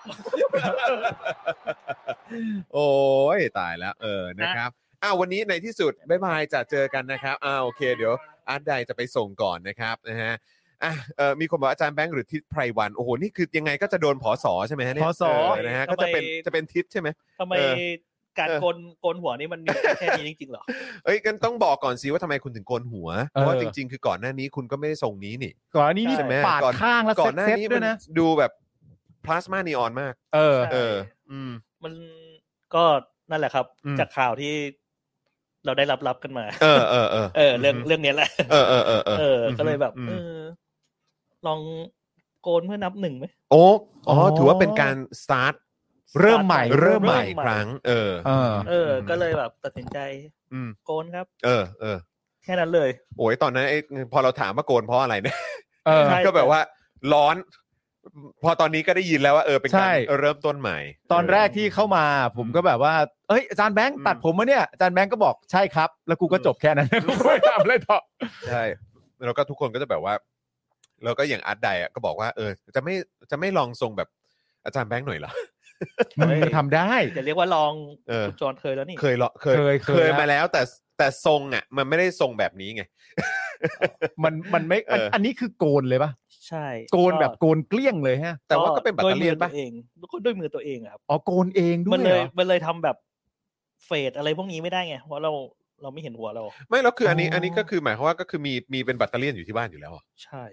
S1: โอ้ยตายแล้ว เออ นะครับ อ้าววันนี้ในที่สุดบ๊ายบายจะเจอกันนะครับ อ้าวโอเค เดี๋ยวอาร์ตไดจะไปส่งก่อนนะครับ นะฮะ อ่ะ เออมีคนบอกอาจารย์แบงค์หรือทิศไพรวัน โอ้โห นี่คือยังไงก็จะโดนผอสอใช่ไหมฮะเนี่ย
S3: พอสอ
S1: เนะฮะ ก็จะเป็น
S4: ทำไม
S1: จะเป็นทิศใช่ไหม
S4: ทำไม
S1: เออ
S4: การโกนโกนหัวนี่มันมีแค่นี้จริงๆเหรอ
S1: เอ้ยกันต้องบอกก่อนสิว่าทำไมคุณถึงโกนหัว เพราะว่าจริง ๆ คือก่อนหน้านี้คุณก็ไม่ได้ทรงนี้นี่
S3: ก่อนอันนี้นี่
S1: ใช่ไหม
S3: ปาด
S1: ก่อน
S3: ข้างแล้ว
S1: ก่อนหน้า
S3: เซ็ต
S1: นี้
S3: ๆ
S1: มั
S3: ด้วน ยนะ
S1: ดูแบบพลาสมานีออนมาก
S3: เออ
S1: เออ อืม
S4: มันก็นั่นแหละครับ
S1: อืม
S4: จากข่าวที่เราได้รับรับๆกันมา
S1: เออเออเออ
S4: เออ เรื่องเรื่องเนี้ยแหละ
S1: เออเออเออเออ
S4: เออ ก็เลยแบบ
S1: อืม
S4: เออลองโกนเพื่อนับหนึ่งไหม
S1: โอ้อ๋อถือว่าเป็นการสตาร์ท
S3: เริ่มใหม่
S1: เริ่มใหม่ครั้ง เออ
S3: เออ
S4: เออ ก็เลยแบบตัดสินใจ
S1: อืม
S4: โกนครับ
S1: เออเออ
S4: แค่นั้นเลย
S1: โอ้ยตอนนั้นไอ้พอเราถามว่าโกนเพราะอะไรเนี่ย
S3: เออ
S4: ใช่
S1: ก็แบบว่าร้อน พอตอนนี้ก็ได้ยินแล้วว่าเออเป็น
S3: ใช่
S1: การเริ่มต้นใหม่
S3: ตอนแรกที่เข้ามาผมก็แบบว่า เอ้ยอาจารย์แบงค์
S1: อืม
S3: ตัดผมมาเนี่ยอาจารย์แบงค์ก็บอกใช่ครับ แล้วกูก็จบแค่นั้นกูไม่ทำอะไรต่อ
S1: ใช่แล้วก็ทุกคนก็จะแบบว่าแล้วก็อย่างอาร์ตไดอะก็บอกว่าเออ จะไม่จะไม่ลองทรงแบบอาจารย์แบงค์หน่อยเหรอ
S3: มึงก็ทำได้
S4: จะเรียกว่าลอง
S1: เออ
S4: คุณจอนเคยแล้วนี่
S1: เคยเหรอเคย
S3: เคยเคย
S1: เคย
S3: นะ
S1: มาแล้วแต่แต่ทรงอ่ะ มันไม่ได้ทรงแบบนี้ไง
S3: มันมันไม่มัน
S1: เอออั
S3: อันนี้คือโกนเลยปะ
S4: ใช่
S3: โกนแบบโกนเกลี้ยงเลยฮะ
S1: แต่ว่าก็เป็นแบัต
S4: ด้
S1: เต
S4: ว
S1: อย เลี
S4: มื
S1: ยน
S4: อตั
S1: ป่ะ
S4: วเองด้วยมือตัวเองอะครับ
S3: อ๋อโกนเองด้ว
S4: มั
S3: ย
S4: น
S3: เห
S4: เล
S3: ร
S4: ย
S3: อ
S4: มันเลยทำแบบ เฟดอะไรพวกนี้ไม่ได้ไง เพราะเราเราไม่เห็นหัวเรา
S1: ไม่แล้วคืออันนี้
S4: อ๋ออั
S1: อันนี้ก็คือหมายความว่าก็คือมีมีเป็นแบตเตอรี่ยนอยู่ที่บ้านอยู่แล้วเหรอ
S4: ใช่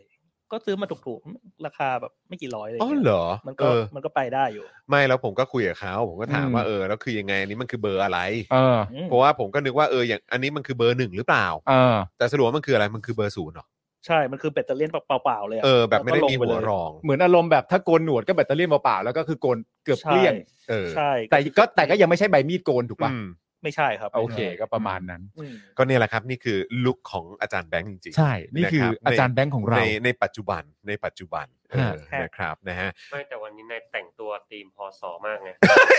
S4: ก็ซื้อมาถูกๆ ราคาแบบไม่กี่ร้อยเลย
S1: อ๋อเหรอ
S4: มัน
S1: เอ
S4: ก็
S1: อ
S4: มันก็ไปได้อยู่
S1: ไม่แล้วผมก็คุยกับเขาผมก็ถามว่า
S3: อืม
S1: เออแล้วคือยังไงอันนี้มันคือเบอร์อะไร
S3: เออ
S4: อืม
S1: เพราะว่าผมก็นึกว่าเอออย่างอันนี้มันคือเบอร์หนึ่งหรือเปล่า
S3: เออ
S1: แต่สรุปว่ามันคืออะไรมันคือเบอร์ศูนย์เหรอ
S4: ใช่ มันคือแบตเตอรี่ยนเปล่าๆเลยะ
S1: เออแบบไม่ได้
S4: ล้ก็ล
S1: มี
S4: งป
S1: หัว
S4: เลย
S1: รอง
S3: เหมือนอารมณ์แบบถ้าโกนหนวดก็แบตเตอรี่เปล่าๆแล้วก็คือโกนเกือบเกลี้ยง
S1: เออ
S4: ใช่
S3: แต่ก็แต่ก็ยังไม่ใช่ใบมีดโกนถูกป่ะ
S1: อืม
S4: ไม่ใช่ครับ
S3: โอเคก็ประมาณนั้น
S4: อืม
S1: ก็เนี่ยแหละครับนี่คือลุคของอาจารย์แบงค์จริงๆ
S3: ใช่ นี่คือ
S1: นะครับ
S3: อาจารย์แบงค์ของเรา
S1: ในในปัจจุบันในปัจจุบันเออ
S3: ฮะ
S1: นะครับนะฮะ
S5: ไม่แต่วันนี้นายแต่งตัวธีมพอสอมากไง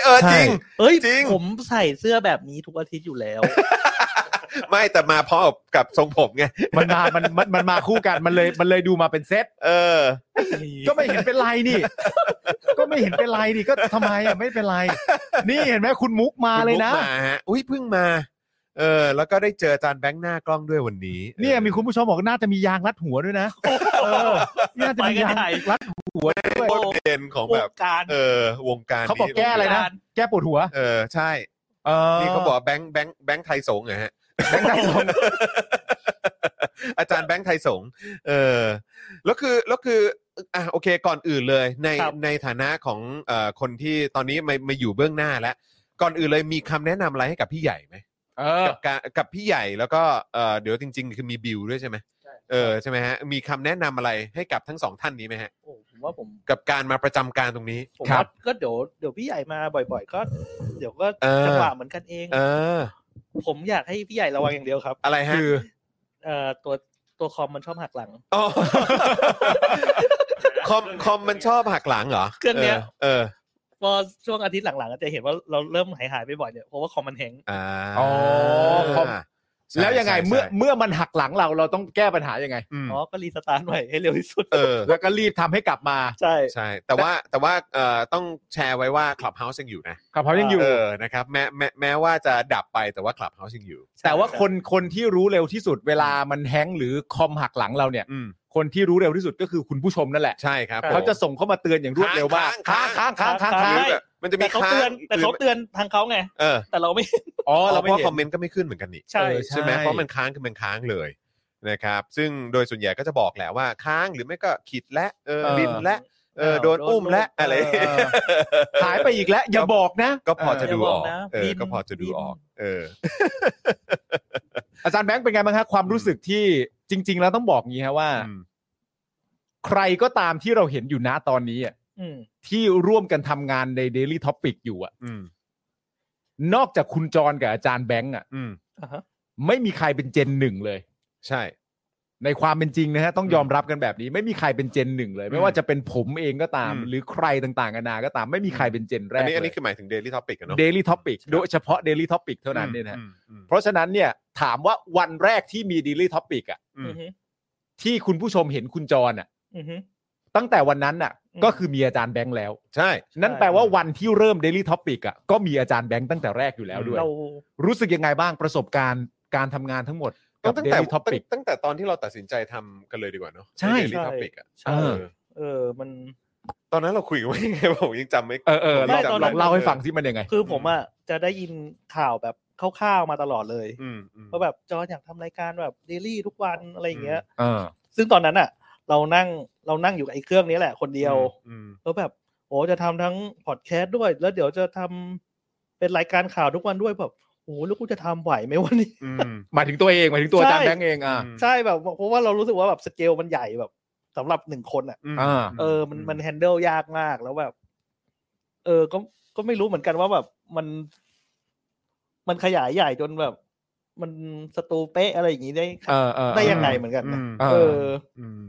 S1: เออจริง
S4: เอ้ย
S1: จริง
S4: ผมใส่เสื้อแบบนี้ทุกอาทิตย์อยู่แล้ว
S1: ไม่แต่มาพร้อมกับทรงผมไง
S3: มันมามันมันมันมาคู่กันมันเลยมันเลยดูมาเป็นเซต
S1: เออ
S3: ก็ไม่เห็นเป็นไรนี่ ก็ไม่เห็นเป็นไรนี่ก็ทำไมอ่ะไม่เป็นไร นี่เห็นไหมคุณมุกมาเลยนะ
S1: พิ่งมาฮะอุ้ยเพิ่งมา เออ แล้วก็ได้เจออาจารย์แบงค์หน้ากล้องด้วยวันนี้
S3: เนี่ย
S1: เออ
S3: มีคุณผู้ชมบอกน่าจะมียางรัดหัวด้วยนะเออน่าจะมียาง
S4: ไปกันใหญ่
S3: รัดหัวด้วย
S1: โคตรเป็นประเด็นของแบบ
S4: วงการ
S1: เออ วงการ
S3: เขาบอก
S1: นี้
S3: แก้อะไรนะ
S4: การ
S3: แก้ปวดหัว
S1: เออ ใช่
S3: เออ
S1: นี่เขาบอกแบงค์แบงค์แบงค์ไทยสงฆ์เหรอฮะ
S3: แบงค์ไทยสงฆ์
S1: อาจารย์แบงค์ไทยสงฆ์เออ แล้วคือ แล้วคือ อ่ะโอเค ก่อนอื่นเลย ใน
S4: ครับ
S1: ในฐานะของเอ่อคนที่ตอนนี้มามาอยู่เบื้องหน้าแล้ว ก่อนอื่นเลยมีคำแนะนำอะไรให้กับพี่ใหญ่ไหม
S3: เออ
S1: กับการกับพี่ใหญ่แล้วก็เอ่อเดี๋ยวจริง ๆ คือมีบิวด้วยใช่ไหมเออใช่ไหมฮะมีคำแนะนำอะไรให้กับทั้งสองท่านนี้ไหมฮะ
S4: โอ้ผมว่าผม
S1: กับการมาประจำการตรงนี้
S4: ผม
S3: ครั
S4: ว่า
S3: บ
S4: ก็เดี๋ยวเดี๋ยวพี่ใหญ่มาบ่อย ๆ ก็ เดี๋ยวก็
S1: เออ
S4: จังหวะเหมือนกันเอง
S1: เออ
S4: ผมอยากให้พี่ใหญ่ระวังอย่างเดียวครับ
S1: อะไรฮะ
S3: คือ
S4: เอ่อตัวตัวคอมมันชอบหักหลัง
S1: อคอมคอมมันชอบหักหลังเหรอ
S4: เครื่องเนี้ย
S1: เออ
S4: พอช่วงอาทิตย์หลังๆอาจจะเห็นว่าเราเริ่มหายหายๆไปบ่อยเนี่ยเพราะว่าคอมมันแห้ง
S1: เอออ่า
S3: อ๋อคอม
S1: ใช่
S3: แล้วยังไง
S1: ใช่
S3: เมื่อ
S1: ใช่
S3: เมื่อมันหักหลังเราเราต้องแก้ปัญหายังไง
S1: อืม
S4: อ๋อก็รีสตาร์ทใหม่ให้เร็วที่สุด
S1: เออ
S3: แล้วก็รีบทำให้กลับมา
S4: ใช่
S1: ใช่ แต่ว่าแต่ว่าเอ่อต้องแชร์ไว้ว่า Clubhouse ยังอยู่นะ
S3: กับเขายังอยู่
S1: เออนะครับแม้แม้แม้ว่าจะดับไปแต่ว่า Clubhouse ยังอยู่
S3: แต่ว่าคนคนที่รู้เร็วที่สุดเวลามันแฮงก์หรือคอมหักหลังเราเนี่ย
S1: อืม
S3: คนที่รู้เร็วที่สุดก็คือคุณผู้ชมนั่นแหละ
S1: ใช่ครับ
S3: เขาจะ
S1: ผม
S3: ส่งเข้ามาเตือนอย่างรวดเร็วมาก
S1: ค้าง
S3: ค้างค้างค้าง
S4: ค้าง
S3: ค้าง
S1: หรือ
S4: ใช่
S1: แบบมันจะมี
S4: แต่เขา
S1: ค้ง
S4: เตือนแต่เขา
S1: หรื
S4: เตือนทางเขาไง
S1: เออ
S4: แต่เราไม่
S3: อ๋อเรา
S1: เรา
S3: ไม่
S1: เพราะ
S3: เห็
S1: คอม
S3: น
S1: เมนต์ก็ไม่ขึ้นเหมือนกันนี่
S4: ใช่
S3: เออ
S1: ใช่ไหม
S3: ใช่
S1: เพราะมันค้างคือมันค้างเลยนะครับซึ่งโดยส่วนใหญ่ก็จะบอกแหละว่าค้างหรือไม่ก็ขิดและเออ
S3: เออ
S1: บินและเออโดนอุ้มและอะไร
S3: เออหายไปอีกแล้ว อย่าบอกนะ
S1: ก็พอจะ
S3: เ
S1: ดูออก
S4: อย่าบอกนะ
S1: เออ
S4: บิน
S1: ก็พอจะดูออก
S4: บิน
S1: เออ
S3: อาจารย์แบงค์เป็นไงบ้างครับความรู้สึกที่จริง ๆ แล้วต้องบอกอย่างนี้ฮะว่า
S1: อืม
S3: ใครก็ตามที่เราเห็นอยู่นะตอนนี้อะ
S4: อืม
S3: ที่ร่วมกันทำงานใน Daily Topic อยู่อะ
S1: อืม
S3: นอกจากคุณจรกับอาจารย์แบงค์อะ
S1: อืม
S4: อ่าฮะ
S3: ไม่มีใครเป็นเจนหนึ่งเลย
S1: ใช่
S3: ในความเป็นจริงนะฮะต้อง
S1: อืม
S3: ยอมรับกันแบบนี้ ไม่มีใครเป็นเจนหนึ่งเลย ไม่ว่าจะเป็นผมเองก็ตาม
S1: อืม
S3: หรือใครต่างๆกันานาก็ตาม ไม่มีใครเป็นเจนแร
S1: อัน
S3: ก
S1: นี้อันนี้
S3: เล
S1: คือหมายถึง Daily Topic อะ
S3: ย
S1: เนาะ
S3: Daily Topic
S1: ครับ
S3: โดยเฉพาะ Daily Topic เท่านั้นเนี่ยนะฮะ
S1: อืมอืม
S3: เพราะฉะนั้นเนี่ยถามว่าวันแรกที่มี Daily Topic อ่ะ
S1: อื
S4: อื
S1: ม
S4: อฮึ
S3: ที่คุณผู้ชมเห็นคุณจรอ่ะ
S4: อือฮึ
S3: ตั้งแต่วันนั้นอ่ะ
S4: อืม
S3: ก็คือมีอาจารย์แบงค์แล้ว
S1: ใช่
S3: นั่นแปลว่าวันที่เริ่ม Daily Topic อ่ะก็มีอาจารย์แบงค์ตั้งแต่แรกอยู่แล้วด้วย
S4: เรา
S3: รู้สึกยังไงบ้างประสบการณ์การทำงานทั้งหมดกับ
S1: ตั้งแต่
S3: Daily
S1: ตั้ง
S3: Topic
S1: ตั้งแต่ตอนที่เราตัดสินใจทำกันเลยดีกว่าเนาะ
S3: ใช่
S1: Daily
S4: ใช่
S1: Topic อะ
S4: ใช่
S1: เออ
S4: เออมัน
S1: ตอนนั้นเราคุยกันว่ายังไง ผมยังจำไม่
S3: เออเออ
S4: ไม่
S3: เรา
S4: ตอน
S3: ล
S4: นั้
S3: อน งเล่าให้ฟังซิมันยังไง
S4: คือผมอ่ะจะได้ยินข่าวแบบคร่าวๆมาตลอดเลย
S1: อืมอืม
S4: ว่าแบบจออยากทำรายการแบบเดลี่ทุกวันอะไรอย่างเงี้ย
S3: เออ
S4: ซึ่งตอนนั้นอ่ะ เรานั่งเรานั่งอยู่กับไอ้เครื่องนี้แหละคนเดียว
S1: อืม
S4: แล้วแบบโอ้จะทำทั้งพอดแคสต์ด้วย แล้วเดี๋ยวจะทำเป็นรายการข่าวทุกวันด้วยแบบโอ้แล้วกูจะทำไหวไหมวันนี้
S1: อืมอืม
S3: หมายถึงตัวเองหมายถึงตัวอาจารย์
S4: ใช่
S3: แบงค์เองอ่า
S4: ใช่แบบเพราะว่าเรารู้สึกว่าแบบสเกลมันใหญ่แบบสำหรับหนึ่งคนอ่ะ
S1: อืม
S3: อ่า
S4: เออมันมันแฮนเดิลยากมากแล้วแบบ เออก็ก็ไม่รู้เหมือนกันว่าแบบมัน มันขยายใหญ่จนแบบ มันสตูเป๊ะอะไรอย่างนี้ได้
S3: เออเออ
S4: ได้ยังไงเหมือนกันนะ
S1: ม
S3: เอ
S4: เอ
S3: อ
S4: อ
S1: อืม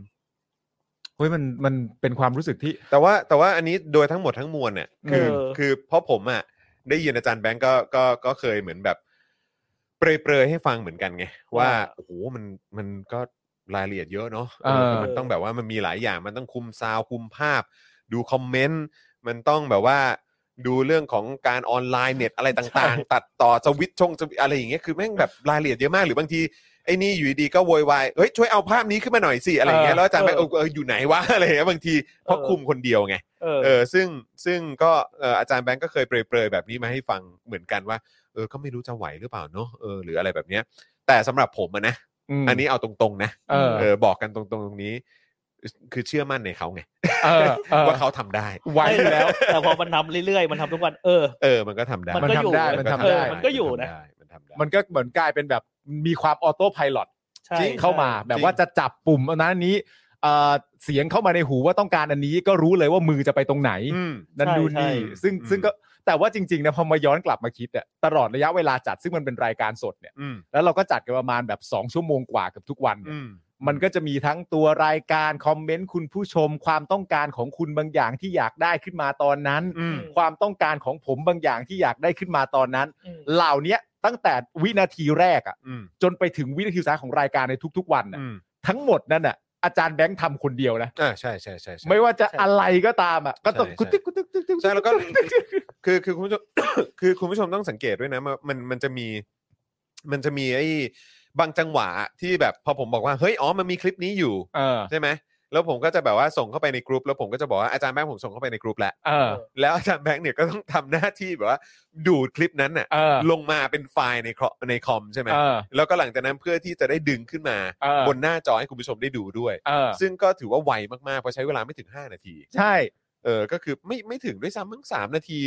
S3: เฮ้ยมันมันเป็นความรู้สึกที่
S1: แต่ว่าแต่ว่าอันนี้โดยทั้งหมดทั้งมวลเนี่ยคือ
S4: เออ
S1: คือเพราะผมอ่ะได้ยินอาจารย์แบงก์ก็ก็ก็เคยเหมือนแบบ เปรยๆให้ฟังเหมือนกันไงว่าโอ้โหมันมันก็รายละเอียดเยอะเนาะ
S3: เออ
S1: มันต้องแบบว่ามันมีหลายอย่างมันต้องคุมซาวด์คุมภาพ ดูคอมเมนต์มันต้องแบบว่า ดูเรื่องของการออนไลน์เน็ตอะไรต่างๆ ตัดต่อสวิตช์ชงสวิตช์อะไรอย่างเงี้ยคือแม่งแบบรายละเอียดเยอะมากหรือบางที ไอ้นี่อยู่ดีๆก็โวยวาย เฮ้ยช่วยเอาภาพนี้ขึ้นมาหน่อยสิอะไรอย่างเงี้ย
S3: เออ
S1: แล้วอาจารย์ไป
S4: เอ
S1: เอ
S4: อ
S1: ออยู่ไหนวะ อะไรอย่างเงี้ยบางทีเพราะ
S4: เออ
S1: คุมคนเดียวไง
S4: เออ
S1: เออซึ่งซึ่งก็เอ่ออาจารย์แบงก์ก็เคยเปรยๆแบบนี้มาให้ฟังเหมือนกันว่า เออก็ไม่รู้จะไหวหรือเปล่าเนาะเออหรืออะไรแบบเนี้ย แต่สำหรับผมอะนะ อันนี้เอาตรงๆนะ
S3: เออ
S1: เออบอกกันตรงๆตรงนี้ คือเชื่อมั่นในเขาไง
S3: เออเออ
S1: ว่าเขาทำได้
S3: ไหวอยู่แล้ว
S4: แต่พอมันทำเรื่อยๆ มันทำทุกวัน เออ
S1: เออ มันก็ทำได้
S4: มันก็อยู่
S3: มันทำได้
S4: มันก็อยู่นะ
S1: มันทำได้
S3: มันก็เหมือนกลายเป็นแบบมีความออโต้พายโ
S4: ใช่
S3: จริงเข้ามา
S4: ใช่
S3: แบบว่าจะจับปุ่มอันนั้นอันนี้เอ่อเสียงเข้ามาในหูว่าต้องการอันนี้ก็รู้เลยว่ามือจะไปตรงไหน
S1: อืม
S3: นั่น
S4: ใช่
S3: ดูน
S4: ใช่
S3: นี่ซึ่ง
S1: อืม
S3: ซึ่งก็แต่ว่าจริงๆนะพอมาย้อนกลับมาคิดอะตลอดระยะเวลาจัดซึ่งมันเป็นรายการสดเนี่ย
S1: อืม
S3: แล้วเราก็จัดกันประมาณแบบ 2 ชั่วโมงกว่าเกับทุกวันเนี่ย
S1: อืม
S3: มันก็จะมีทั้งตัวรายการคอมเมนต์คุณผู้ชม ความต้องการของคุณบางอย่างที่อยากได้ขึ้นมาตอนนั้น
S1: อืม
S3: ความต้องการของผมบางอย่างที่อยากได้ขึ้นมาตอนนั้น
S4: อืม
S3: เหล่าเนี้ยตั้งแต่วินาทีแรกอะ
S1: อืม
S3: จนไปถึงวินาทีสุดท้ายของรายการในทุก ๆ วันน่ะ
S1: อืม
S3: ทั้งหมดนั่นน่ะอาจารย์แบงค์ทำคนเดียวนะ
S1: อ่าใช่ใช่ใช่ใช่
S3: ไม่ว่าจะอะไรก็ตามอ่ะก็ต้อง
S1: ใช่
S3: กุ๊กติ๊กกุ๊กติ๊กกุ๊กติ๊ก
S1: ใช่แล้วก็ คือคือคุณผู้ชม คือคุณผู้ชมต้องสังเกตด้วยนะมันมันมันจะมีมันจะมีไอ้บางจังหวะที่แบบพอผมบอกว่าเฮ้ยอ๋อมันมีคลิปนี้อยู่
S3: เออ
S1: ใช่ไหมแล้วผมก็จะแบบว่าส่งเข้าไปในกรุ๊ปแล้วผมก็จะบอกว่าอาจารย์แบงค์ผมส่งเข้าไปในกรุ๊ปแล้ว
S3: เออ
S1: แล้วอาจารย์แบงค์เนี่ยก็ต้องทำหน้าที่แบบว่าดูดคลิปนั้นน่ะ
S3: เออ
S1: ลงมาเป็นไฟล์ในคอมในคอมใช่ไหม
S3: เออ
S1: แล้วก็หลังจากนั้นเพื่อที่จะได้ดึงขึ้นมา
S3: เออ
S1: บนหน้าจอให้คุณผู้ชมได้ดูด้วย
S3: เออ
S1: ซึ่งก็ถือว่าไวมากๆเพราะใช้เวลาไม่ถึง 5 นาที
S3: ใช่
S1: เออ ก็คือไม่ไม่ถึงด้วยซ้ำมั้งสามนาที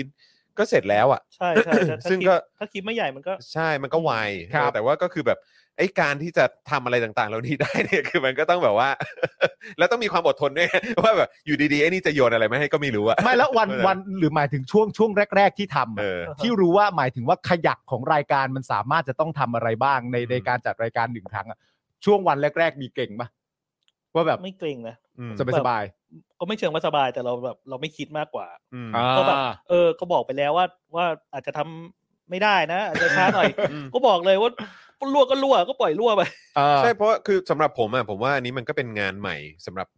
S1: ก็เสร็จแล้วอ่ะ
S4: ใช่ใช่ใช่ถ้า
S1: ซึ่ง
S4: คลิป
S1: ก็
S4: ถ้าคลิปไม่ใหญ่มันก็
S1: ใช่มันก็ไว
S4: ครับ
S1: เออแต่ว่าก็คือแบบไอ้การที่จะทำอะไรต่างๆ เหล่านี้ได้เนี่ย คือมันก็ต้องแบบว่า แล้วต้องมีความอดทนด้วย ว่าแบบอยู่ดีๆไอ้นี่จะโยนอะไรมาให้ก็ไม่รู้อะ
S3: ไม่แล้ววันวันหรือหมายถึงช่วงช่วงแรก ๆ ที่ทำ
S1: เอ
S3: อะ
S1: อ
S3: ที่รู้ว่าหมายถึงว่าขยักของรายการมันสามารถจะต้องทำอะไรบ้างใน
S1: อืม
S3: ในการจัดรายการหนึ่งครั้งอะช่วงวันแรก ๆ มีเก่งปะว่าแบบ
S4: ไม่เกรงนะ
S1: อืม
S3: สบายสบาย
S4: ก็ไม่เชิงว่าสบายแต่เราแบบเราไม่คิดมากกว่า
S1: อืม
S3: อ่า
S4: ก็แบบ เออ ก็บอกไปแล้วว่าว่าอาจจะทำไม่ได้นะอาจจะช้าห น่อย
S1: อืม
S4: ก็บอกเลยว่ารั่วก็รั่วก็ปล่อยรั่วไป
S3: เออ
S1: ใช่เพราะว่าคือสำหรับผมอะผมว่าอันนี้มันก็เป็นงานใหม่สำหรับ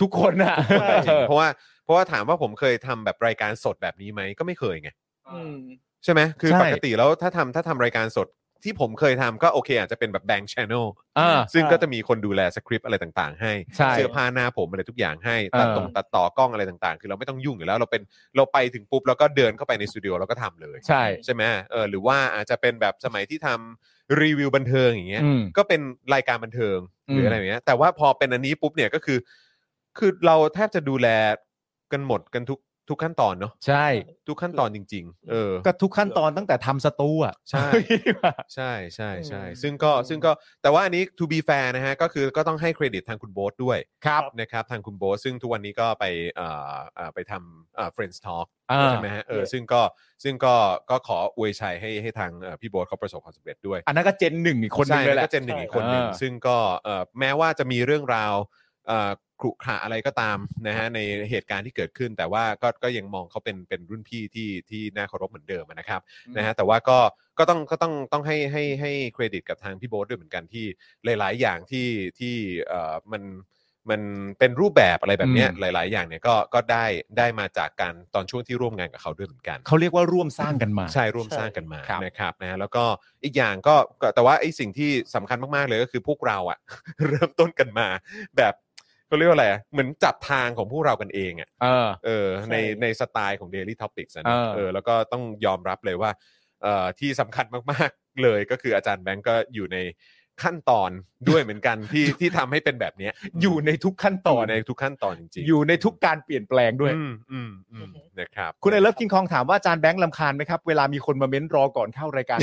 S3: ทุกคนอ่ะ
S1: คนจริงๆเพ
S3: เออ
S1: ราะว่าเพราะว่าถามว่าผมเคยทำแบบรายการสดแบบนี้ไหมก็ไม่เคยไง
S4: อืม
S1: ใช่ไหมคือปกติแล้วถ้าทำถ้าทำรายการสดที่ผมเคยทำก็โอเค อาจจะเป็นแบบแบงค์ชานอล
S3: อ่า
S1: ซึ่ง
S4: ใช่
S1: ก็จะมีคนดูแลสคริปต์อะไรต่างๆ ให้
S3: ใช่
S1: เสื้อผ้าหน้าผมอะไรทุกอย่างให้ตัด
S3: เออ
S1: ตรงตัดต่อกล้องอะไรต่างๆ คือเราไม่ต้องยุ่งอยู่แล้วเราเป็นเราไปถึงปุ๊บแล้วก็เดินเข้าไปในสตูดิโอแล้วก็ทำเลย
S3: ใช่
S1: ใช่ไหมเออหรือว่าอาจจะเป็นแบบสมัยที่ทำรีวิวบันเทิงอย่างเงี้ย
S3: อืม
S1: ก็เป็นรายการบันเทิงหรือ
S3: ม
S1: อะไรอย่างเงี้ยแต่ว่าพอเป็นอันนี้ปุ๊บเนี่ยก็คือ คือเราแทบจะดูแลกันหมดกันทุกทุกขั้นตอนเนาะ
S3: ใช่
S1: ทุกขั้นตอนจริง ๆ เออ
S3: ก็ทุกขั้นตอนตั้งแต่ทำสตูอ่ะ
S1: ใช่ ใช่ใช่ใช่
S4: อืม
S1: ซึ่งก็
S4: อืม
S1: ซึ่งก็แต่ว่าอันนี้ to be fair นะฮะก็คือก็ต้องให้เครดิตทางคุณโบ๊ทด้วย
S3: ครับ
S1: นะครับทางคุณโบ๊ทซึ่งทุกวันนี้ก็ไปเอ่อเอ่อไปทำเอ่อ friends talk
S3: อ่า
S1: ใช่ไหมฮะเออ
S4: ใช่
S1: ซึ่งก็ซึ่งก็ก็ขออวยชัยให้ให้ทางเอ่อพี่โบ๊ทเขาประสบความสำเร็จด้วย
S3: อันนั้นก็เจนหนึ่งอีกคนหนึง
S1: ใช่
S3: เลยแห
S1: ก็
S3: ละ
S1: เจนหนึ่งอีกคนหนึ่ง
S3: อ่า
S1: ซึ่งก็เอ่อแม้ว่าจะมีเรื่องราวเอ่อขรุขระอะไรก็ตามนะฮะในเหตุการณ์ที่เกิดขึ้น แต่ว่าก็ก็ยังมองเขาเป็นเป็นรุ่นพี่ที่ที่น่าเคารพเหมือนเดิมอะนะครับ นะฮะแต่ว่าก็ก็ต้องก็ต้องต้องให้ให้ให้เครดิตกับทางพี่โบ๊ทด้วยเหมือนกันที่หลาย ๆ อย่างที่ที่เอ่อมันมันเป็นรูปแบบอะไรแบบเนี้ย
S3: อืม
S1: หลาย ๆ อย่างเนี่ยก็ก็ได้ได้มาจากการตอนช่วงที่ร่วมงานกับเขาด้วยเหมือนกัน
S3: เขาเรียกว่าร่วมสร้างกันมา
S1: ใช่ร่วมสร้างกันมา
S3: ครับ
S1: นะครับนะฮะแล้วก็อีกอย่างก็ก็แต่ว่าไอ้สิ่งที่สำคัญมาก ๆ เลยก็คือพวกเราอะ เริ่มต้นกันมา แบบเขาเรียกว่าอะไรอะเหมือนจับทางของพวกเรากันเองอะ
S3: เออ
S1: เออ
S4: ใช่
S1: ในในสไตล์ของ Daily Topics อะนะ
S3: เออ
S1: เออแล้วก็ต้องยอมรับเลยว่าเอ่อที่สำคัญมาก ๆ เลยก็คืออาจารย์แบงก์ก็อยู่ในขั้นตอนด้วยเหมือนกัน ที่ที่ทำให้เป็นแบบเนี้ย
S3: อยู่ในทุกขั้นต
S1: ต่
S3: อ
S1: อน ในทุกขั้นตอนจริงๆ
S3: อยู่ในทุกการเปลี่ยนแปลงด้วย
S1: อืมอืมอืมนะครับ
S3: คุณไอเลิฟกิงคองถามว่าอาจารย์แบงค์ลำคาญไหมครับ เวลามีคนมาเม้นรอก่อนเข้ารายการ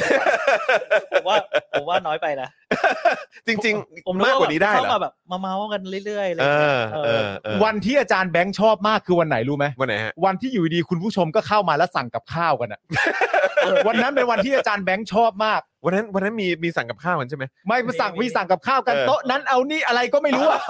S4: ผมว่าผมว่าน้อยไปนะ
S1: จริง
S4: ผม
S1: ๆ มากกว่านี้ได้เหร
S4: เข้ามา
S1: อ
S4: แบบมาเมาส์กันเรื่อยๆอะไร
S1: เอ
S4: อย่าง
S1: อ
S4: เลย
S1: เออเออ
S3: วันที่อาจารย์แบงค์ชอบมากคือวันไหนรู้ไหม
S1: วันไหนฮะ
S3: วันที่อยู่ดีคุณผู้ชมก็เข้ามาแล้วสั่งกับข้าวกัน อะวันนั้นเป็นวันที่อาจารย์แบงค์ชอบมาก
S1: วันนั้นวันนั้นมีมีสั่งกับข้าวกันใช่ไหม
S3: ไม่มาสั่ง
S4: มี
S3: มีสั่งกับข้าวกัน
S1: เออ
S3: โต๊ะนั้นเอานี่อะไรก็ไม่รู้ อะ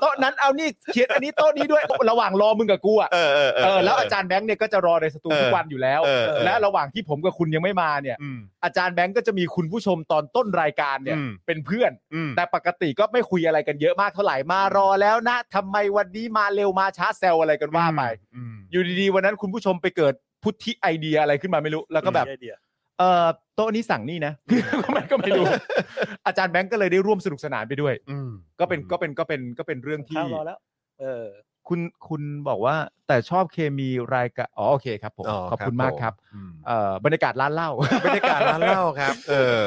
S3: โต๊ะนั้นเอานี่เขียนอันนี้โต๊ะนี้ด้วยระหว่างรอมึงกับกูอะ
S1: เออเออเออ
S3: เออแล้วอาจารย์แบงค์เนี่ยก็จะรอในสตู
S1: เออ
S3: ทุกวันอยู่แล้ว
S1: เออเออ
S3: และระหว่างที่ผมกับคุณยังไม่มาเนี่ย
S1: อืม
S3: อาจารย์แบงค์ก็จะมีคุณผู้ชมตอนต้นรายการเนี่ย
S1: อืม
S3: เป็นเพื่อน
S1: อืม
S3: แต่ปกติก็ไม่คุยอะไรกันเยอะมากเท่าไหร่มารอแล้วนะทำไมวันนี้มาเร็วมาช้าแซวอะไรกันว่าไป
S1: อืม
S3: อยู่ดีๆวันนั้นคุณผู้ชมไปเกิดพุทธิไอเดียอะไรขึ้นมาไม่รู้แล้วก็แบบ
S4: มีไอเดีย
S3: เออโต๊ะนี้สั่งนี่นะ มันก็ไม่รู้ อาจารย์แบงค์ก็เลยได้ร่วมสนุกสนานไปด้วย
S1: อืม
S3: ก็เป็นก็เป็นก็เป็นก็เป็นเรื่องที่
S4: ข้าวรอแล้ว เออ
S3: คุณคุณบอกว่าแต่ชอบเคมีรายการอ๋อโอเคครับผม ขอบคุณมากครับ
S1: ผมอืม
S3: เอ่อบรรยากาศร้านเหล้า
S1: บรรยากาศร้านเหล้าครับ เอ อ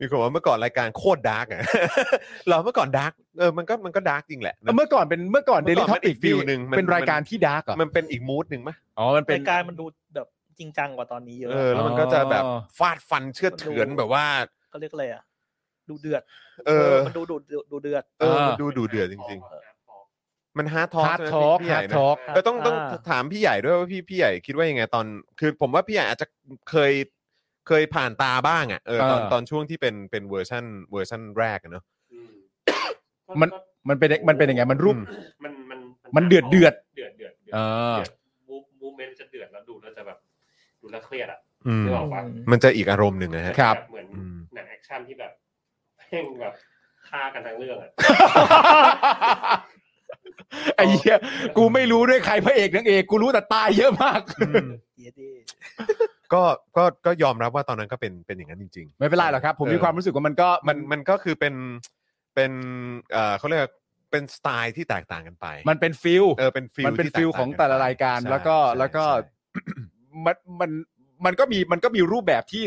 S1: มีคนว่าเมื่อก่อนรายการโคตรดาร์กอะ เหราเมื่อก่อนดาร์กเออมันก็มันก็ดาร์กจริงแหละนะ
S3: เมื่อก่อนเป็นเมื่อก่อนเด
S1: เมื่อก่อน
S3: ลิทอ
S1: มันอี
S3: ปิ
S1: ก
S3: ก
S1: feel หนึ่งมัน
S3: เป็นรายการที่ดาร์กเหรอ
S1: มันเป็นอีกมูดหนึ่งไหม
S3: อ๋อมันเป็น
S4: รายการมันดูแบบจริงจังกว่าตอนนี้เยอะ
S1: เออ แล้วมันก็จะแบบ
S3: อ๋อ
S1: ฟาดฟันเชื่อดเถือนแบบว่า
S4: เขาเรียกอะไรอ่ะดูเดือด
S1: เออ
S4: มันดูดูดูดูเดือด
S1: เออมันดูดูเดือดจริง ๆ มันฮาร์ดทอล์ก
S3: ฮาร์ดทอล์กฮาร์ดทอล์ก
S1: ก็ต้องต้อง
S4: อ่า
S1: ถามพี่ใหญ่ด้วยว่าพี่พี่ใหญ่คิดว่ายังไงตอน คือผมว่าพี่ใหญ่อาจจะเคยเคยผ่านตาบ้างอ่ะเออตอนตอนช่วงที่เป็นเป็นเวอร์ชั่นเวอร์ชั่นแรกอะเนอะ
S3: มันมันเป็นมันเป็นยังไงมันรูป
S1: อื
S5: มันมัน
S3: มันเดือดเดือด
S5: เดือดเดือด
S3: อ่า
S5: มูฟมูฟเมนต์จะเดือดแล้วดูแล้วจะแบบดูแล้วเครียดอ่ะ
S1: อืม
S5: นึกออกปะ
S1: มันจะอีกอารมณ์หนึ่งนะฮะ
S3: ครับ
S5: แเหมือน
S1: อืม
S5: หนังแอคชั่นที่แบบแม่งแบบฆ่ากันทั้งเรื่องอ่ะ
S3: ไอ้เหี้ยกูไม่รู้ด้วยใครพระเอกนางเอกกูรู้แต่ตายเยอะมาก
S1: อืม
S4: เยดี
S1: ก็ก็ก็ยอมรับว่าตอนนั้นก็เป็นเป็นอย่างนั้นจริง
S3: ไม่เป็นไรหรอกครับ ผม
S1: เออ
S3: มีความรู้สึกว่ามันก็
S1: ๆ มั
S3: มัน น
S1: มันก็คือเป็นเป็นเอ่อเขาเรียกว่าเป็นสไตล์ที่แตกต่างกันไป
S3: มันเป็นฟิล
S1: เออเป็นฟิล
S3: มันเป็น
S1: ที่
S3: ฟิล
S1: กต่
S3: ของแต่ละรายการ
S1: ใช่
S3: แล้วก็
S1: ใช่
S3: แล้วก็
S1: ใช่
S3: มันมันมันก็มีมันก็มีรูปแบบที่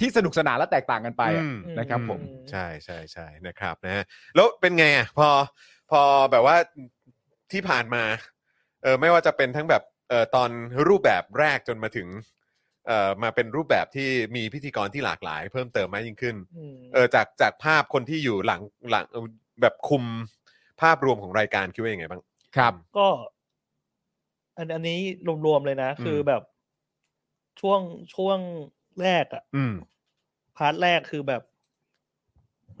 S3: ที่สนุกสนานและแตกต่างกันไปอะ
S1: อืม
S3: นะครับผม
S1: ใช่ใช่ใช่นะครับนะฮะแล้วเป็นไงอ่ะพอพอแบบว่าที่ผ่านมาเออไม่ว่าจะเป็นทั้งแบบเออตอนรูปแบบแรกจนมาถึงเออมาเป็นรูปแบบที่มีพิธีกรที่หลากหลาย เพิ่มเติมมากยิ่งขึ้น
S4: อืม
S1: เออจากจากภาพคนที่อยู่หลังหลังเอ่อแบบคุมภาพรวมของรายการคิดว่ายังไงบ้าง
S3: ครับ
S4: ก็ อันอันนี้รวมๆเลยนะ
S1: อืม
S4: คือแบบช่วงช่วงแรกอ่ะ
S1: อืม
S4: พาร์ทแรกคือแบบ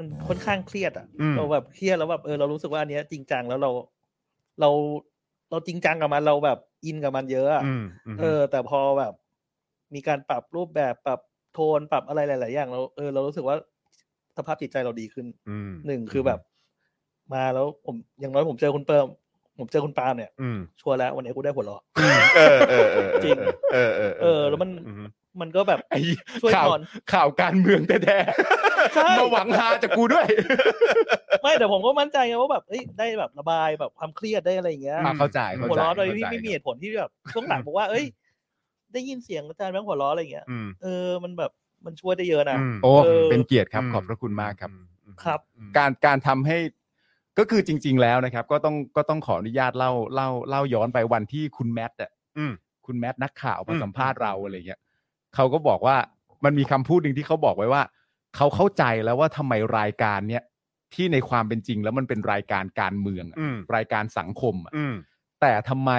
S4: มันค่อนข้างเครียดอ่ะ
S1: อืม
S4: เราแบบเครียดแล้วแบบเออเรารู้สึกว่าอันเนี้ยจริงจังแล้วเรา เราเราจริงจังกับมันเราแบบอินกับมันเยอะอะ
S1: อืมม
S4: เออ แต่พอแบบ มีการปรับรูปแบบปรับโทนปรับอะไรหลาย ๆ อย่างเราเออเรารู้สึกว่าสภาพจิตใจเราดีขึ้น
S1: ม
S4: หนึ่งคือแบบ มาแล้วผมอย่างน้อยผมเจอคุณเปิมผมเจอคุณปาล์มเนี่ย
S1: อืม
S4: ชัวร์แล้ววันนี้กูได้หัวเราะ
S1: เออเออเออเออ
S4: จริง
S1: เออเออ
S4: เออแล้วมัน
S1: อื
S4: มันก็แบบ
S3: ไอ้
S4: ช่วย
S3: ข่าว
S4: ผ่อน
S3: ข่าวการเมืองแท้
S4: ใช่
S3: ๆมาหวังฮาจากกูด้วย
S4: ไม่แต่ผมก็มั่นใจไงว่าแบบเอ้ยได้แบบระบายแบบความเครียดได้อะไรอย่างเงี้ย
S3: อ่ะเข้าใจเข้า
S4: หัว
S3: ใจ
S4: เร้อโดยที่
S3: เข้าใจ
S4: ไม่มีเหตุผลที่แบบช่วงหลังบอกว่า เอ้ย ได้ยินเสียงอาจารย์แบงค์หัวเร้ออะไรอย่างเงี้ย
S1: อืม
S4: เออมันแบบมันช่วยได้เยอะนะ
S1: อืม
S3: โอ้
S4: เออ
S3: เป็นเกียรติครับขอบพระคุณมากครับ
S1: อืม
S4: ครับ
S1: อืม
S3: การการทำให้ก็คือจริง ๆ แล้วนะครับ ก็ต้องก็ต้องขออนุญาตเล่าเล่าเล่าย้อนไปวันที่คุณแมทอ่ะ
S1: อืม
S3: คุณแมทนักข่าวมา
S1: อืม
S3: สัมภาษณ์เราอะไรเงี้ยเขาก็บอกว่ามันมีคำพูดหนึ่งที่เขาบอกไว้ว่า เขาเข้าใจแล้วว่าทำไมรายการเนี้ยที่ในความเป็นจริงแล้วมันเป็นรายการการเมืองอะ
S1: อืม
S3: รายการสังคมอะ
S1: อืม
S3: แต่ทำไม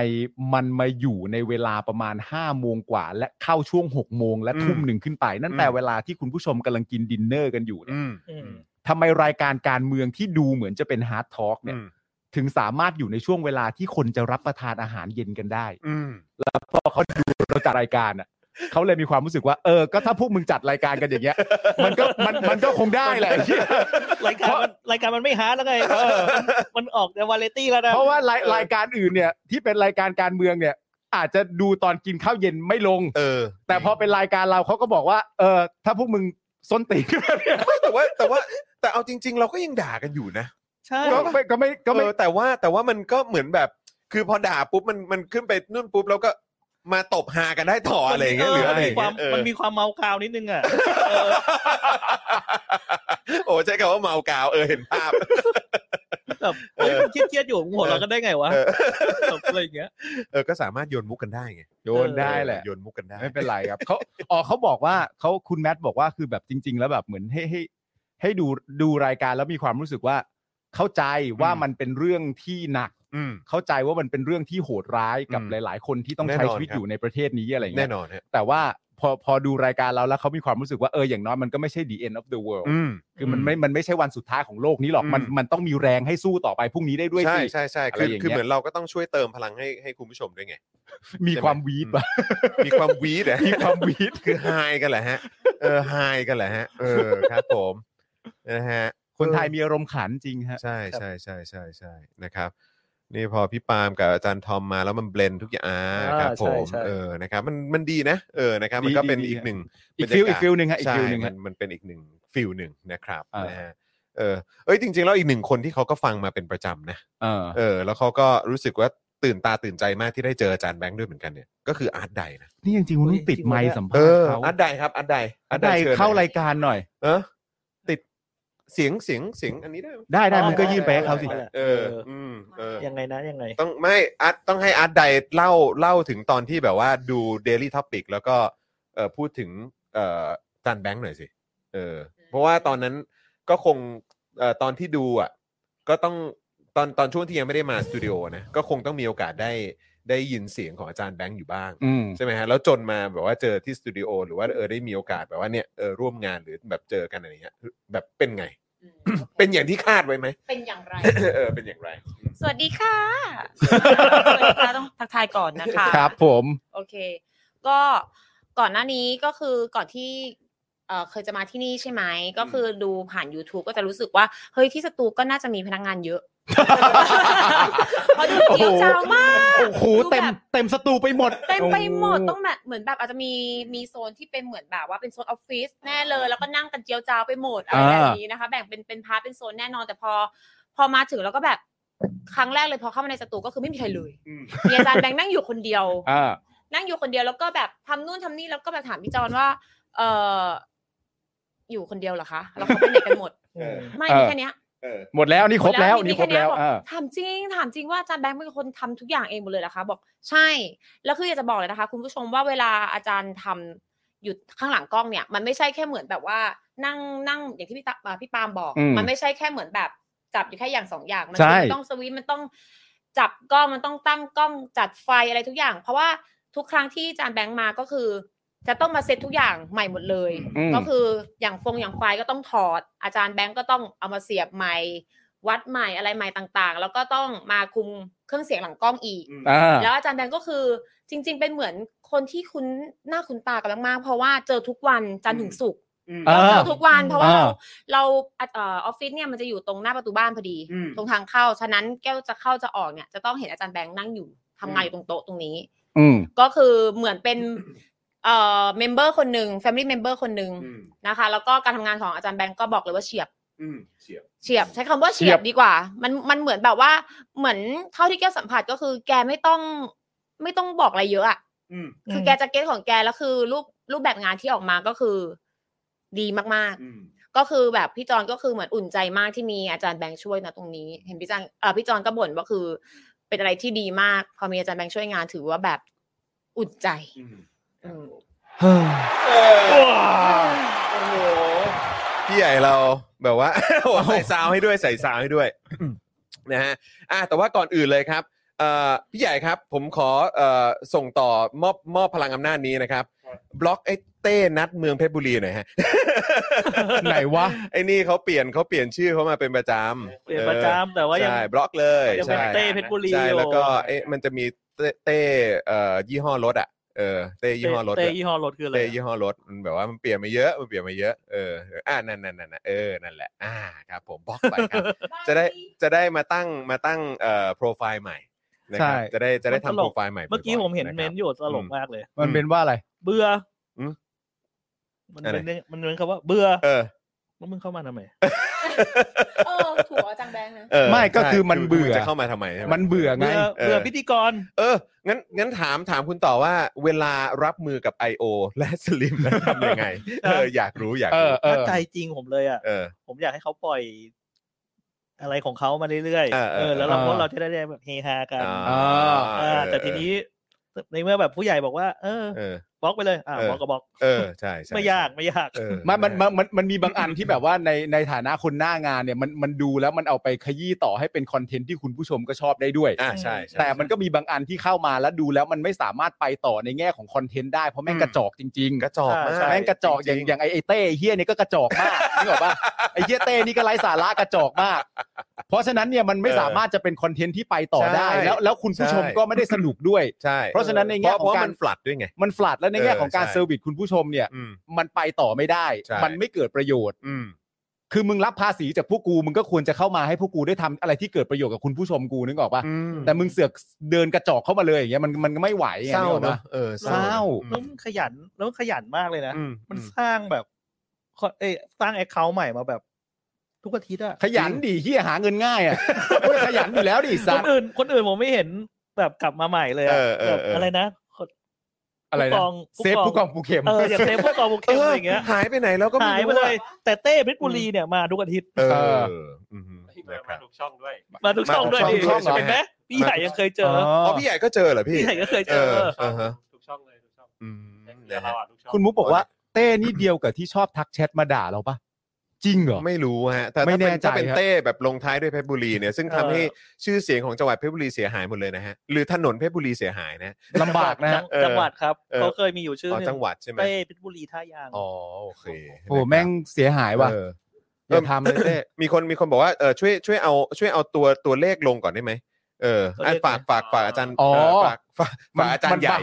S3: มันมาอยู่ในเวลาประมาณ5้าโมงกว่า และเข้าช่วง6กโมงและทุ่มหนึ่งขึ้นไป นั่นแต่เวลาที่คุณผู้ชมกำลังกินดินเนอร์กันอยู่เนี่ย
S1: อืม
S4: อืม
S3: ทำไมรายการการเมืองที่ดูเหมือนจะเป็นฮาร์ดทอล์กเนี่ยถึงสามารถอยู่ในช่วงเวลาที่คนจะรับประทานอาหารเย็นกันได้
S1: อืม
S3: พอเขาดูเราจัดรายการอ่ะเขาเลยมีความรู้สึกว่า เออก็ถ้าพวกมึงจัดรายการกันอย่างเงี้ย มันก็มันมันก็คงได้ แหละไอ้เหี้ย
S4: รายการมันรายการมันไม่ฮาร์ดแล้วไงเออมันออกแต่วาเลตี้แล้วนะ
S3: เพราะว่ารายรายการอื่นเนี่ยที่เป็นรายการการเมืองเนี่ย อาจจะดูตอนกินข้าวเย็นไม่ลง
S1: เออ
S3: แต่พอเป็นรายการเราเขาก็บอกว่า เออถ้าพวกมึงส้นตีน กันแบบเนี้ย
S1: เฮ้ยแต่ว่าแต่ว่าแต่เอาจริง ๆ เราก็ยังด่ากันอยู่นะ
S4: ใช่
S3: ก็ไม่ก็ไม่ก็ไม่
S1: เออแต่ว่าแต่ว่ามันก็เหมือนแบบ คือพอด่าปุ๊บมันมันขึ้นไปนู่นปุ๊บแล้วก็มาตบหากันได้ต่ออะไรอย่างเงี้ยหรืออะไรอย่าง
S4: ควา
S1: เงี้ย
S4: ม
S1: เออ
S4: มันมีความเมากาวนิดนึงอ่ะเออ
S1: โอ้ใช้คำว่าเมากาวเออเห็นภาพ
S4: แบบเฮ้ยมันเครียดๆอยู่มึงหัวเราะกันได้ไงวะ
S1: เออ
S4: แบบอะไรอย่างเงี้ย
S1: เออก็สามารถโยนมุกกันได้ไง
S3: โยนได้แหละ
S1: โยนมุกกันได้
S3: ไม่เป็นไรครับเขาอ๋อเขาบอกว่าเขาคุณแมทบอกว่าคือแบบจริง ๆ แล้วแบบเหมือนให้ให้ให้ดูดูรายการแล้วมีความรู้สึกว่า เข้าใจว่า
S1: อืม
S3: มันเป็นเรื่องที่หนัก
S1: อืม
S3: เข้าใจว่ามันเป็นเรื่องที่โหดร้ายกับ
S1: อืม
S3: หลาย ๆ คนที่ต้อง
S1: แน่นอน
S3: ใช้ชีวิต
S1: ครับ
S3: อยู่ในประเทศนี้อะไรอย่าง
S1: แน่
S3: เงี้ย
S1: นอนฮะ
S3: แต่ว่าพอพอดูรายการเราแล้วเขามีความรู้สึกว่าเอออย่างน้อยมันก็ไม่ใช่ the end of the world
S1: อืม
S3: คือมันไม่มันไม่ใช่วันสุดท้ายของโลกนี้หรอก
S1: อืม
S3: มันมันต้องมีแรงให้สู้ต่อไปพรุ่งนี้ได้ด้วย
S1: ใช่
S3: สิ
S1: ใช่ใช่
S3: อะไร
S1: คือ
S3: อย่างเงี้ย
S1: คือเหมือนเราก็ต้องช่วยเติมพลังให้ให้คุณผู้ชมด้วยไง
S3: มี
S1: ใช่ไหม
S3: ความวีดว่ะ
S1: มีความวีดอะ
S3: มีความวีด
S1: คือไฮกันแหละฮะเออไฮกันแหละฮะเออครับผมนะฮะ
S3: คนไทยมีอารมณ์ขันจริงฮะ
S1: ใช่ใช่ใช่ใช่ใช่นะครับ นี่พอพี่ปาล์มกับอาจารย์ทอมมาแล้วมันเบลนทุกอย่างอ่า
S4: อ่า
S1: ครับผ
S4: ใช่
S1: ม
S4: ใช่
S1: เออนะครับมันมันดีนะเออนะครับ มัน
S3: ดี
S1: ก็เป็น
S3: ดี
S1: อีก
S3: ฮะ
S1: หนึ่ง
S3: อีกฟิล
S1: บรร
S3: อีก
S1: ยาาศ
S3: ฟิลหนึ่งฮะอีก
S1: ใช่
S3: ฟิลหนึ่ง
S1: มั
S3: ฮะ
S1: นมันเป็นอีกหนึ่งฟิลหนึ่งนะครับ
S3: อ่าน
S1: นะฮะเอ เออเอ้ยจริง ๆ แล้วอีกหนึ่งคนที่เขาก็ฟังมาเป็นประจำนะ
S3: เออ
S1: เออ แล้วเขาก็รู้สึกว่าตื่นตาตื่นใจมากที่ได้เจออาจารย์แบงค์ด้วยเหมือนกันเนี่ยก็คืออาร์ตไดนะ
S3: นี่จริงๆคุณต้องปิดไมค์สัมภา
S1: เอ
S3: ษณ์
S1: อ
S3: เขา
S1: อาร์ตไดครับอาร์ตไดอาร์ตได
S3: ได้
S1: ชิญ
S3: เข้า
S1: หน่
S3: รา
S1: อย
S3: ยการหน่อย
S1: เออติดเสียงเสียงเสียงอันนี้ได้ไหม
S3: ได้ได้
S4: ได้
S3: มันก็ยื่นไปให้
S4: ได้
S3: เขาสิ
S4: ได้
S1: เอออืมเออ
S4: ยังไงนะยังไง
S1: ต้องไม่อาร์ตต้องให้อาร์ตไดเล่าเล่าถึงตอนที่แบบว่าดู Daily Topic แล้วก็เอ่อพูดถึงเอ่อจันแบงค์หน่อยสิเออเพราะว่าตอนนั้นก็คงเอ่อตอนที่ดูอ่ะก็ต้องตอนตอนช่วงที่ยังไม่ได้มาสตูดิโอนะก็คงต้องมีโอกาสได้ได้ยินเสียงของอาจารย์แบงค์อยู่บ้าง
S3: อืม
S1: ใช่ไหมฮะแล้วจนมาแบบว่าเจอที่สตูดิโอหรือว่าเออได้มีโอกาสแบบว่าเนี่ยเออร่วมงานหรือแบบเจอกันอะไรเงี้ยแบบเป็นไง เป็นอย่างที่คาดไว้ไหม
S2: เป็นอย่างไร
S1: เออเป็นอย่างไร
S2: สวัสดี ค่ะ สวัสดีค่ะต้องทักทายก่อนนะคะ
S3: ครับผม
S2: โอเค ก็ก่อนหน้านี้ก็คือก่อนที่เอ่อเคยจะมาที่นี่ใช่ไหม ก็คือดูผ่าน YouTube ก็จะรู้สึกว่า เฮ้ยที่สตูก็น่าจะมีพนักงานเยอะ เพราะดูเกี่ยวเจ้ามาก
S3: โอ้โหเต็มเต็มสตูไปหมด
S2: เต็มไปหมด
S3: โ
S2: ต้องแบบเหมือนแบบอาจจะมีมีโซนที่เป็นเหมือนแบบว่าเป็นโซนออฟฟิศแน่เลย แล้วก็นั่งกันเจียวจ้าวไปหมดอะไรแบบนี้นะคะ แบ่งเป็นเป็นพาร์ทเป็นโซนแน่นอนแต่พอ พอมาถึงแล้วก็แบบครั้งแรกเลยพอเข้ามาในสตูก็คือไม่มีใครเลย
S5: อืม
S2: มีอาจารย์แบงค์นั่งอยู่คนเดียว
S3: อ่า
S2: นั่งอยู่คนเดียวแล้วก็แบบทำนู่นทำนี่แล้วก็แบบถามพี่จอนว่า เอออยู่คนเดียวเหรอคะแล้วเขาไปไหนกันหมด
S1: เออ
S2: ไม่
S3: เออ
S2: มีแค่เนี้ย
S1: เออ
S3: หมดแล้วนี่ครบแล้ว
S2: หมด
S3: นี่
S2: มี
S3: ครบแล้ว
S2: บอก
S3: อ่า
S2: ถามจริง ถามจริงว่าอาจารย์แบงค์เป็นคนทำทุกอย่างเองหมดเลยเหรอคะ บอกใช่แล้วคืออยากจะบอกเลยนะคะ คุณผู้ชมว่าเวลาอาจารย์ทำอยู่ข้างหลังกล้องเนี่ย มันไม่ใช่แค่เหมือนแบบว่า นั่งนั่งอย่างที่พี่ตาอ่าพี่ปาล์มบอก มันไม่ใช่แค่เหมือนแบบจับอยู่แค่อย่างสองอย่างมัคือมันต้องสวิตช์มันต้องจับกล้องมันต้องตั้งกล้องจัดไฟอะไรทุกอย่าง เพราะว่าทุกครั้งที่อาจารย์แบงค์มาก็คือ จะต้องมาเซตทุกอย่างใหม่หมดเลย
S3: อืม
S2: ก็คืออย่างฟงอย่างไฟล์ก็ต้องถอด อาจารย์แบงก์ก็ต้องเอามาเสียบใหม่ วัดใหม่อะไรใหม่ต่างๆ แล้วก็ต้องมาคุมเครื่องเสียงหลังกล้องอีก
S3: อ่า
S2: แล้วอาจารย์แบงก์ก็คือจริง ๆ เป็นเหมือนคนที่คุ้นหน้าคุ้นตากันมากๆเพราะว่าเจอทุกวันจันทร์ถึงศุกร์
S3: อ่า
S2: เจอทุกวันเพราะว่า
S3: อ่า
S2: เราเราอ่ะเออออฟฟิศเนี่ยมันจะอยู่ตรงหน้าประตูบ้านพอดี
S5: อืม
S2: ตรงทางเข้าฉะนั้นแก้วจะเข้าจะออกเนี่ยจะต้องเห็นอาจารย์แบงก์นั่งอยู่ทำงานอยู่ตรงโต๊ะตรงนี้
S3: อืม
S2: ก็คือเหมือนเป็นเอ่อเมมเบอร์คนหนึ่ง Family Member คนหนึ่ง
S5: อืม
S2: นะคะ แล้วก็การทำงานของอาจารย์แบงก์ก็บอกเลยว่าเฉียบ
S5: อืมเฉียบ
S2: เฉียบ ใช้คำว่าเฉียบดีกว่า มันมันเหมือนแบบว่าเหมือนเท่าที่แกวสัมผัสก็คือแกไม่ต้องไม่ต้องบอกอะไรเยอะอะ
S5: อืม
S2: คือแกจะเก็ตของแกแล้วคือรูปรูปแบบงานที่ออกมาก็คือดีมาก
S5: อืม
S2: ๆ ก็คือแบบพี่จอนก็คือเหมือนอุ่นใจมากที่มีอาจารย์แบงค์ช่วยนะตรงนี้ เห็นพี่จอนเออพี่จอนก็บ่นว่าคือ เป็นอะไรที่ดีมาก พอมีอาจารย์แบงค์ช่วยงานถือว่าแบบอุ่นใจ
S5: อืม
S2: อืม
S1: โอ้โหพี่ใหญ่เราแบบว่า โอ้โหใส่ซาวให้ด้วยใส่ซาวให้ด้วย นะฮะอ่ะแต่ว่าก่อนอื่นเลยครับเอ่อพี่ใหญ่ครับ ผมขอเอ่อส่งต่อมอบมอบพลังอำนาจนี้นะครับ บล็อกไอ้เต้นัดเมืองเพชรบุรีหน่อยฮะ
S3: ไหนวะ
S1: ไอ้นี่เขาเปลี่ยนเขาเปลี่ยนชื่อเขามาเป็นประจำ
S4: เปลี่ยนประจำแต่ว่ายัง
S1: ใช่บล็อกเลย
S4: ยังเป็น
S1: ใช่
S4: เต้เพชรบุรี
S1: ใช่
S4: อยู่
S1: แล้วก็เอ๊ะมันจะมีเต้เต้เอ่อยี่ห้อรถอ่ะเออเต้ยี่ห้อรถ
S4: เต้
S1: อะ
S4: ยี่ห้อรถคืออะไร
S1: เตยี่ห้อรถมันแบบว่ามันเปลี่ยนมาเยอะมันเปลี่ยนมาเยอะเอออ่านั่นนั่นนั่นเออนั่นแหละอ่าครับผมบล็อกไปครับ จะได้จะได้มาตั้งมาตั้งเอ่อโปรไฟล์ใหม่นะครับ
S3: ใช่
S1: จะได้จะได้ทำโปรไฟล์ใหม่
S4: เมื่อกี้
S1: บ่ยๆ
S4: ผมเห็นเมน
S1: ะครั
S4: ต์
S1: บ
S4: อยู่ตลกมากเลย
S3: มันเป็นว่าอะไร
S4: เบื่ออ
S1: ม
S4: มัน
S1: อะไร
S4: เป็นเรื่องมันเป็นคำว่าเบื่อ
S1: เออ
S4: แล้วมึงเข้ามาทำไม
S2: เออถูกอาจังแบง ค์นะ
S1: เออ
S3: ไม่ก็
S1: ใช่
S3: คือมันเบื่อ
S1: จะเข้ามาทำไมใช่ไห
S3: มันเบื่อไง
S4: เบื่อเบื่อพิธีกร
S1: เอองั้นงั้นถามถามคุณต่อว่าเวลารับมือกับ I.O. และสลิมนั้นทำยังไงเอออยากรู้อยาก
S3: เออ
S1: รู้
S3: เอ
S4: ถ้า
S3: อ
S4: ใจจริงผมเลยอ่ะ
S1: เออ
S4: ผมอยากให้เขาปล่อย อะไรของเขามาเรื่อย
S1: เออเออ
S4: เออแล้วเรา
S3: เออ
S4: พวกเราจะได้แบบเฮฮากัน
S1: อ่า
S4: อ่าแต่ทีนี้ในเมื่อแบบผู้ใหญ่บอกว่า เออ
S1: เออ
S4: บล็อกไปเลย อ่า
S1: เออ
S4: บล็อกก็บล็อก
S1: เออใช่ใช่
S4: ไม่ยากไม่ยาก
S1: เออ
S3: มันมันมันมันมันมีบางอันที่แบบว่าในในฐานะคนหน้างานเนี่ยมันมันดูแล้วมันเอาไปขยี้ต่อให้เป็นคอนเทนต์ที่คุณผู้ชมก็ชอบได้ด้วย
S1: อ่าใช่ใช่
S3: แต่มันก็มีบางอันที่เข้ามาแล้วดูแล้วมันไม่สามารถไปต่อในแง่ของคอนเทนต์ได้เพราะแม่งกระจอกจริงๆ
S1: กระจอกมาก
S4: ใช่
S3: แม่งกระจอกอย่างอย่างไอไอ้เต้ไอ้เฮียเนี่ยก็กระจอกมากนึกออกปะไอเฮียเต้นี่ก็ไร้สาระกระจอกมาก เพราะฉะนั้นเนี่ยมันไม่
S1: เออ
S3: สามารถจะเป็นคอนเทนต์ที่ไปต่อได้
S1: ใช่
S3: แล้วแล้วคุณผู้ชม
S1: ใช่
S3: ก็ไม่ได้สนุกด้วย
S1: ใช่
S3: เพราะฉะนั้นในแง่
S1: เพราะ
S3: ของ
S1: ว่า
S3: การ
S1: มันฟลัดด้วยไง
S3: มันฟลัดและในแง่ของการ
S1: เออใช่
S3: เซอร์วิสคุณผู้ชมเนี่ย
S1: อืม
S3: มันไปต่อไม่ได้
S1: ใช่
S3: มันไม่เกิดประโยชน์
S1: อืม
S3: คือมึงรับภาษีจากพวกกู มึงก็ควรจะเข้ามาให้พวกกูได้ทำอะไรที่เกิดประโยชน์กับคุณผู้ชมกูนึกออกปะ
S1: อืม
S3: แต่มึงเสือกเดินกระจอกเข้ามาเลยอย่างเงี้ยมันมันไม่ไหวไง
S1: เศร้า
S3: นึกออก
S1: เน
S3: ป
S1: อะเออ
S3: เศร้า
S4: แล้วมันขยันแล้วมันขยันมากเลยนะ
S1: อืม
S4: มันสร้างแบบเอยสร้างแอคเคาท์ใหม่มาแบบ ทุกอาทิตย์อะ
S3: ขยันดิเฮียหาเงินง่ายอ่ะโอ้ยขยันอยู่แล้วดิ
S4: ค
S3: สัต
S4: น
S3: ว์
S4: อื่นคนอื่น ผมไม่เห็นแบบกลับมาใหม่เลยอะ
S1: เออเออ
S4: แบบ
S1: เอออ
S4: อะไรนะคน
S3: อะไรนะ
S4: ผู้กอง
S3: เซฟผู้กองผู้เข็ม
S4: เอออย่างเซฟผู้กองบุก
S1: เอ
S4: เข้ม
S1: อ
S4: อะไรอย่างเงี้ย
S1: หายไปไหนแล้วก็ไม่
S4: หายไป
S1: รู้
S4: เล
S1: อะ
S4: ย แต่เต้เพชรบุรีเนี่ยมาทุกอาทิตย์
S1: เอ
S3: เอ
S1: อ
S3: อ
S1: อือฮึ
S5: ที่มา
S1: นะค
S5: มา
S1: รับ
S5: ทุกช่องด้วย
S4: มาทุกช่องด้วย
S1: มาทุ
S4: ดิ
S1: กช่องเหรอ
S4: เห็นไหมพี่ใหญ่ยังเคยเจอ
S1: อ๋อพี่ใหญ่ก็เจอเหรอพี่
S4: พี่ใหญ่ก็เคยเจอ
S1: อออฮะ
S5: ทุกช่องเลยทุกช่อง
S1: อืม
S5: แต่
S1: นะ
S5: เรา
S1: ฮะ
S5: อ่ะทุกช่อง
S3: คุณมุกบอกว่าเต้นี่เดียวกับที่ชอบทักแชทมาด่าเราปะจริงเหรอ
S1: ไม่รู้ฮะแต่
S3: ไม่
S1: ถ้า
S3: แน่
S1: เป็น
S3: ใจ
S1: ถ้าเป็น
S3: ครับ
S1: เต้แบบลงท้ายด้วยเพชรบุรีเนี่ยซึ่งทำ
S4: เออ
S1: ให้ชื่อเสียงของจังหวัดเพชรบุรีเสียหายหมดเลยนะฮะหรือถนนเพชรบุรีเสียหายนะ
S3: ลำบากนะฮะ
S1: เออ
S4: จังหวัดครับ
S1: เออ
S4: เขาเคยมีอยู่ชื่อ
S1: อ๋อ
S4: หนึ่
S1: จังหวัดใช่ไหม
S4: เต้เพชรบุรีท่ายาง
S1: อ๋อโอเค
S3: โอ้แม่งเสียหายว่ะ
S1: เออ
S3: อย่าทำเลยเต้
S1: มีคนมีคนบอกว่าเออช่วยช่วยเอาช่วยเอาตัวตัวเลขลงก่อนได้ไหมเออ
S4: ตัว
S1: อั
S4: เลข
S1: นฝาก
S4: ไหน
S1: ฝากฝากอาจารย์
S3: อ๋อ
S1: เฝากฝากฝากอาจารย์ใหญ่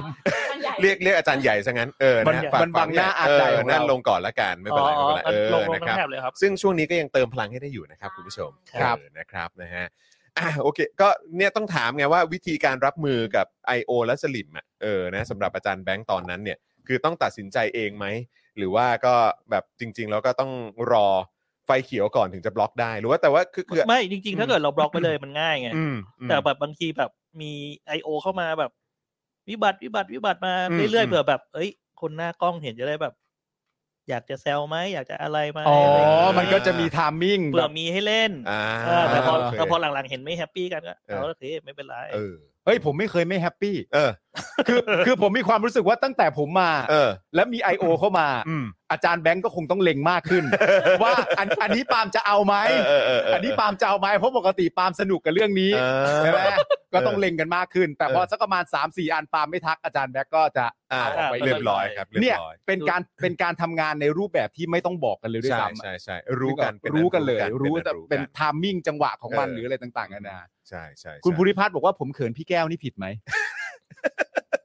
S6: มันใหญ่
S1: เรียกเรียกอาจารย์ใหญ่ซะงั้นเออ
S3: มัน
S1: นะ
S3: มัน
S1: ฝาก
S3: บังหน้า
S1: ฝก
S3: อาจารย์ของเรา
S1: เนั่นลงก่อนละกันไม่เป็นไรไม่เป็นไร
S4: อ๋
S1: เอ
S4: อล
S1: อง
S4: ลง
S1: นะครับ
S4: แถบเลยครับ
S1: ซึ่งช่วงนี้ก็ยังเติมพลังให้ได้อยู่นะครับคุณผู้ชม
S3: ครับ
S1: เออนะครับนะฮะอ่ะโอเค ก็เนี่ยต้องถามไงว่าวิธีการรับมือกับ I.O. และสลิมอ่ะเออนะสำหรับอาจารย์แบงค์ตอนนั้นเนี่ยคือต้องตัดสินใจเองไหม หรือว่าก็แบบจริง ๆ แล้วก็ต้องรอไฟเขียวก่อนถึงจะบล็อกได้ หรือว่าแต่ว่าคือคือ
S4: ไม่จริง
S1: อืม
S4: ๆ ถ้าเกิดเราบล็อกไปเลยมันง่ายไง
S1: อืมอืม
S4: แต่แบบบางทีแบบมีไอโอเข้ามาแบบ วิบัติวิบัติวิบัติมา
S1: อืม
S4: เรื่อย
S1: อืม
S4: ๆเผื่อแบบ เอ้ย คนหน้ากล้องเห็นจะได้แบบ อยากจะแซวไหมอยากจะอะไรไหม
S3: อ๋อ
S4: อะไรอย่างเงี้ย
S3: มันก็จะมีไทามมิ่งแบ
S4: เผื่อบ มีให้เล่น
S1: อ่า
S4: เออแต่พอ
S1: โเค
S4: แต่พอหลังๆเห็นไม่แฮปปี้กันก็
S1: เออ
S4: เอาโอเคไม่เป็นไร
S1: เออ
S3: เฮ้ยผมไม่เคยไม่แฮปปี้
S1: เออ
S3: คือคือผมมีความรู้สึกว่าตั้งแต่ผมมา
S1: เออ
S3: แล้วมี I.O. เข้ามา
S1: อืม
S3: อาจารย์แบงก์ก็คงต้องเล็งมากขึ้น ว่าอันอันนี้ปาล์มจะเอาไหม
S1: เออเออเออเออ
S3: อันนี้ปาล์มจะเอาไหมเพราะปกติปาล์มสนุกกับเรื่องนี้
S1: เออ
S3: ใช่ไหมก็ต้องเล็งกันมากขึ้น แต่พอ
S1: เออ
S3: สักประมาณ3ามสี่อันปาล์มไม่ทักอาจารย์แบงก์ก็จะ
S1: อ่า
S4: เอาออกไป
S1: เรียบร้อยครับรีบ
S3: เนี่ย
S1: ร้อย
S3: เป็นการเป็นการทำงานในรูปแบบที่ไม่ต้องบอกกันเลยด้วย
S1: ใช่
S3: ซ้ำอะ
S1: ใช่ใช่รู้กันเป็
S3: รู้กันเลยรู้
S1: เป็นอั
S3: แต่เป็น
S1: รู้กั
S3: ทามมิ่งจังหวะของมัน
S1: เออ
S3: หรืออะไรต่างๆกันานะ
S1: ใช่ใช่
S3: คุณ
S1: ใช่
S3: ภูริพัฒน์บอกว่าผมเขินพี่แก้วนี่ผิดไหม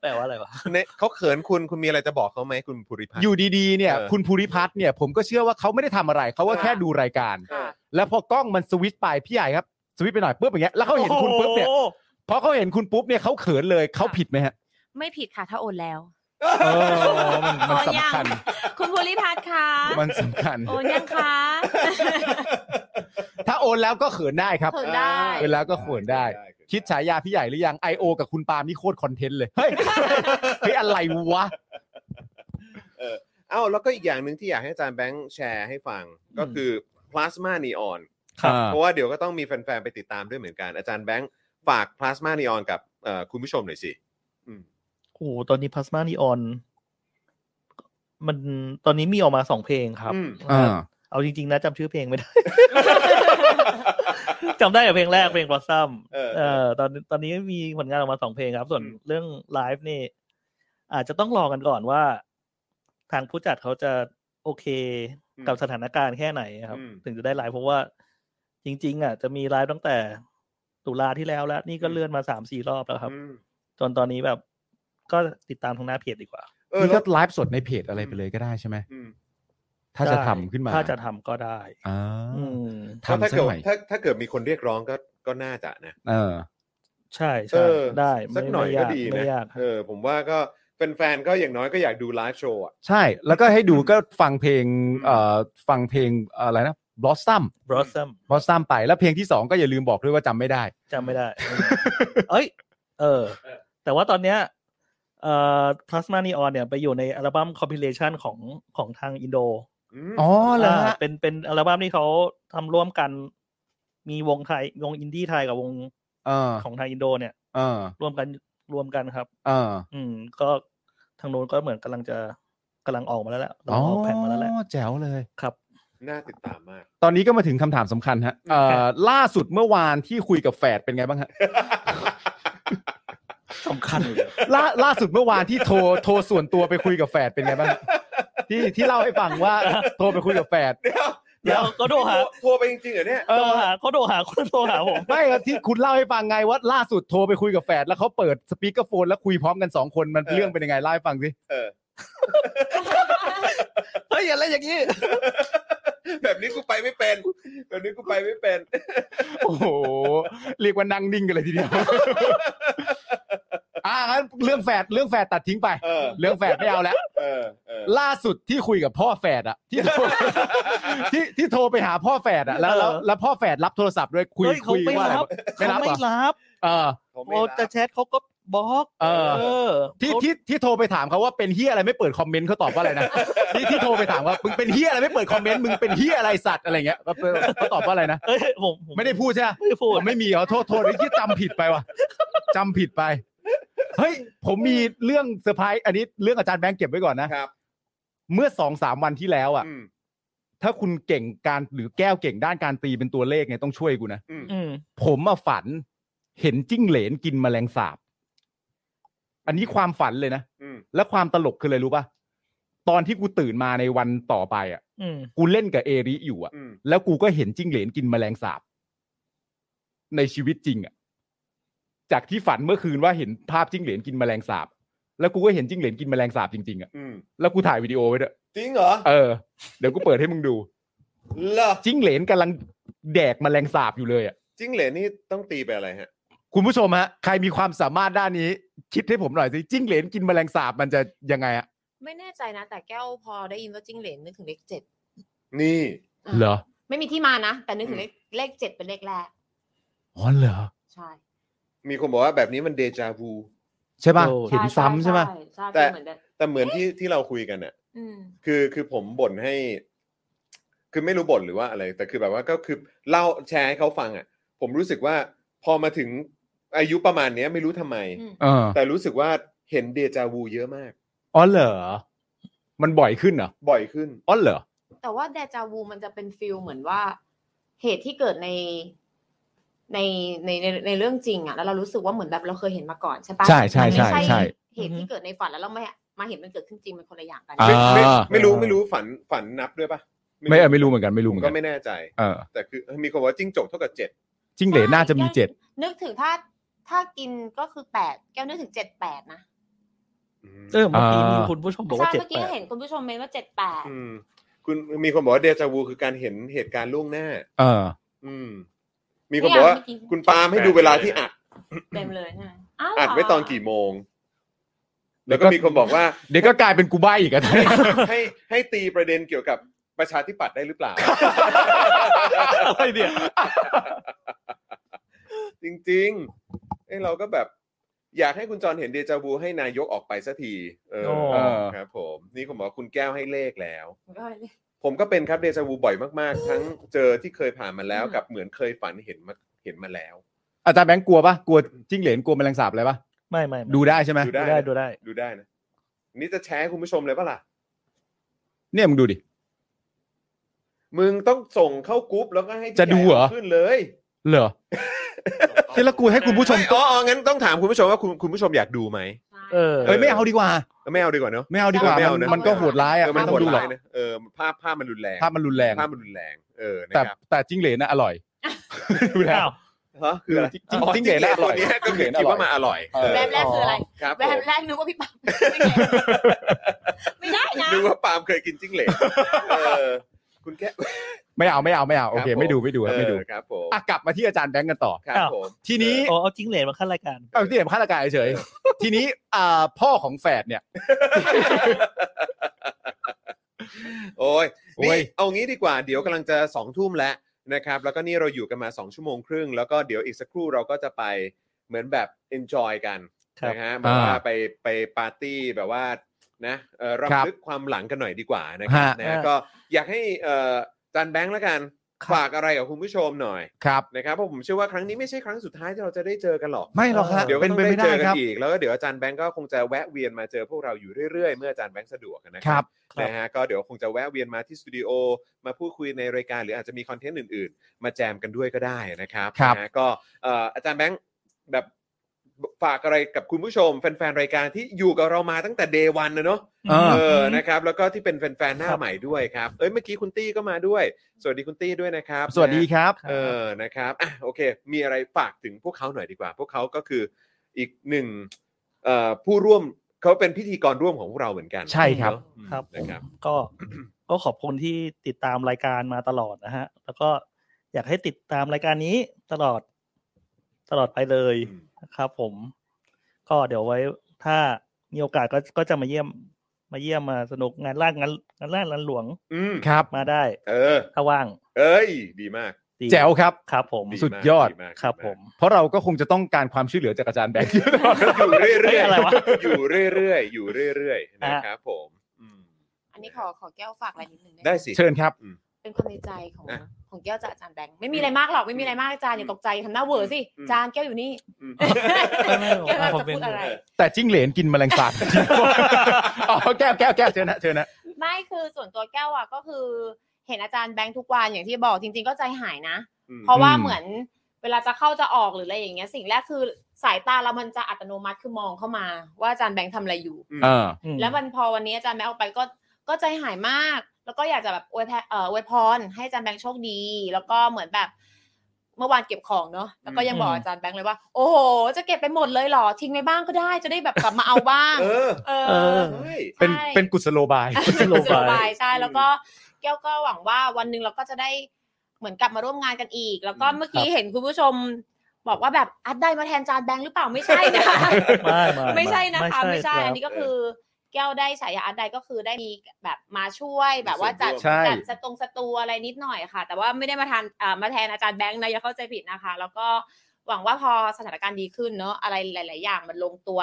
S4: แปลว่าอะไรวะ
S1: เนี่ยเขาเขินคุณคุณมีอะไรจะบอกเขาไหมคุณภูริพัฒน์
S3: อยู่ดีๆเนี่ย
S1: เออ
S3: คุณภูริพัฒน์เนี่ยผมก็เชื่อว่าเขาไม่ได้ทำอะไรเขาก็
S6: ค่ะ
S3: แค่ดูรายการ
S6: ค่ะ
S3: แล้วพอกล้องมันสวิตช์ไปพี่ใหญ่ครับสวิตช์ไปหน่อยปุ๊บอย่างเงี้ยแล้วเขาเห็นคุณปุ๊บเนี่ย
S4: โอ้โห
S3: พอเขาเห็นคุณปุ๊บเนี่ยเขาเขินเลยเขาผิดไหมฮะ
S6: ไม่ผิดค่ะถ้าโอนแล้ว
S3: เออมันมัน
S6: โอ้ยั
S3: สำ
S6: ง
S3: คัญ
S6: คุณภูริพัฒน์คะ
S3: มันสำคัญ
S6: โอนยังคะ
S3: ถ้าโอนแล้วก็เขินได้ครับ
S6: เขินได้
S3: เวลาก็เขินได้ คิดฉายาพี่ใหญ่หรือยัง I.O. กับคุณปาล์มนี่โคตรคอนเทนต์เลย เฮ้ ย เฮ้ย อะไรวะ
S1: เอ้าแล้วก็อีกอย่างหนึ่งที่อยากให้อาจารย์แบงค์แชร์ให้ฟังก็คือพลาสมานีออน
S3: ครับ
S1: เพราะว่าเดี๋ยวก็ต้องมีแฟนๆไปติดตามด้วยเหมือนกันอาจารย์แบงค์ฝากพลาสมานีออนกับเอ่อคุณผู้ชมหน่อยสิอืม
S4: โอ้โหตอนนี้พลาสมานีออน มันตอนนี้มีออกมาสองเพลงครับ
S1: อืม
S3: อา
S4: เอาจริงๆนะจำชื่อเพลงไม่ได้ จำได้แต่เพลงแรกเพลง b l o s s o m
S1: เออ
S4: เออตอนตอนนี้มีผลงานออกมาสองเพลงครับ ส่วน
S1: อืม
S4: เรื่องไลฟ์นี่ อาจจะต้องรอกันก่อนว่า ทางผู้จัดเขาจะโอเคกับสถานการณ์แค่ไหนครับ ถึงจะได้ไลฟ์เพราะว่า จริง ๆอ่ะจะมีไลฟ์ตั้งแต่ตุลาที่แล้วแล้ว นี่ก็เลื่อนมาสามสี่รอบแล้วครับ
S1: อืม
S4: จนตอนนี้แบบ ก็ติดตามทางหน้าเพจดีกว่า
S1: เออ
S3: นี่
S1: แล้
S3: ก็
S1: ว
S3: ไลฟ์สดในเพจอะไรไปเลยก็ได้ใช่ไหม
S1: อืม
S3: ถ้าจะทำขึ้นมา
S4: ถ้าจะทำก็ได้
S3: อ่า
S4: อืม
S3: ทำ
S1: ถ้า
S3: สัก
S1: เกิด
S3: หน่อย
S1: ถ้าถ้าเกิดมีคนเรียกร้องก็ก็น่าจะนะ
S3: เออ
S4: ใช่
S1: เอ
S4: ใช่
S1: อ
S4: ได้
S1: สักหน่อยก็
S4: ไม่ยาก
S1: ดี
S4: ไม่
S1: นะ
S4: ยาก
S1: เออผมว่าก็แฟนๆก็อย่างน้อยก็อยากดูไลฟ์โชว์อะ
S3: ใช่ แล้วก็ให้ดูก็ฟังเพลง
S1: อืม
S3: เอ่อฟังเพลงอะไรนะบลอสซัม
S4: บรอสซัม
S3: บลอสซัมไป แล้วเพลงที่สองก็อย่าลืมบอกด้วยว่าจำไม่ได้
S4: จำไม่ ได้ เอ้ย เออ แต่ว่าตอนเนี้ยเอ่อทัสมานีออนเนี่ยไปอยู่ในอัลบั้มคอมพิเลชันของของทางอินโด
S1: ม
S3: อ๋อเหรอฮะ
S4: อ่าเป็นเป็นอัลบั้มที่เขาทำร่วมกัน มีวงไทยวงอินดี้ไทยกับวง
S3: เออ
S4: ของทางอินโดเนี่ย
S3: เออ
S4: ร่วมกันรวมกันครับ
S3: เออ
S4: อืม ก็ทางโน้นก็เหมือนกำลังจะกำลังออกมาแล้วแหละกำลั
S3: อ๋อง
S4: ออกแผ่นมาแล้วแหละ
S3: แจ๋วเลย
S4: ครับ
S1: น่าติดตามมาก
S3: ตอนนี้ก็มาถึงคำถามสำคัญฮะเอ่
S4: ครั
S3: อบ ล่าสุดเมื่อวานที่คุยกับแฝดเป็นไงบ้างฮะ
S4: สำคัญ
S3: ล่าล่าสุดเมื่อวานที่โทรโทรส่วนตัวไปคุยกับแฟดเป็นไงบ้างฮะที่ที่เล่าให้ฟังว่าโทรไปคุยกับแฟด
S1: เดี๋ยว
S4: เดี๋ยวเขาโทรหา
S1: โทรไปจริงๆเหรอเนี่ย
S4: โทรหาเขาโทรหาคนโทรหาผม
S3: ไม่ครับที่คุณเล่าให้ฟังไงว่าล่าสุดโทรไปคุยกับแฟดแล้วเขาเปิดสปีกเกอร์โฟนแล้วคุยพร้อมกันสองคนมันเรื่องเป็นยังไงเล่าให้ฟังสิ
S1: เออ
S4: เฮ้ยอะไรอย่างนี้
S1: แบบนี้กูไปไม่เป็น แบบนี้กูไปไม่เป็น
S3: โอ้โหเรียกว่านั่งนิ่งกันเลยทีเดียวอ่างั้นเรื่องแฟดเรื่องแฟดตัดทิ้งไป
S1: เออ
S3: เรื่องแฟดไม่เอาแล้ว
S1: เอ เออเออ
S3: ล่าสุดที่คุยกับพ่อแฝดอะที่ โทร ที่ที่โทรไปหาพ่อแฝดอะแล้วแล้ว
S4: เออ
S3: แล้วพ่อแฝดรับโทรศัพท์ด้วยคุย
S4: เฮ้ยเขา
S3: คุย
S4: ไม่
S3: ว่าอะไร
S4: รับ
S3: ไม่
S4: เขา
S3: รับ
S4: ไม่
S3: เหรอ
S4: รับ
S3: เออ
S1: ผมไม่
S4: โอ้
S1: รับ
S4: จะแชทเขาก็บล็อก
S3: เออ
S4: อ
S3: ที่
S4: เขา
S3: ที่ที่โทรไปถามเขาว่าเป็นเฮียอะไรไม่เปิดคอมเมนต์เขาตอบว่าอะไร นะ ที่ที่โทรไปถามว่ามึงเป็นเฮียอะไรไม่เปิดคอมเมนต์มึงเป็นเฮียอะไรสัตว์อะไรเงี้ยเขาเขาตอบว่าอะไรนะ
S4: เอ้ยผมผ
S3: ไม่ได้พูดใช่ไหม
S4: ไม่พูด
S3: ผมไม่มีเหรอโทษโทษไอ้ที่จำผิดไปว่ะจำผิดไป เฮ้ย ผมมีเรื่องเซอร์ไพรส์อันนี้เรื่องอาจารย์แบงค์เก็บไว้ก่อนนะครับ เมื่อสองสามวันที่แล้วอ่ะ
S1: อืม
S3: ถ้าคุณเก่งการหรือแก้วเก่งด้านการตีเป็นตัวเลขเนี่ยต้องช่วยกูนะ
S1: อืม
S4: อืม
S3: ผมมาฝัน เห็นจิ้งเหลนกินแมลงสาบ อันนี้ความฝันเลยนะ
S1: อืม
S3: และความตลกคืออะไรรู้ป่ะตอนที่กูตื่นมาในวันต่อไปอ่ะ
S4: อืม
S3: กูเล่นกับเอริอยู่อ่ะ
S1: อืม
S3: แล้วกูก็เห็นจิ้งเหลนกินแมลงสาบ ในชีวิตจริงอะจากที่ฝันเมื่อคืนว่าเห็นภาพจิ้งเหลนกินแมลงสาบ แล้วกูก็เห็นจิ้งเหลนกินแมลงสาบจริงๆอะ
S1: อืม
S3: แล้วกูถ่ายวิดีโอไว้ด้วย
S1: จริงเหรอ
S3: เออเดี๋ยวกูเปิดให้มึงดู
S1: เหรอ
S3: จิ้งเหลนกำลังแดกแมลงสาบอยู่เลยอะ
S1: จิ้งเหลนนี่ต้องตีไปอะไรฮะ
S3: คุณผู้ชมฮะใครมีความสามารถด้านนี้ คิดให้ผมหน่อยสิจิ้งเหลนกินแมลงสาบมันจะยังไงอะ
S2: ไม่แน่ใจนะ แต่แก้วพอได้ยินว่าจิ้งเหลนนึกถึงเลขเจ็ด
S1: นี่
S3: เหรอ
S2: ไม่มีที่มานะ แต่นึกถึงเลขเลขเจ็ดเป็นเลขแรก
S3: อ๋อเหรอ
S2: ใช่
S1: มีคนบอกว่าแบบนี้มันเดจาวู
S3: ใช่ป่ะ
S4: โอ้
S3: เห็นซ้ำใช่ป่ะ
S2: ใช่
S1: แต่
S2: เป็นเหมือนเดิม
S1: แต่เหมือนที่ที่เราคุยกันเนี่ย
S2: อืม
S1: คือคือผมบ่นให้ คือไม่รู้บ่นหรือว่าอะไร แต่คือแบบว่าก็คือเล่าแชร์ให้เขาฟังอ่ะ ผมรู้สึกว่าพอมาถึงอายุประมาณเนี้ยไม่รู้ทำไม
S2: อืม
S3: เออ
S1: แต่รู้สึกว่าเห็นเดจาวูเยอะมาก
S3: อ๋อเหรอมันบ่อยขึ้นเหรอ
S1: บ่อยขึ้น
S3: อ๋อเหรอ
S2: แต่ว่าเดจาวูมันจะเป็นฟิลเหมือนว่า เหตุที่เกิดในในในในในเรื่องจริงอะแล้วเรารู้สึกว่าเหมือนแบบเราเคยเห็นมาก่อนใช่ปะ
S3: ใช่ใช่
S2: มันไม่
S3: ใช่ใช่
S2: เหตุที่เกิดในฝันแล้วเราไม่มาเห็นมันเกิดขึ้นจริงมันคนละอย่างกัน
S3: อ่า
S1: ไม่ไม่
S3: อ่
S1: ไม่รู้ไม่รู้ฝันฝันนับด้วยปะ
S3: ไม่เออไม่รู้เหมือนกันไม่รู้
S1: ผ
S3: เห
S1: ม
S3: มือน
S1: ก็
S3: กัน
S1: ไม่แน่ใจ
S3: เออ
S1: แต่คือมีคนบอกว่าจิ้งจกเท่ากับเจ็ด
S3: จิ้งเหลนน่าจะมี
S2: ใช่
S3: เจ็ด
S2: นึกถึงถ้าถ้ากินก็คือแปดแก้วนึกถึงเจ็ดแปดนะ
S4: เออเมื่อกี้
S3: อ่ามี
S4: มีคุณผู้ชมบอก
S2: ใช่
S4: ว่าเจ็ด
S2: เมื่อ
S4: แป
S2: กี้
S4: ด
S2: เห็นคุณผู้ชมเมนว่าเจ็ดแปด
S1: มคุณมีคนบอกว่าเดจาวูคือการเห็นเหตุการณ์ล่วงหน้า
S3: เออ
S1: อืม มีคนบอกว่า คุณปาล์มให้ดูเวลาที่อัด
S2: เต็มเลยใช่ไหมอ้าว
S1: อัดไว้ตอนกี่โมง แล้วก็มีคนบอกว่า
S3: เดี๋ยวก็กลายเป็นกูใบอีกอ่ะ
S1: ให้ให้ตีประเด็นเกี่ยวกับประชาธิปัตย์ได้หรือเปล่า
S4: อะไรเนี่ย
S1: จริงๆเอ้ยเราก็แบบ อยากให้คุณจรเห็นเดจาวูให้นายกออกไปสักทีเออ
S4: โอ้
S1: ครับ ผม นี่ผมบอกว่าคุณแก้วให้เลขแล้ว
S2: ก็เลย
S1: ผมก็เป็นครับเดจาวูบ่อยมากๆ ทั้งเจอที่เคยผ่านมาแล้ว
S2: อืม
S1: กับเหมือนเคยฝันเห็นมาเห็นมาแล้ว
S3: อาจารย์แบงค์กลัวปะกลัวจิ้งเหลนกลัวแมลงสาบอะไรปะ
S4: ไม่ไม่
S3: ดูได้ใช่ไหม
S1: ดู
S4: ดู
S1: ได้
S4: ได้
S1: นะ
S4: ดูได้
S1: ดูได้นะนี่จะแชร์ให้คุณผู้ชมเลยปะล่ะ
S3: เนี่ยมึงดูดิ
S1: มึงต้องส่งเข้ากรุ๊ปแล้วก็ให้พี่
S3: จะดูเหรอ
S1: ใญ่าขึ้นเลย
S3: เหรอที่แล้วกูให้คุณผู้ชม
S1: ไม่อ๋ออ๋องั้นต้องถามคุณผู้ชมว่าคุณคุณผู้ชมอยากดูไหม
S4: เออ
S3: เอ้ยไม่เอาดีกว่า
S1: ไม่เอาดีกว่าเนอะ
S3: ไม่เอาดีกว่า
S1: ไม่เอา
S3: มัน
S1: นะ
S3: มันก็โหดร้ายอ่ะ
S1: เออมัน
S3: ไม่
S1: โห
S3: ต้อ
S1: ด
S3: งดูหรอ
S1: ร้าก ยนะเออภาพภาพมันรุนแรง
S3: ภาพมันรุนแรง
S1: ภาพมันรุนแรง เออนะ
S3: แต่
S1: ครับ
S3: แต่จิ้งเหลนน่ะอร่อย ดูแล้ว
S4: อ้าว
S1: ฮะคืออะไร
S3: จริงๆ
S1: อ๋อ
S3: จริงๆเหรียญอร่อย
S1: ตัวเนี้ก็คือคิดว่ามาอร่อย
S3: เออ
S2: แบบแรกคืออะไร
S1: ครับ
S2: แบ
S1: ผม
S2: บแรกนึกว่าพี่ปาล์มไม่ได้นะ
S1: นึกว่าปาล์มเคยกินจิ้งเหลนเออคุณแก้ว
S3: ไม่เอาไม่เอาไม่เอาโอเค
S1: ครับผม
S3: ไม่ดูไม่ดูครับไม่ดู
S1: เออครับผม
S3: อ่ะกลับมาที่อาจารย์แบงค์กันต่อ
S1: ครับ
S4: อ้าว
S1: ผม
S3: ทีนี้
S4: อ๋อเอาจิ้งเหลนมาขั้นรายการ
S3: เอาที่เห็นข้าราชการเฉยๆทีนี้อ่าพ่อของแฝดเนี่ย
S1: โอ้ย
S3: โอ้
S1: นี่
S3: ย
S1: เอางี้ดีกว่าเดี๋ยวกำลังจะสองทุ่มแล้วนะครับ แล้วก็นี่เราอยู่กันมา 2 ชั่วโมงครึ่ง แล้วก็เดี๋ยวอีกสักครู่เราก็จะไปเหมือนแบบ enjoy กัน
S4: ครับ
S1: นะฮะแบบว่าไปไปปาร์ตี้แบบว่านะเอ่อ
S3: ครับ
S1: รำลึกความหลังกันหน่อยดีกว่านะครับ
S3: ฮะ
S1: นะฮะก็อยากให้เอ่อจานแบงค์ละกันฝากอะไรกับคุณผู้ชมหน่อย
S3: ครับ
S1: นะครับเพราะผมเชื่อว่าครั้งนี้ไม่ใช่ครั้งสุดท้ายที่เราจะได้เจอกันหรอก
S3: ไม่หรอกฮะ
S1: เดี๋ยวก็ต้
S3: เป็น
S1: อง
S3: ไปไม่
S1: ได้
S3: ได้
S1: เจอกัน
S3: ครับ
S1: อีกแล้วก็เดี๋ยวอาจารย์แบงก์ก็คงจะแวะเวียนมาเจอพวกเราอยู่เรื่อยๆ เมื่ออาจารย์แบงก์สะดวกนะ
S3: ค
S1: ค
S3: รั
S1: รับ บนะฮะก็เดี๋ยวคงจะแวะเวียนมาที่สตูดิโอมาพูดคุยในรายการหรืออาจจะมีคอนเทนต์อื่นๆ มาแจมกันด้วยก็ได้นะครับ
S3: ครับ
S1: นะฮะก็เอ่ออาจารย์แบงก์แบบฝากอะไรกับคุณผู้ชม แฟนๆรายการที่อยู่กับเรามาตั้งแต่เดวันนะเนาะ
S3: เออ
S1: เออนะครับแล้วก็ที่เป็นแฟนๆหน้าใหม่ด้วยครับเอ้ยเมื่อกี้คุณตี้ก็มาด้วย สวัสดีคุณตี้ด้วยนะครับ
S3: สวัสดีครับ
S1: เออ นะครับ อ่ะ โอเค มีอะไรฝากถึงพวกเขาหน่อยดีกว่า พวกเขาก็คืออีกหนึ่งเอ่อผู้ร่วมเขาเป็นพิธีกรร่วมของพวกเราเหมือนกัน
S3: ใช่ครับ
S1: อืม
S4: ครับผม
S1: นะครับ
S4: ก็ก็ขอบคุณที่ติดตามรายการมาตลอดนะฮะ แล้วก็อยากให้ติดตามรายการนี้ตลอดตลอดไปเลย
S1: อืม
S4: นะครับผม ก็เดี๋ยวไว้ถ้ามีโอกาสก็ก็จะมาเยี่ยม มาเยี่ยมมาสนุกงานล่างงานงานล่างงานหลวง
S1: อืม
S3: ครับ
S4: มาได้
S1: เออ
S4: ถ้าว่าง
S1: เอ้ย ดีมาก
S4: ดี
S3: แจ๋วครับ
S4: ครับผม
S1: มาก
S3: สุดยอด
S1: มาก
S4: ครับผม
S3: เพราะเราก็คงจะต้องการความช่วยเหลือจากอาจารย์แบง ค์เยอะตลอด
S1: อยู่
S4: เฮ้
S1: เรื่
S4: ย
S1: อย
S4: อะไรวะ
S1: ๆอยู่เรื่อยๆอยู่เรื่อยๆนะครับผมอืม
S2: อันนี้ขอขอแก้วฝากอะไรนิดนึงหม
S1: ได้สิ
S3: เชิญครับ
S2: เป็นความในใจของ
S1: อ่ะ
S2: ของแก้วจากอาจารย์แบงค์ไม่มีอะไรมากหรอกไม่มีอะไรมากอาจารย์อย่าตกใจทำหน้าเหวอสิ
S1: อืม
S2: อาจารย์แก้วอยู่นี่
S1: อืม
S2: แก้วจะพูดอะไร
S3: แต่จิ้งเหลนกินแมลงสาบ อ๋อแก้วแก้วแก้วเชิญนะเชิญนะ
S2: ไม่คือส่วนตัวแก้วอ่ะก็คือ เห็นอาจารย์แบงค์ทุกวันอย่างที่บอกจริง ๆ ก็ใจหายนะ
S1: อืม
S2: เพราะว่า
S3: อืม
S2: เหมือนเวลาจะเข้าจะออกหรืออะไรอย่างเงี้ยสิ่งแรกคือสายตาเรามันจะอัตโนมัติคือมองเข้ามา ว่าอาจารย์แบงค์ทำอะไรอยู่
S1: อืม
S3: เออ
S4: อืม
S2: แล้วมันพอวันนี้อาจารย์แบงค์ออกไปก็ก็ใจหายมาก แล้วก็อยากจะแบบอวยแพเอ่ออวยพรให้อาจารย์แบงค์โชคดี แล้วก็เหมือนแบบ เมื่อวานเก็บของเนาะแล้วก็ยังบอก
S4: อืม
S2: อาจารย์แบงค์เลยว่า โอ้โหจะเก็บไปหมดเลยเหรอทิ้งไปบ้างก็ได้จะได้แบบกลับมาเอาบ้าง
S1: เออ
S2: เอ
S4: เอ
S2: อ
S4: อ
S1: ใช่
S3: เป็น
S2: ใช่
S3: เป็นกุศโลบาย
S4: กุศโลบาย
S2: ใช่ แล้วก็แก้วก็หวังว่าวันหนึ่งเราก็จะได้เหมือนกลับมาร่วมงานกันอีก แล้วก็เมื่อกี้เห็นคุณผู้ชม บอกว่าแบบอัดได้มาแทนจานแบงค์หรือเปล่าไม่ใช่นะคะ
S4: ไม่ไม่
S2: ไม่ใช่นะคะ
S4: ไม่
S2: ไม่
S4: ใช่
S2: ใช่
S4: ครับ
S2: อันนี้ก็คือ แก้วได้ฉายาอัดได้ก็คือได้มีแบบมาช่วยแบบว่าจัด
S3: ใช่
S2: จัดสตรงสตูอะไรนิดหน่อยค่ะ แต่ว่าไม่ได้มาทานอ่ามาแทนอาจารย์แบงค์นะอย่าเข้าใจผิดนะคะ แล้วก็หวังว่าพอสถานการณ์ดีขึ้นเนอะอะไรหลาย ๆ อย่างมันลงตัว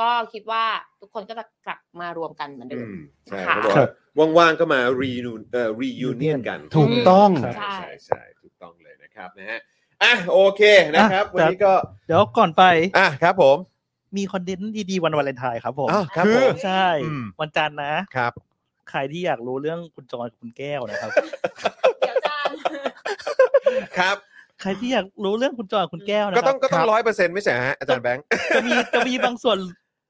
S2: ก็คิดว่าทุกคนก็จะกลับมารวมกันเหมือนเดิ
S1: อื
S2: ม
S1: มใช่
S2: ค่ะ
S1: เขาบอกว่าว่างๆก็มารีนูเอ่อรียูเนียนกัน
S3: ถูกต้อง
S1: ใช่
S2: ใช่
S1: ใช่ใช่ถูกต้องเลยนะครับนะฮะอ่ะโอเคนะครับ วันนี้ก็
S4: เดี๋ยวก่อนไป
S1: อ่ะครับผม
S4: มีคอนเทนต์ดีๆวันวาเลนไทน์ครับผม
S1: อ้าวครับ
S3: คื
S1: ผ
S3: อ
S1: ม
S4: ใช่
S1: อืม
S4: วันจันทร์นะ
S1: ครับ
S4: ใครที่อยากรู้เรื่องคุณจอยกับคุณแก้วนะครับ
S2: เดี๋ยวจาน
S1: ครับ
S4: ใครที่อยากรู้เรื่องคุณจอยกับคุณแก้วนะค
S1: ก็
S4: รั
S1: ต้องก็ต้อง
S4: ค
S1: ร้
S4: รับ
S1: อยเปอร์เซ็นต์ไม่ใช่ฮะอาจารย์แบงค์
S4: จะมีจะมีบางส่วน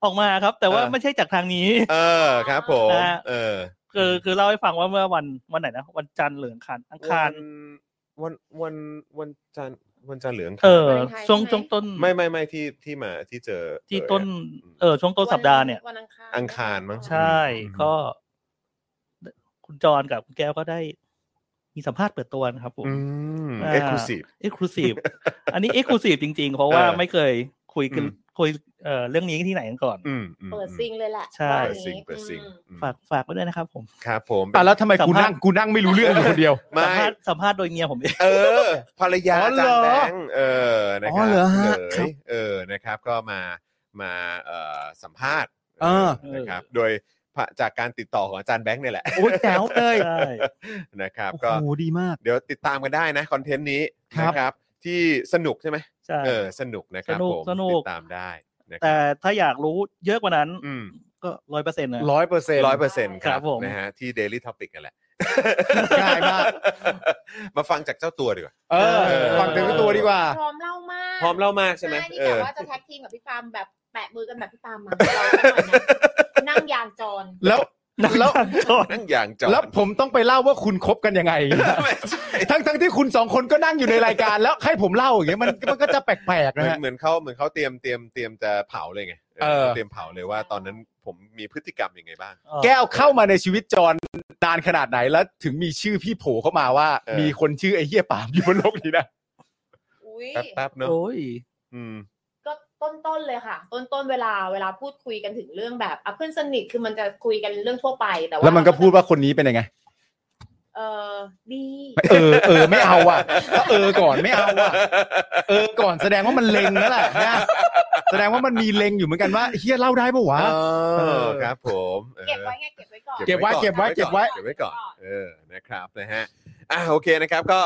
S4: ออกมาครับ แต่ว่า
S1: เออ
S4: ไม่ใช่จากทางนี้
S1: เออครับผม
S4: นะฮะ
S1: เออ
S4: คือคือเล่าให้ฟังว่าเมื่อวันวันไหนนะวันจันทร์หรืออังคารอังคาร
S1: วันวันวันจันทร์วันจันทร์เหลือง
S4: เออ
S2: วาเลนไทน์
S4: ช่วง
S2: ใช่ไหม
S4: ช่วงต้น
S1: ไม่ไม่ไม่ที่ที่มาที่เจอ
S4: ที่ต้น
S1: เออ
S4: เออช่วงต้นสัปดาห์เนี่ย
S2: วันอังคาร
S1: อังคารมั้ง
S4: ใช่
S1: อืม
S4: ก็ คุณจรกับคุณแก้วก็ได้ มีสัมภาษณ์เปิดตัวนะครับผม
S1: อืม
S4: อ่า
S1: เอ็กซ์คลูซีฟ
S4: เอ็กซ์คลูซีฟ อันนี้เอ็กซ์คลูซีฟจริงๆ เพราะว่า
S1: เออ
S4: ไม่เคยคุยกัน
S1: อืม
S4: คุยเอ่อเรื่องนี้ที่ไหนกันก่อน
S1: อืมอืม
S2: เปิดซิงเลยแหละ
S4: ใช่
S2: ว่า
S1: เปิด
S2: อย่า
S1: ซิง
S2: นี้
S1: เปิดซิง
S2: อืม
S1: อืม
S4: ฝากฝากไว้ด้วยนะครับผม
S1: ครับผม
S3: อ่ะแล้วทำไมกู
S4: สัมภาษณ์
S3: นั่งกูนั่งไม่รู้เรื่องอยู่คนเดียว
S4: สั
S1: ไม่
S4: มภาษณ์สัมภาษณ์โดยเมียผมเอง
S1: เออภรรยา
S3: อ
S1: อา
S3: ๋อเหรอ
S1: จารย์แบงค์เออนะค
S3: อ๋
S1: รั
S3: อเหรอฮะ
S1: เขยเออนะครับก็มามาเอ่อสัมภาษณ์
S3: เออ
S1: นะครับโดยผ่าจากการติดต่อของอาจารย์แบงค์เนี่ยแหละ
S3: โอ้ยแจ๋วเลย
S4: ใช่
S1: นะครับ
S3: โอ้
S1: ก็
S3: โหดีมาก
S1: เดี๋ยวติดตามกันได้นะคอนเทนต์นี้
S3: ครับ
S1: นะครับที่สนุกใช่ไหม
S4: ใช่
S1: เออสนุกนะครับ
S4: สนุ
S1: ผ
S4: ก
S1: ม
S4: สนุก
S1: ติดตามได้นะค
S4: แต่
S1: รับ
S4: ถ้าอยากรู้เยอะกว่านั้น
S1: อืม
S4: ก็ร้อยเปอร์เซ็นต์นะ
S3: ร้อยเปอร์เซ็นต์
S1: ร้อยเปอร์เซ็นต์ค
S4: ครั
S1: รับบ
S4: ผม
S1: นะฮะที่ Daily Topic กันแหละ
S3: ง่ายมาก
S1: มาฟังจากเจ้าตัวดีกว่า
S3: เออ
S1: เออ
S3: ฟังถึงตัวดีกว่า
S2: พร้อมเล่ามาก
S1: พร้อมเล่ามากใช่ไหม
S2: นี่
S1: เอ
S2: แต่
S1: อ
S2: ว่าจะแท็กทีมกับพี่ปาล์มแบบแปะมือกันแบบพี่ปาล์มมาเราหน่อยนะนั่งยานจร
S3: แล้วแล้ว
S4: จอน
S1: นั่งอย่างจอด
S3: แล้วผมต้องไปเล่าว่าคุณคบกันยังไง
S1: ไม่ใช่
S3: ทั้งทั้งที่คุณสองคนก็นั่งอยู่ในรายการ แล้วให้ผมเล่าอย่างเงี้ยมันมันก็จะแปลกๆ
S1: เหมือน
S3: นะฮะ
S1: เหมือนเขาเหมือนเขาเตรียมเตรียมเตรียมจะเผาเลยไง
S3: เออ
S1: เตรียมเผาเลยว่าตอนนั้นผมมีพฤติกรรมยังไงบ้าง
S3: แก้วเข้ามาในชีวิตจรนานขนาดไหนแล้ว ถึงมีชื่อพี่โผล่เข้ามาว่า
S1: เออ
S3: มีคนชื่อไอ้เหี้ยปามอยู่บนโลกนี้นะ
S2: อุ้ย
S1: แป๊บแป๊บๆเนาะ
S4: โอ้ย
S1: อืม
S2: ก็ต้นๆเลยค่ะ ต้นๆเวลาเวลาพูดคุยกันถึงเรื่องแบบอ่ะเพื่อนสนิทคือมันจะคุยกันเรื่องทั่วไปแต่ว่า
S3: แล้วมันก็พูดว่าคนนี้เป็นยังไง
S2: เออดี
S3: เออเออไม่เอาอ่ะก็เออก่อนไม่เอาอ่ะ เออก่อนแสดงว่ามันเล็งนั่นแหละนะแสดงว่ามันมีเล็งอยู่เหมือนกันว่าเฮียเล่าได้ปะวะ
S1: เอ
S3: เอ
S1: อ
S3: อ
S1: ครับผมออ
S2: เก็บไว้ไงเก็บไว้ก่อน
S3: เก็บไว้เก็บไว้เก็บไว้
S1: เก็บไว้ก่อนเออนะครับนะฮะอ่ะโอเคนะครับก็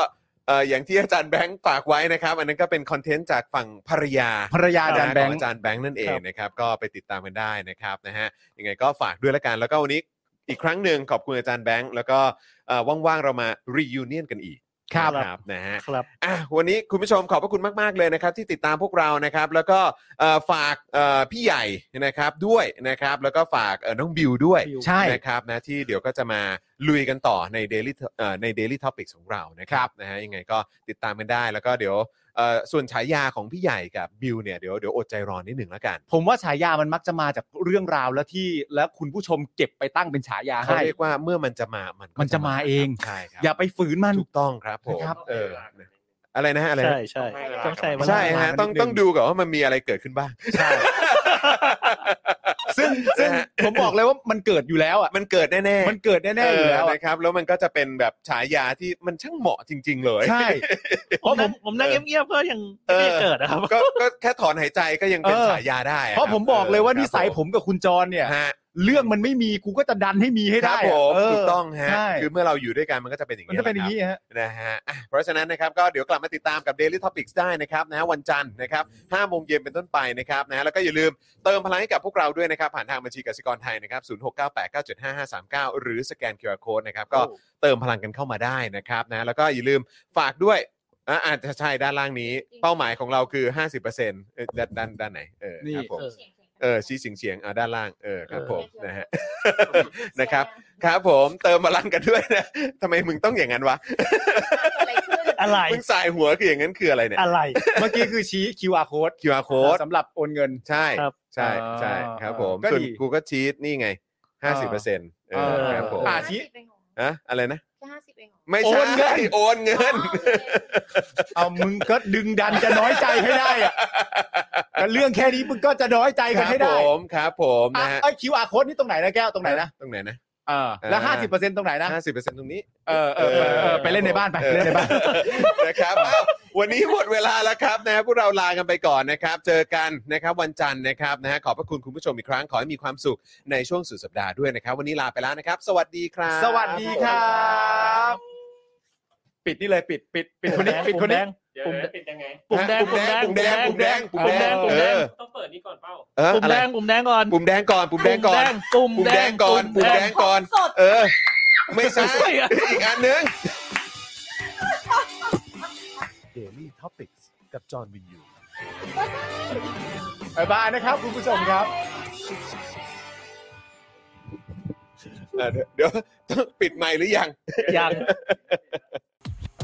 S1: เอ่ออย่างที่อาจารย์แบงค์ฝากไว้นะครับ อันนั้นก็เป็นคอนเทนต์จากฝั่งภรรยา
S3: ภรรยาอาจารย์แบง
S1: ข
S3: ค์
S1: อาจารย์แบงค์นั่นเอง
S4: ครับ
S1: นะครับก็ไปติดตามกันได้นะครับนะฮะยังไงก็ฝากด้วยละกันแล้วก็วันนี้อีกครั้งหนึ่งขอบคุณอาจารย์แบงค์แล้วก็เอ่อว่างๆเรามา reunion กันอีก
S3: ครับ
S1: นะครับนะฮะ
S4: ครับ
S1: อ่ะวันนี้คุณผู้ชมขอบพระคุณมาก ๆ เลยนะครับ ที่ติดตามพวกเรานะครับ แล้วก็เอ่อฝากเอ่อพี่ใหญ่นะครับด้วยนะครับ แล้วก็ฝากเอ่อน้องบิวด้วย
S4: บิว
S3: ใช่
S1: นะครับนะที่เดี๋ยวก็จะมาลุยกันต่อใน Daily เอ่อใน Daily Topics ของเรานะครับนะฮะยังไงก็ติดตามกันได้ แล้วก็เดี๋ยวเอ่อส่วนฉายาของพี่ใหญ่กับบิวเนี่ยเดี๋ยวเดี๋ยวอดใจรอนิดหนึ่งแล้วกัน
S3: ผมว่าฉายามันมักจะมาจากเรื่องราวแล้วที่แล้วคุณผู้ชมเก็บไปตั้งเป็นฉายา
S1: เขา
S3: ให้
S1: เรียกว่าเมื่อมันจะมามันก็
S3: มันจะมาเอง
S1: ใช่ครับ
S3: อย่าไปฝืนมัน
S1: ถูกต้องครับผม
S3: นะครับ
S1: เอออะไรนะฮะอะไรนะ
S4: ใช่ใช่
S5: ต้
S4: ต้อ
S5: อง งใช้
S4: ใช้เวลา
S5: เวลา
S1: ใช่ฮะ
S3: มันนิดนึง
S1: ต้องต้องดูก่อนว่ามันมีอะไรเกิดขึ้นบ้าง
S3: ซึ่งซึ่งผมบอกเลยว่ามันเกิดอยู่แล้วอ่ะ
S7: มันเกิดแน่ๆ
S3: มันเกิดแน่ๆอยู่แล้ว
S7: เออ
S3: อะ
S7: นะครับ แล้วมันก็จะเป็นแบบฉายาที่มันช่างเหมาะจริง ๆ เลย
S3: ใช่
S4: เพราะผมผมนั่งเงียบๆก็ยังไม่ได้
S7: เออ
S4: เกิดนะครับ
S7: ก็ก็แค่ถอนหายใจก็ยังเป็น
S3: เออ
S7: ฉายาได้
S3: เพราะผมบอกเลยว่านิสัยผมกับคุณจรเนี่ย
S7: ฮะ
S3: เรื่องมันไม่มีกูก็จะดันให้มีให้
S7: ครั
S3: ได้
S7: บ
S3: อะ
S7: ผม
S3: เ
S7: ถูกต้องฮะ
S3: ใช่
S7: คือเมื่อเราอยู่ด้วยกันมันก็จะเป็นอย่าง
S3: มัน
S7: นี้
S3: จะเป็นอย่าง
S7: แหละครับ
S3: นี้ฮะ
S7: นะฮะอ่ะเพราะฉะนั้นนะครับก็เดี๋ยวกลับมาติดตามกับ Daily Topics ได้นะครับนะฮะวันจันทร์นะครับ5โมงเย็นเป็นต้นไปนะครับนะฮะแล้วก็อย่าลืมเติมพลังให้กับพวกเราด้วยนะครับ ผ่านทางบัญชีกสิกรไทยนะครับ0698975539 หรือสแกน QR Code นะครับก็เติมพลังกันเข้ามาได้นะครับนะแล้วก็อย่าลืมฝากด้วยอ่ะอาจจะใช่ด้านล่างนี้ เป้าหมายของเราคือ 50%เอ่อด้านด้านด้านไหนเออ
S3: นี่
S7: ครับผม
S4: เออ
S7: เออชี้เสียงเฉียงอ่ะด้านล่างเออครับผมนะฮะ
S6: นะ
S7: นะครั ครับผมเติมพลังกันด้วยนะทำไมมึงต้องอย่างนั้นวะ
S6: อะไรขึ้น
S4: อะไร
S7: มึงสายหัวคืออย่างนั้นคืออะไรเนี่ย
S4: อะไร
S3: เมื่อกี้คือชี้ QR code
S7: QR code
S3: สำหรับโอนเงิน
S7: ใช่
S4: ครับ
S7: ใช่
S3: อ่า
S7: ใช่ครับผม
S3: ก็
S7: ส่วน
S3: ดี
S7: กูก็ชีตนี่ไง
S3: อ่า
S7: 50%เอ
S3: อ่า
S7: อครับผม
S4: อ่า
S6: ห้าสิบเองเหรอ
S7: อะอะไรนะ
S6: แค่ห้าสิบเองเหรอ
S7: ไม่ใช่
S3: โอน
S7: โอน
S3: เงิน
S7: เงิน
S6: อ๋อโอเค
S3: เอามึงก็ดึงดันจะน้อยใจให้ได้อะแต่เรื่องแค่นี้มึงก็จะน้อยใจ
S7: ค
S3: กัน
S7: รับ
S3: ให้
S7: ผ
S3: ได้
S7: มครับผมนะฮะ
S3: ไอ้ QR code นี่ตรงไหนนะแก้วตรงไหนนะ
S7: ตรงไหนนะ
S3: เออแล้ว
S7: อ่า
S3: ห้าสิบเปอร์เซ็นต์ตรงไหนนะ
S7: ห้าสิบเปอร์เซ็นต์ตรงนี้
S3: เออเออเออเออไปเล่นในบ้านไป
S7: ออ
S3: เล่นในบ้าน
S7: นะครับอ้าววันนี้หมดเวลาแล้วครับนะพวกเราลากันไปก่อนนะครับ เจอกันนะครับวันจันทร์นะครับนะฮะขอบพระคุณคุณผู้ชมอีกครั้งขอให้มีความสุขในช่วงสุดสัปดาห์ด้วยนะครับ วันนี้ลาไปแล้วนะครับ สวัสดีครับ
S3: สวัสดีครับ ปิดนี่เลยปิดปิดปิดคนนี้ปิดคนนี้
S5: เดี๋ยวปิดยังไง
S4: ปุ่มแดง
S7: ปุ่มแดง
S4: ปุ่มแดง
S7: ปุ่มแดง
S4: ปุ่มแดง
S7: ปุ่ม
S4: ปุ่ม
S7: แด
S4: แด
S7: ง
S4: ง
S5: ต้องเปิดนี่ก่อนเปล่า
S7: เออ
S4: ปุ่ม
S7: อะไร
S4: แดงปุ่มแดงก่อน
S7: ปุ่มแดงก่อนปุ่มแดงก่อน
S4: ปุ่ม
S7: ปุ่มแดงก่อนปุ่มแดงก่อน
S6: สด
S7: เออ ไม่ใช่ อีกอันหนึง
S1: Daily Topics กับจอห์นวินยู
S3: บ๊ายบายนะครับ คุณผู้ชมครับ
S7: เออเดี๋ยวเดี๋ยวปิดไมค์หรือยัง
S4: ยัง